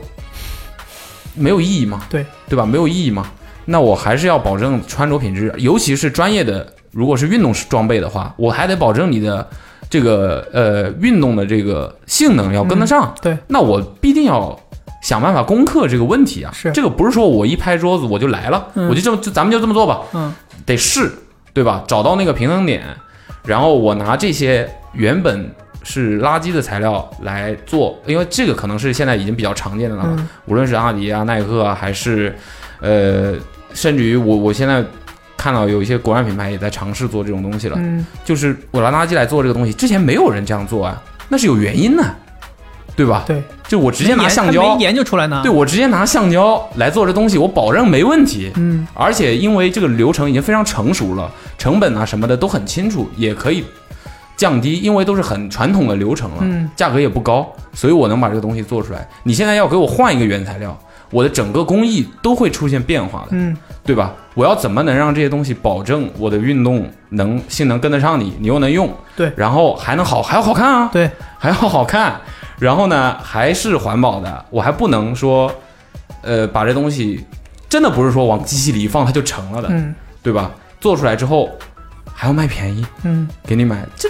[SPEAKER 2] 没有意义嘛？
[SPEAKER 3] 对
[SPEAKER 2] 对吧？没有意义嘛？那我还是要保证穿着品质，尤其是专业的，如果是运动装备的话，我还得保证你的这个呃运动的这个性能要跟得上。
[SPEAKER 3] 对，
[SPEAKER 2] 那我必定要想办法攻克这个问题啊。是，这个不是说我一拍桌子我就来了，
[SPEAKER 10] 嗯
[SPEAKER 2] 我就这么就咱们就这么做吧。
[SPEAKER 3] 嗯
[SPEAKER 2] 得试，对吧？找到那个平衡点，然后我拿这些原本是垃圾的材料来做，因为这个可能是现在已经比较常见的了，
[SPEAKER 10] 嗯
[SPEAKER 2] 无论是阿迪啊、耐克啊，还是呃，甚至于我我现在看到有一些国外品牌也在尝试做这种东西了，
[SPEAKER 10] 嗯
[SPEAKER 2] 就是我拿垃圾来做这个东西，之前没有人这样做啊，那是有原因的、对吧？
[SPEAKER 3] 对，
[SPEAKER 2] 就我直接拿
[SPEAKER 3] 没研
[SPEAKER 2] 橡
[SPEAKER 3] 他
[SPEAKER 2] 胶
[SPEAKER 3] 没，研究出来呢。
[SPEAKER 2] 对我直接拿橡胶来做这东西，我保证没问题。
[SPEAKER 3] 嗯，
[SPEAKER 2] 而且因为这个流程已经非常成熟了，成本啊什么的都很清楚，也可以降低，因为都是很传统的流程了，
[SPEAKER 10] 嗯
[SPEAKER 2] 价格也不高，所以我能把这个东西做出来。你现在要给我换一个原材料，我的整个工艺都会出现变化的，
[SPEAKER 3] 嗯
[SPEAKER 2] 对吧？我要怎么能让这些东西保证我的运动能性能跟得上你，你又能用，
[SPEAKER 3] 对，
[SPEAKER 2] 然后还能好，还要好看啊，
[SPEAKER 3] 对，
[SPEAKER 2] 还要好看，然后呢还是环保的，我还不能说，呃，把这东西真的不是说往机器里一放它就成了的，
[SPEAKER 3] 嗯
[SPEAKER 2] 对吧？做出来之后还要卖便宜，
[SPEAKER 3] 嗯，
[SPEAKER 2] 给你买，这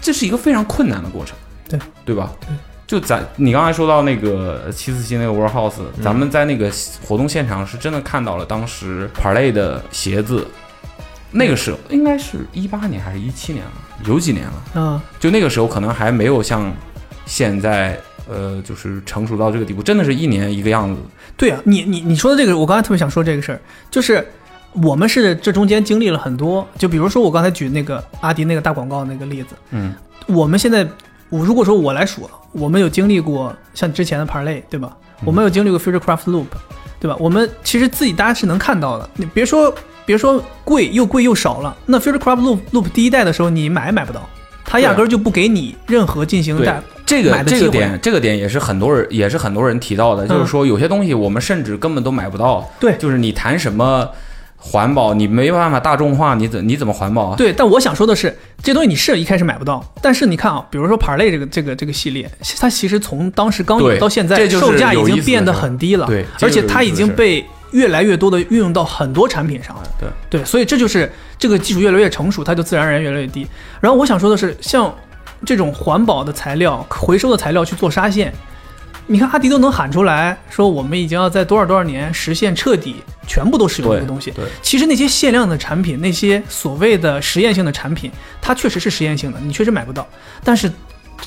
[SPEAKER 2] 这是一个非常困难的过程，
[SPEAKER 3] 对
[SPEAKER 2] 对吧？对，就咱你刚才说到那个呃七四七那个 warehouse，、咱们在那个活动现场是真的看到了当时 Parley 的鞋子，那个时候应该是一八年还是一七年了，有几年了。
[SPEAKER 3] 嗯
[SPEAKER 2] 就那个时候可能还没有像现在呃，就是成熟到这个地步，真的是一年一个样子。
[SPEAKER 3] 对啊，你你你说的这个，我刚才特别想说这个事儿，就是我们是这中间经历了很多，就比如说我刚才举那个阿迪那个大广告那个例子，
[SPEAKER 2] 嗯
[SPEAKER 3] 我们现在，我如果说我来说，我们有经历过像之前的 Parlay，对吧？
[SPEAKER 2] 嗯
[SPEAKER 3] 我们有经历过 Future Craft Loop，对吧？我们其实自己大家是能看到的。你别说别说贵又贵又少了，那 Future Craft Loop Loop 第一代的时候你买也买不到，它压根儿就不给你任何进行
[SPEAKER 2] 啊对
[SPEAKER 3] 大，
[SPEAKER 2] 这
[SPEAKER 3] 买的机
[SPEAKER 2] 个这
[SPEAKER 3] 会
[SPEAKER 2] 个点，这个点也是很多人也是很多人提到的，
[SPEAKER 3] 嗯
[SPEAKER 2] 就是说有些东西我们甚至根本都买不到。
[SPEAKER 3] 对，
[SPEAKER 2] 就是你谈什么环保，你没办法大众化，你怎你怎么环保啊？
[SPEAKER 3] 对，但我想说的是，这东西你是一开始买不到，但是你看啊，比如说 Parlay 这个这个这个系列，它其实从当时刚有
[SPEAKER 2] 对
[SPEAKER 3] 到现在，
[SPEAKER 2] 这就是
[SPEAKER 3] 售价已
[SPEAKER 2] 有意思
[SPEAKER 3] 经
[SPEAKER 2] 的
[SPEAKER 3] 变得
[SPEAKER 2] 事儿
[SPEAKER 3] 很低了，
[SPEAKER 2] 对这
[SPEAKER 3] 而
[SPEAKER 2] 就是嗯
[SPEAKER 3] 且
[SPEAKER 2] 有
[SPEAKER 3] 它
[SPEAKER 2] 意
[SPEAKER 3] 已
[SPEAKER 2] 思的
[SPEAKER 3] 经
[SPEAKER 2] 事儿
[SPEAKER 3] 被越来越多的运用到很多产品上。
[SPEAKER 4] 对，
[SPEAKER 3] 对，所以这就是这个技术越来越成熟，它就自然而然越来越低。然后我想说的是，像这种环保的材料、回收的材料去做纱线，你看阿迪都能喊出来说我们已经要在多少多少年实现彻底全部都使用这个东西。
[SPEAKER 4] 对，
[SPEAKER 3] 其实那些限量的产品，那些所谓的实验性的产品，它确实是实验性的，你确实买不到。但是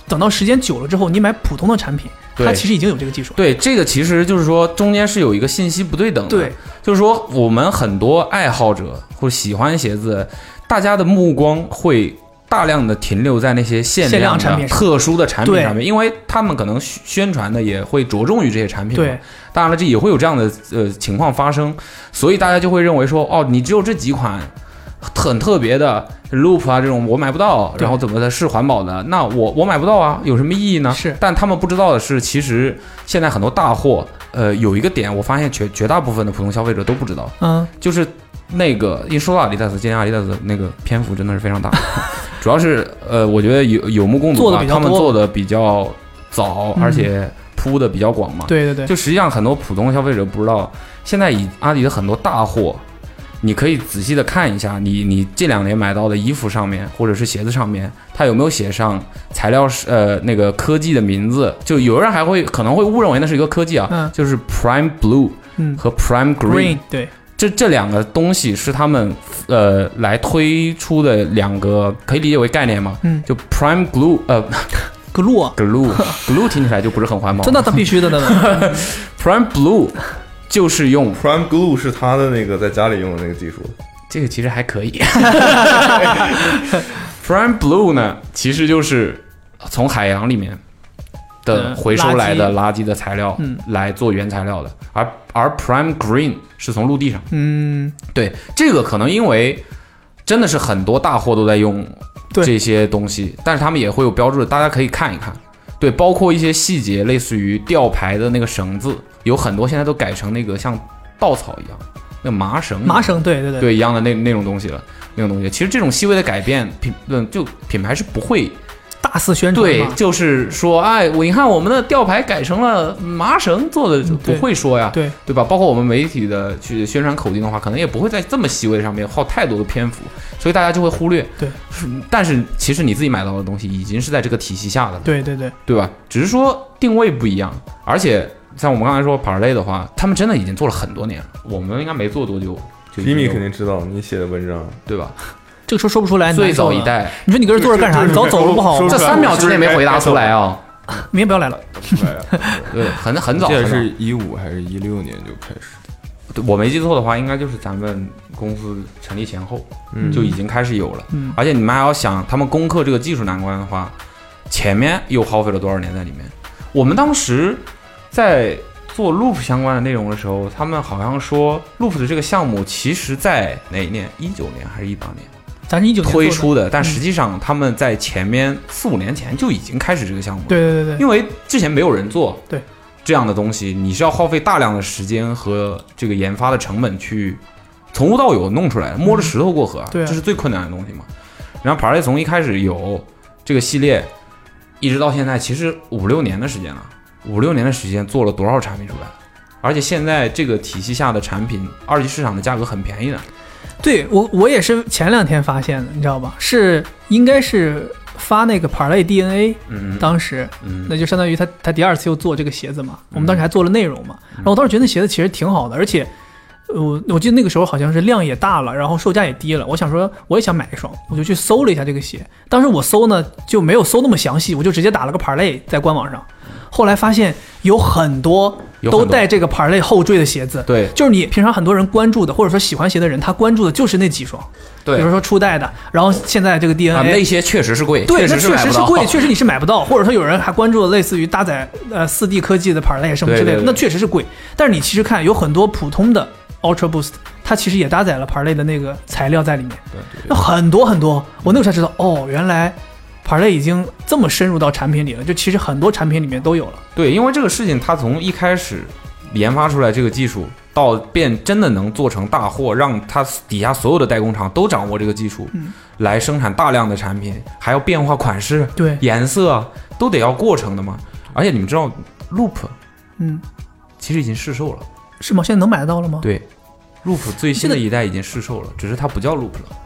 [SPEAKER 3] 等到时间久了之后，你买普通的产品，它
[SPEAKER 2] 对
[SPEAKER 3] 其实已经有这个技术了。
[SPEAKER 2] 对，这个其实就是说中间是有一个信息不对等的。
[SPEAKER 3] 对，
[SPEAKER 2] 就是说我们很多爱好者或者喜欢鞋子，大家的目光会大量的停留在那些限
[SPEAKER 3] 限量
[SPEAKER 2] 的
[SPEAKER 3] 产品上
[SPEAKER 2] 特殊的产品
[SPEAKER 3] 对
[SPEAKER 2] 上面，因为他们可能宣宣传的也会着重于这些产品。
[SPEAKER 3] 对，
[SPEAKER 2] 当然了，这也会有这样的呃情况发生，所以大家就会认为说，哦，你只有这几款。很特别的 Loop 啊，这种我买不到，然后怎么的是环保的？那我我买不到啊，有什么意义呢？是，但他们不知道的是，其实现在很多大货，呃，有一个点，我发现绝绝大部分的普通消费者都不知道，
[SPEAKER 3] 嗯，
[SPEAKER 2] 就是那个一说到阿迪达斯，今天阿迪达斯那个篇幅真的是非 常大，主要是呃，我觉得有有目共睹
[SPEAKER 3] 做得
[SPEAKER 2] 吧
[SPEAKER 3] 比，较
[SPEAKER 2] 他们
[SPEAKER 3] 多
[SPEAKER 2] 做的比较早，
[SPEAKER 3] 嗯
[SPEAKER 2] 而且铺的比较广嘛。
[SPEAKER 3] 对对对
[SPEAKER 2] 就实际上很多普通消费者不知道，现在以阿迪的很多大货，你可以仔细的看一下，你你这两年买到的衣服上面或者是鞋子上面，它有没有写上材料是呃那个科技的名字？就有人还会可能会误认为那是一个科技啊，
[SPEAKER 3] 嗯
[SPEAKER 2] 就是 Prime Blue
[SPEAKER 3] 嗯
[SPEAKER 2] 和 Prime
[SPEAKER 3] Green 对，
[SPEAKER 2] 这这两个东西是他们呃来推出的两个可以理解为概念嘛？
[SPEAKER 3] 嗯
[SPEAKER 2] 就 Prime Glue 呃
[SPEAKER 3] glue 啊
[SPEAKER 2] glue glue 听起来就不是很环保，啊
[SPEAKER 3] 真的，它必须的呢。
[SPEAKER 2] Prime Blue 就是用
[SPEAKER 7] Prime Glue 是他的那个在家里用的那个技术，
[SPEAKER 2] 这个其实还 可以。Prime Blue 呢，其实就是从海洋里面的
[SPEAKER 3] 嗯
[SPEAKER 2] 回收来的
[SPEAKER 3] 垃
[SPEAKER 2] 垃圾的材料
[SPEAKER 3] 嗯
[SPEAKER 2] 来做原材料的，而而 Prime Green 是从陆地上。
[SPEAKER 3] 嗯，
[SPEAKER 2] 对，这个可能因为真的是很多大货都在用这些东西，但是他们也会有标注，大家可以看一看。对，包括一些细节，类似于吊牌的那个绳子，有很多现在都改成那个像稻草一样，那麻绳一样，
[SPEAKER 3] 麻绳，对对对
[SPEAKER 2] 对一样的那那种东西了，那种东西。其实这种细微的改变，品嗯就品牌是不会
[SPEAKER 3] 大肆宣传
[SPEAKER 2] 对
[SPEAKER 3] 嘛，
[SPEAKER 2] 就是说，哎，我你看我们的吊牌改成了麻绳做的，不
[SPEAKER 3] 嗯对
[SPEAKER 2] 会说呀，
[SPEAKER 3] 对
[SPEAKER 2] 对吧？包括我们媒体的去宣传口径的话，可能也不会在这么细微上面耗太多的篇幅，所以大家就会忽略。
[SPEAKER 3] 对，
[SPEAKER 2] 但是其实你自己买到的东西已经是在这个体系下的了，
[SPEAKER 3] 对对对，
[SPEAKER 2] 对吧？只是说定位不一样，而且像我们刚才说 Parlay 的话，他们真的已经做了很多年了，我们应该没做多久。
[SPEAKER 7] Jimmy 肯
[SPEAKER 2] 定知道你写的文章，对吧？
[SPEAKER 3] 这个说说不出来，
[SPEAKER 2] 最
[SPEAKER 3] 难受
[SPEAKER 2] 早
[SPEAKER 3] 了
[SPEAKER 2] 一代，
[SPEAKER 3] 你说你搁这坐着干啥？
[SPEAKER 2] 就是
[SPEAKER 3] 你早走了不好吗？
[SPEAKER 2] 这三秒之内没回答出来啊！
[SPEAKER 3] 明天不要来了。
[SPEAKER 2] 对，啊很很早，
[SPEAKER 14] 这
[SPEAKER 2] 很早
[SPEAKER 14] 是一五还是一六年就开始？
[SPEAKER 2] 对我没记错的话，应该就是咱们公司成立前后，
[SPEAKER 14] 嗯
[SPEAKER 2] 就已经开始有了。
[SPEAKER 14] 嗯
[SPEAKER 2] 而且你们还要想，他们攻克这个技术难关的话，前面又耗费了多少年在里面？我们当时在做 Loop 相关的内容的时候，他们好像说 Loop 的这个项目，其实在哪一年？一九年还是一八年？
[SPEAKER 3] 咱是一九
[SPEAKER 2] 推出的，
[SPEAKER 3] 嗯
[SPEAKER 2] 但实际上他们在前面四五年前就已经开始这个项目了。
[SPEAKER 3] 对对对对，
[SPEAKER 2] 因为之前没有人做，
[SPEAKER 3] 对
[SPEAKER 2] 这样的东西，你是要耗费大量的时间和这个研发的成本去从无到有弄出来，摸着石头过河，
[SPEAKER 3] 对啊
[SPEAKER 2] 这是最困难的东西嘛。然后 Parley 从一开始有这个系列，一直到现在，其实五六年的时间了，五六年的时间做了多少产品出来？而且现在这个体系下的产品，二级市场的价格很便宜的，
[SPEAKER 3] 对我我也是前两天发现的，你知道吧？是应该是发那个 Parlay DNA，
[SPEAKER 2] 嗯
[SPEAKER 3] 当时，
[SPEAKER 2] 嗯
[SPEAKER 3] 那就相当于他他第二次又做这个鞋子嘛，我们当时还做了内容嘛，
[SPEAKER 2] 嗯
[SPEAKER 3] 然后我当时觉得那鞋子其实挺好的，而且。呃我我记得那个时候好像是量也大了，然后售价也低了。我想说我也想买一双，我就去搜了一下这个鞋。当时我搜呢就没有搜那么详细，我就直接打了个 Parlay 在官网上。后来发现有很多
[SPEAKER 2] 有很多
[SPEAKER 3] 都带这个 Parlay 后缀的鞋子，
[SPEAKER 2] 对
[SPEAKER 3] 就是你平常很多人关注的，或者说喜欢鞋的人，他关注的就是那几双，
[SPEAKER 2] 对
[SPEAKER 3] 比如说初代的，然后现在这个 DNA，、
[SPEAKER 2] 啊，那些确实是贵，
[SPEAKER 3] 对，
[SPEAKER 2] 确
[SPEAKER 3] 那
[SPEAKER 2] 实
[SPEAKER 3] 确
[SPEAKER 2] 买
[SPEAKER 3] 实
[SPEAKER 2] 不
[SPEAKER 3] 是
[SPEAKER 2] 到
[SPEAKER 3] 贵，确实你是买不到，或者说有人还关注了类似于搭载呃四 D 科技的 Parlay 什么之类
[SPEAKER 2] 对
[SPEAKER 3] 的，
[SPEAKER 2] 对对
[SPEAKER 3] 那确实是贵。但是你其实看有很多普通的 Ultra Boost，它其实也搭载了 Parlay 的那个材料在里面，那很多很多。我那个时候才知道，哦，原来 Parlay 已经这么深入到产品里了，就其实很多产品里面都有了。
[SPEAKER 2] 对，因为这个事情，它从一开始研发出来这个技术，到变真的能做成大货，让它底下所有的代工厂都掌握这个技术，
[SPEAKER 3] 嗯
[SPEAKER 2] 来生产大量的产品，还要变化款式、
[SPEAKER 3] 对
[SPEAKER 2] 颜色，都得要过程的嘛。而且你们知道，Loop
[SPEAKER 3] 嗯，
[SPEAKER 2] 其实已经试售了，
[SPEAKER 3] 是吗？现在能买得到了吗？
[SPEAKER 2] 对，Loop 最新的一代已经试售了，只是它不叫 Loop 了。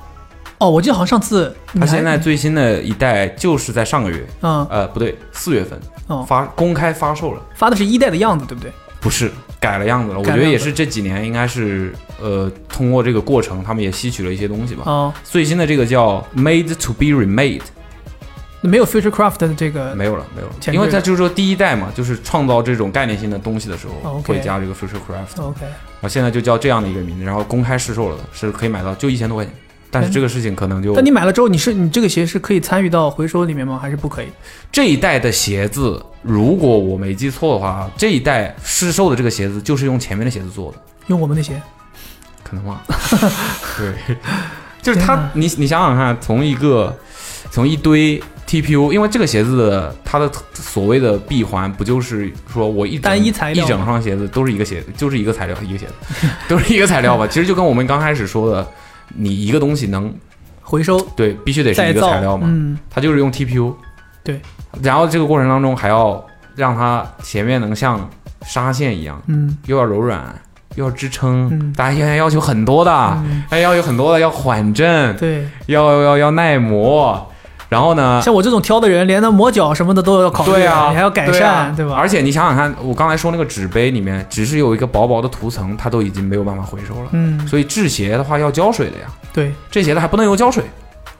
[SPEAKER 3] 哦，我记得好像上次你
[SPEAKER 2] 它
[SPEAKER 3] 还
[SPEAKER 2] 现在最新的一代就是在上个月，
[SPEAKER 3] 嗯
[SPEAKER 2] 呃，不对，四月份
[SPEAKER 3] 哦
[SPEAKER 2] 发公开发售了，
[SPEAKER 3] 发的是一代的样子，对不对？
[SPEAKER 2] 不是改了样子了。我
[SPEAKER 3] 改了
[SPEAKER 2] 觉得
[SPEAKER 3] 样
[SPEAKER 2] 也
[SPEAKER 3] 子
[SPEAKER 2] 是这几年应该是呃，通过这个过程，他们也吸取了一些东西吧。
[SPEAKER 3] 哦
[SPEAKER 2] 最新的这个叫 Made to be Remade，
[SPEAKER 3] 没有 Future Craft 的这个
[SPEAKER 2] 没有了，没有了，
[SPEAKER 3] 呃前缀
[SPEAKER 2] 因为它
[SPEAKER 3] 了
[SPEAKER 2] 就是说第一代嘛，就是创造这种概念性的东西的时候
[SPEAKER 3] 哦 OK 哦
[SPEAKER 2] 会加这个 Future Craft。
[SPEAKER 3] OK
[SPEAKER 2] 我现在就叫这样的一个名字，然后公开试售了的，是可以买到，就一千多块钱。但是这个事情可能就，
[SPEAKER 3] 但嗯你买了之后，你是你这个鞋是可以参与到回收里面吗？还是不可以？
[SPEAKER 2] 这一代的鞋子，如果我没记错的话，这一代试售的这个鞋子就是用前面的鞋子做的，
[SPEAKER 3] 用我们的鞋，
[SPEAKER 2] 可能吧？ 对，就是它，你你想想看，从一个从一堆 TPU，因为这个鞋子的它的所谓的闭环，不就是说我一整
[SPEAKER 3] 单一材料
[SPEAKER 2] 一整双鞋子都是一个鞋，就是一个材料一个鞋子， 都是一个材料吧？其实就跟我们刚开始说的，你一个东西能
[SPEAKER 3] 回收，
[SPEAKER 2] 对，必须得是
[SPEAKER 3] 再
[SPEAKER 2] 一个
[SPEAKER 3] 造
[SPEAKER 2] 材料嘛，
[SPEAKER 3] 嗯，
[SPEAKER 2] 它就是用 TPU，
[SPEAKER 3] 对，
[SPEAKER 2] 然后这个过程当中还要让它前面能像纱线一样，
[SPEAKER 3] 嗯，
[SPEAKER 2] 又要柔软，又要支撑，
[SPEAKER 3] 嗯
[SPEAKER 2] 大家现在要求很多的，还要有很多的，要缓震，
[SPEAKER 3] 对，
[SPEAKER 2] 要要要耐磨，然后呢，
[SPEAKER 3] 像我这种挑的人，连那磨脚什么的都要考虑，
[SPEAKER 2] 对啊，
[SPEAKER 3] 你还要改
[SPEAKER 2] 对啊
[SPEAKER 3] 善，对吧？
[SPEAKER 2] 而且你想想看，我刚才说那个纸杯里面，只是有一个薄薄的涂层，它都已经没有办法回收了，
[SPEAKER 3] 嗯
[SPEAKER 2] 所以制鞋的话要胶水的呀，
[SPEAKER 3] 对
[SPEAKER 2] 这鞋子还不能用胶水，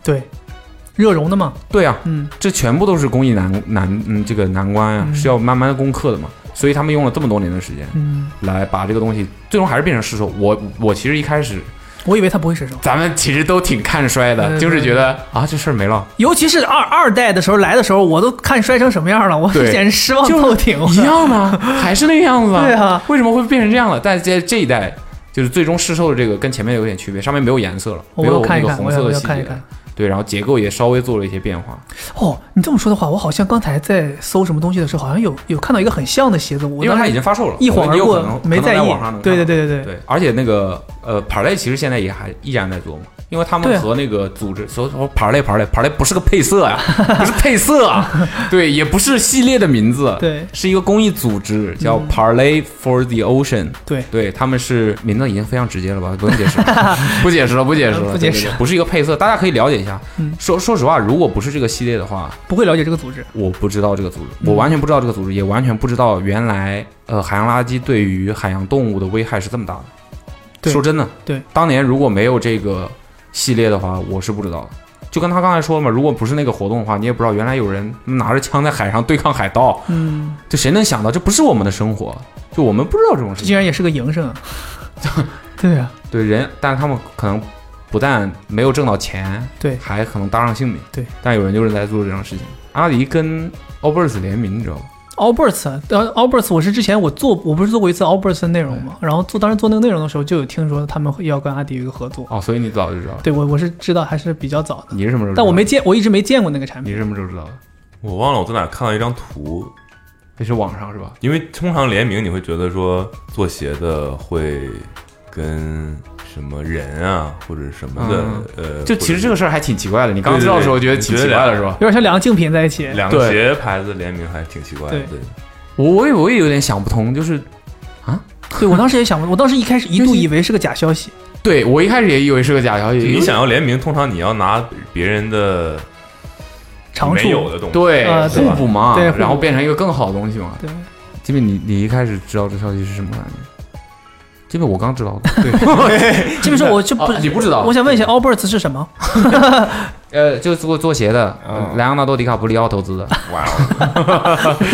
[SPEAKER 3] 对，热熔的嘛，
[SPEAKER 2] 对呀、
[SPEAKER 3] 嗯，
[SPEAKER 2] 这全部都是工艺难难嗯这个难关啊，
[SPEAKER 3] 嗯
[SPEAKER 2] 是要慢慢攻克的嘛。所以他们用了这么多年的时间，
[SPEAKER 3] 嗯，
[SPEAKER 2] 来把这个东西最终还是变成市售。我我其实一开始
[SPEAKER 3] 我以为它不会失手，
[SPEAKER 2] 咱们其实都挺看衰的，
[SPEAKER 3] 嗯
[SPEAKER 2] 就是觉得啊这事儿没了，
[SPEAKER 3] 尤其是二二代的时候来的时候，我都看摔成什么样了，我
[SPEAKER 2] 对
[SPEAKER 3] 简直失望透顶。
[SPEAKER 2] 一样的，还是那个样子啊。
[SPEAKER 3] 对啊，
[SPEAKER 2] 为什么会变成这样了？但是这这一代就是最终市售的这个跟前面有点区别，上面没有颜色了，
[SPEAKER 3] 我
[SPEAKER 2] 没
[SPEAKER 3] 要
[SPEAKER 2] 有
[SPEAKER 3] 看
[SPEAKER 2] 那
[SPEAKER 3] 一
[SPEAKER 2] 个
[SPEAKER 3] 看，
[SPEAKER 2] 红
[SPEAKER 3] 我
[SPEAKER 2] 色
[SPEAKER 3] 要我
[SPEAKER 2] 的
[SPEAKER 3] 要
[SPEAKER 2] 细
[SPEAKER 3] 看一
[SPEAKER 2] 节，
[SPEAKER 3] 看。
[SPEAKER 2] 对，然后结构也稍微做了一些变化。
[SPEAKER 3] 哦，你这么说的话，我好像刚才在搜什么东西的时候，好像有有看到一个很像的鞋子，我
[SPEAKER 2] 因为
[SPEAKER 3] 当
[SPEAKER 2] 它
[SPEAKER 3] 时
[SPEAKER 2] 已经发售了，
[SPEAKER 3] 一晃而
[SPEAKER 2] 有可
[SPEAKER 3] 过
[SPEAKER 2] 能，
[SPEAKER 3] 没
[SPEAKER 2] 可能
[SPEAKER 3] 在
[SPEAKER 2] 在
[SPEAKER 3] 意
[SPEAKER 2] 网上能。
[SPEAKER 3] 对
[SPEAKER 2] 看
[SPEAKER 3] 对
[SPEAKER 2] 到
[SPEAKER 3] 对对
[SPEAKER 2] 对，而且那个呃 parlay 其实现在也还依然在做嘛，因为他
[SPEAKER 3] 对啊
[SPEAKER 2] 们和那个组织所说 parlay parlay parlay 不是个配色呀、 不是配色啊，对，也不是系列的名字，
[SPEAKER 3] 对
[SPEAKER 2] 是一个公益组织叫
[SPEAKER 3] 嗯
[SPEAKER 2] parlay for the ocean，
[SPEAKER 3] 对
[SPEAKER 2] 对，他们是名字已经非常直接了吧，不用解释了， 不解释了，不解释 了，
[SPEAKER 3] 不解释
[SPEAKER 2] 对对对不是一个配色，大家可以了解一下。
[SPEAKER 3] 嗯
[SPEAKER 2] 说说实话，如果不是这个系列的话，
[SPEAKER 3] 不会了解这个组织。
[SPEAKER 2] 我不知道这个组织，
[SPEAKER 3] 嗯
[SPEAKER 2] 我完全不知道这个组织，也完全不知道原来呃海洋垃圾对于海洋动物的危害是这么大的。
[SPEAKER 3] 对
[SPEAKER 2] 说真的，
[SPEAKER 3] 对，
[SPEAKER 2] 当年如果没有这个系列的话，我是不知道的。就跟他刚才说了嘛，如果不是那个活动的话，你也不知道原来有人拿着枪在海上对抗海盗，
[SPEAKER 3] 嗯，
[SPEAKER 2] 这谁能想到？这不是我们的生活，就我们不知道这种事
[SPEAKER 3] 这
[SPEAKER 2] 情。
[SPEAKER 3] 竟然也是个营 生啊。对啊，
[SPEAKER 2] 对人，但是他们可能不但没有挣到钱，
[SPEAKER 3] 对
[SPEAKER 2] 还可能搭上性命，
[SPEAKER 3] 对。
[SPEAKER 2] 但有人就是在做这种事情。阿迪跟 Allbirds 联名，你知道吗？
[SPEAKER 3] Alberts，啊呃，Alberts，我是之前我做，我不是做过一次 Alberts 的内容嘛，然后做当时做那个内容的时候，就有听说他们会要跟阿迪有一个合作。
[SPEAKER 2] 哦，所以你早就知道了。
[SPEAKER 3] 对我我是知道还是比较早的，
[SPEAKER 2] 你是什么时候知道的？
[SPEAKER 3] 但我没见，我一直没见过那个产品。
[SPEAKER 2] 你是什么时候知道的？
[SPEAKER 4] 我忘了我在哪儿看到一张图，
[SPEAKER 2] 那是网上是吧？
[SPEAKER 4] 因为通常联名你会觉得说做鞋的会跟什么人啊或者什么的，呃，
[SPEAKER 2] 嗯就其实这个事儿还挺奇怪的。你刚刚
[SPEAKER 4] 对对
[SPEAKER 2] 知道的时候，
[SPEAKER 4] 对
[SPEAKER 2] 觉得
[SPEAKER 4] 你
[SPEAKER 2] 挺
[SPEAKER 4] 觉
[SPEAKER 2] 奇
[SPEAKER 4] 得
[SPEAKER 2] 怪的
[SPEAKER 4] 两
[SPEAKER 2] 是吧
[SPEAKER 3] 有？点像两个竞品在一起，
[SPEAKER 4] 两个鞋牌子联名还挺奇怪的，
[SPEAKER 3] 对
[SPEAKER 4] 对，
[SPEAKER 2] 我我也我也有点想不通，就是
[SPEAKER 3] 对我当时也想不，我当时一开始一度以为是个假消息，
[SPEAKER 2] 对我一开始也以为是个假消息。
[SPEAKER 4] 你想要联名，通常你要拿别人的
[SPEAKER 3] 长处
[SPEAKER 4] 没有的东西，
[SPEAKER 2] 对
[SPEAKER 3] 呃
[SPEAKER 2] 互补嘛，
[SPEAKER 3] 对互补
[SPEAKER 2] 然后变成一个更好的东西嘛。
[SPEAKER 3] 对，
[SPEAKER 2] 基本你你一开始知道这消息是什么感觉？基本我刚知 道的。
[SPEAKER 3] 基本上我就不
[SPEAKER 2] 哦你不知道
[SPEAKER 3] 我想问一下 Alberts 是什么？
[SPEAKER 2] 呃，就是做做鞋的，莱昂纳多·迪卡普里奥投资的。哇，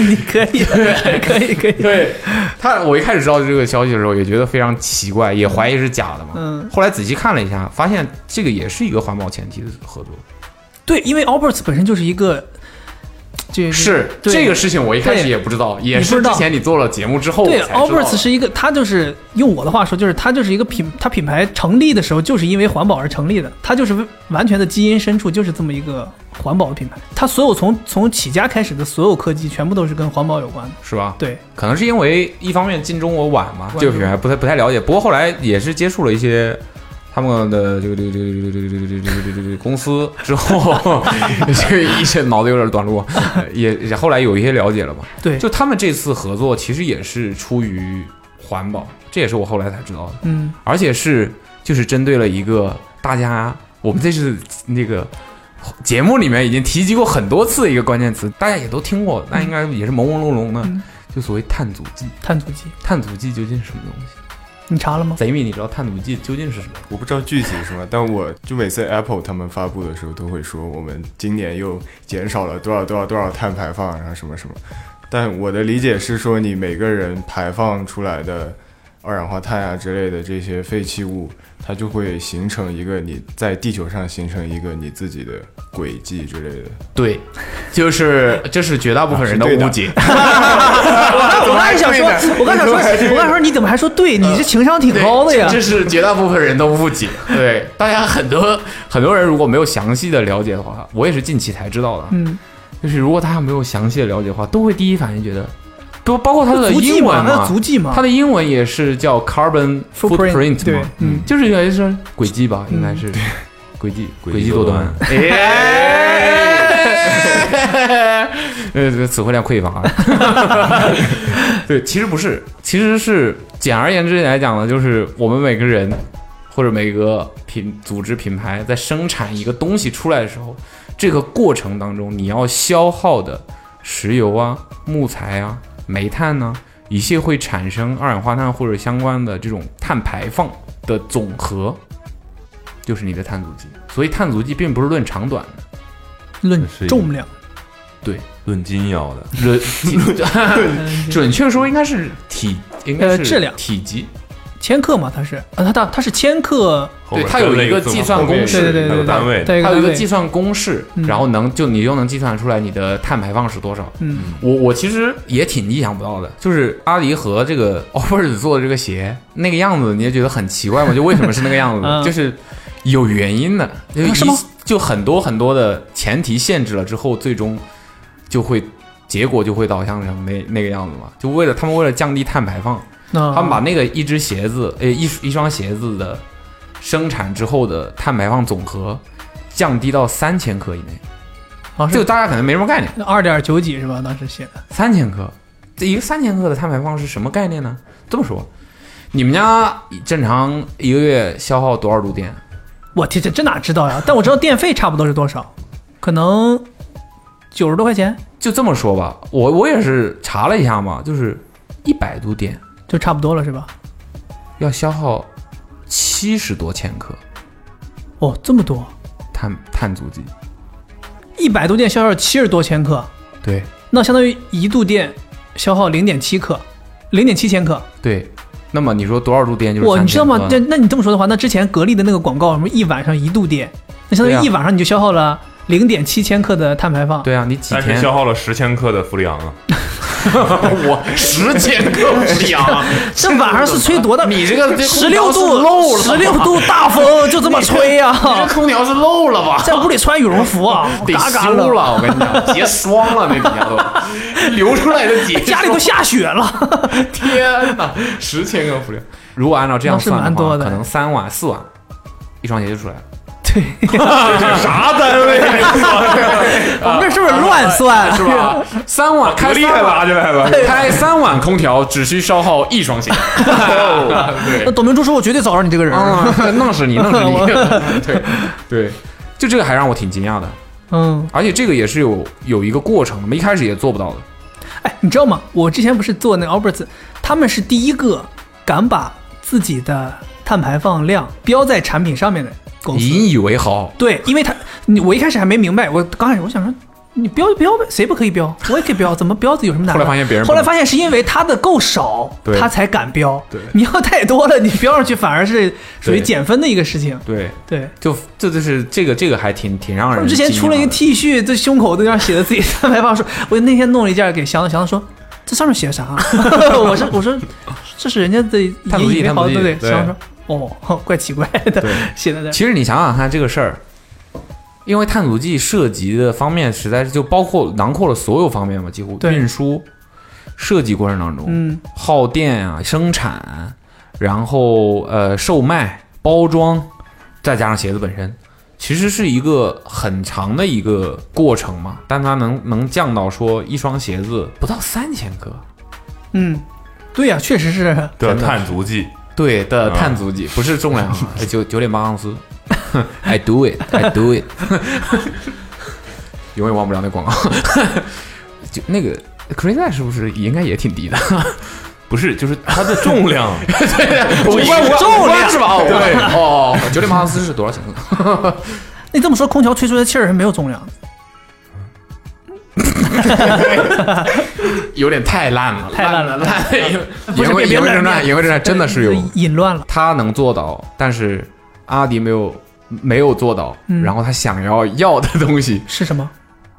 [SPEAKER 3] 你可 以，可以，可以。
[SPEAKER 2] 对他，我一开始知道这个消息的时候，也觉得非常奇怪，也怀疑是假的嘛。
[SPEAKER 3] 嗯，
[SPEAKER 2] 后来仔细看了一下，发现这个也是一个环保前提的合作。
[SPEAKER 3] 对，因为 Alberts 本身就是一个，这
[SPEAKER 2] 是
[SPEAKER 3] 对
[SPEAKER 2] 这个事情，我一开始也不知道，也
[SPEAKER 3] 你不
[SPEAKER 2] 是
[SPEAKER 3] 知道
[SPEAKER 2] 之前你做了节目之后我才
[SPEAKER 3] 对
[SPEAKER 2] 知道的。
[SPEAKER 3] ，Alberts 是一个，它就是用我的话说，就是它就是一个品，它品牌成立的时候就是因为环保而成立的，它就是为完全的基因深处就是这么一个环保的品牌。它所有从从起家开始的所有科技，全部都是跟环保有关的。
[SPEAKER 2] 是吧？
[SPEAKER 3] 对，
[SPEAKER 2] 可能是因为一方面进中国晚嘛
[SPEAKER 3] 晚，
[SPEAKER 2] 这个品牌不太不太了解。不过后来也是接触了一些他们的这个这个这个这个这个这个这个这个这个这个公司之后，这个一些脑子有点短路，也也后来有一些了解了吧。
[SPEAKER 3] 对
[SPEAKER 2] 就他们这次合作其实也是出于环保，这也是我后来才知道的。
[SPEAKER 3] 嗯，
[SPEAKER 2] 而且是就是针对了一个大家，我们这是那个节目里面已经提及过很多次的一个关键词，大家也都听过，那应该也是朦朦胧胧的，
[SPEAKER 3] 嗯
[SPEAKER 2] 就所谓碳足迹。
[SPEAKER 3] 碳足迹，
[SPEAKER 2] 碳足迹究竟是什么东西？
[SPEAKER 3] 你查了吗？
[SPEAKER 2] 贼米，你知道碳足迹究竟是什么？
[SPEAKER 14] 我不知道具体是什么，但我就每次 Apple 他们发布的时候都会说，我们今年又减少了多少多少多少碳排放，然后什么什么。但我的理解是说，你每个人排放出来的二氧化碳啊之类的这些废弃物，它就会形成一个你在地球上形成一个你自己的轨迹之类的。
[SPEAKER 2] 对，就是这是绝大部分人的
[SPEAKER 14] 啊是对的
[SPEAKER 2] 误解。
[SPEAKER 3] 我刚才想说，我刚才 想 说，我刚才说，你怎么还说 对？你这情商挺高的呀。
[SPEAKER 2] 这是绝大部分人的误解。对，大家很多很多人如果没有详细的了解的话，我也是近期才知道的。
[SPEAKER 3] 嗯，
[SPEAKER 2] 就是如果大家没有详细的了解的话，都会第一反应觉得，不包括它的
[SPEAKER 3] 足迹
[SPEAKER 2] 英文
[SPEAKER 3] 嘛那足迹嘛
[SPEAKER 2] 它的英文也是叫 carbon
[SPEAKER 3] Footprint，
[SPEAKER 2] footprint
[SPEAKER 3] 对嗯
[SPEAKER 2] 嘛，嗯，就是应该是轨迹吧，应该是轨迹，轨迹多端。 呃，这个词汇量匮乏。啊 对，其实不是，其实是简而言之来讲呢，就是我们每个人或者每个品组织品牌在生产一个东西出来的时候，这个过程当中你要消耗的石油啊、木材啊、煤炭呢、一切会产生二氧化碳或者相关的这种碳排放的总和，就是你的碳足迹。所以碳足迹并不是论长短的，
[SPEAKER 3] 论
[SPEAKER 2] 是一个
[SPEAKER 3] 重量，
[SPEAKER 2] 对，
[SPEAKER 4] 论斤要 的，
[SPEAKER 2] 论准确说应该是体，应该
[SPEAKER 3] 呃
[SPEAKER 2] 是
[SPEAKER 3] 质量
[SPEAKER 2] 体积。
[SPEAKER 3] 千克嘛，它是啊，它它它是千克，
[SPEAKER 2] 对，它有一个计算公式，
[SPEAKER 3] 对对对对，
[SPEAKER 2] 它
[SPEAKER 3] 对
[SPEAKER 2] 有一
[SPEAKER 3] 单
[SPEAKER 2] 个
[SPEAKER 3] 位
[SPEAKER 2] 计算公式，
[SPEAKER 3] 嗯
[SPEAKER 2] 然后能就你就能计算出来你的碳排放是多少。
[SPEAKER 3] 嗯，
[SPEAKER 2] 我我其实也挺意想不到的，就是阿迪和这个 Offers 做的这个鞋那个样子，你就觉得很奇怪嘛？就为什么是那个样
[SPEAKER 3] 嗯啊
[SPEAKER 2] 子？就是有原因的，就一
[SPEAKER 3] 是吗？
[SPEAKER 2] 就很多很多的前提限制了之后，最终就会结果就会导向成那那个样子嘛？就为了他们为了降低碳排放，
[SPEAKER 3] 啊
[SPEAKER 2] 他们把那个一只鞋子，呃，一一双鞋子的生产之后的碳排放总和降低到三千克以内。
[SPEAKER 3] 啊，
[SPEAKER 2] 这个大家可能没什么概念。
[SPEAKER 3] 二点九几是吧？当时写的
[SPEAKER 2] 三千克，这一个三千克的碳排放是什么概念呢？这么说，你们家正常一个月消耗多少度电？
[SPEAKER 3] 我天，这这哪知道呀？但我知道电费差不多是多少，可能九十多块钱，
[SPEAKER 2] 就这么说吧，我我也是查了一下嘛，就是一百度电
[SPEAKER 3] 就差不多了是吧？
[SPEAKER 2] 要消耗七十多千克
[SPEAKER 3] 哦，这么多，
[SPEAKER 2] 碳碳足迹。
[SPEAKER 3] 一百度电消耗七十多千克，
[SPEAKER 2] 对
[SPEAKER 3] 那相当于一度电消耗零点七克，零点七千克。
[SPEAKER 2] 对，那么你说多少度电就是？
[SPEAKER 3] 哇，你知道吗？那那你这么说的话，那之前格力的那个广告什么一晚上一度电，那相当于
[SPEAKER 2] 对啊
[SPEAKER 3] 一晚上你就消耗了零点七千克的碳排放。
[SPEAKER 2] 对啊，你几
[SPEAKER 4] 但是
[SPEAKER 2] 天
[SPEAKER 4] 消耗了十千克的氟利昂 啊，
[SPEAKER 2] 我 十千克氟利昂，
[SPEAKER 3] 这晚上是吹多大？
[SPEAKER 2] 哎你这个
[SPEAKER 3] 十六
[SPEAKER 2] 空
[SPEAKER 3] 度
[SPEAKER 2] 调是漏了吧
[SPEAKER 3] 十六度大风就这么吹呀、
[SPEAKER 2] 你这空调是漏了吧，
[SPEAKER 3] 在屋里穿羽绒服啊
[SPEAKER 2] 得
[SPEAKER 3] 嘎嘎
[SPEAKER 2] 修了，我跟你 讲，结霜了，那底下都 流出来的结霜。
[SPEAKER 3] 家里都下雪了。
[SPEAKER 2] 天哪，十千克氟利昂，如果按照这样算
[SPEAKER 3] 那是蛮
[SPEAKER 2] 话，
[SPEAKER 3] 多的
[SPEAKER 2] 可能三碗四碗一双鞋就出来了。
[SPEAKER 4] 这是啥单位？
[SPEAKER 3] 我们这是不是乱算？
[SPEAKER 2] 啊 是吧？三碗开
[SPEAKER 4] 厉害拉起来了，
[SPEAKER 2] 开三碗空调只需消耗一 双鞋。对
[SPEAKER 3] 那，董明珠说：“我绝对找着你这个人。
[SPEAKER 2] 嗯，弄死你，弄死
[SPEAKER 3] 我
[SPEAKER 2] 你！对对，就这个还让我挺惊讶的，
[SPEAKER 3] 嗯，
[SPEAKER 2] 而且这个也是有有一个过程的，我们一开始也做不到的。
[SPEAKER 3] 哎，你知道吗？我之前不是做那个 Alberts，他们是第一个敢把自己的碳排放量标在产品上面的公司。
[SPEAKER 2] 引以为豪，
[SPEAKER 3] 对，因为他，你我一开始还没明白，我刚开始我想说。你标就标呗，谁不可以标？我也可以 标，怎么标子有什么难的？
[SPEAKER 2] 后来发现别人不
[SPEAKER 3] 后
[SPEAKER 2] 能
[SPEAKER 3] 来发现是因为他的够少
[SPEAKER 2] 对，
[SPEAKER 3] 他才敢标。对，你要太多了，你标上去反而是属于
[SPEAKER 2] 对
[SPEAKER 3] 减分的一个事情。
[SPEAKER 2] 对
[SPEAKER 3] 对，
[SPEAKER 2] 就这就是这个这个还挺挺让
[SPEAKER 3] 他
[SPEAKER 2] 人
[SPEAKER 3] 们之前
[SPEAKER 2] 惊
[SPEAKER 3] 出了一
[SPEAKER 2] 讶
[SPEAKER 3] 个
[SPEAKER 2] 的啊
[SPEAKER 3] T 恤，这胸口都上写的自己三排放说，我那天弄了一件给祥子，祥子说这上面写的啥啊？ 我说我说这是人家的
[SPEAKER 2] 碳足
[SPEAKER 3] 引
[SPEAKER 2] 迹
[SPEAKER 3] 以为豪，
[SPEAKER 2] 碳足迹
[SPEAKER 3] 对不对？
[SPEAKER 2] 对
[SPEAKER 3] 祥子说哦， 怪奇怪的，写的
[SPEAKER 2] 其实你想想看这个事儿，因为碳足迹涉及的方面实在是就包括囊括了所有方面嘛，几乎
[SPEAKER 3] 对
[SPEAKER 2] 运输、设计过程当中，
[SPEAKER 3] 嗯，
[SPEAKER 2] 耗电啊、生产，然后呃售卖、包装，再加上鞋子本身，其实是一个很长的一个过程嘛。但它能能降到说一双鞋子不到三千克，
[SPEAKER 3] 嗯，对呀、确实是。
[SPEAKER 2] 啊
[SPEAKER 4] 的碳 足迹，啊
[SPEAKER 2] 对的碳足迹，不是重 量啊，九九点八盎司。I do it, I do it，永远忘不了那广告。 就那个 Crazy Eyes 是不是应该也挺低的？
[SPEAKER 4] 不是，就是它的重量，
[SPEAKER 2] 对，五
[SPEAKER 3] 五
[SPEAKER 2] 官
[SPEAKER 3] 官重量
[SPEAKER 2] 五官是吧？哦
[SPEAKER 3] 对
[SPEAKER 2] 哦，九点八盎司是多少钱？
[SPEAKER 3] 你这么说，空调吹出的气儿是没有重量的，
[SPEAKER 2] 有点太烂了，
[SPEAKER 3] 太烂了，
[SPEAKER 2] 烂了。
[SPEAKER 3] 不
[SPEAKER 2] 言
[SPEAKER 3] 是
[SPEAKER 2] 归
[SPEAKER 3] 别别
[SPEAKER 2] 言归正传，
[SPEAKER 3] 别
[SPEAKER 2] 言归正传，真的是 有
[SPEAKER 3] 引乱了。
[SPEAKER 2] 他能做到，但是阿迪没有没有做到，
[SPEAKER 3] 嗯
[SPEAKER 2] 然后他想要要的东西
[SPEAKER 3] 是什么？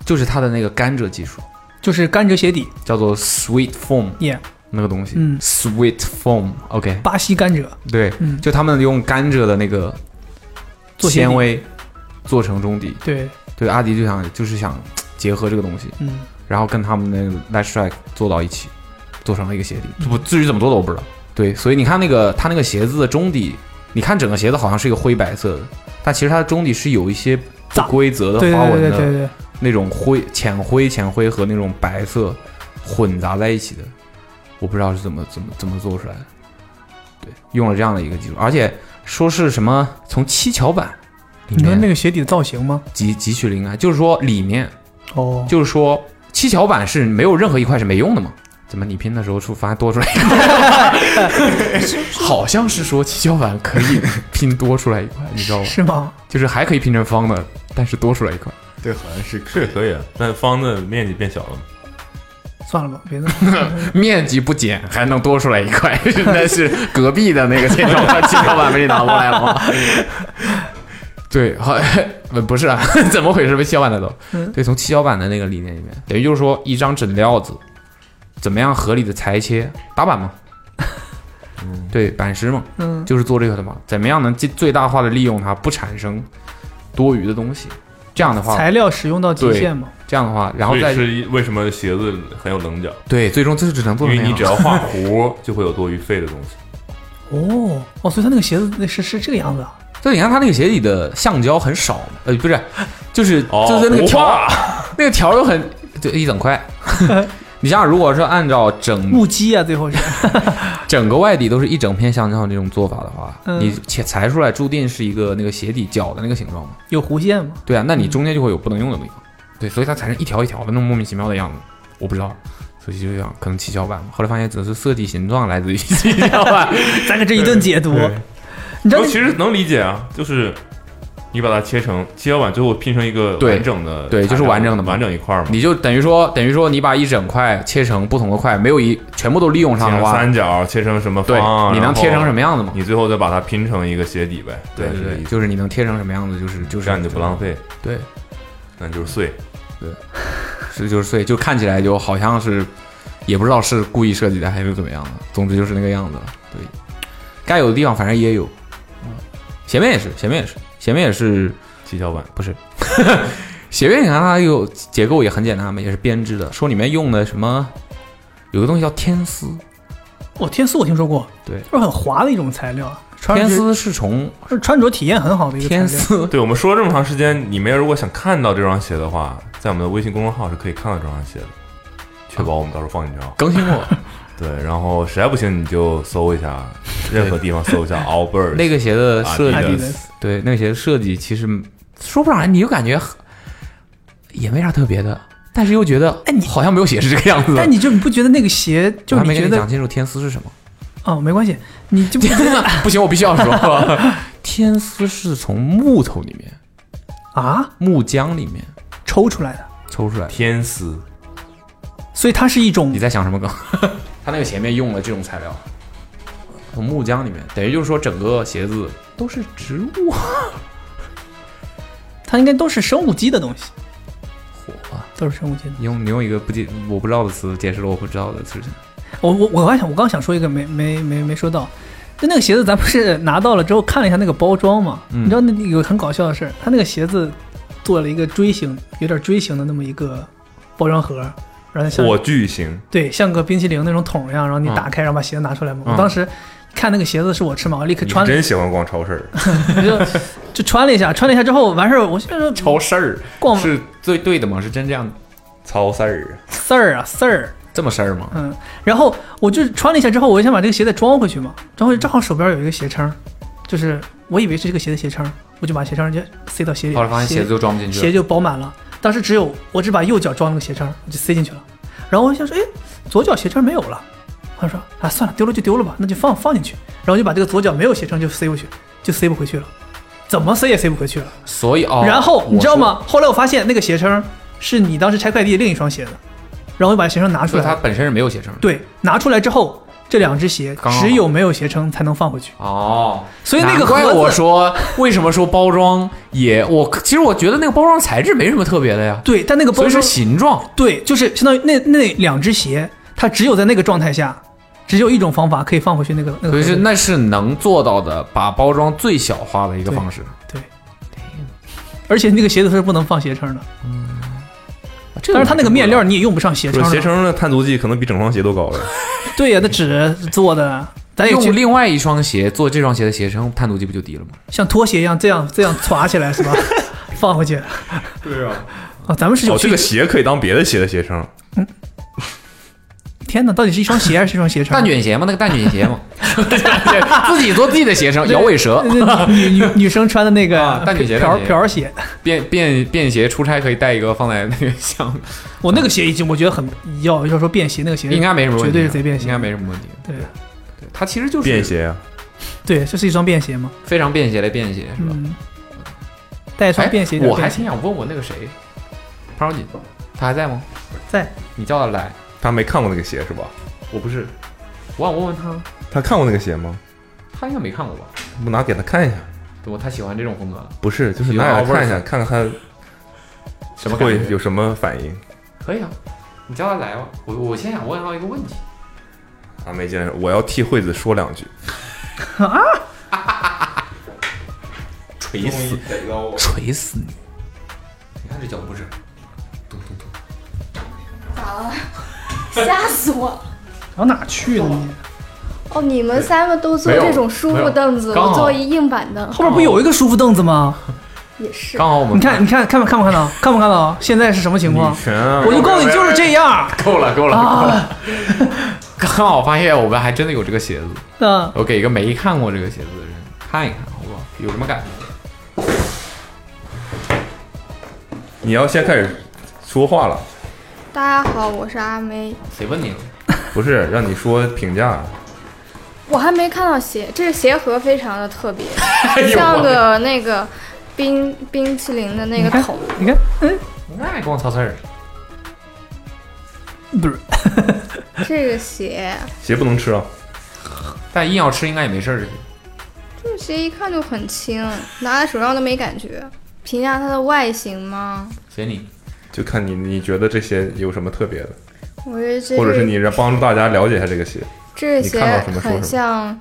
[SPEAKER 2] 就是他的那个甘蔗技术，
[SPEAKER 3] 就是甘蔗鞋底
[SPEAKER 2] 叫做 sweet foam
[SPEAKER 3] ，yeah，
[SPEAKER 2] 那个东西，
[SPEAKER 3] 嗯
[SPEAKER 2] ，sweet foam，OK，、
[SPEAKER 3] 巴西甘蔗，
[SPEAKER 2] 对，
[SPEAKER 3] 嗯
[SPEAKER 2] 就他们用甘蔗的那个
[SPEAKER 3] 做鞋底
[SPEAKER 2] 纤维做成中底，
[SPEAKER 3] 对，
[SPEAKER 2] 对，阿迪就想就是想结合这个东西，
[SPEAKER 3] 嗯，
[SPEAKER 2] 然后跟他们那个 Let's Strike 做到一起，做成了一个鞋底，不至于怎么做的我不知道。对，所以你看那个它那个鞋子的中底，你看整个鞋子好像是一个灰白色的，但其实它的中底是有一些不规则的
[SPEAKER 3] 对对
[SPEAKER 2] 花纹
[SPEAKER 3] 对
[SPEAKER 2] 的，
[SPEAKER 3] 对对对
[SPEAKER 2] 那种灰浅灰浅灰和那种白色混杂在一起的，我不知道是怎么怎么怎么做出来的。对，用了这样的一个技术，而且说是什么从七巧板
[SPEAKER 3] 你说那个鞋底的造型吗？
[SPEAKER 2] 汲汲取灵感，就是说里面
[SPEAKER 3] 哦，
[SPEAKER 2] 就是说七巧板是没有任何一块是没用的嘛？怎么你拼的时候出发现多出来 一 块？好像是说七巧板可以拼多出来一块，你知道吗？
[SPEAKER 3] 是吗？
[SPEAKER 2] 就是还可以拼成方的，但是多出来一块。
[SPEAKER 14] 对，好像是
[SPEAKER 4] 是可以，啊，但方的面积变小了嘛。
[SPEAKER 3] 算了吧，别 弄。
[SPEAKER 2] 面积不减，还能多出哎来一块，那是隔壁的那个七巧板，七巧板被你拿过来 了哦吗？对，好，不是啊， 怎么回事？被七巧板的都，
[SPEAKER 3] 嗯
[SPEAKER 2] 对，从七巧板的那个理念里面，等于就是说一张整料子，怎么样合理的裁切 打板嘛，对，板石嘛，
[SPEAKER 3] 嗯
[SPEAKER 2] 就是做这个的嘛，怎么样能最最大化的利用它，不产生多余的东西，这样的话
[SPEAKER 3] 材料使用到极
[SPEAKER 2] 对
[SPEAKER 3] 限嘛。
[SPEAKER 2] 这样的话，然后
[SPEAKER 4] 所以
[SPEAKER 2] 再
[SPEAKER 4] 是一为什么鞋子很有棱角？
[SPEAKER 2] 对，最终就是只能做
[SPEAKER 4] 因
[SPEAKER 2] 成
[SPEAKER 4] 为
[SPEAKER 2] 那样
[SPEAKER 4] 你只要画弧，就会有多余废的东西。
[SPEAKER 3] 哦哦，所以它那个鞋子那是是这个样子啊。
[SPEAKER 2] 就你看它那个鞋底的橡胶很少，呃，不是， 就是、就是那个
[SPEAKER 3] 不
[SPEAKER 2] 条
[SPEAKER 3] 画，
[SPEAKER 2] 那个条又很就一 整块。你想想，如果是按照整
[SPEAKER 3] 木屐啊，最 后是
[SPEAKER 2] 整个外底都是一整片橡胶这种做法的话，
[SPEAKER 3] 嗯
[SPEAKER 2] 你切裁出来注定是一个那个鞋底角的那个形状嘛？
[SPEAKER 3] 有弧线 嘛？。
[SPEAKER 2] 对啊，那你中间就会有不能用的地方。对，所以它才是一条一条的那种莫名其妙的样子，我不知道。所以就想可能七巧板嘛，后来发现只是设计形状来自于七巧板
[SPEAKER 3] 咱可这一顿解读
[SPEAKER 2] 对
[SPEAKER 3] 你知道
[SPEAKER 4] 我其实能理解啊，就是你把它切成七巧板，最后拼成一个
[SPEAKER 2] 对
[SPEAKER 4] 完整的材料，
[SPEAKER 2] 对，就是完整的嘛
[SPEAKER 4] 完整一块儿嘛。
[SPEAKER 2] 你就等于说，等于说你把一整块切成不同的块，没有一全部都利用
[SPEAKER 4] 切
[SPEAKER 2] 上的
[SPEAKER 4] 成
[SPEAKER 2] 话，
[SPEAKER 4] 三角，切成什么
[SPEAKER 2] 对
[SPEAKER 4] 方，
[SPEAKER 2] 你能
[SPEAKER 4] 然后
[SPEAKER 2] 贴成什么样子嘛
[SPEAKER 4] 你最后再把它拼成一个鞋底呗。
[SPEAKER 2] 对对对
[SPEAKER 4] 就是
[SPEAKER 2] 你能贴成什么样子，就是就是
[SPEAKER 4] 这样你就不浪费。
[SPEAKER 2] 对，
[SPEAKER 4] 那就是碎。
[SPEAKER 2] 对， 是就是碎，就看起来就好像是，也不知道是故意设计的还是怎么样的，总之就是那个样子了。对，该有的地方反正也有，鞋面也是，鞋面也是，鞋面也是
[SPEAKER 4] 七巧板，
[SPEAKER 2] 不是。 鞋面你看它有结构也很简单嘛，也是编织的。说里面用的什么，有个东西叫天丝，
[SPEAKER 3] 我天丝我听说
[SPEAKER 4] 哦
[SPEAKER 3] 过，
[SPEAKER 2] 对，
[SPEAKER 3] 就是很滑的一种材料啊。穿
[SPEAKER 2] 天
[SPEAKER 3] 上去
[SPEAKER 2] 丝是从
[SPEAKER 3] 是穿着体验很好的一个材料。
[SPEAKER 4] 对我们说了这么长时间，你们如果想看到这双鞋的话，在我们的微信公众号是可以看到这双鞋的，确保我们到时候放一条
[SPEAKER 2] 更新过。
[SPEAKER 4] 对，然后实在不行你就搜一下，任何地方搜一下 Allbirds
[SPEAKER 2] 那个鞋的设计
[SPEAKER 4] Adidas
[SPEAKER 2] 对，那个鞋的设计其实说不上来，你就感觉很也没啥特别的，但是又觉得，哎，你好像没有写是这个样子的。
[SPEAKER 3] 但你就你不觉得那个鞋，就
[SPEAKER 2] 我还
[SPEAKER 3] 你
[SPEAKER 2] 没
[SPEAKER 3] 觉
[SPEAKER 2] 跟你
[SPEAKER 3] 得
[SPEAKER 2] 讲清楚天丝是什么？
[SPEAKER 3] 哦，没关系，你就不觉 得
[SPEAKER 2] 不行，我必须 要说，天丝是从木头里面
[SPEAKER 3] 啊
[SPEAKER 2] 木浆里面
[SPEAKER 3] 抽出来的，
[SPEAKER 2] 抽出来的。
[SPEAKER 4] 天丝，
[SPEAKER 3] 所以它是一种
[SPEAKER 2] 你 在想什么梗？它那个前面用了这种材料，从木浆里面，等于就是说整个鞋子都是植物，
[SPEAKER 3] 它应该都是生物基的东西，
[SPEAKER 2] 火啊！
[SPEAKER 3] 都是生物基的。
[SPEAKER 2] 你用你用一个不解我不知道的词解释了我不知道的事情。
[SPEAKER 3] 我我我刚想，我刚想说一个没没没没说到，就那个鞋子，咱不是拿到了之后看了一下那个包装嘛？
[SPEAKER 2] 嗯
[SPEAKER 3] 你知道那有个很搞笑的事儿，它那个鞋子做了一个锥形，有点锥形的那么一个包装盒，然后它像
[SPEAKER 4] 火炬型，
[SPEAKER 3] 对，像个冰淇淋那种桶一样，然后你打开，然后把鞋子拿出来嘛。
[SPEAKER 4] 嗯
[SPEAKER 3] 我当时看那个鞋子是我吃嘛，我立刻
[SPEAKER 4] 你
[SPEAKER 3] 穿了，
[SPEAKER 4] 真喜欢逛超市，
[SPEAKER 3] 就穿了一下，穿了一下之后完事儿，我现在说
[SPEAKER 2] 超市儿
[SPEAKER 3] 逛
[SPEAKER 2] 是最对的吗？是真这样？
[SPEAKER 4] 超市儿
[SPEAKER 3] ，Sir 啊 Sir，
[SPEAKER 2] 这么事儿吗？
[SPEAKER 3] 嗯，然后我就穿了一下之后，我就想把这个鞋再装回去嘛，装
[SPEAKER 2] 嗯
[SPEAKER 3] 回去正好手边有一个鞋撑儿，就是我以为是这个鞋的鞋撑儿，我就把鞋撑儿就塞到鞋里，
[SPEAKER 2] 后来发现鞋
[SPEAKER 3] 鞋
[SPEAKER 2] 子都装不进去了
[SPEAKER 3] 鞋就饱满了。当时只有我只把右脚装了个鞋撑儿，我就塞进去了。然后我就想说，哎，左脚鞋撑儿没有了，我说啊，算了，丢了就丢了吧，那就放放进去。然后就把这个左脚没有鞋撑就塞回去，就塞不回去了，怎么塞也塞不回去了。
[SPEAKER 2] 所以哦，
[SPEAKER 3] 然后你知道
[SPEAKER 2] 我说？
[SPEAKER 3] 吗？后来我发现那个鞋撑是你当时拆快递另一双鞋的，然后我把鞋撑拿出
[SPEAKER 2] 所以它
[SPEAKER 3] 来，
[SPEAKER 2] 本身是没有写成的。
[SPEAKER 3] 对，拿出来之后，这两只鞋
[SPEAKER 2] 刚好
[SPEAKER 3] 只有没有鞋撑才能放回去。
[SPEAKER 2] 哦，
[SPEAKER 3] 所以那个
[SPEAKER 2] 难怪
[SPEAKER 3] 盒子
[SPEAKER 2] 我说为什么说包装也我其实我觉得那个包装材质没什么特别的呀。
[SPEAKER 3] 对，但那个包
[SPEAKER 2] 所以
[SPEAKER 3] 装
[SPEAKER 2] 是形状，
[SPEAKER 3] 对，就是相当于那那两只鞋，它只有在那个状态下，只有一种方法可以放回去那个那个
[SPEAKER 2] 所
[SPEAKER 3] 盒
[SPEAKER 2] 以
[SPEAKER 3] 子。
[SPEAKER 2] 是那是能做到的，把包装最小化的一个方式。
[SPEAKER 3] 而且那个鞋子它是不能放鞋撑的。
[SPEAKER 2] 嗯
[SPEAKER 4] 这个
[SPEAKER 3] 但是它那个面料你也用不上鞋撑
[SPEAKER 4] 不是鞋
[SPEAKER 3] 了。
[SPEAKER 4] 撑的碳足迹可能比整双鞋都高了。
[SPEAKER 3] 对呀、那纸做 的，咱也
[SPEAKER 2] 用
[SPEAKER 3] 去
[SPEAKER 2] 另外一双鞋做这双鞋的鞋身，碳足迹不就低了吗？
[SPEAKER 3] 像拖鞋一样这样这样歘起来是吧？ 放回去。
[SPEAKER 4] 对啊，
[SPEAKER 3] 啊，咱们是有
[SPEAKER 4] 哦，
[SPEAKER 3] 区
[SPEAKER 4] 这个
[SPEAKER 3] 别
[SPEAKER 4] 鞋可以当别的鞋的鞋撑，
[SPEAKER 3] 天哪，到底是一双 鞋还是一双鞋撑？
[SPEAKER 2] 蛋卷鞋吗？那个蛋卷 鞋吗？ 自己做自己的鞋身，摇尾蛇，
[SPEAKER 3] 女女 女生穿的那个
[SPEAKER 2] 蛋卷鞋
[SPEAKER 3] 瓢
[SPEAKER 2] 蛋卷鞋
[SPEAKER 3] 瓢鞋，
[SPEAKER 2] 便便便鞋出差可以带一个放在那个箱子，
[SPEAKER 3] 我那个鞋已经我觉得很要要说便携，那个鞋
[SPEAKER 2] 应该没什么问题，
[SPEAKER 3] 绝
[SPEAKER 2] 啊
[SPEAKER 3] 对是贼便携，
[SPEAKER 2] 应该没什么问题。
[SPEAKER 3] 对
[SPEAKER 2] 对，它其实就是
[SPEAKER 4] 便携啊，
[SPEAKER 3] 对，这是一双便鞋吗？
[SPEAKER 2] 非常便携的便携。
[SPEAKER 3] 嗯，带一双
[SPEAKER 2] 哎
[SPEAKER 3] 便鞋，
[SPEAKER 2] 我还挺想问我那个谁，潘少锦，他还在吗？
[SPEAKER 3] 在，
[SPEAKER 2] 你叫他来，
[SPEAKER 4] 他没看过那个鞋是吧？我不是，
[SPEAKER 2] 我想问问他，
[SPEAKER 4] 他看过那个鞋吗？
[SPEAKER 2] 他应该没看过吧？
[SPEAKER 4] 我拿给他看一下，
[SPEAKER 2] 对吧，他喜欢这种风格，
[SPEAKER 4] 不是，就是
[SPEAKER 2] 有
[SPEAKER 4] 拿给他
[SPEAKER 2] Albert
[SPEAKER 4] 看一下，看看他
[SPEAKER 2] 什么感
[SPEAKER 4] 会
[SPEAKER 2] 觉
[SPEAKER 4] 有什么反应。
[SPEAKER 2] 可以啊，你叫他来吧。我我先想问他一个问题，
[SPEAKER 4] 啊，没见，我要替惠子说两句。锤死，
[SPEAKER 2] 锤死你！你看这脚步声，咚咚咚，
[SPEAKER 10] 咋了？啊吓死我！
[SPEAKER 3] 往哪去呢？你
[SPEAKER 10] 哦，你们三个都坐
[SPEAKER 3] 没有
[SPEAKER 10] 这种舒
[SPEAKER 3] 没
[SPEAKER 10] 服
[SPEAKER 3] 有
[SPEAKER 10] 凳子，
[SPEAKER 3] 刚
[SPEAKER 10] 我
[SPEAKER 3] 好
[SPEAKER 10] 坐一硬板凳。
[SPEAKER 3] 后面不有一个舒服凳子吗？
[SPEAKER 10] 也是，
[SPEAKER 2] 刚好我
[SPEAKER 3] 你看，你看，看没看没看到？看没看到？现在是什么情况？
[SPEAKER 2] 啊
[SPEAKER 3] 我就告诉你，就是这样。
[SPEAKER 2] 够了够了够
[SPEAKER 3] 啊
[SPEAKER 2] 了！刚好我发现我们还真的有这个鞋子，
[SPEAKER 3] 嗯，
[SPEAKER 2] 我给一个没看过这个鞋子的人看一看，好不好？有什么感觉？
[SPEAKER 4] 你要先开始说话了，
[SPEAKER 10] 大家好，我是阿梅，
[SPEAKER 2] 谁问你了？
[SPEAKER 4] 不是让你说评价，
[SPEAKER 10] 我还没看到鞋，这个鞋盒非常的 特别
[SPEAKER 3] 哎
[SPEAKER 4] 呦，
[SPEAKER 10] 像个那个冰冰淇淋的那个 桶。
[SPEAKER 3] 你看，嗯，
[SPEAKER 2] 那还跟我操事儿？
[SPEAKER 3] 不是，
[SPEAKER 10] 这个鞋，
[SPEAKER 4] 鞋不能吃啊。
[SPEAKER 2] 但硬要吃应该也没事儿。
[SPEAKER 10] 这个鞋一看就很轻，拿在手上都没感觉。评价它的外形吗？
[SPEAKER 2] 随你，
[SPEAKER 4] 就看你你觉得这鞋有什么特别的，
[SPEAKER 10] 我觉得这
[SPEAKER 4] 或者是
[SPEAKER 10] 个
[SPEAKER 4] 你让帮助大家了解一下这个鞋。
[SPEAKER 10] 这个
[SPEAKER 4] 你
[SPEAKER 10] 鞋
[SPEAKER 4] 看到什么说
[SPEAKER 10] 很
[SPEAKER 4] 什么。
[SPEAKER 10] 像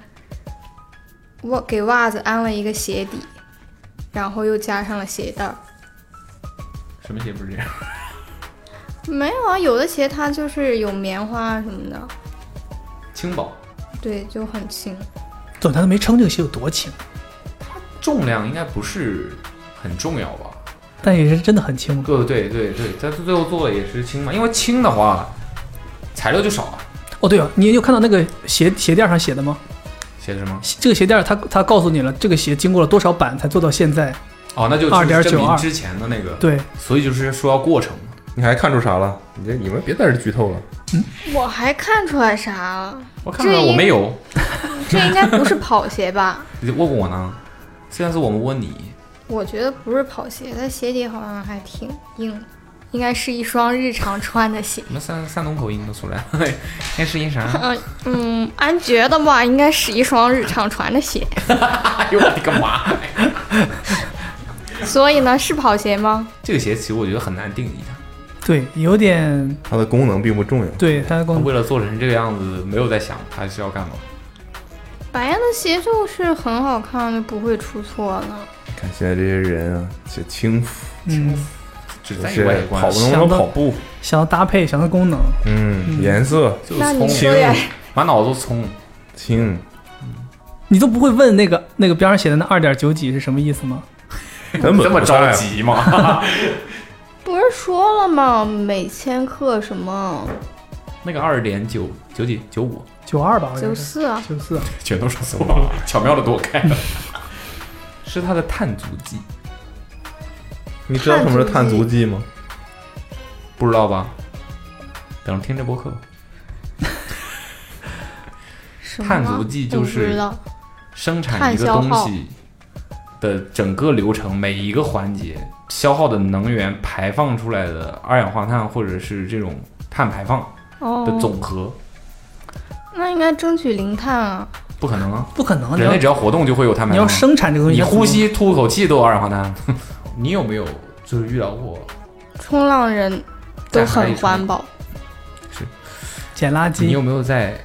[SPEAKER 10] 袜，给袜子安了一个鞋底，然后又加上了鞋带儿。
[SPEAKER 2] 什么鞋不是这样？
[SPEAKER 10] 没有啊，有的鞋它就是有棉花什么的，
[SPEAKER 2] 轻薄，
[SPEAKER 10] 对，就很轻。
[SPEAKER 3] 总他都没称这个鞋有多轻，
[SPEAKER 2] 重量应该不是很重要吧？
[SPEAKER 3] 但也是真的很轻嘛。
[SPEAKER 2] 对对对对，他最后做的也是轻嘛，因为轻的话材料就少啊。
[SPEAKER 3] 哦，对了，你有看到那个鞋鞋垫上写的吗？
[SPEAKER 2] 鞋是吗？
[SPEAKER 3] 这个鞋垫儿它它告诉你了，这个鞋经过了多少版才做到现在。
[SPEAKER 2] 哦，那就
[SPEAKER 3] 二点
[SPEAKER 2] 就是
[SPEAKER 3] 九
[SPEAKER 2] 证明
[SPEAKER 3] 二
[SPEAKER 2] 之前的那个
[SPEAKER 3] 对，
[SPEAKER 2] 所以就是说要过程嘛。
[SPEAKER 4] 你还看出啥了？你这你们别在这剧透了。
[SPEAKER 10] 我还看出来啥了？
[SPEAKER 2] 我看
[SPEAKER 10] 这
[SPEAKER 2] 看我
[SPEAKER 10] 应
[SPEAKER 2] 没，有，
[SPEAKER 10] 这应该不是跑鞋吧？
[SPEAKER 2] 你问我呢？虽然是我们问你，
[SPEAKER 10] 我觉得不是跑鞋，它鞋底好像还挺硬的，应该是一双日常穿的鞋。
[SPEAKER 2] 你们山山东口音都出来了， 那是因啥？
[SPEAKER 4] 啊
[SPEAKER 10] 嗯嗯，俺觉得吧，应该是一双日常穿的鞋。
[SPEAKER 2] 哎呦我的个妈！
[SPEAKER 10] 所以呢，是跑鞋吗？
[SPEAKER 2] 这个鞋其实我觉得很难定义它，
[SPEAKER 3] 对，有点
[SPEAKER 4] 它的功能并不重要。
[SPEAKER 3] 对它的功能
[SPEAKER 2] 为了做成这个样子，没有在想它是要干嘛。
[SPEAKER 10] 白安的鞋就是很好看，就不会出错的。
[SPEAKER 4] 看现在这些人啊，写轻浮，
[SPEAKER 3] 嗯，
[SPEAKER 2] 只
[SPEAKER 4] 在意外观跑不能
[SPEAKER 3] 想到
[SPEAKER 4] 跑步，
[SPEAKER 3] 想要搭配，想要功能。
[SPEAKER 4] 嗯，颜色
[SPEAKER 2] 就
[SPEAKER 10] 那
[SPEAKER 2] 葱
[SPEAKER 10] 你说呀，
[SPEAKER 2] 满脑子都葱，
[SPEAKER 4] 轻，
[SPEAKER 3] 你都不会问那个那个边上写的那二点九几是什么意思吗？
[SPEAKER 4] 根本
[SPEAKER 2] 这么着急吗？
[SPEAKER 10] 不是说了吗？每千克什么
[SPEAKER 2] 那个二点九九几九 五，
[SPEAKER 3] 九二吧，好像
[SPEAKER 10] 九
[SPEAKER 3] 是
[SPEAKER 10] 四啊，
[SPEAKER 3] 九四，
[SPEAKER 2] 全都是错啊， 巧妙的躲开了。是它的碳足迹，
[SPEAKER 4] 你知道什么是碳足迹吗？
[SPEAKER 2] 不知道吧？等着听这播客吧。
[SPEAKER 10] 什么
[SPEAKER 2] 碳足迹就
[SPEAKER 10] 嗯我不
[SPEAKER 2] 是
[SPEAKER 10] 知道
[SPEAKER 2] 生产一个东西的整个流程，每一个环节消耗的能源排放出来的二氧化碳或者是这种碳排放
[SPEAKER 10] 哦
[SPEAKER 2] 的总和，
[SPEAKER 10] 那应该争取零碳啊。
[SPEAKER 2] 不可能啊！
[SPEAKER 3] 不可能
[SPEAKER 2] 人
[SPEAKER 3] 你
[SPEAKER 2] 类
[SPEAKER 3] 要
[SPEAKER 2] 只要活动就会有碳排放。
[SPEAKER 3] 你要生产这个东西
[SPEAKER 2] 你
[SPEAKER 3] 它怎么
[SPEAKER 2] 呼吸吐口气都有二氧化碳。 你有没有就是遇到过
[SPEAKER 10] 冲浪人都很环保，
[SPEAKER 3] 捡垃圾？
[SPEAKER 2] 你有没有在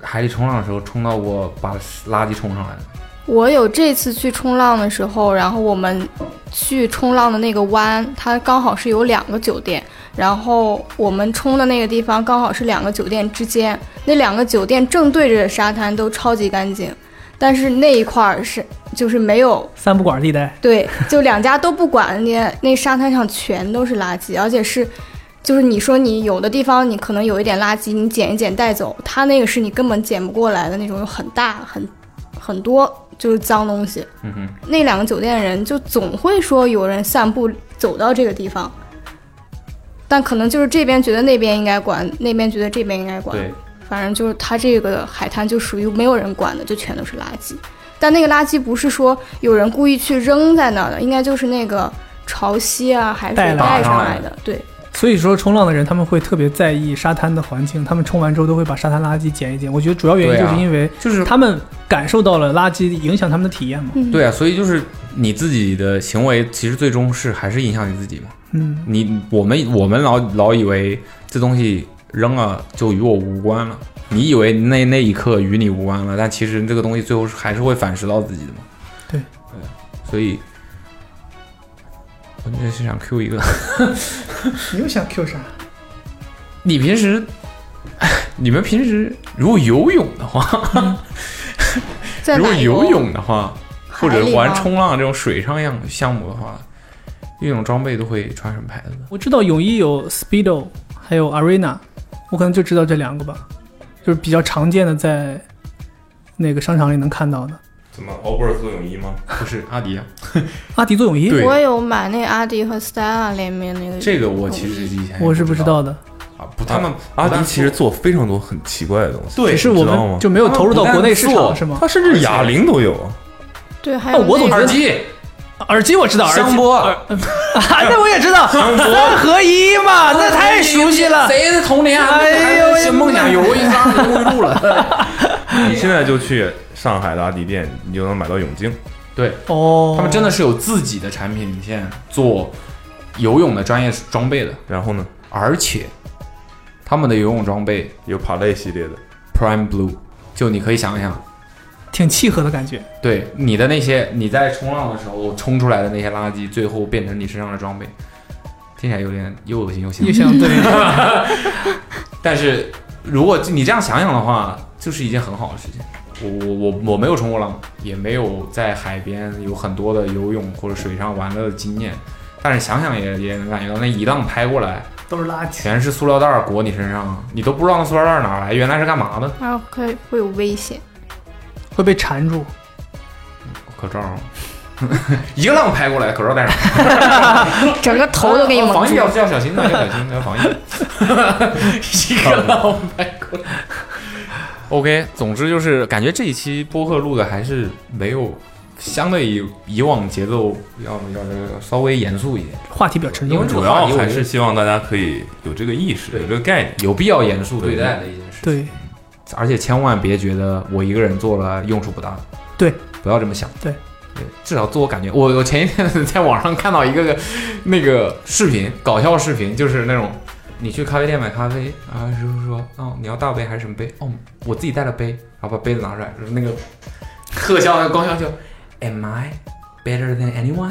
[SPEAKER 2] 海里冲浪的时候冲到过把垃圾冲上来的？
[SPEAKER 10] 我有这次去冲浪的时候，然后我们去冲浪的那个湾，它刚好是有两个酒店，然后我们冲的那个地方刚好是两个酒店之间，那两个酒店正对着沙滩，都超级干净，但是那一块儿是就是没有。
[SPEAKER 3] 三不管地带，
[SPEAKER 10] 对，就两家都不管，那那沙滩上全都是垃圾，而且是，就是你说你有的地方你可能有一点垃圾，你捡一捡带走，它那个是你根本捡不过来的那种，有很大很很多就是脏东西。
[SPEAKER 2] 嗯哼，
[SPEAKER 10] 那两个酒店的人就总会说有人散步走到这个地方，但可能就是这边觉得那边应该管，那边觉得这边应该管，
[SPEAKER 2] 对，
[SPEAKER 10] 反正就是它这个海滩就属于没有人管的，就全都是垃圾。但那个垃圾不是说有人故意去扔在那儿的，应该就是那个潮汐啊、海水
[SPEAKER 3] 带来
[SPEAKER 10] 带上
[SPEAKER 3] 的
[SPEAKER 10] 来的。对，
[SPEAKER 3] 所以说冲浪的人他们会特别在意沙滩的环境，他们冲完之后都会把沙滩垃圾捡一捡。我觉得主要原因
[SPEAKER 2] 对啊
[SPEAKER 3] 就是因为就是他们感受到了垃圾影响他们的体验嘛。
[SPEAKER 2] 对 啊，所以就是你自己的行为，其实最终是还是影响你自己嘛。
[SPEAKER 3] 嗯，
[SPEAKER 2] 你我们我们老老以为这东西扔了就与我无关了，你以为那那一刻与你无关了，但其实这个东西最后是还是会反噬到自己的嘛。
[SPEAKER 3] 对
[SPEAKER 2] 对，所以我真是想 Q 一个，
[SPEAKER 3] 你又想 Q 啥？
[SPEAKER 2] 你平时你们平时如果游泳的话，
[SPEAKER 10] 嗯在
[SPEAKER 2] 如果
[SPEAKER 10] 哪一个
[SPEAKER 2] 游泳的话，或者
[SPEAKER 10] 海里
[SPEAKER 2] 玩
[SPEAKER 10] 吗
[SPEAKER 2] 冲浪这种水上项项目的话，游泳装备都会穿什么牌子的？
[SPEAKER 3] 我知道泳衣有 Speedo，还有 Arena，我可能就知道这两个吧，就是比较常见的在那个商场里能看到 的。
[SPEAKER 4] 怎么 o b e r 做泳衣吗？
[SPEAKER 2] 不是阿迪啊，
[SPEAKER 3] 阿迪做泳衣，
[SPEAKER 10] 我有买那阿迪和 Stella 联名那个。
[SPEAKER 2] 这个我其实以前
[SPEAKER 3] 我是不知道的。
[SPEAKER 2] 啊不，他们
[SPEAKER 4] 啊阿迪其实做非常多很奇怪的东西，
[SPEAKER 3] 对只是我们
[SPEAKER 4] 你知道吗
[SPEAKER 3] 就没有投入到国内市场是吗
[SPEAKER 4] 他甚至哑铃都有，啊
[SPEAKER 10] 对，还
[SPEAKER 3] 哦
[SPEAKER 10] 有、，
[SPEAKER 3] 我总觉得
[SPEAKER 10] 那个、
[SPEAKER 3] 耳机我知道，耳机
[SPEAKER 2] 香波
[SPEAKER 3] 耳啊，那我也 知道，三合一嘛，那太熟悉了。
[SPEAKER 2] 谁的童年还
[SPEAKER 3] 哎呦，
[SPEAKER 2] 还梦想有过一张录入了。
[SPEAKER 4] 你现在就去上海的阿迪店，你就能买到泳镜。
[SPEAKER 2] 对，
[SPEAKER 3] 哦
[SPEAKER 2] 他们真的是有自己的产品线做游泳的专业装备的。
[SPEAKER 4] 然后呢？
[SPEAKER 2] 而且他们的游泳装备
[SPEAKER 4] 有 Parley 系列的
[SPEAKER 2] Prime Blue，就你可以想想，
[SPEAKER 3] 挺契合的感觉。
[SPEAKER 2] 对你的那些你在冲浪的时候冲出来的那些垃圾，最后变成你身上的装备，听起来有点又恶心又香。
[SPEAKER 3] 又香对
[SPEAKER 2] 但是如果你这样想想的话，就是一件很好的事情。我我我我没有冲过浪，也没有在海边有很多的游泳或者水上玩乐的经验，但是想想也也能感觉到那一浪拍过来，
[SPEAKER 3] 都是垃圾，
[SPEAKER 2] 全是塑料袋儿裹你身上，你都不知道那塑料袋儿哪儿来，原来是干嘛的。
[SPEAKER 10] 啊，会会有危 险。
[SPEAKER 3] 会被缠 住。
[SPEAKER 2] 口罩， 一个浪拍过来，口罩戴上，
[SPEAKER 10] 整个头都给 你蒙住
[SPEAKER 2] 哦防疫要要小心的，要小心，要防疫。 一个浪拍过来。OK，总之就是感觉这一期播客录的还是没有相对以以往节奏要要要稍微严肃一点，
[SPEAKER 3] 话题比较沉
[SPEAKER 2] 因为这
[SPEAKER 4] 主
[SPEAKER 2] 个话
[SPEAKER 4] 要
[SPEAKER 2] 题我
[SPEAKER 4] 还
[SPEAKER 2] 觉
[SPEAKER 4] 是
[SPEAKER 2] 得
[SPEAKER 4] 希望大家可以有这个意识，有这个概念，
[SPEAKER 2] 有必要严肃对待的一件事。
[SPEAKER 3] 对，
[SPEAKER 2] 而且千万别觉得我一个人做了用处不大，
[SPEAKER 3] 对，
[SPEAKER 2] 不要这么想。
[SPEAKER 3] 对，
[SPEAKER 2] 对，至少自我感觉，我我前一天 在网上看到一个个那个视频，搞笑视频，就是那种你去咖啡店买咖啡啊，师傅说哦你要大杯还是什么杯？哦我自己带了杯，然后把杯子拿出来，就是那个特效那个光效就 Am I better than anyone？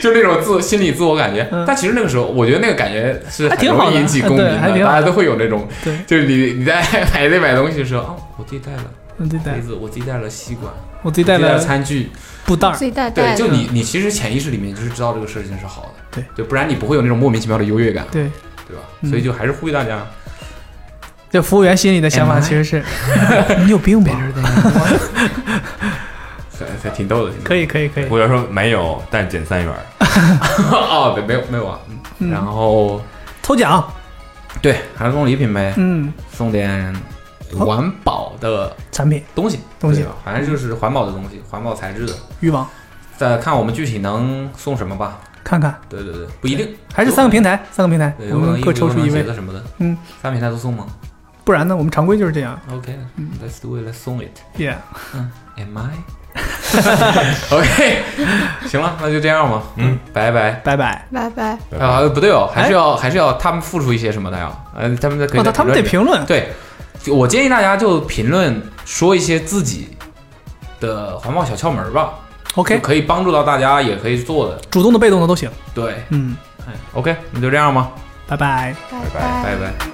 [SPEAKER 2] 就 那种自我心理自我感觉。但其实那个时候，我觉得那个感觉是
[SPEAKER 3] 嗯还
[SPEAKER 2] 很
[SPEAKER 3] 挺好
[SPEAKER 2] 容易
[SPEAKER 3] 的
[SPEAKER 2] 引起共鸣
[SPEAKER 3] 对还挺好
[SPEAKER 2] 大家都会有那种
[SPEAKER 3] 对，
[SPEAKER 2] 就是你你在排队买东西的时候，哦，我自己带了
[SPEAKER 3] 我自己带
[SPEAKER 2] 杯子，我自己带了吸管，
[SPEAKER 3] 我自己带了
[SPEAKER 2] 了餐具。
[SPEAKER 3] 布袋儿，
[SPEAKER 10] 自己带
[SPEAKER 2] 对，
[SPEAKER 10] 袋
[SPEAKER 2] 就
[SPEAKER 10] 子
[SPEAKER 2] 你，你其实潜意识里面就是知道这个事情是好的，
[SPEAKER 3] 对，
[SPEAKER 2] 就不然你不会有那种莫名其妙的优越感。
[SPEAKER 3] 对，
[SPEAKER 2] 对吧？
[SPEAKER 3] 嗯
[SPEAKER 2] 所以就还是呼吁大家，
[SPEAKER 3] 这服务员心里的想法其实是，哎 你有啊病吧？
[SPEAKER 2] 还 还挺逗的。
[SPEAKER 3] 可以可以可以。
[SPEAKER 4] 我要说没有，但减三元儿。
[SPEAKER 2] 哦，对，没有没有啊。
[SPEAKER 3] 嗯
[SPEAKER 2] 然后
[SPEAKER 3] 抽奖，
[SPEAKER 2] 对，还是送礼品呗。
[SPEAKER 3] 嗯，
[SPEAKER 2] 送点环保的
[SPEAKER 3] 产品
[SPEAKER 2] 东西
[SPEAKER 3] 东西
[SPEAKER 2] 对吧反正就是环保的东西，环保材质的。
[SPEAKER 3] 渔网，
[SPEAKER 2] 再看我们具体能送什么吧。
[SPEAKER 3] 看看，
[SPEAKER 2] 对对对，不一定，
[SPEAKER 3] 还是三个平台，三个平台
[SPEAKER 2] 对，
[SPEAKER 3] 我
[SPEAKER 2] 有可能
[SPEAKER 3] 们
[SPEAKER 2] 衣
[SPEAKER 3] 各
[SPEAKER 2] 服
[SPEAKER 3] 抽出
[SPEAKER 2] 有可
[SPEAKER 3] 一
[SPEAKER 2] 能
[SPEAKER 3] 位
[SPEAKER 2] 鞋子什么的。
[SPEAKER 3] 嗯，
[SPEAKER 2] 三个平台都送吗
[SPEAKER 3] 不然呢，我们常规就是这样。嗯
[SPEAKER 2] ？OK，let's do it，let's 送 it。
[SPEAKER 3] Yeah，
[SPEAKER 2] 嗯，Am I？OK，行 了，那就这样吧。嗯，拜拜，
[SPEAKER 3] 拜拜。
[SPEAKER 10] 拜拜。
[SPEAKER 2] 啊，不对哦，还是要还是要他们付出一些什么的呀？呃，他们在可以
[SPEAKER 3] 哦
[SPEAKER 2] 在
[SPEAKER 3] 他们得
[SPEAKER 2] 评论里面。对，就我建议大家就评论说一些自己的环保小窍门儿吧。
[SPEAKER 3] OK
[SPEAKER 2] 就可以帮助到大家，也可以做的。
[SPEAKER 3] 主动的、被动的都行。
[SPEAKER 2] 对
[SPEAKER 3] 嗯，
[SPEAKER 2] ，OK，那就这样吧，
[SPEAKER 3] 拜拜，
[SPEAKER 2] 拜拜拜拜。